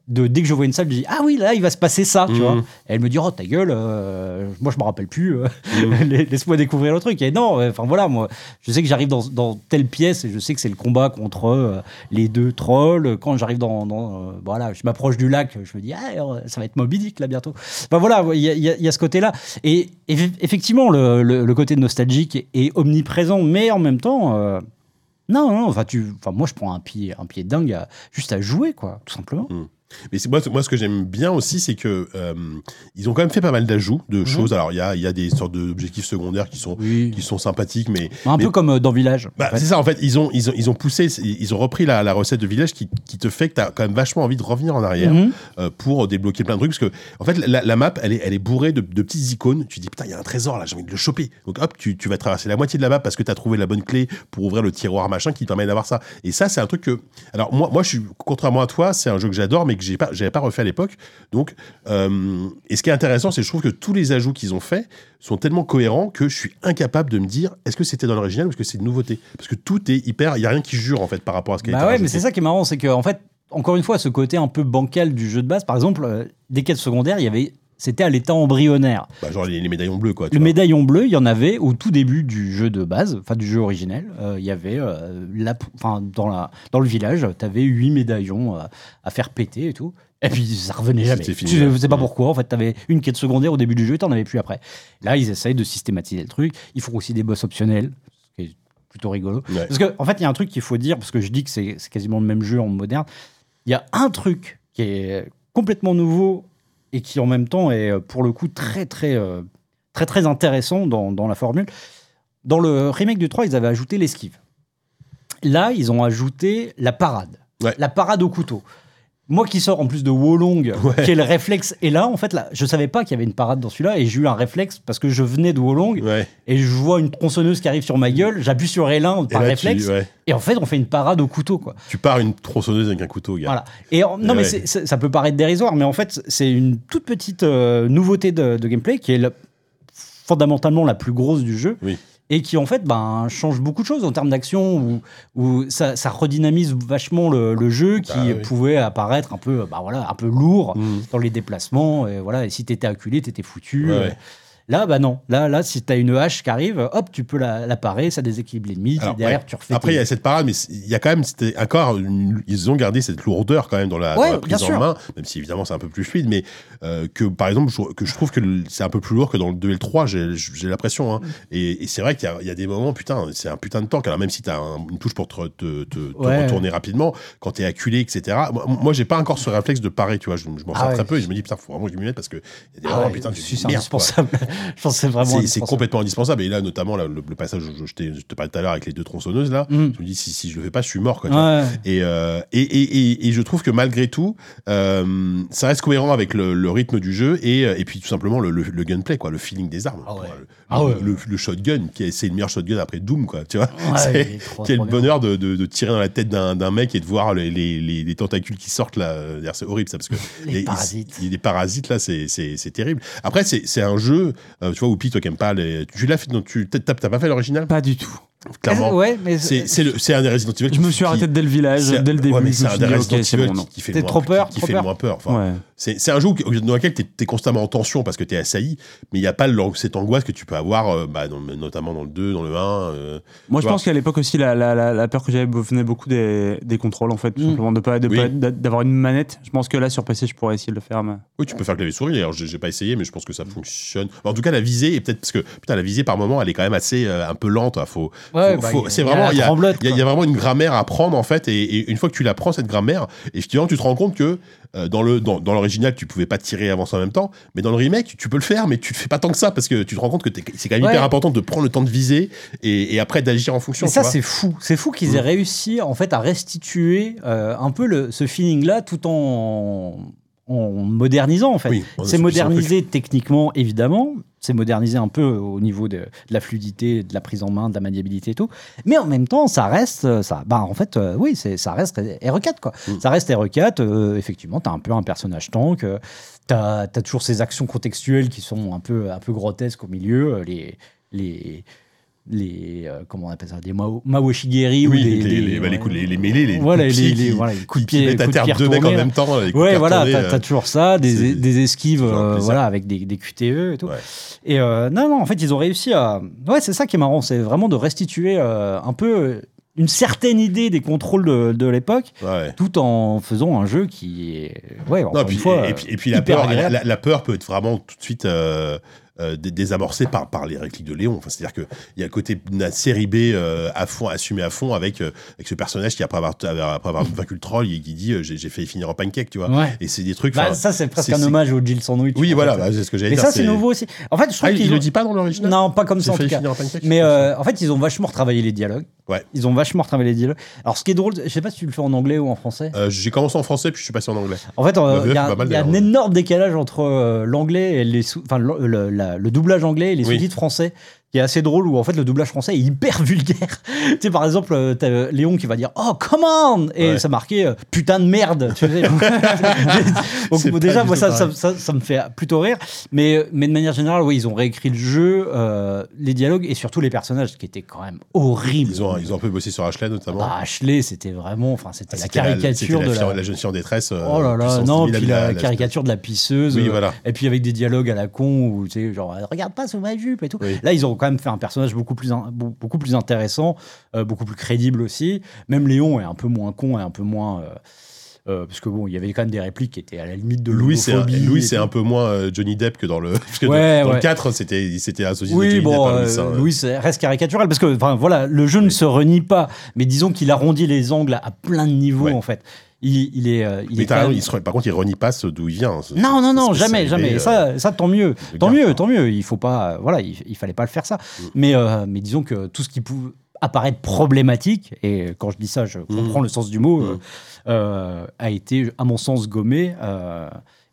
De, dès que je vois une salle, je dis Ah oui, là, il va se passer ça, tu vois. Et elle me dit Oh, ta gueule, euh, moi, je me rappelle plus, euh, la- laisse-moi découvrir le truc. Et non, euh, enfin voilà, moi, je sais que j'arrive dans, dans telle pièce et je sais que c'est le combat contre euh, les deux trolls. Quand j'arrive dans. dans, euh, voilà, je m'approche du lac, je me dis Ah, alors, ça va être Moby Dick là bientôt. Enfin voilà, il y, a- il y a- il y a ce côté-là. Et, eff- effectivement, le, le- le côté nostalgique est omniprésent, mais en même temps. euh, non, non, enfin, tu, enfin, moi je prends un pied, un pied dingue à- juste à jouer, quoi, tout simplement.
Mais c'est- moi, ce- moi, ce que j'aime bien aussi, c'est que euh, ils ont quand même fait pas mal d'ajouts de
Mhm.
choses. Alors, il y a, il y a des sortes d'objectifs secondaires qui sont, qui sont sympathiques, mais.
Un
mais-
peu comme euh, dans Village.
Bah, C'est ça, en fait, ils ont, ils ont, ils ont poussé, ils ont repris la, la recette de Village qui, qui te fait que tu as quand même vachement envie de revenir en arrière
Mhm.
euh, pour débloquer plein de trucs. Parce que, en fait, la, la map, elle est, elle est bourrée de, de petites icônes. Tu te dis, putain, il y a un trésor là, j'ai envie de le choper. Donc, hop, tu, tu vas traverser la moitié de la map parce que tu as trouvé la bonne clé pour ouvrir le tiroir machin qui te permet d'avoir ça. Et ça, c'est un truc que. Alors, moi, moi je suis, contrairement à toi, c'est un jeu que j'adore, mais que j'ai pas- j'avais pas, refait à l'époque. Donc, euh, et ce qui est intéressant, c'est que je trouve que tous les ajouts qu'ils ont faits sont tellement cohérents que je suis incapable de me dire est-ce que c'était dans l'original ou est-ce que c'est une nouveauté Parce que tout est hyper. Il n'y a rien qui jure, en fait, par rapport à ce qui a
Bah
été
ouais,
rajouté.
mais c'est ça qui est marrant, c'est que en fait, encore une fois, ce côté un peu bancal du jeu de base, par exemple, euh, des quêtes secondaires, il y avait, c'était à l'état embryonnaire.
Bah, genre les, les médaillons bleus, quoi. tu
Le
vois.
médaillon bleu, il y en avait au tout début du jeu de base, enfin du jeu originel. Euh, il y avait, euh, la, enfin, dans, la, dans le village, tu avais huit médaillons euh, à faire péter et tout. Et puis ça revenait jamais.
C'était fini,
tu
ouais.
sais pas pourquoi. En fait, tu avais une quête secondaire au début du jeu, tu n'en avais plus après. Là, ils essayent de systématiser le truc. Ils font aussi des boss optionnels, ce qui est plutôt rigolo.
Ouais.
Parce qu'en en fait, il y a un truc qu'il faut dire, parce que je dis que c'est c'est quasiment le même jeu en moderne. Il y a un truc qui est complètement nouveau et qui en même temps est euh, pour le coup très très euh, très très intéressant dans, dans la formule. Dans le remake du 3, ils avaient ajouté l'esquive. Là, ils ont ajouté la parade. La parade au couteau. Moi qui sors en plus de Wolong,
Ouais.
qui est le réflexe. Et là, en fait, là, je savais pas qu'il y avait une parade dans celui-là et j'ai eu un réflexe parce que je venais de Wolong et je vois une tronçonneuse qui arrive sur ma gueule, j'appuie sur L1
Et
par
là,
réflexe.
tu- ouais.
Et en fait, on fait une parade au couteau, quoi.
Tu pars une tronçonneuse avec un couteau, gars.
Voilà. Et en- non,
Et
mais
ouais.
c'est- c'est- ça peut paraître dérisoire, mais en fait, c'est une toute petite euh, nouveauté de, de gameplay qui est la- fondamentalement la plus grosse du jeu. Et qui en fait ben, change beaucoup de choses en termes d'action, où, où ça, ça redynamise vachement le, le jeu qui
Bah oui. Mm.
pouvait apparaître un peu, bah voilà, un peu lourd dans les déplacements. Et, voilà, et si t'étais acculé, t'étais foutu.
Ouais,
Euh,
ouais.
Là, bah non. Là, là si t'as une hache qui arrive, hop, tu peux la, la parer, ça déséquilibre l'ennemi.
Alors,
derrière,
ouais.
tu refais
Après, il
tes-
y a cette parade, mais c- il y a quand même c'était encore. une- Ils ont gardé cette lourdeur quand même dans la, dans
Ouais,
la prise
bien
en
sûr.
main, même si évidemment c'est un peu plus fluide, mais euh, que par exemple, je, que je trouve que le- c'est un peu plus lourd que dans le 2 et le 3, j'ai j'ai l'impression. hein.
Mm.
Et, et c'est vrai qu'il y a- il y, a des moments, putain, c'est un putain de tank. Alors même si t'as un- une touche pour te, te- te- te
Ouais.
retourner rapidement, quand t'es acculé, etc. Moi, moi, j'ai pas encore ce réflexe de parer, tu vois. Je, je m'en
Ah
sers
ouais.
très peu et je me dis, putain, faut vraiment que je m'y mette parce que. il y a des
Ah
moments,
ouais,
putain, je suis
si, c'est indispensable. Je pense que c'est vraiment
C'est- C'est
indispensable.
complètement indispensable. Et là, notamment, là, le, le passage où je, je t'ai- je te parlais tout à l'heure avec les deux tronçonneuses, là, je me dis, si, si je le fais pas, je suis mort. Quoi, tu
Mm. Ouais.
vois. et, euh, et, et, et, et je trouve que malgré tout, euh, ça reste cohérent avec le, le rythme du jeu et, euh, et puis tout simplement le, le- le gunplay, quoi, le feeling des armes.
Ah
Pour, euh, le, le- le shotgun, qui est- c'est le meilleur shotgun après Doom, quoi. Tu vois, C'est-
il est trop,
quel
trop bien.
bonheur de, de- de tirer dans la tête d'un d'un mec et de voir les, les- les- les tentacules qui sortent là. Euh, d'ailleurs, C'est horrible ça parce que
Les parasites.
les- les parasites là, c'est- c'est c'est terrible. Après, c'est c'est un jeu, euh, tu vois, Oupi, toi qui aimes pas les. Tu l'as fait, non, tu t'as t'as pas fait l'original
Pas du tout. Euh,
Clairement.
Ouais, mais-
c'est c'est le- c'est un des Resident Evil.
Je me suis arrêté dès le village,
c'est-
dès le début.
ouais, mais
je
c'est
me
un
suis
des
dit,
Resident
ok, c'est
Evil
bon, non.
qui, qui fait, le moins, qui- qui fait le moins peur. Enfin,
Ouais.
c'est c'est un jeu où- dans lequel tu es constamment en tension parce que tu es assailli, mais il n'y a pas le- cette angoisse que tu peux avoir, euh, bah, dans- notamment dans le 2, dans le 1. euh,
Moi,
tu
je
vois.
pense qu'à l'époque aussi, la, la- la- la peur que j'avais venait beaucoup des, des contrôles, en fait, tout simplement, de pas, de
Oui.
pas- d'a- d'avoir une manette. Je pense que là, sur PC, je pourrais essayer de le faire. mais-
Oui, tu peux faire clavier souris. D'ailleurs, j'ai j'ai pas essayé, mais je pense que
Mm.
ça fonctionne. En tout cas, la visée est peut-être parce que putain, la visée par moment, elle est quand même assez euh, un peu lente. hein. Faut,
Ouais,
faut-
bah,
faut-
il-
c'est
il y a
vraiment
la
il y a,
tremblote,
il y a-
quoi.
il y a vraiment une grammaire à prendre en fait. Et, et une fois que tu la prends cette grammaire, effectivement, tu te rends compte que euh, dans le dans, dans l'original, tu pouvais pas tirer et avancer en même temps, mais dans le remake, tu, tu peux le faire, mais tu le fais pas tant que ça parce que tu te rends compte que t'es- c'est quand même
Ouais.
hyper important de prendre le temps de viser et, et après d'agir en fonction.
Mais
tu
ça,
vois.
c'est fou. C'est fou qu'ils aient
Mm.
réussi en fait à restituer euh, un peu le, ce feeling-là tout en, en modernisant en fait.
Oui, on a
c'est
subi ça,
modernisé techniquement évidemment, c'est modernisé un peu au niveau de, de la fluidité, de la prise en main, de la maniabilité et tout. Mais en même temps, ça reste euh, ça. Bah en fait, euh, oui, c'est ça reste RE4 quoi.
Mm.
Ça reste RE4. euh, effectivement, t'as un peu un personnage tank. euh, T'as as toujours ces actions contextuelles qui sont un peu, un peu grotesques au milieu, euh, les, les, les euh, comment on appelle ça, des Mao,
Oui,
Mawoshigeri ou des,
les-
des-
les- bah, les coups- les- les mêlées, les
voilà,
coups de
les,
pied
les-
qui-
voilà, les coups de
qui- qui
pied,
mettent à
coups de
terre
pied
deux mecs en
retournés,
même
là.
temps, les coups de
Ouais,
pied
voilà,
retournés,
t'as
euh,
t'as toujours ça, des, des esquives, euh, voilà, avec des, des QTE et tout. Et euh, non, non, en fait, ils ont réussi à. Ouais, c'est ça qui est marrant, c'est vraiment de restituer euh, un peu euh, une certaine idée des contrôles de, de l'époque, tout en faisant un jeu qui est. Ouais, encore
Non,
une
puis-
fois,
et,
euh,
puis, et puis la,
hyper
peur, la,
agréable.
la peur peut être vraiment tout de suite euh, euh, dé- désamorcée par, par les répliques de Léon. Enfin, C'est-à-dire qu'il y a le côté de la série B euh, à fond, assumé à fond avec, euh, avec ce personnage qui, après avoir, après avoir vaincu le troll, il, il dit euh, j'ai j'ai fait finir en pancake, tu vois.
Ouais.
Et c'est des trucs.
Bah,
enfin,
ça, c'est presque un hommage au Jill Sandwich.
Oui,
en
voilà,
fait.
bah, c'est ce que j'allais
Mais
dire,
ça, c'est
c'est-
nouveau aussi. En fait, je trouve
Ah, il-
qu'ils
il
ont-
le dit pas dans l'original
Non, pas comme
J'ai
ça en tout
failli
cas.
finir en pancake,
Mais euh, en fait, ils ont vachement retravaillé les dialogues. Ils ont vachement retravaillé les dialogues. Alors, ce qui est drôle, je sais pas si tu le fais en anglais ou en français.
Euh, j'ai commencé en français, puis je suis passé en anglais.
En fait,
Bah,
euh,
VF,
il y a,
pas mal,
il y a un
d'ailleurs.
énorme décalage entre euh, l'anglais et les sous- enfin le, le- la- le doublage anglais et les
Oui.
sous-titres français. qui est assez drôle où en fait le doublage français est hyper vulgaire. tu sais par exemple euh, t'as euh, Léon qui va dire oh come on et
Ouais.
ça marquait euh, putain de merde. Tu sais. Donc,
C'est
bon,
pas
déjà
du
moi
tout
ça, ça,
pareil.
ça- ça me fait plutôt rire. Mais euh, mais de manière générale oui ils ont réécrit le jeu, euh, les dialogues et surtout les personnages qui étaient quand même horribles.
Ils ont, ils ont un peu bossé sur Ashley notamment.
Bah, Ashley c'était vraiment enfin c'était
Ah,
la
c'était la-
caricature
c'était la
de
fille- la jeune fille en détresse, euh,
oh là là
puissance
non
10 000,
puis
la-
la,
la-
caricature de la pisseuse.
Oui,
euh,
voilà.
Et puis avec des dialogues à la con où tu sais genre regarde pas sous ma jupe et tout. Là ils ont quand même fait un personnage beaucoup plus in- beau- beaucoup plus intéressant, euh, beaucoup plus crédible aussi. Même Léon est un peu moins con et un peu moins euh, euh, parce que bon, il y avait quand même des répliques qui étaient à la limite de
Louis, c'est un,
l'homophobie
Louis,
et
c'est
tout.
un peu moins euh, Johnny Depp que dans le, parce que
Ouais,
dans, dans
ouais.
le 4, c'était, il s'était associé à
Oui,
Johnny
bon,
Depp. hein,
euh,
Louis, ça, ouais.
Louis ça reste caricatural parce que, enfin, voilà, le jeu ne se renie pas, mais disons qu'il arrondit les angles à plein de niveaux en fait. Il, il est, euh, il
Mais
est
t'as
quand
raison,
même-
il se- par contre, il renie pas ce d'où il vient. hein, ce-
Non, non,
ce-
non,
ce
jamais,
spécialité,
jamais. Et
euh,
ça, ça, tant mieux, tant mieux, tant mieux. Il faut pas, euh, voilà, il, il fallait pas le faire ça.
Mm.
Mais, euh, mais disons que tout ce qui pouvait apparaître problématique, et quand je dis ça, je
Mm.
comprends le sens du mot, euh, euh, a été, à mon sens, gommé. euh,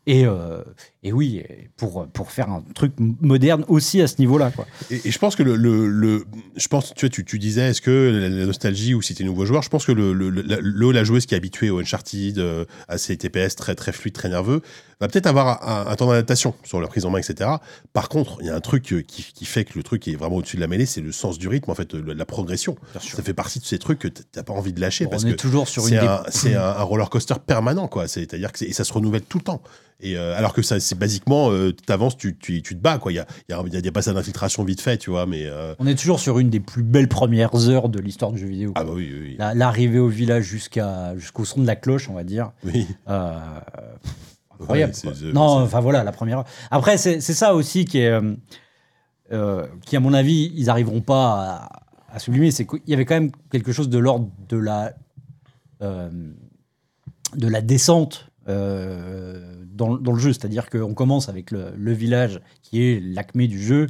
et, euh, et oui, et pour, pour faire un truc m- moderne aussi à ce niveau-là, quoi.
Et, et je pense que le, le, le- je pense, tu vois, tu, tu disais, est-ce que la, la nostalgie ou si t'es nouveau joueur, je pense que le, le, la, le- la joueuse qui est habituée au Uncharted, euh, à ces TPS très, très fluide, très nerveux, va peut-être avoir un, un temps d'adaptation sur la prise en main, etc. Par contre, il y a un truc euh, qui, qui fait que le truc est vraiment au-dessus de la mêlée, c'est le sens du rythme, en fait, le- la progression. Ça fait partie de ces trucs que t- t'as pas envie de lâcher
On
parce
est
que
toujours sur
c'est
une des-
un, c'est un, un roller coaster permanent, quoi. C'est-à-dire que c'est- et ça se renouvelle tout le temps. Et euh, alors que ça, c'est basiquement, euh, t'avances, tu, tu, tu te bats, quoi. Il y a, il y a, il y a des passages d'infiltration vite fait, tu vois, mais euh,
On est toujours sur une des plus belles premières heures de l'histoire du jeu vidéo.
Ah bah oui, oui.
La- L'arrivée au village jusqu'à jusqu'au son de la cloche, on va dire.
Oui.
Euh, pff, incroyable.
Ouais, c'est-
quoi.
c'est-
non, enfin voilà, la première heure. Après, c'est c'est ça aussi qui est euh, euh, qui, à mon avis, ils n'arriveront pas à, à sublimer. C'est qu'il y avait quand même quelque chose de l'ordre de la euh, de la descente. euh, dans, dans le jeu. C'est-à-dire qu'on commence avec le, le village qui est l'acmé du jeu,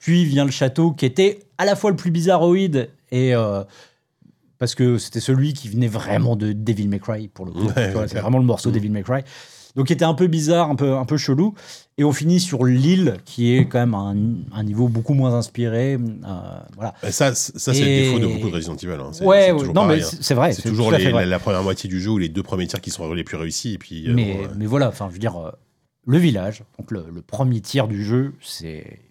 puis vient le château qui était à la fois le plus bizarroïde et. euh, parce que c'était celui qui venait vraiment de Devil May Cry pour le coup.
Ouais,
Tu vois,
ouais, Mm.
c'est
clair.
vraiment le morceau Devil May Cry. Donc, qui était un peu bizarre, un peu, un peu chelou. Et on finit sur l'île, qui est quand même un, un niveau beaucoup moins inspiré. euh, voilà.
Bah, ça, c- ça, c'est le
Et-
défaut de beaucoup de Resident Evil. hein. C'est-
Ouais,
c'est
ouais.
toujours
non,
pareil,
mais
hein.
c'est- c'est vrai.
C'est toujours
tout à
les-
fait vrai.
la, la première moitié du jeu ou les deux premiers tiers qui sont les plus réussis. Et puis, euh,
mais,
bon, ouais.
mais voilà, enfin, je veux dire, euh, le village, donc le, le premier tiers du jeu, c'est.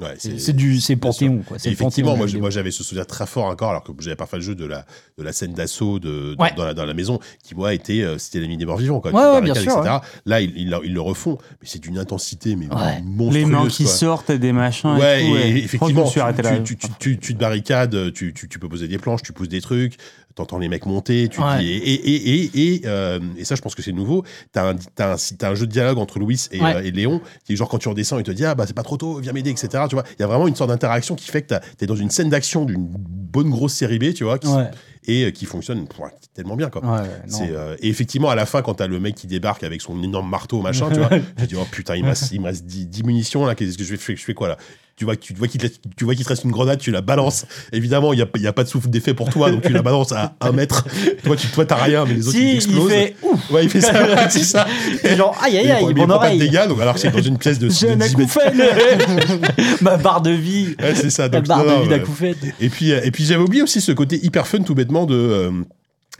Ouais,
c'est c'est du c'est Panthéon quoi.
Et
C'est le
effectivement,
Panthéon
moi,
du
j'ai-
jeu
moi, j'avais ce souvenir très fort encore, alors que j'avais pas fait le jeu de la, de la scène d'assaut de, de-
Ouais.
dans, la, dans la maison, qui moi était, euh, c'était l'ami des morts vivants, quoi.
Ouais,
dans
ouais,
laquelle,
bien sûr,
etc. Là, ils, ils, le- ils le refont, mais c'est d'une intensité, mais monstrueuse.
Les mains qui
quoi.
sortent et des machins.
Ouais,
et, tout, Je
et
crois que je
effectivement,
me suis arrêté
tu,
là.
tu- tu- tu- tu te barricades, tu, tu- tu peux poser des planches, tu pousses des trucs, t'entends les mecs monter, tu
Ouais.
dis- et, et, et, et, et, euh, et ça, je pense que c'est nouveau. T'as un, t'as un, t'as un jeu de dialogue entre Louis et,
Ouais.
euh, et Léon, qui est genre quand tu redescends, il te dit Ah bah c'est pas trop tôt, viens m'aider, etc. Tu vois, il y a vraiment une sorte d'interaction qui fait que t'as- t'es dans une scène d'action d'une bonne grosse série B, tu vois, qui,
Ouais.
et euh, qui fonctionne pouah, tellement bien, quoi.
Ouais, ouais, non.
C'est, euh, et effectivement, à la fin, quand t'as le mec qui débarque avec son énorme marteau, machin, tu vois, tu dis, oh putain, il me reste, il me reste 10, 10 munitions, là, qu'est-ce que je vais faire, je fais quoi, là? Tu vois, tu vois qu'il te, laisse- tu vois qu'il te reste une grenade, tu la balances. Évidemment, il n'y a, il y a pas de souffle d'effet pour toi, donc tu la balances à 1 mètre. Toi, tu, toi, t'as rien, mais les autres,
Si,
ils
il
explosent.
fait, ouf.
Ouais, il fait ça, ouais, c'est ça.
Et genre, aïe,
Mais
aïe,
il
aïe,
prend- mais
mon
il prend pas de
oreille.
dégâts, donc, alors que c'est dans une pièce de,
J'ai
de
un
10 mètres.
acouphène. Ma barre de vie.
Ouais, c'est ça.
La
donc, non,
barre de vie
non, ouais.
d'acouphène.
Et puis, euh, et puis j'avais oublié aussi ce côté hyper fun tout bêtement de. euh,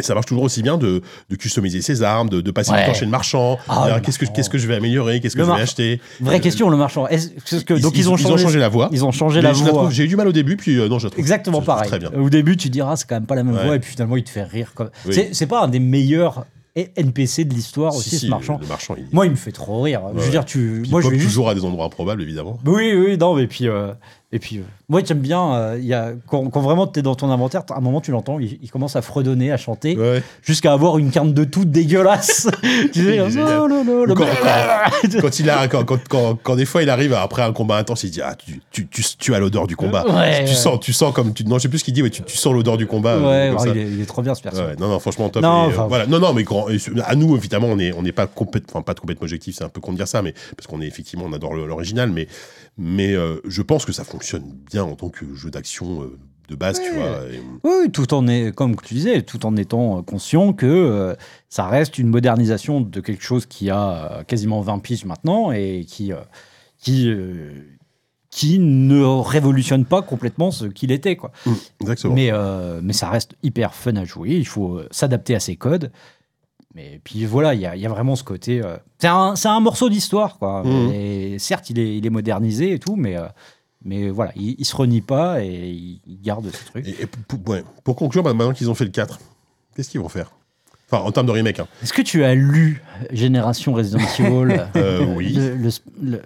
ça marche toujours aussi bien de, de customiser ses armes, de, de passer
Ouais.
du temps chez le marchand.
Ah,
dire,
le
qu'est-ce que qu'est-ce que je vais améliorer, qu'est-ce que
Le
je vais
marchand.
acheter.
Vraie
Euh,
question, le marchand. Est-ce que- que-
ils-
donc ils,
ils-
ont
ils
changé,
ont changé la voix.
Ils ont changé
Mais
la
je la
voix.
trouve- J'ai eu du mal au début, puis euh, non, je la trouve.
Exactement pareil.
très bien.
Au début, tu diras c'est quand même pas la même
Ouais.
voix et puis finalement il te fait rire. Comme...
Oui.
C'est- C'est pas un des meilleurs eh, NPC de l'histoire
Si,
aussi
si,
ce marchand.
le marchand, il-
Moi il me fait trop rire. je veux
Ouais.
dire tu.
Puis
Moi
il
je
pop
vais juste
toujours à des endroits improbables, évidemment.
Oui, oui, non, mais puis. euh, et puis euh, moi, j'aime bien. euh, il y a, quand, quand vraiment tu es dans ton inventaire, à un moment, tu l'entends, il, il commence à fredonner, à chanter, jusqu'à avoir une carte de tout dégueulasse. tu sais, oh
Il est génial.
non, non, non,
Ou
non,
quand,
blablabla.
quand- quand il a, quand, quand, quand- quand des fois il arrive après un combat intense, il dit ah tu, tu, tu, tu as l'odeur du combat.
Ouais,
tu
ouais.
sens, tu sens comme tu, non je sais plus ce qu'il dit, mais tu, tu sens l'odeur du combat.
Ouais,
euh, comme
ouais,
ça.
il, est, il est trop bien ce personnage.
Ouais, non, non, franchement, top.
Non,
Et, euh,
enfin-
voilà. non, non, mais grand- et sur- à nous, évidemment, on n'est on n'est pas, complète- enfin, pas complètement objectif, c'est un peu con de dire ça, mais parce qu'on est effectivement, on adore le- l'original, mais, mais euh, je pense que ça fonctionne bien en tant que jeu d'action euh, de base, tu vois. et-
Oui, tout en est, comme tu disais, tout en étant euh, conscient que euh, ça reste une modernisation de quelque chose qui a euh, quasiment 20 piges maintenant et qui, euh, qui, euh, qui ne révolutionne pas complètement ce qu'il était. Quoi.
exactement.
Mais, euh, mais ça reste hyper fun à jouer, il faut euh, s'adapter à ses codes. Mais puis voilà, il y, a- il y a vraiment ce côté. euh, c'est un, c'est un morceau d'histoire, quoi.
Mhm.
Et certes, il est, il est modernisé et tout, mais, euh, mais voilà, il, il se renie pas et il, il garde ce truc.
Et, et pour, pour- ouais. Pour conclure, bah, maintenant qu'ils ont fait le 4, qu'est-ce qu'ils vont faire Enfin, en termes de remake. hein.
Est-ce que tu as lu Génération Resident Evil
Euh, oui.
Le- le- le-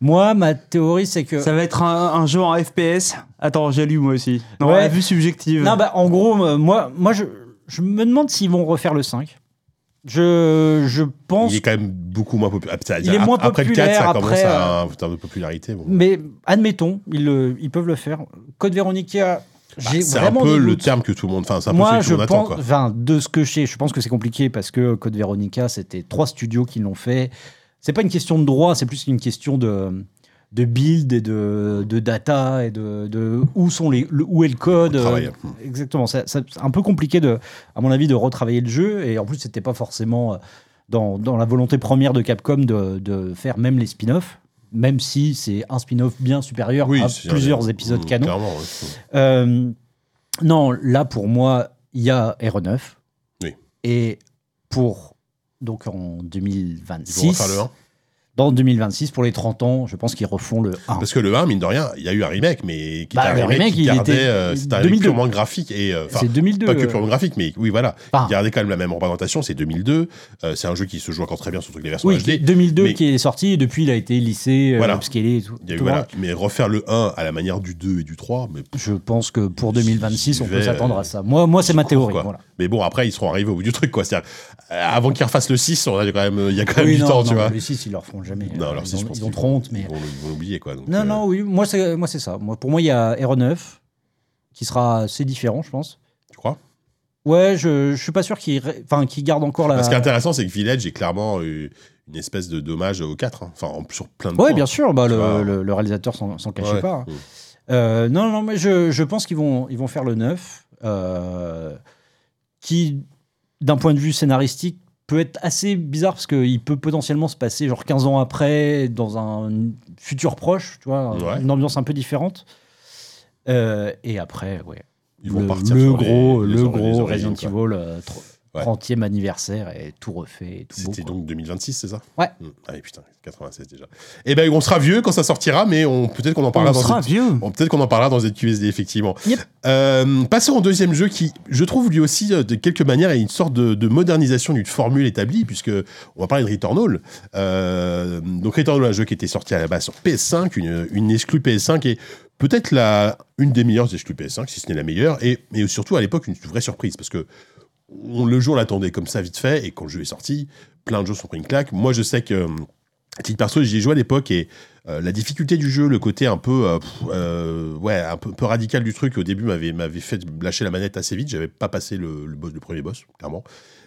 Moi, ma théorie, c'est que.
Ça va être un, un jeu en FPS. Attends, j'ai lu moi aussi. Non,
Ouais.
la vue subjective.
Non, bah, en gros, euh, moi, moi je, je me demande s'ils vont refaire le 5. Je, je pense.
Il est quand même beaucoup moins populaire.
Il est moins
après le 4,
populaire,
ça commence
après, euh,
à. En termes de popularité, bon. Bah,
Mais admettons, ils, le- ils peuvent le faire. Code Veronica,
Bah,
j'ai
c'est un
vraiment.
peu
des
le
doutes.
terme que tout le monde. Enfin, c'est un peu
Moi,
celui que
je
tout le monde attend,
pense,
quoi.
enfin, de ce que je sais, je pense que c'est compliqué parce que Code Veronica, c'était trois studios qui l'ont fait. C'est pas une question de droit, c'est plus une question de, de build et de, de data et de, de où sont les, le- où est le code.
travail.
Euh, Exactement. Ça- ça- C'est un peu compliqué de, à mon avis, de retravailler le jeu et en plus, c'était pas forcément euh, dans, dans la volonté première de Capcom de, de faire même les spin-offs. Même si c'est un spin-off bien supérieur
Oui,
à
c'est-
plusieurs épisodes
Mm,
canon.
clairement, ouais.
Euh, non, là pour moi, il y a R9.
Oui.
Et pour donc en
Ils vont
2026.
refaire le un
Dans 2026, pour les 30 ans, je pense qu'ils refont le 1.
Parce que le 1, mine de rien, il y a eu un remake, mais qui était
Bah,
un
le
remake,
remake,
qui
il
gardait,
était
euh, c'était un remake
2002.
purement graphique et euh, enfin,
C'est 2002,
pas que
euh.
purement graphique, mais oui voilà,
Ah.
qui gardait quand même la même représentation. C'est 2002. euh, c'est un jeu qui se joue encore très bien sur toutes les versions
Oui,
HD.
2002
mais-
qui est sorti, et depuis il a été lissé,
Voilà.
voilà. upscalé et tout.
Il y a eu,
tout
voilà,
marche.
mais refaire le 1 à la manière du 2 et du 3, mais
Je pense que pour 2026, on peut
vais,
s'attendre
euh,
à ça. Moi, moi c'est ma théorie.
quoi.
voilà.
Mais bon, après, ils seront arrivés au bout du truc, quoi. C'est-à-dire, euh, avant qu'ils refassent le 6, on a quand même, il y a quand même
Oui,
du
non,
temps,
non,
tu vois.
Le 6, ils le referont jamais. euh,
Non, alors
Ils
si,
ont-
je pense
ils ont
qu'ils
30,
vont-
mais.
Ils vont, ils vont l'oublier, quoi. donc,
Non,
euh,
non, oui, moi c'est, moi c'est ça. Moi, pour moi, il y a R9 qui sera assez différent, je pense.
Tu crois
Ouais, je, je suis pas sûr qu'il ré- enfin, qu'il garde encore la.
Ce qui est intéressant, c'est que Village est clairement eu une espèce de dommage aux quatre. hein. Enfin, en- sur plein de
Ouais,
points.
bien sûr, bah,
Tu vois.
le, le- le réalisateur s'en s'en cachait
Ouais. Mm.
pas. hein. Euh, non, non, mais je, je pense qu'ils vont, ils vont faire le 9, euh, qui, d'un point de vue scénaristique, peut être assez bizarre parce qu'il peut potentiellement se passer genre 15 ans après, dans un futur proche, tu vois,
Ouais.
une ambiance un peu différente. Euh, et après, ouais.
Ils vont
le,
partir
le
sur les-
gros,
les
le
or- les
gros
origines,
Resident
quoi.
Evil, euh, tro-
Ouais.
30e anniversaire et tout refait. et tout beau,
C'était
quoi.
donc 2026, c'est ça
hein. Ouais.
Ah oui, putain, 96 déjà. Eh ben, on sera vieux quand ça sortira, mais on peut-être qu'on en parlera
On
dans
sera
Z- Bon, peut-être qu'on en parlera dans ZQSD effectivement. Euh, passons au deuxième jeu qui, je trouve lui aussi euh, de quelque manière est une sorte de, de modernisation d'une formule établie puisque on va parler de Returnal. Euh, donc Returnal, un jeu qui était sorti à la base sur PS5, une, une exclue PS5 et peut-être la une des meilleures exclus PS5 si ce n'est la meilleure et mais surtout à l'époque une vraie surprise parce que on, le jour l'attendait comme ça vite fait et quand le jeu est sorti, plein de jeux sont pris une claque. Moi, je sais que euh, à titre perso, j'y ai joué à l'époque et euh, la difficulté du jeu, le côté un peu, euh, pff, euh, ouais, un peu, peu radical du truc au début m'avait m'avait fait lâcher la manette assez vite. J'avais pas passé le, le boss, le premier boss, clairement.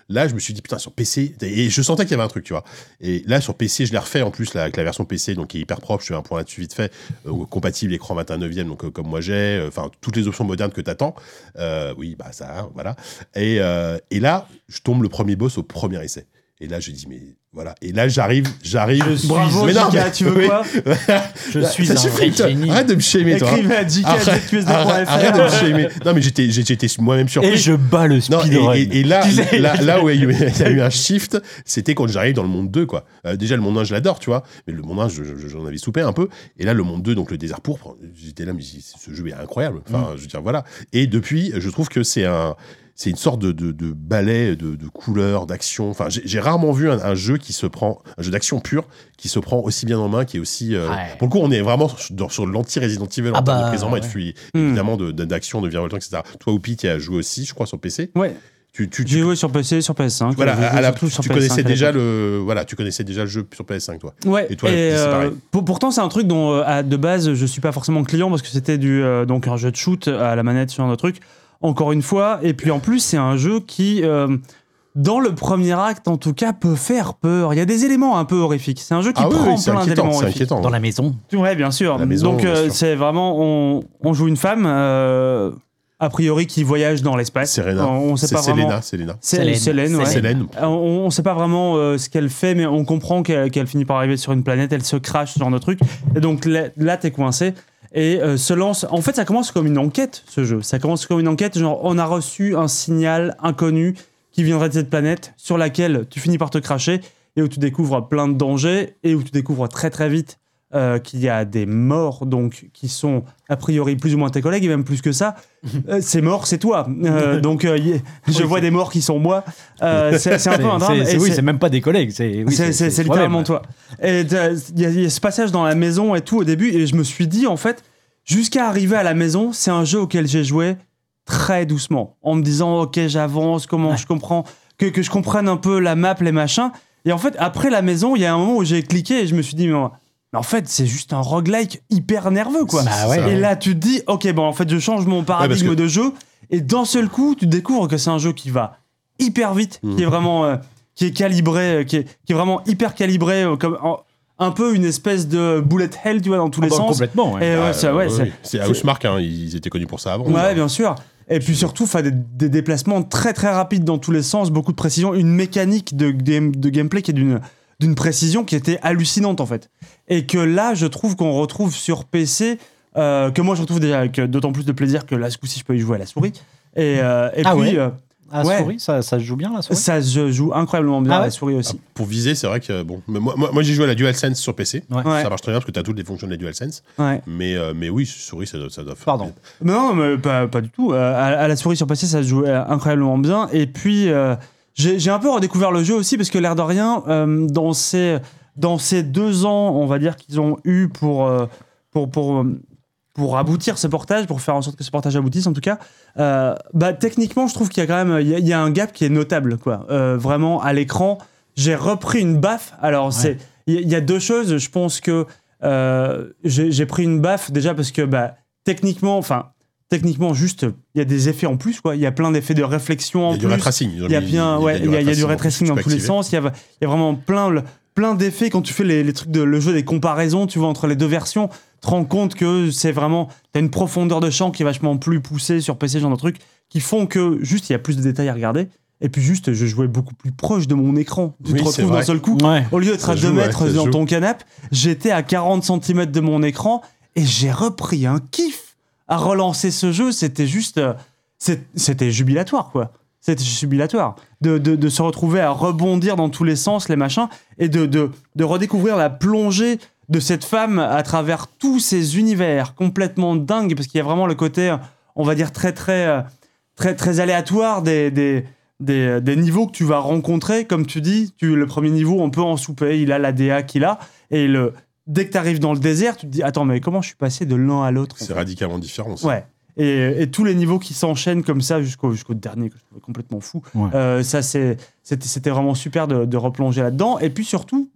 Là, je me suis dit putain sur PC et je sentais qu'il y avait un truc, tu vois. Et là sur PC, je l'ai refait en plus là, avec la version PC, donc qui est hyper propre. Je fais un point là-dessus vite fait, euh, compatible écran 21 neuvième, donc euh, comme moi j'ai, euh, enfin toutes les options modernes que t'attends. Euh, oui, bah ça, hein, voilà. Et, euh, et là, je tombe le premier boss au premier essai. Et là, je dis mais voilà. Et là, j'arrive, j'arrive.
Bravo,
Mais non,
Jika,
mais-
tu veux
oui.
quoi
Je suis un vrai génie. Arrête de me shamer, toi.
Écrivez à JK,
Arrête-
ZQSD.fr.
arrête- Arrête de me shamer. Non, mais j'étais, j'étais moi-même surpris.
Et je bats le
Non,
speedrun.
et, et- et là,
Tu sais.
là, là où il y a eu- il y a eu un shift, c'était quand j'arrive dans le monde 2, quoi. Euh, déjà, le monde 1, je l'adore, tu vois. Mais le monde 1, je- je- j'en avais soupé un peu. Et là, le monde 2, donc le désert pourpre, j'étais là, mais j'ai- ce jeu est incroyable. Enfin,
Mm.
je veux dire, voilà. Et depuis, je trouve que c'est un. C'est une sorte de, de, de ballet de, de couleurs, d'action. Enfin, j'ai j'ai rarement vu un, un jeu qui se prend, un jeu d'action pur, qui se prend aussi bien en main, qui est aussi. euh,
Ouais.
Pour le coup, on est vraiment sur, sur l'anti-Resident Evil en
Ah
termes de
bah,
prise en main et de
ouais.
fui-
Hmm.
évidemment de- de- d'action, de, violence, etc. Toi, Oupi, tu as joué aussi, je crois, sur PC.
Ouais.
Tu, tu,
J'ai joué sur PC, sur PS5.
voilà,
j'ai joué
à la,
surtout sur hein,
tu
PS5 à
connaissais
l'époque.
déjà le, voilà, tu connaissais déjà le jeu sur PS5, toi.
Ouais.
Et toi, c'est
euh,
pareil.
pour- pourtant, c'est un truc dont euh, à- de base je suis pas forcément client parce que c'était du euh, donc un jeu de shoot à la manette sur un autre truc. Encore une fois, et puis en plus, c'est un jeu qui euh, dans le premier acte, en tout cas, peut faire peur. Il y a des éléments un peu horrifiques. C'est un jeu qui
Ah oui,
prend
oui, c'est
plein
inquiétant,
d'éléments
c'est
horrifiques.
inquiétant. Dans la
maison.
Ouais, bien sûr.
La maison,
donc
bien
euh,
sûr.
c'est vraiment on, on joue une femme euh, a priori qui voyage dans l'espace.
Serena.
On, on sait
C'est
pas vraiment.
Selena, Selena.
C'est-
Selene.
Selene, ouais.
Selene.
Euh, On ne sait pas vraiment euh, ce qu'elle fait, mais on comprend qu'elle qu'elle finit par arriver sur une planète, elle se crache, ce genre de truc. Et donc là, là, t'es coincé. Et euh, se lance. En fait, ça commence comme une enquête, ce jeu. Ça commence comme une enquête, genre, on a reçu un signal inconnu qui viendrait de cette planète sur laquelle tu finis par te cracher et où tu découvres plein de dangers et où tu découvres très très vite euh, qu'il y a des morts, donc qui sont a priori plus ou moins tes collègues et même plus que ça. Euh, c'est mort, c'est toi. Euh, donc euh, y- je vois des morts qui sont moi. Euh, c'est c'est un peu un drame.
C'est-
et
c'est- oui,
c'est-
c'est même pas des collègues. C'est oui,
c'est- c'est c'est littéralement toi. Et t'as- il y, a- il y a ce passage dans la maison et tout au début, et je me suis dit, en fait, jusqu'à arriver à la maison, c'est un jeu auquel j'ai joué très doucement, en me disant, ok, j'avance, comment je comprends, que, que je comprenne un peu la map, les machins. Et en fait, après la maison, il y a un moment où j'ai cliqué et je me suis dit, mais en- mais en fait, c'est juste un roguelike hyper nerveux, quoi.
Bah ouais.
Et là, tu te dis, ok, bon, en fait, je change mon paradigme
que-
de jeu, et d'un seul coup, tu découvres que c'est un jeu qui va hyper vite, qui
Hmm.
est vraiment euh, qui est calibré, euh, qui, est, qui est vraiment hyper calibré, euh, comme en- un peu une espèce de bullet hell, tu vois, dans tous les
bah,
sens. Et Eh ouais,
Ah,
ça, ouais,
oui,
c'est-
oui. c'est Housemark, hein, ils étaient connus pour ça avant.
Ouais, bien sûr. Et puis surtout, 'fin, des, des déplacements très très rapides dans tous les sens, beaucoup de précision, une mécanique de, game- de gameplay qui est d'une d'une précision qui était hallucinante en fait. Et que là, je trouve qu'on retrouve sur PC, euh, que moi je retrouve déjà avec euh, d'autant plus de plaisir que là, ce coup-ci, je peux y jouer à la souris. Et, euh, et
Ah
puis,
ouais
euh,
À la
ouais,
souris, ça, ça se joue bien la souris.
ça se joue incroyablement bien
Ah
à la
ouais
souris aussi.
Pour viser, c'est vrai que bon, mais moi, moi, moi, j'ai joué à la DualSense sur PC.
Ouais.
Ah Ça marche très bien parce que tu as toutes les fonctions de la DualSense.
Ouais.
Mais, euh, mais oui, souris, ça doit, ça doit faire. Pardon.
Non, mais pas, pas du tout. Euh, à, à la souris sur PC, ça se jouait euh, incroyablement bien. Et puis, euh, j'ai j'ai un peu redécouvert le jeu aussi, parce que l'air de rien, euh, dans, ces, dans ces deux ans, on va dire, qu'ils ont eu pour, euh, pour, pour, euh, pour aboutir ce portage, pour faire en sorte que ce portage aboutisse en tout cas, euh, bah, techniquement, je trouve qu'il y a quand même il y a, il y a un gap qui est notable. Quoi. Euh, vraiment, à l'écran, j'ai repris une baffe. Alors, c'est il y, a- il y a deux choses. Je pense que euh, j'ai j'ai pris une baffe déjà parce que bah, techniquement, enfin, techniquement juste il y a des effets en plus quoi il y a plein d'effets de réflexion en
Il y a
plus
du ray tracing. Ils ont
il y a
mis-
bien ouais il y a, il y a du ray tracing dans
tu peux
tous les
activer.
sens il y a il y a vraiment plein le- plein d'effets quand tu fais les, les trucs de le jeu des comparaisons tu vois entre les deux versions tu te rends compte que c'est vraiment t'as une profondeur de champ qui est vachement plus poussée sur PC ce genre de trucs qui font que juste il y a plus de détails à regarder et puis juste je jouais beaucoup plus proche de mon écran tu
Oui,
te
c'est
retrouves d'un
vrai.
seul coup
Ouais.
au lieu d'être
Ça
à 2
joue, ouais,
mètres
ça
dans
joue.
ton canapé j'étais à 40 cm de mon écran et j'ai repris un kiff à relancer ce jeu. C'était juste. euh, c'est- C'était jubilatoire, quoi. C'était jubilatoire. De, de, de se retrouver à rebondir dans tous les sens, les machins, et de, de, de redécouvrir la plongée de cette femme à travers tous ces univers complètement dingues, parce qu'il y a vraiment le côté, euh, on va dire, très, très. euh, très très aléatoire des, des, des, euh, des niveaux que tu vas rencontrer. Comme tu dis, tu, le premier niveau, on peut en souper, il a la DA qu'il a. Et le, dès que tu arrives dans le désert, tu te dis Attends, mais comment je suis passé de l'un à l'autre en
C'est
fait
radicalement différent. ça.
Ouais. Et, et tous les niveaux qui s'enchaînent comme ça jusqu'au jusqu'au dernier que je trouvais complètement fou.
Ouais.
Euh, ça c'est c'était c'était vraiment super de, de replonger là-dedans. Et puis surtout,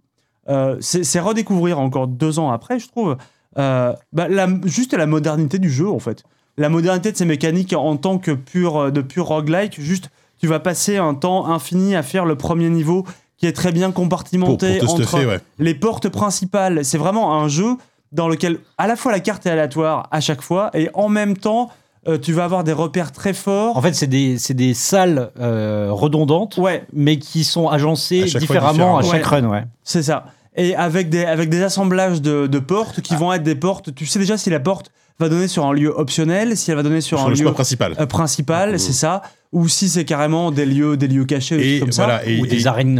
euh, c'est c'est redécouvrir encore deux ans après, je trouve, euh, bah, la- juste la modernité du jeu en fait. La modernité de ces mécaniques en tant que pur de pur roguelike. Juste, tu vas passer un temps infini à faire le premier niveau qui est très bien compartimenté
Pour- pour te
entre
stuffer, ouais.
les portes principales. C'est vraiment un jeu dans lequel à la fois la carte est aléatoire à chaque fois et en même temps euh, tu vas avoir des repères très forts.
En fait, c'est des, c'est des salles euh, redondantes, mais qui sont agencées
À chaque fois
différemment à
différent.
chaque
Ouais.
run. Ouais.
C'est ça. Et avec des, avec des assemblages de, de portes
Ah.
qui vont être des portes. Tu sais déjà si la porte va donner sur un lieu optionnel, si elle va donner sur,
Sur
un
le
lieu
chemin principal.
euh, principal, c'est ça. Ou si c'est carrément des lieux, des lieux cachés, des trucs comme ça.
et- et- voilà, et
des
il y
Des
a le
arènes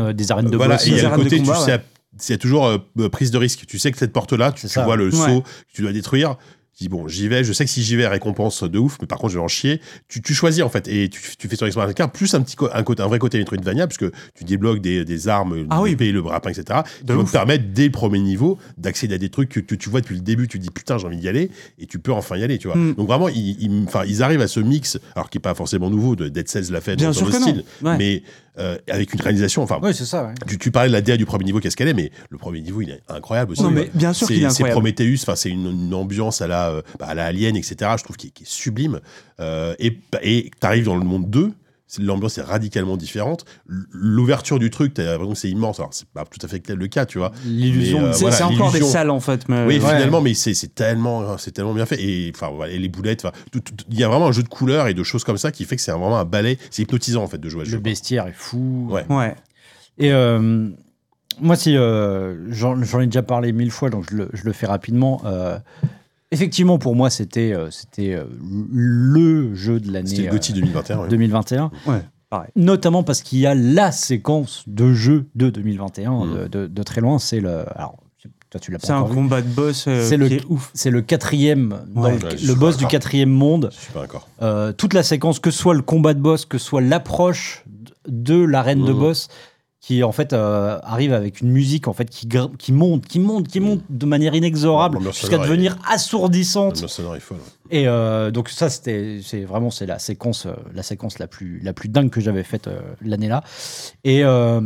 de
côté,
combat,
tu
ouais.
sais, c'est toujours euh, euh, prise de risque. Tu sais que cette porte-là, tu, tu vois le
Ouais.
saut que tu dois détruire. Tu dis, bon, j'y vais, je sais que si j'y vais, récompense de ouf, mais par contre, je vais en chier. Tu, tu choisis, en fait, et tu, tu fais ton expérience avec un plus un, petit co- un, côté, un vrai côté Metroidvania, puisque tu débloques des, des armes,
Ah oui.
l'épée, le brapin, etc.,
De
qui vont
ouf.
te permettre, dès le premier niveau, d'accéder à des trucs que tu, tu vois depuis le début. Tu te dis, putain, j'ai envie d'y aller, et tu peux enfin y aller, tu vois.
Mm.
Donc, vraiment, ils, ils- enfin, ils arrivent à ce mix, alors qui n'est pas forcément nouveau, de Dead Cells l'a fait
Bien
dans
sûr
le
que non.
style,
Ouais.
mais euh, avec une réalisation, enfin,
Oui, c'est ça. ouais.
tu, tu parlais de la DA du premier niveau, qu'est-ce qu'elle est, mais le premier niveau, il est incroyable aussi.
Non, mais bien sûr
C'est-
qu'il est
C'est
incroyable.
Prometheus, enfin, c'est une, une ambiance à la, euh, bah, à la Alien, etc. Je trouve qui est, qui est sublime. Euh, et bah, et t'arrives dans le monde 2. c'est- L'ambiance est radicalement différente. L- L'ouverture du truc, t'as l'impression que c'est immense. Alors, c'est pas tout à fait tel le cas, tu vois.
L'illusion,
Mais, euh,
c'est
voilà,
c'est encore des
l'illusion.
salles en fait. mais- euh,
Oui,
Ouais.
finalement, mais c'est c'est tellement, c'est tellement bien fait. Et enfin, voilà, et les boulettes, enfin, tout- tout- il y a vraiment un jeu de couleurs et de choses comme ça qui fait que c'est vraiment un ballet. C'est hypnotisant en fait de jouer à ce
Le
jeu.
bestiaire est fou.
Ouais.
Et euh, moi, si euh, j'en j'en ai déjà parlé mille fois, donc je le, je le fais rapidement. euh, effectivement, pour moi, c'était euh, c'était euh, le jeu de l'année. euh,
C'était le
euh,
GOTY 2021, ouais.
2021.
Ouais, pareil.
Notamment parce qu'il y a la séquence de jeu de 2021
Mm.
de, euh, de- de très loin. C'est le. Alors, toi, tu l'as pas
C'est un
encore vu.
combat de boss euh,
C'est le,
qui est ouf.
c'est le quatrième, dans
Ouais.
le,
Ouais, je
le
suis pas
boss du
d'accord.
quatrième monde.
Je suis pas d'accord.
Euh, toute la séquence, que soit le combat de boss, que soit l'approche d- de l'arène de
Mmh.
Mhm.
boss, qui en fait euh, arrive avec une musique en fait qui, gr- qui monte, qui monte,
Mmh.
qui monte de manière inexorable
L'ambiance
jusqu'à
sonore est-
devenir assourdissante.
L'ambiance sonore est folle. ouais.
Et euh, donc ça, c'était, c'est vraiment c'est la séquence, euh, la séquence la plus, la plus dingue que j'avais faite euh, l'année-là. Et euh,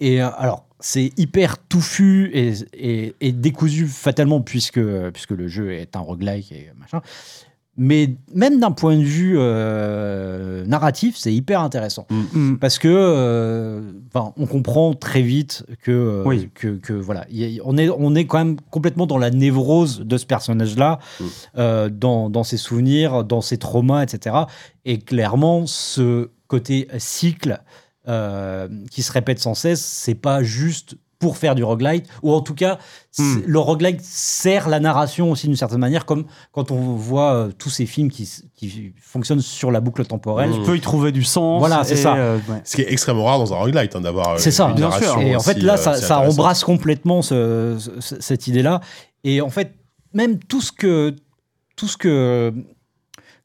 et euh, alors c'est hyper touffu et, et, et décousu fatalement puisque puisque le jeu est un roguelike et machin. Mais même d'un point de vue euh, narratif, c'est hyper intéressant
mmh.
parce que euh, enfin, on comprend très vite que euh,
Oui.
que, que, voilà, il y a- on est on est quand même complètement dans la névrose de ce personnage-là, euh, dans, dans ses souvenirs, dans ses traumas, etc. Et clairement, ce côté cycle euh, qui se répète sans cesse, c'est pas juste pour faire du roguelite, ou en tout cas, c'est- le roguelite sert la narration aussi d'une certaine manière, comme quand on voit euh, tous ces films qui, s- qui fonctionnent sur la boucle temporelle.
Tu peux y trouver du sens.
Hmm. Voilà, c'est
et,
ça.
euh, ouais.
Ce qui est extrêmement rare dans un roguelite, hein, d'avoir. euh,
C'est ça,
une narration
Et en fait,
aussi,
là,
euh,
ça,
si
ça
intéressante.
embrasse complètement ce- ce- cette idée-là. Et en fait, même tout ce que. Tout ce que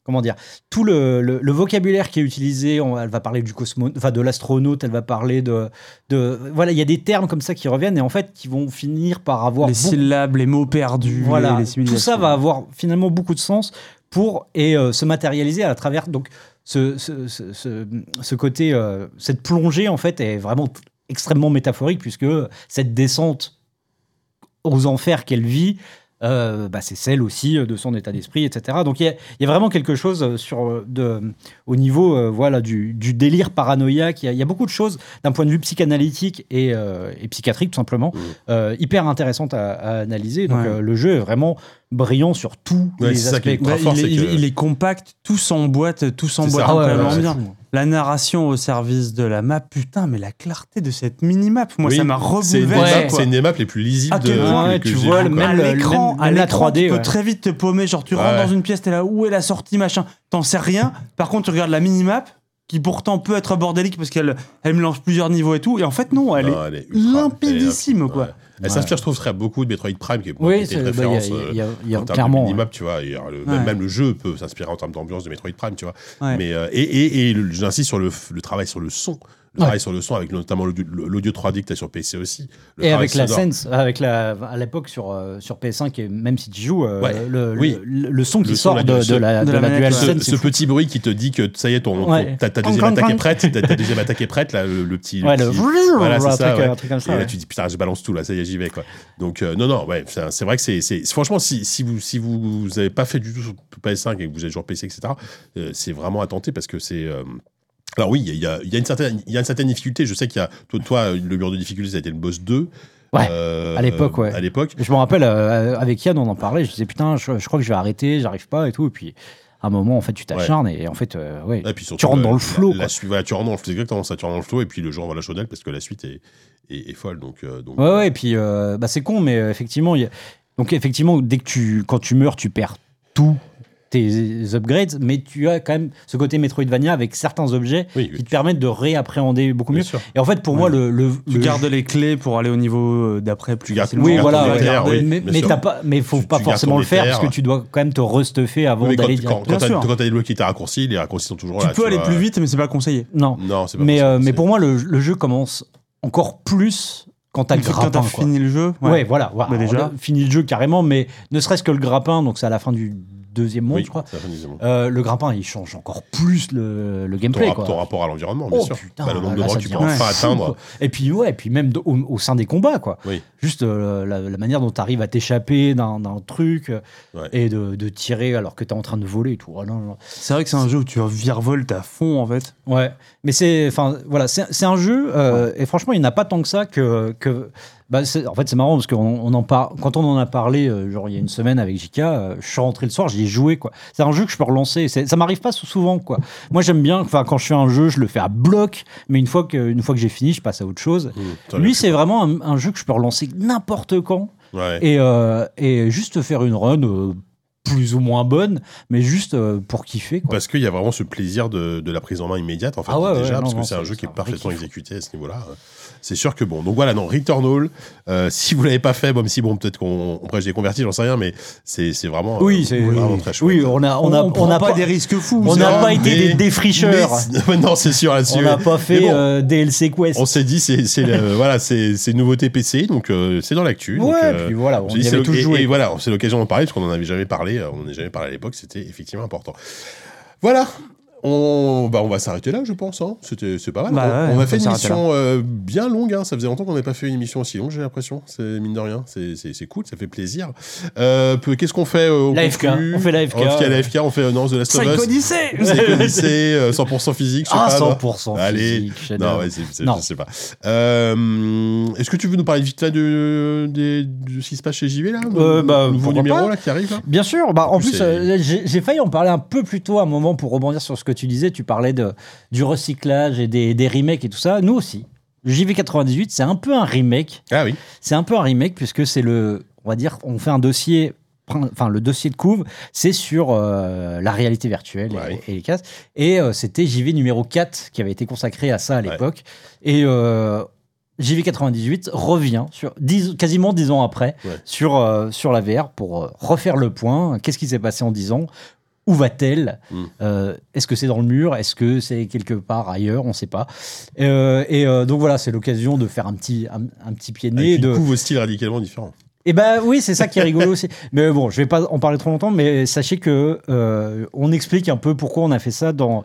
comment dire Tout le, le- le vocabulaire qui est utilisé, on- elle va parler du cosmonaute, enfin de l'astronaute, elle va parler de. de voilà, il y a des termes comme ça qui reviennent et en fait qui vont finir par avoir.
Les
beaucoup-
syllabes, les mots perdus,
voilà,
les
tout ça
simulations.
va avoir finalement beaucoup de sens pour et euh, se matérialiser à travers donc ce, ce, ce- ce- ce côté euh, cette plongée en fait est vraiment t- extrêmement métaphorique puisque cette descente aux enfers qu'elle vit euh, bah, c'est celle aussi euh, de son état d'esprit, etc. Donc il y a- il y, a vraiment quelque chose euh, sur, euh, de, au niveau euh, voilà, du, du délire paranoïaque. Il y, a- il y a beaucoup de choses d'un point de vue psychanalytique et, euh, et psychiatrique, tout simplement,
Mmh.
euh, hyper intéressantes à, à analyser. Donc
Ouais.
euh, le jeu est vraiment brillant sur tous les aspects.
Ouais, Bah, il, est, il est- il est compact, tout s'emboîte, tout s'emboîte
ça. Ah ouais,
incroyablement
ouais, ouais,
bien.
c'est fou.
La narration au service de la map, putain, mais la clarté de cette mini-map, moi
Oui,
ça m'a
C'est une, des
rebouleversé.
maps- c'est une des maps les plus lisibles
À
de
quel point,
que- que
Ah, tu
j'ai
vois,
vues, quoi.
même à l'écran, à
même la
l'écran,
3D,
tu peux
ouais.
très vite te paumer. Genre, tu
Ouais,
rentres
ouais.
dans une pièce, t'es là, où est la sortie, machin. T'en sais rien. Par contre, tu regardes la minimap, qui pourtant peut être bordélique parce qu'elle elle mélange plusieurs niveaux et tout. Et en fait, non, elle,
Non,
est,
elle est
limpidissime, quoi.
Elle s'inspire, je trouve, très beaucoup de Metroid Prime, qui est
Oui,
qui était
c'est-
une
bah,
référence.
il y a-
euh,
il y a- il y a
en termes de
clairement,
minimap, tu vois. il y a le- même,
Ouais.
même le jeu peut s'inspirer en termes d'ambiance de Metroid Prime, tu vois.
Ouais.
Mais, euh, et et, et le- j'insiste sur le, f- le travail sur le son. Le
Ouais.
travail sur le son, avec notamment l'audio- l'audio 3D que tu as sur PC aussi. Le
et
travail
avec la
sonore.
Sense, avec la, à l'époque sur, euh, sur PS5, et même si tu joues, euh,
Ouais,
le,
oui.
le, le son qui
Le
sort
son,
de, de la, de la,
manette,
DualSense,
Ce,
c'est
ce
fou.
petit bruit qui te dit que ça y est, ton, ton-
Ouais.
ta, ta
Clang,
deuxième
clang,
attaque est
clang.
prête. Ta, ta deuxième attaque est prête, là, le, le petit. le
Ouais, le
petit-
vroom,
voilà, c'est
un
ça.
truc,
ouais.
un truc comme ça,
Et là,
ouais.
tu dis putain, je balance tout, là, ça y est, j'y vais, quoi. Donc, euh, non, non, ouais, c'est un- c'est vrai que c'est. c'est- Franchement, si, si vous si vous n'avez pas fait du tout sur PS5 et que vous êtes joueur PC, etc., euh, c'est vraiment à tenter parce que c'est. euh, alors oui, il y a- il y a, il y a une certaine, il y a une certaine difficulté. Je sais qu'il y a toi, toi, le mur de difficulté, ça a été le boss 2.
Ouais,
Euh,
à l'époque, ouais.
À l'époque.
Je me rappelle, euh, avec Yann, on en parlait. Je disais, putain, je, je crois que je vais arrêter, j'arrive pas et tout. Et puis, à un moment, en fait, tu t'acharnes et en fait, euh, ouais,
Et puis surtout,
tu rentres
euh,
dans le flot.
La,
quoi.
la suite, voilà, tu rentres dans le flot, c'est exactement ça, tu rentres dans le flot, et puis le genre va la chaudelle parce que la suite est, est, est folle. Donc, euh, donc
Ouais, ouais, et puis euh, bah, c'est con, mais euh, effectivement, il y a- donc effectivement, dès que tu, quand tu meurs, tu perds tout tes upgrades, mais tu as quand même ce côté Metroidvania avec certains objets qui te permettent de réappréhender beaucoup mieux. Et en fait, pour moi, le, le,
Tu
le-
gardes les clés pour aller au niveau euh, d'après plus facilement.
oui, voilà, ouais. mais, mais t'as pas, mais faut pas
tu gardes
forcément
ton
le faire
éther.
parce que tu dois quand même te restuffer avant
Mais quand,
d'aller
quand,
direct.
quand, t'as- quand t'as débloqué tes raccourcis, les raccourcis sont toujours
Tu
là.
peux aller
vois.
plus vite, mais c'est pas conseillé.
Non.
Non, c'est pas
mais, euh, mais pour moi, le, le jeu commence encore plus quand t'as le
Quand t'as
grappin. quoi.
fini le jeu,
Ouais,
ouais.
voilà.
Bah,
Alors,
déjà.
le- Fini le jeu carrément, mais ne serait-ce que le grappin, donc c'est à la fin du deuxième monde,
Oui,
je crois.
c'est la fin du deuxième monde.
Euh, le grappin, il change encore plus le, le gameplay.
rap-
quoi.
ton rapport à l'environnement, bien
Oh,
sûr.
putain,
Bah, le nombre de
là,
drogues
ça
que tu
devient
peux enfin
fou,
atteindre.
quoi. Et puis, ouais, et puis même de- au, au sein des combats, quoi. Juste euh, la, la manière dont tu arrives à t'échapper d'un d'un truc euh, et de, de tirer alors que tu es en train de voler et tout. Ah, non, non.
C'est vrai que c'est un jeu où tu virevoltes à fond en fait.
Ouais, mais c'est enfin voilà, c'est c'est un jeu euh, et franchement il n'y en a pas tant que ça que que bah, c'est- en fait c'est marrant parce qu'on on en par- quand on en a parlé euh, genre il y a une semaine avec JK, euh, je suis rentré le soir, j'y ai joué quoi. C'est un jeu que je peux relancer, C'est- ça m'arrive pas sou- souvent quoi. Moi j'aime bien enfin quand je fais un jeu, je le fais à bloc, mais une fois que une fois que j'ai fini, je passe à autre chose.
t'en
Lui c'est vraiment un, un jeu que je peux relancer n'importe quand
Ouais.
et euh, et juste faire une run euh, plus ou moins bonne, mais juste euh, pour kiffer quoi.
Parce qu'il y a vraiment ce plaisir de, de la prise en main immédiate, en fait,
Ah ouais, ouais,
déjà,
non,
parce
non,
que c'est un
c'est-
jeu qui est
c'est un
parfaitement
vrai kiff. hein.
exécuté à ce niveau-là. hein. C'est sûr que bon, donc voilà, non, Returnal, euh, si vous l'avez pas fait, même si bon, peut-être qu'on on prêche des convertis, j'en sais rien, mais c'est c'est vraiment, euh,
Oui, c'est
vraiment très chouette.
oui, on a on a
On prend
a
pas des risques fous,
On
c'est
n'a
vrai,
pas été
mais-
des défricheurs.
Mais- non, c'est sûr là-dessus.
on n'a pas
Mais
fait
bon,
euh, DLC Quest.
On s'est dit, c'est c'est le- voilà, c'est c'est nouveauté PC, donc euh, c'est dans l'actu. donc,
Ouais,
euh,
puis voilà,
on
on
s'est dit,
y
c'est
avait
l'oc-
tous
et-
joué,
Et
quoi.
voilà, c'est l'occasion d'en parler parce qu'on en avait jamais parlé, euh, on n'en a jamais parlé à l'époque, c'était effectivement important. Voilà. On, bah on va s'arrêter là, je pense. hein. C'était- C'est pas mal.
Bah
on,
ouais,
on
on
a fait
peut
une
s'arrêter
émission euh, bien longue. hein. Ça faisait longtemps qu'on n'avait pas fait une émission aussi longue, j'ai l'impression. C'est mine de rien. C'est- C'est c'est cool, ça fait plaisir. Euh, peu- Qu'est-ce qu'on fait euh, on
L'AFK,
conclut
on fait l'AFK.
On fait l'AFK, on fait euh, non, The Last of Us.
Psychodyssée
Psychodyssée, euh, 100% physique. je sais
Ah,
pas, bah. non
100%
Allez.
physique, chef-d'œuvre.
Non, ouais, c'est- c'est-
Non.
je sais pas. Euh, Est-ce que tu veux nous parler vite là de, de, de ce qui se passe chez JV là
Euh, bah,
Le nouveau
pourquoi
numéro
pas.
là qui arrive là
Bien sûr, bah, en
plus,
plus,
c'est-
euh, j'ai j'ai failli en parler un peu plus tôt à un moment pour rebondir sur ce que tu disais. Tu parlais de, du recyclage et des, des remakes et tout ça. Nous aussi. JV98, c'est un peu un remake.
Ah oui.
C'est un peu un remake puisque c'est le. On va dire, on fait un dossier. prin- Enfin, le dossier de couve, c'est sur euh, la réalité virtuelle et- et, les casques. Et euh, c'était JV numéro 4 qui avait été consacré à ça à l'époque. Et. euh, JV98 revient sur dix- quasiment 10 ans après sur, euh, sur la VR pour euh, refaire le point. Qu'est-ce qui s'est passé en 10 ans Où va-t-elle
Hmm.
Euh, Est-ce que c'est dans le mur Est-ce que c'est quelque part ailleurs On ne sait pas. Euh, et euh, donc voilà, c'est l'occasion de faire un petit, un, un petit pied de nez.
Avec une
de...
couve au style radicalement différent.
Eh ben oui, c'est ça qui est rigolo aussi. Mais bon, je vais pas en parler trop longtemps, mais sachez que euh, on explique un peu pourquoi on a fait ça dans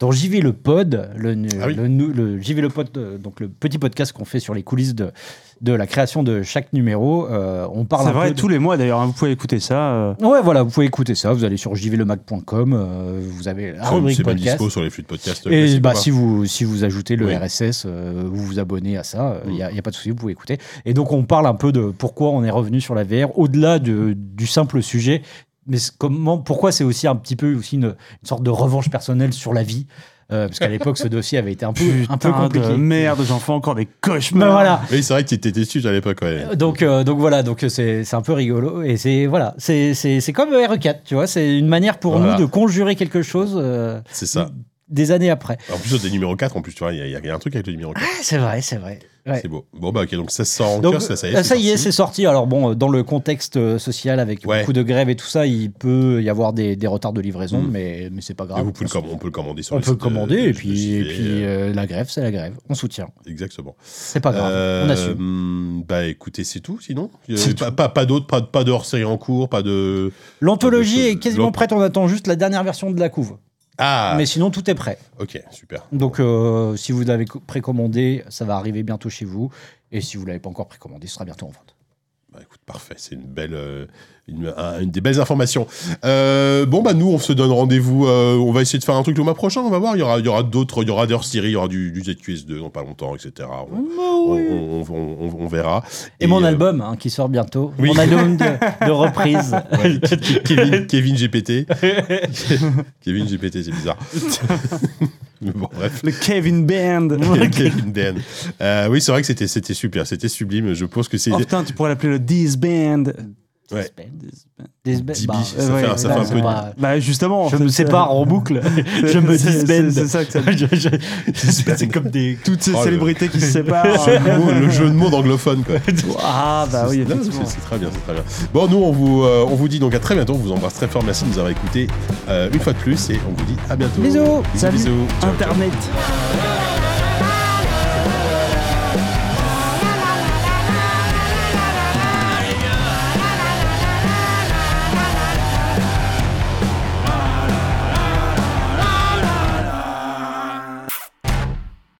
dans JV le Pod, le, le, nou- le JV le Pod, euh, donc le petit podcast qu'on fait sur les coulisses de, de la création de chaque numéro. euh, on parle
C'est
un
vrai,
peu de-
tous les mois d'ailleurs, hein, vous pouvez écouter ça. euh,
Ouais, voilà, vous pouvez écouter ça. Vous allez sur jvlemac.com, euh, vous avez la
Comme
rubrique
c'est même
podcast.
dispo sur les flux de podcast, euh,
Et
classiques
bah,
ou pas.
si, vous, si vous ajoutez le
Oui. Mm.
RSS, euh, vous vous abonnez à ça, il n'y a, y a pas de souci, vous pouvez écouter. Et donc, on parle un peu de pourquoi on est revenu sur la VR, au-delà de- du simple sujet, mais c'est comment, pourquoi c'est aussi un petit peu aussi une, une sorte de revanche personnelle sur la vie. euh, parce qu'à l'époque, ce dossier avait été un peu, un peu
Putain de
compliqué.
merde, j'en fais encore des cauchemars.
Ben voilà.
Oui, c'est vrai que tu étais dessus à l'époque, ouais.
Donc, euh, donc voilà, donc euh, c'est c'est un peu rigolo. Et c'est voilà, c'est- c'est c'est comme RE4, tu vois, c'est une manière pour
Voilà.
nous de conjurer quelque chose euh,
C'est ça.
des années après.
En plus, c'est numéro 4, en plus, tu vois, il y a- il y, a un truc avec le numéro 4.
Ah, C'est vrai, c'est vrai. Ouais.
C'est beau. Bon, bah, ok, donc ça sort en
Donc,
cœur, ça, ça y est.
euh,
c'est
ça y est,
parti.
c'est sorti. Alors bon, euh, dans le contexte euh, social avec beaucoup de grèves et tout ça, il peut y avoir des, des retards de livraison,
Mm.
mais, mais c'est pas
Et
grave.
vous pouvez le com- on peut le commander sur
On
le
peut le
site, euh,
commander
de-
et
de
puis, et
JV,
puis euh, la grève, c'est la grève. On soutient.
Exactement.
C'est pas grave,
Euh,
on
assume. Bah écoutez, c'est tout sinon. Euh,
C'est
pas, pas, pas d'autres, pas, de- pas de hors-série en cours, pas de.
L'anthologie est quasiment
l'ant-
prête. On attend juste la dernière version de la couve.
Ah
Mais sinon, tout est prêt.
Ok, super.
Donc, euh, si vous l'avez co- précommandé, ça va arriver bientôt chez vous. Et si vous l'avez pas encore précommandé, ce sera bientôt en vente.
Bah, Parfait, c'est une belle, euh, une, un- une des belles informations. Euh, bon bah nous, on se donne rendez-vous. euh, on va essayer de faire un truc le mois prochain. On va voir. Il y aura, il y aura d'autres, il y aura des hors-séries, il y aura du, du ZQS2 dans pas longtemps, etc. On, on- on- on- on- on verra.
Bah Et, mon album, hein, qui sort bientôt.
euh, Oui.
Mon album de, de reprise.
Ouais, Kevin, Kevin GPT. Kevin GPT, c'est bizarre. Mais bon, bref.
Le Kevin Band.
Kevin Ben. Euh, oui, c'est vrai que c'était c'était super, c'était sublime. Je pense que c'est
Oh putain, tu pourrais l'appeler le This Band.
ouais.
DB,
DB, ça fait un- ça fait un peu-
Bah justement. euh,
Je me sépare en boucle. Je me
C'est-
disbande.
c'est- C'est ça que ça
Je- je- C'est comme des.
Toutes ces
Oh, le-
célébrités qui se
Le
séparent.
jeu de mots- le jeu de mots d'anglophone quoi.
Ah bah oui,
C'est- non,
effectivement.
c'est- C'est très bien, c'est très bien. Bon, nous on vous euh, on vous dit donc à très bientôt. On vous embrasse très fort. Merci de nous avoir écoutés euh, une fois de plus et on vous dit à bientôt.
Bisous.
bisous.
Salut.
bisous. Ciao, ciao.
Internet.